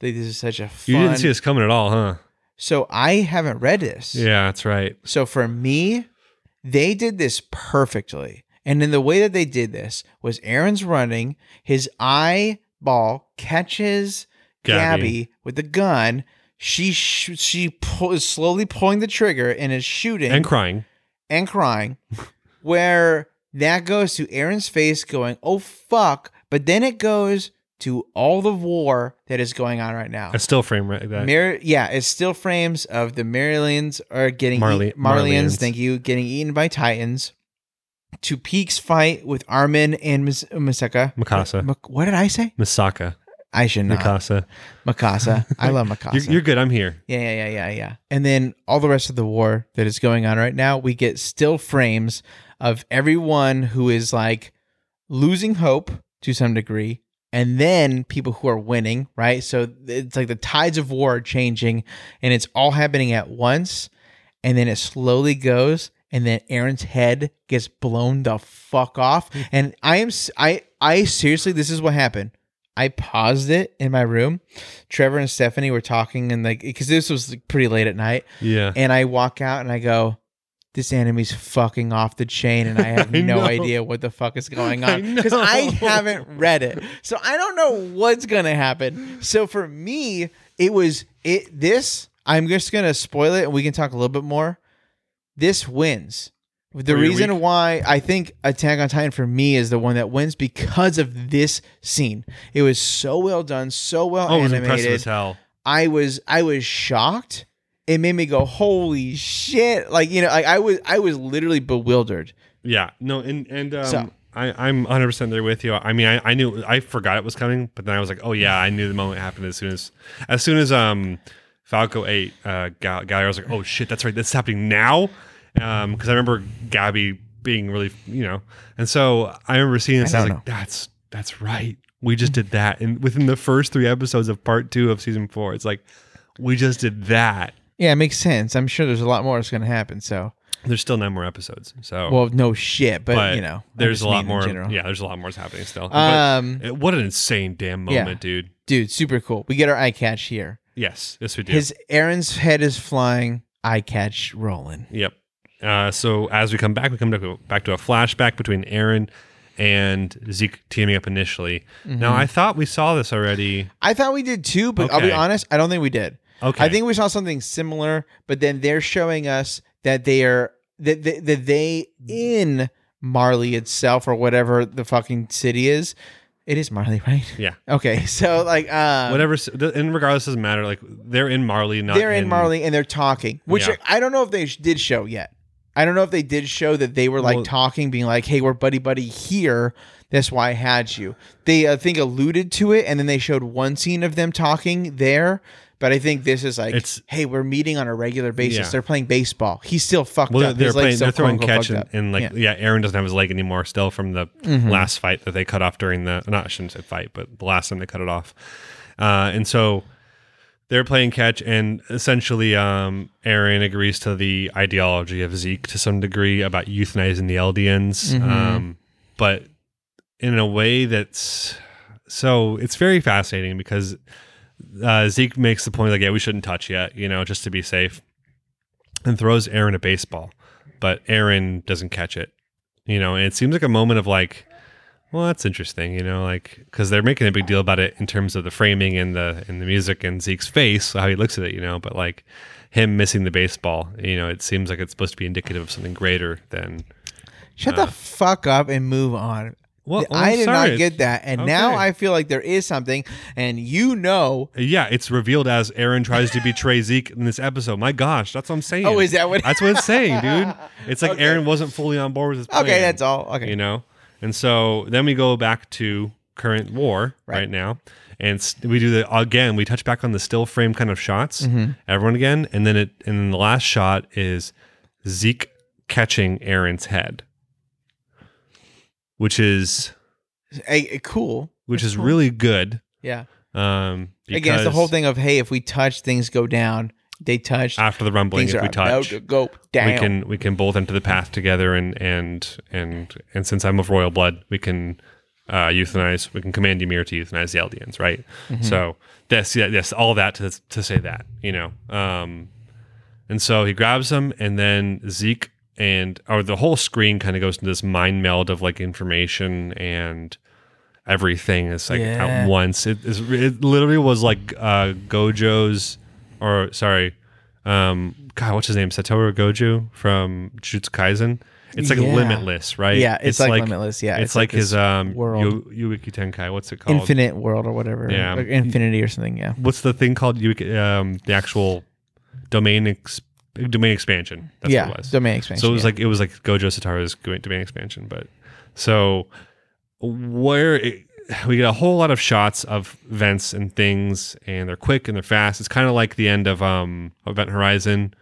[SPEAKER 2] This is such a fun.
[SPEAKER 1] you didn't see this coming at all, huh?
[SPEAKER 2] So I haven't read this.
[SPEAKER 1] Yeah, that's right.
[SPEAKER 2] So for me, they did this perfectly. And then the way that they did this was Aaron's running, his eyeball catches Gabby,
[SPEAKER 1] Gabby.
[SPEAKER 2] with the gun. She sh- she pull- is slowly pulling the trigger and is shooting
[SPEAKER 1] And crying.
[SPEAKER 2] and crying, where that goes to Aaron's face going, oh fuck. But then it goes to all the war that is going on right now.
[SPEAKER 1] I still frame right that.
[SPEAKER 2] Mar- yeah, it's still frames of the Marylands are getting
[SPEAKER 1] Marley-
[SPEAKER 2] Marley- Marlians,
[SPEAKER 1] Marlians.
[SPEAKER 2] thank you, getting eaten by Titans. To Peak's fight with Armin and Mis- Masaka.
[SPEAKER 1] Mikasa.
[SPEAKER 2] Mak- what did I say?
[SPEAKER 1] Misaka,
[SPEAKER 2] I should not.
[SPEAKER 1] Mikasa.
[SPEAKER 2] Mikasa. I love Mikasa.
[SPEAKER 1] You're, you're good. I'm here.
[SPEAKER 2] yeah, yeah, yeah, yeah, yeah. And then all the rest of the war that is going on right now, we get still frames of everyone who is like losing hope to some degree, and then people who are winning, right? So it's like the tides of war are changing, and it's all happening at once, and then it slowly goes, and then Aaron's head gets blown the fuck off, and I am s- I I seriously, this is what happened. I paused it in my room. Trevor and Stephanie were talking, and like, because this was like, pretty late at night,
[SPEAKER 1] Yeah.
[SPEAKER 2] and I walk out and I go, "This anime's fucking off the chain," and I have
[SPEAKER 1] I
[SPEAKER 2] no
[SPEAKER 1] know.
[SPEAKER 2] idea what the fuck is going
[SPEAKER 1] I
[SPEAKER 2] on because I,
[SPEAKER 1] know.
[SPEAKER 2] haven't read it, so I don't know what's gonna happen. So for me, it was it. This I'm just gonna spoil it, and we can talk a little bit more. This wins. The
[SPEAKER 1] your
[SPEAKER 2] reason why I think Attack on Titan for me is the one that wins because of this scene. It was so well done, so well
[SPEAKER 1] oh, it was impressive
[SPEAKER 2] animated.
[SPEAKER 1] as hell.
[SPEAKER 2] I was I was shocked. It made me go, holy shit! Like you know, like I was I was literally bewildered.
[SPEAKER 1] Yeah. No, and and um,
[SPEAKER 2] So-
[SPEAKER 1] I, I'm 100 percent there with you. I mean, I, I knew I forgot it was coming, but then I was like, oh yeah, I knew the moment happened as soon as as soon as um Falco ate uh Gal- Gallagher. I was like, oh shit, that's right, that's happening now. Um, because I remember Gabby being really, you know, and so I remember seeing this.
[SPEAKER 2] I
[SPEAKER 1] I, was
[SPEAKER 2] don't
[SPEAKER 1] like, that's that's right. We just did that, and within the first three episodes of part two of season four, it's like we just did that.
[SPEAKER 2] Yeah, it makes sense. I'm sure there's a lot more that's going to happen. So,
[SPEAKER 1] There's still nine more episodes, so
[SPEAKER 2] well, no shit, but,
[SPEAKER 1] Oh. but
[SPEAKER 2] you know, I'm
[SPEAKER 1] there's
[SPEAKER 2] just
[SPEAKER 1] a lot
[SPEAKER 2] meaning in
[SPEAKER 1] more.
[SPEAKER 2] general.
[SPEAKER 1] Yeah, there's a lot more that's happening still. But-
[SPEAKER 2] Um,
[SPEAKER 1] Uh, What an insane damn
[SPEAKER 2] Yeah.
[SPEAKER 1] moment, dude.
[SPEAKER 2] dude, super cool. We get our eye catch here.
[SPEAKER 1] Yes, yes we do.
[SPEAKER 2] His Aaron's head is flying. Eye catch rolling.
[SPEAKER 1] yep. Uh, so as we come back, we come to, back to a flashback between Aaron and Zeke teaming up initially. Now
[SPEAKER 2] Mm-hmm.
[SPEAKER 1] I thought we saw this already.
[SPEAKER 2] I thought we did too, but I'll be
[SPEAKER 1] Okay.
[SPEAKER 2] honest, I don't think we did.
[SPEAKER 1] Okay.
[SPEAKER 2] I think we saw something similar, but then they're showing us that they are that they, that they in Marley itself or whatever the fucking city is It is Marley, right?
[SPEAKER 1] Yeah.
[SPEAKER 2] Okay, so like um,
[SPEAKER 1] Whatever, s- th- and regardless, doesn't matter. Like they're in Marley, not
[SPEAKER 2] they're in Marley and they're talking, which
[SPEAKER 1] Yeah.
[SPEAKER 2] I don't know if they sh- did show yet. I don't know if they did show that they were like
[SPEAKER 1] Well-
[SPEAKER 2] talking, being like, "Hey, we're buddy buddy here. That's why I had you." They I think alluded to it, and then they showed one scene of them talking there. But I think this is like,
[SPEAKER 1] It's-
[SPEAKER 2] "Hey, we're meeting on a regular basis.
[SPEAKER 1] Yeah.
[SPEAKER 2] They're playing baseball. He's still fucked
[SPEAKER 1] Well,
[SPEAKER 2] up.
[SPEAKER 1] they're
[SPEAKER 2] His leg's
[SPEAKER 1] playing.
[SPEAKER 2] still
[SPEAKER 1] They're throwing
[SPEAKER 2] quote-unquote
[SPEAKER 1] catch, and,
[SPEAKER 2] fucked up.
[SPEAKER 1] and like
[SPEAKER 2] Yeah. Mm-hmm.
[SPEAKER 1] yeah. Aaron doesn't have his leg anymore still from the last fight that they cut off during the. Not I shouldn't say fight, but the last time they cut it off. Uh, and so they're playing catch, and essentially, um, Aaron agrees to the ideology of Zeke to some degree about euthanizing the Eldians,
[SPEAKER 2] Mm-hmm.
[SPEAKER 1] um, but in a way that's so it's very fascinating because uh, Zeke makes the point like, yeah, we shouldn't touch yet, you know, just to be safe, and throws Aaron a baseball, but Aaron doesn't catch it, you know, and it seems like a moment of like, well, that's interesting, you know, like because they're making a big deal about it in terms of the framing and the and the music and Zeke's face, how he looks at it, you know, but like him missing the baseball, you know, it seems like it's supposed to be indicative of something greater than.
[SPEAKER 2] Shut the fuck up and move on.
[SPEAKER 1] uh, Well, oh,
[SPEAKER 2] I
[SPEAKER 1] I'm
[SPEAKER 2] did
[SPEAKER 1] sorry.
[SPEAKER 2] not get that, and now
[SPEAKER 1] Okay.
[SPEAKER 2] I feel like there is something, and you know
[SPEAKER 1] Yeah, it's revealed as Aaron tries to betray Zeke in this episode. My gosh, that's what I'm saying.
[SPEAKER 2] Oh, is that what-
[SPEAKER 1] That's what it's saying, dude. It's like Aaron wasn't fully on board with his plan.
[SPEAKER 2] Okay, that's all. Okay.
[SPEAKER 1] You know, and so then we go back to current war
[SPEAKER 2] Right.
[SPEAKER 1] right, now, and s- we do the again. We touch back on the still frame kind of shots,
[SPEAKER 2] Mm-hmm.
[SPEAKER 1] everyone again, and then it and then the last shot is Zeke catching Aaron's head, which is
[SPEAKER 2] a, a- cool.
[SPEAKER 1] which is really good.
[SPEAKER 2] Yeah.
[SPEAKER 1] Um,
[SPEAKER 2] Again, it's the
[SPEAKER 1] because
[SPEAKER 2] whole thing of hey, if we touch, things go down. They touch,
[SPEAKER 1] after the rumbling.
[SPEAKER 2] things
[SPEAKER 1] If
[SPEAKER 2] are
[SPEAKER 1] we
[SPEAKER 2] about
[SPEAKER 1] touch,
[SPEAKER 2] to go down.
[SPEAKER 1] we can we can both enter the path together and and and and since I'm of royal blood, we can uh, euthanize. We can command Ymir to euthanize the Eldians, right?
[SPEAKER 2] Mm-hmm.
[SPEAKER 1] So this, yeah, yes, all that to to say that you know. Um, and so he grabs him, and then Zeke and or the whole screen kind of goes into this mind meld of like information and everything is like
[SPEAKER 2] Yeah.
[SPEAKER 1] at once. It, is- it literally was like uh, Gojo's or sorry, um, God, what's his name? Satoru Gojo from Jujutsu Kaisen. It's like
[SPEAKER 2] Yeah.
[SPEAKER 1] limitless, right?
[SPEAKER 2] Yeah, it's like limitless, yeah.
[SPEAKER 1] it's,
[SPEAKER 2] It's
[SPEAKER 1] like,
[SPEAKER 2] like
[SPEAKER 1] his um,
[SPEAKER 2] world.
[SPEAKER 1] Yu- Yuiki Tenkai. What's it called?
[SPEAKER 2] infinite world or whatever.
[SPEAKER 1] Yeah.
[SPEAKER 2] Or infinity or something. Yeah.
[SPEAKER 1] what's the thing called? You, um, the actual domain ex- domain expansion. That's
[SPEAKER 2] yeah.
[SPEAKER 1] what it was.
[SPEAKER 2] Domain expansion.
[SPEAKER 1] so it was
[SPEAKER 2] yeah.
[SPEAKER 1] like it was like Gojo Satoru's domain expansion. But so where it, we get a whole lot of shots of vents and things, and they're quick and they're fast. It's kind of like the end of um Event Horizon.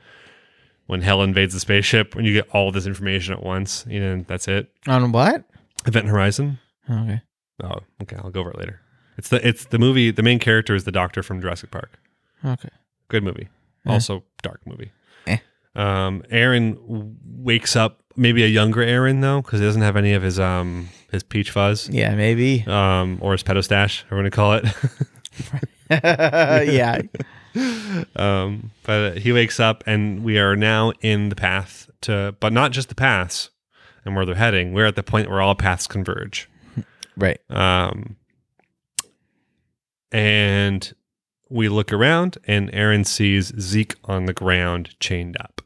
[SPEAKER 1] When hell invades the spaceship, when you get all this information at once, you know, that's it.
[SPEAKER 2] on what?
[SPEAKER 1] Event Horizon.
[SPEAKER 2] Okay.
[SPEAKER 1] Oh, okay. I'll go over it later. It's the it's the movie. The main character is the doctor from Jurassic Park.
[SPEAKER 2] Okay.
[SPEAKER 1] Good movie. Also dark movie.
[SPEAKER 2] Eh.
[SPEAKER 1] Um, Aaron w- wakes up. Maybe a younger Aaron though, because he doesn't have any of his um his peach fuzz
[SPEAKER 2] Yeah, maybe.
[SPEAKER 1] um or his pedo stash. I'm gonna call it.
[SPEAKER 2] yeah.
[SPEAKER 1] um, but he wakes up, and we are now in the path to, but not just the paths and where they're heading. We're at the point where all paths converge.
[SPEAKER 2] Right.
[SPEAKER 1] Um, and we look around, and Aaron sees Zeke on the ground, chained up.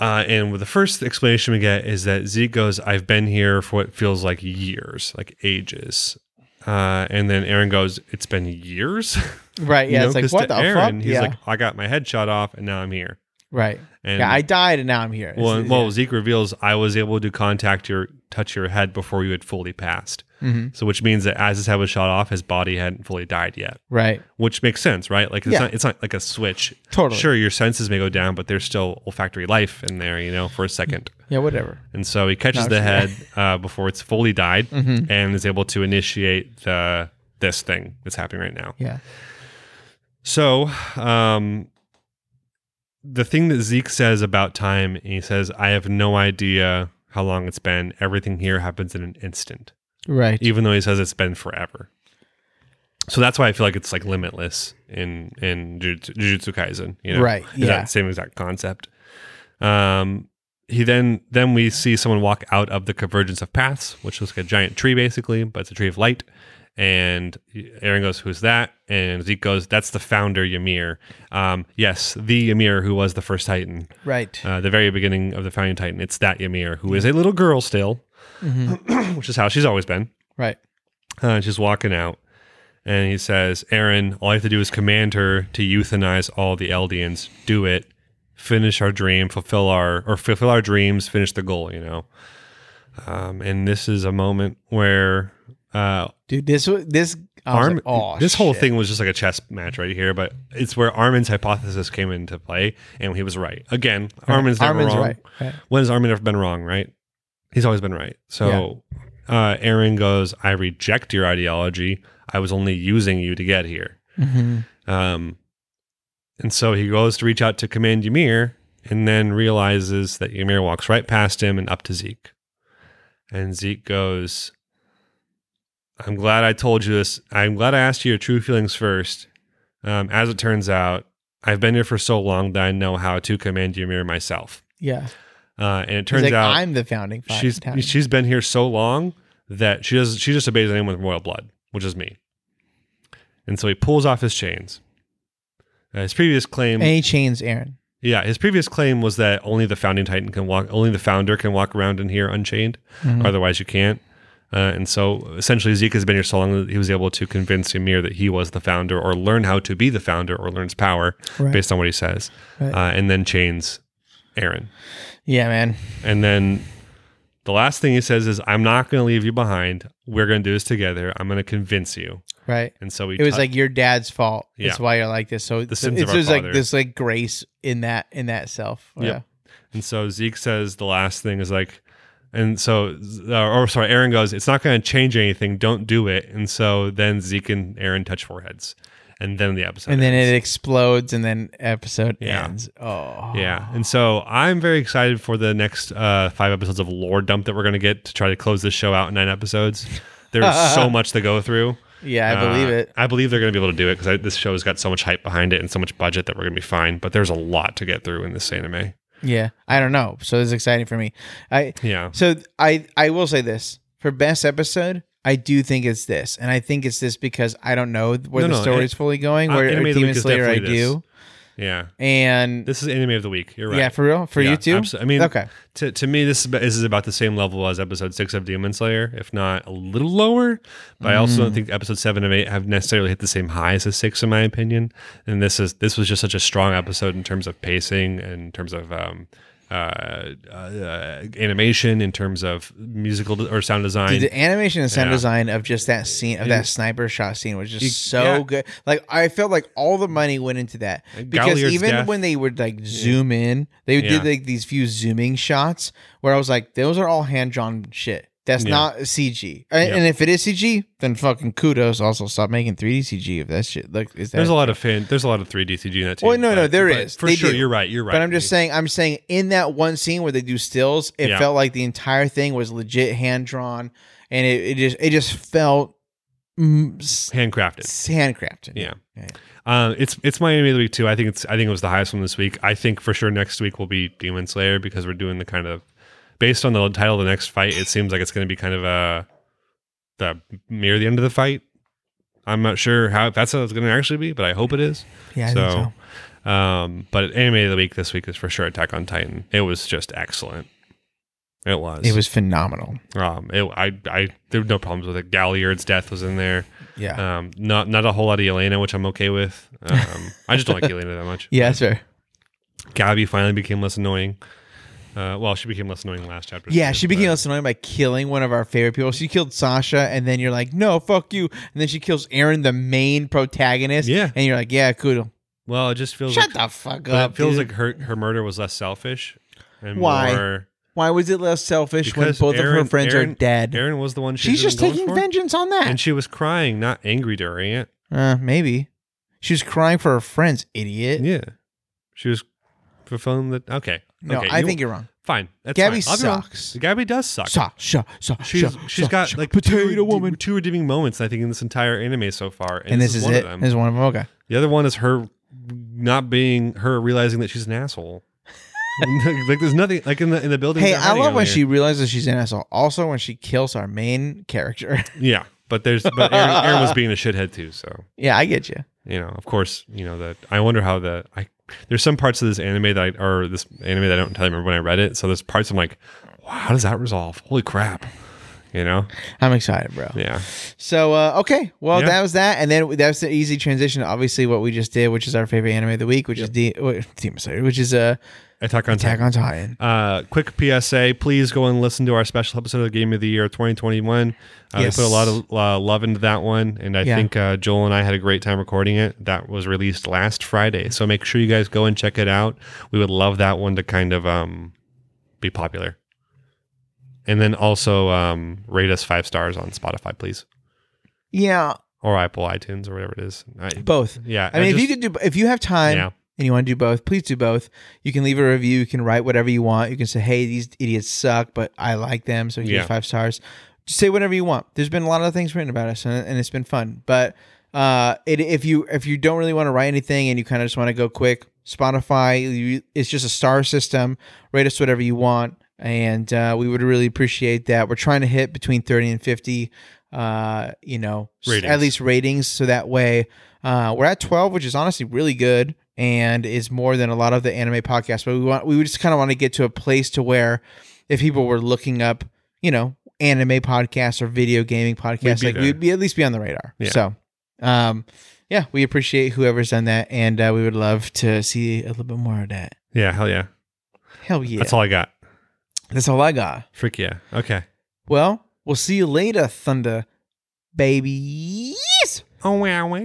[SPEAKER 1] Uh, and with the first explanation we get is that Zeke goes, "I've been here for what feels like years, like ages." Uh, and then Aaron goes, "It's been years."
[SPEAKER 2] Right.
[SPEAKER 1] You
[SPEAKER 2] Yeah.
[SPEAKER 1] know,
[SPEAKER 2] it's like
[SPEAKER 1] 'cause
[SPEAKER 2] what
[SPEAKER 1] to
[SPEAKER 2] the
[SPEAKER 1] Aaron,
[SPEAKER 2] fuck?
[SPEAKER 1] He's
[SPEAKER 2] yeah.
[SPEAKER 1] like, "I got my head shot off, and now I'm here."
[SPEAKER 2] right.
[SPEAKER 1] And
[SPEAKER 2] yeah. I died and now I'm here.
[SPEAKER 1] well,
[SPEAKER 2] It's-
[SPEAKER 1] well, Zeke reveals, "I was able to contact your, touch your head before you had fully passed."
[SPEAKER 2] Mhm.
[SPEAKER 1] So, which means that as his head was shot off, his body hadn't fully died yet,
[SPEAKER 2] Right.
[SPEAKER 1] which makes sense, right? Like it's
[SPEAKER 2] Yeah.
[SPEAKER 1] not it's not like a switch.
[SPEAKER 2] Totally.
[SPEAKER 1] Sure, your senses may go down, but there's still olfactory life in there, you know, for a second.
[SPEAKER 2] Yeah. Whatever.
[SPEAKER 1] And so he catches
[SPEAKER 2] No,
[SPEAKER 1] the
[SPEAKER 2] sure. Mm-hmm.
[SPEAKER 1] head uh, before it's fully died, and is able to initiate the this thing that's happening right now.
[SPEAKER 2] Yeah.
[SPEAKER 1] So, um, the thing that Zeke says about time, he says, "I have no idea how long it's been. Everything here happens in an instant."
[SPEAKER 2] Right.
[SPEAKER 1] even though he says it's been forever. So that's why I feel like it's like limitless in in Jujutsu, Jujutsu Kaisen, you know,
[SPEAKER 2] Right,
[SPEAKER 1] Is
[SPEAKER 2] yeah.
[SPEAKER 1] that same exact concept. Um, he then then we see someone walk out of the convergence of paths, which looks like a giant tree basically, but it's a tree of light. And Aaron goes, "Who's that?" And Zeke goes, "That's the founder Ymir. Um, yes, the Ymir who was the first Titan."
[SPEAKER 2] Right.
[SPEAKER 1] uh, the very
[SPEAKER 2] Mm-hmm.
[SPEAKER 1] beginning of the Founding Titan. It's that Ymir, who is a little girl still, which is how she's always been.
[SPEAKER 2] Right.
[SPEAKER 1] Uh, she's walking out, and he says, "Aaron, all I have to do is command her to euthanize all the Eldians. Do it. Finish our dream. Fulfill our or fulfill our dreams. Finish the goal. You know." Um, and this is a moment where uh,
[SPEAKER 2] Dude, this wa- this I was
[SPEAKER 1] Arm,
[SPEAKER 2] like, oh,
[SPEAKER 1] this whole
[SPEAKER 2] shit.
[SPEAKER 1] thing was just like a chess match right here, but it's where Armin's hypothesis came into play, and he was right again. Armin's never
[SPEAKER 2] Armin's
[SPEAKER 1] wrong.
[SPEAKER 2] right. right.
[SPEAKER 1] When has Armin ever been wrong? Right? He's always been right. So, uh, Aaron goes, "I reject your ideology. I was only using you to get here."
[SPEAKER 2] Mhm.
[SPEAKER 1] Um, and so he goes to reach out to command Ymir and then realizes that Ymir walks right past him and up to Zeke. And Zeke goes, I'm glad I told you this. I'm glad I asked you your true feelings first. Um, as it turns out, I've been here for so long that I know how to command Ymir myself.
[SPEAKER 2] Yeah.
[SPEAKER 1] Uh, and it
[SPEAKER 2] Turns
[SPEAKER 1] turns out
[SPEAKER 2] I'm the founding father.
[SPEAKER 1] she's
[SPEAKER 2] Italian.
[SPEAKER 1] she's been here so long that she does she just obeys anyone with royal blood, which is me. And so he pulls off his chains. Uh, his previous claim,
[SPEAKER 2] and he chains Aaron.
[SPEAKER 1] yeah, his previous claim was that only the founding titan can walk, only the founder can walk around in here unchained.
[SPEAKER 2] Mhm.
[SPEAKER 1] Otherwise, you can't. Uh, and so essentially, Zeke has been here so long that he was able to convince Ymir that he was the founder, or learn how to be the founder, or learn his power
[SPEAKER 2] Right.
[SPEAKER 1] based on what he says,
[SPEAKER 2] Right.
[SPEAKER 1] uh, and then chains Aaron.
[SPEAKER 2] Yeah, man.
[SPEAKER 1] And then the last thing he says is, "I'm not going to leave you behind. We're going to do this together. I'm going to convince you."
[SPEAKER 2] Right.
[SPEAKER 1] And so we.
[SPEAKER 2] It was
[SPEAKER 1] tou-
[SPEAKER 2] like your dad's fault.
[SPEAKER 1] Yeah.
[SPEAKER 2] That's why you're like this. So it's,
[SPEAKER 1] sins of
[SPEAKER 2] it's
[SPEAKER 1] our
[SPEAKER 2] there's like
[SPEAKER 1] father.
[SPEAKER 2] this like grace in that in that self. Yeah.
[SPEAKER 1] Yep. and so Zeke says the last thing is like, and so uh, or sorry, Aaron goes, "It's not going to change anything. Don't do it." And so then Zeke and Aaron touch foreheads, and then the episode.
[SPEAKER 2] And then
[SPEAKER 1] ends.
[SPEAKER 2] it explodes, and then episode
[SPEAKER 1] Yeah.
[SPEAKER 2] ends. Oh.
[SPEAKER 1] Yeah, and so I'm very excited for the next uh, five episodes of lore dump that we're going to get to try to close this show out in nine episodes. There's so much to go through.
[SPEAKER 2] Yeah, I believe
[SPEAKER 1] Uh,
[SPEAKER 2] it.
[SPEAKER 1] I believe they're going to be able to do it because this show's got so much hype behind it and so much budget that we're going to be fine. But there's a lot to get through in this anime.
[SPEAKER 2] Yeah, I don't know. So it's exciting for me. I
[SPEAKER 1] Yeah,
[SPEAKER 2] so I I will say this for best episode. I do think it's this, and I think it's this because I don't know
[SPEAKER 1] No,
[SPEAKER 2] where the
[SPEAKER 1] no,
[SPEAKER 2] story's
[SPEAKER 1] it-
[SPEAKER 2] fully going.
[SPEAKER 1] uh,
[SPEAKER 2] Where
[SPEAKER 1] Enemy of the
[SPEAKER 2] Demon
[SPEAKER 1] Week is
[SPEAKER 2] Slayer, I
[SPEAKER 1] definitely this.
[SPEAKER 2] do,
[SPEAKER 1] yeah.
[SPEAKER 2] and
[SPEAKER 1] This is anime of the week. You're right.
[SPEAKER 2] yeah, for real, for
[SPEAKER 1] Yeah,
[SPEAKER 2] you too.
[SPEAKER 1] abso- I mean,
[SPEAKER 2] okay,
[SPEAKER 1] to, to me, this is, about- this is about the same level as episode six of Demon Slayer, if not a little lower. But I also
[SPEAKER 2] Mm.
[SPEAKER 1] don't think episode seven and eight have necessarily hit the same highs as six, in my opinion. And this is this was just such a strong episode in terms of pacing, in terms of um, uh, uh, uh, animation, in terms of musical de- or sound design.
[SPEAKER 2] the animation and sound
[SPEAKER 1] Yeah.
[SPEAKER 2] design of just that scene of that sniper shot scene was just so
[SPEAKER 1] yeah.
[SPEAKER 2] good. Like I felt like all the money went into that
[SPEAKER 1] And
[SPEAKER 2] because
[SPEAKER 1] Galliard's
[SPEAKER 2] even
[SPEAKER 1] death.
[SPEAKER 2] when they would like zoom in, they
[SPEAKER 1] Yeah.
[SPEAKER 2] did like these few zooming shots where I was like, those are all hand drawn shit. That's
[SPEAKER 1] Yeah.
[SPEAKER 2] not CG. And,
[SPEAKER 1] Yeah.
[SPEAKER 2] and if it is CG, then fucking kudos. Also, stop making 3D CG of that shit. Like, is that?
[SPEAKER 1] there's a lot of fan, there's a lot of 3D CG in that too.
[SPEAKER 2] Well, no, no,
[SPEAKER 1] there
[SPEAKER 2] there
[SPEAKER 1] is
[SPEAKER 2] is.
[SPEAKER 1] for
[SPEAKER 2] They
[SPEAKER 1] sure.
[SPEAKER 2] do.
[SPEAKER 1] You're right. You're right.
[SPEAKER 2] but I'm just saying, I'm saying in that one scene where they do stills, it
[SPEAKER 1] Yeah.
[SPEAKER 2] felt like the entire thing was legit hand drawn, and it, it just it just felt mm, s-
[SPEAKER 1] handcrafted.
[SPEAKER 2] It's handcrafted.
[SPEAKER 1] Yeah.
[SPEAKER 2] Yeah.
[SPEAKER 1] Uh, it's it's my enemy of the week too. I think it's I think it was the highest one this week. I think for sure next week will be Demon Slayer because we're doing the kind of based on the title of the next fight. It seems like it's going to be kind of uh the near the end of the fight. I'm not sure how if that's how it's going to actually be, but I hope it is.
[SPEAKER 2] Yeah, I
[SPEAKER 1] so,
[SPEAKER 2] think so.
[SPEAKER 1] Um, but anime of the week this week is for sure Attack on Titan. It was just excellent. It was.
[SPEAKER 2] It was phenomenal.
[SPEAKER 1] Um, it, I I there were no problems with it. Galliard's death was in there.
[SPEAKER 2] Yeah.
[SPEAKER 1] Um, not not a whole lot of Elena, which I'm okay with. Um, I just don't like Elena that much.
[SPEAKER 2] yeah, that's fair.
[SPEAKER 1] Gabby finally became less annoying. Uh, well, she became less annoying last chapter.
[SPEAKER 2] Yeah, she became
[SPEAKER 1] but-
[SPEAKER 2] less annoying by killing one of our favorite people. She killed Sasha, and then you're like, no, fuck you. And then she kills Aaron, the main protagonist.
[SPEAKER 1] Yeah.
[SPEAKER 2] And you're like, yeah, cool.
[SPEAKER 1] Well, it just feels
[SPEAKER 2] Shut
[SPEAKER 1] like
[SPEAKER 2] the fuck
[SPEAKER 1] but
[SPEAKER 2] up.
[SPEAKER 1] it feels
[SPEAKER 2] dude.
[SPEAKER 1] like her her murder was less selfish. And
[SPEAKER 2] Why?
[SPEAKER 1] More,
[SPEAKER 2] Why was it less selfish when
[SPEAKER 1] Because
[SPEAKER 2] both of
[SPEAKER 1] Aaron-
[SPEAKER 2] her friends
[SPEAKER 1] Aaron-
[SPEAKER 2] are dead?
[SPEAKER 1] Aaron was the one. She
[SPEAKER 2] She's
[SPEAKER 1] should
[SPEAKER 2] just
[SPEAKER 1] have been
[SPEAKER 2] taking
[SPEAKER 1] going for.
[SPEAKER 2] vengeance on that.
[SPEAKER 1] and she was crying, not angry during it.
[SPEAKER 2] uh, maybe. She was crying for her friends, idiot.
[SPEAKER 1] Yeah, she was fulfilling the. Okay,
[SPEAKER 2] No,
[SPEAKER 1] okay,
[SPEAKER 2] I
[SPEAKER 1] you-
[SPEAKER 2] think you're wrong.
[SPEAKER 1] fine. That's
[SPEAKER 2] Gabby
[SPEAKER 1] fine. I'll be wrong.
[SPEAKER 2] sucks.
[SPEAKER 1] Gabby does suck.
[SPEAKER 2] Sasha, Sasha,
[SPEAKER 1] She's she's got
[SPEAKER 2] Sasha,
[SPEAKER 1] like two,
[SPEAKER 2] potato
[SPEAKER 1] rede-
[SPEAKER 2] woman.
[SPEAKER 1] two redeeming moments I think in this entire anime so far, and,
[SPEAKER 2] And this is
[SPEAKER 1] one Of
[SPEAKER 2] it. This
[SPEAKER 1] them.
[SPEAKER 2] is one of them. Okay.
[SPEAKER 1] The other one is her not being her realizing that she's an asshole. like there's nothing like in the in the building.
[SPEAKER 2] Hey,
[SPEAKER 1] they're
[SPEAKER 2] I
[SPEAKER 1] hiding
[SPEAKER 2] love when
[SPEAKER 1] earlier.
[SPEAKER 2] she realizes she's an asshole. Also, when she kills our main character.
[SPEAKER 1] yeah, but there's but Aaron, Aaron was being a shithead too, so
[SPEAKER 2] yeah, I get you.
[SPEAKER 1] you know of course you know that I wonder how the I there's some parts of this anime that I or this anime that I don't entirely remember when I read it. So there's parts I'm like, wow, how does that resolve? Holy crap! You know?
[SPEAKER 2] I'm excited, bro.
[SPEAKER 1] Yeah.
[SPEAKER 2] So uh, okay, well
[SPEAKER 1] Yeah.
[SPEAKER 2] that was that, and then that was the easy transition. to Obviously, what we just did, which is our favorite anime of the week, which is D- wait, Demon Slayer, which is uh,
[SPEAKER 1] Attack on
[SPEAKER 2] Attack
[SPEAKER 1] Titan.
[SPEAKER 2] on Titan.
[SPEAKER 1] Uh, quick PSA: Please go and listen to our special episode of Game of the Year 2021. Uh,
[SPEAKER 2] Yes.
[SPEAKER 1] We put a lot of uh, love into that one, and I
[SPEAKER 2] Yeah.
[SPEAKER 1] think uh, Joel and I had a great time recording it. That was released last Friday, so make sure you guys go and check it out. We would love that one to kind of um, be popular, and then also um, rate us five stars on Spotify, please,
[SPEAKER 2] Yeah, or
[SPEAKER 1] or Apple iTunes or whatever it is. I,
[SPEAKER 2] both.
[SPEAKER 1] yeah,
[SPEAKER 2] I mean, if
[SPEAKER 1] just-
[SPEAKER 2] you could do, if you have time
[SPEAKER 1] Yeah.
[SPEAKER 2] and you want to do both, please do both. You can leave a review. You can write whatever you want. You can say, "Hey, these idiots suck, but I like them," so here's
[SPEAKER 1] Yeah.
[SPEAKER 2] five stars. Just say whatever you want. There's been a lot of things written about us, and, and it's been fun. But uh, it, if you if you don't really want to write anything and you kind of just want to go quick, Spotify, you, it's just a star system. Rate us whatever you want, and uh, we would really appreciate that. We're trying to hit between thirty and fifty. Uh, you know, s- at
[SPEAKER 1] Ratings.
[SPEAKER 2] least ratings, so that way uh, we're at 12, which is honestly really good and is more than a lot of the anime podcasts. But we want we just kind of want to get to a place to where if people were looking up, you know, anime podcasts or video gaming podcasts,
[SPEAKER 1] be
[SPEAKER 2] like
[SPEAKER 1] there.
[SPEAKER 2] we'd be at least be on the radar.
[SPEAKER 1] Yeah.
[SPEAKER 2] So, um, yeah, we appreciate whoever's done that, and uh, we would love to see a little bit more of that.
[SPEAKER 1] yeah, hell yeah,
[SPEAKER 2] Hell yeah,
[SPEAKER 1] that's all I got.
[SPEAKER 2] That's all I got.
[SPEAKER 1] Freak yeah. Okay.
[SPEAKER 2] Well, we'll see you later, Thunder babies.
[SPEAKER 1] Oh wow. wow.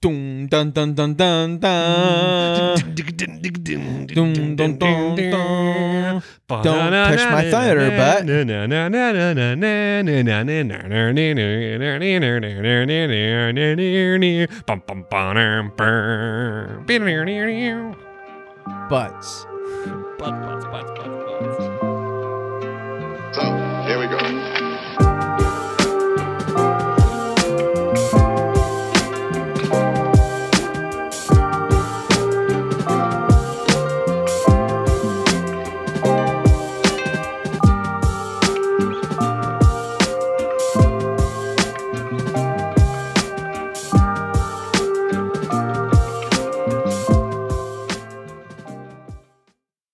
[SPEAKER 2] Dun dun dun dun dun dun.
[SPEAKER 1] Mm.
[SPEAKER 2] Dun, dun, dun, dun. Don't push my thunder, but-
[SPEAKER 1] butt.
[SPEAKER 2] Butts.
[SPEAKER 1] Butts, butts, butts, butts.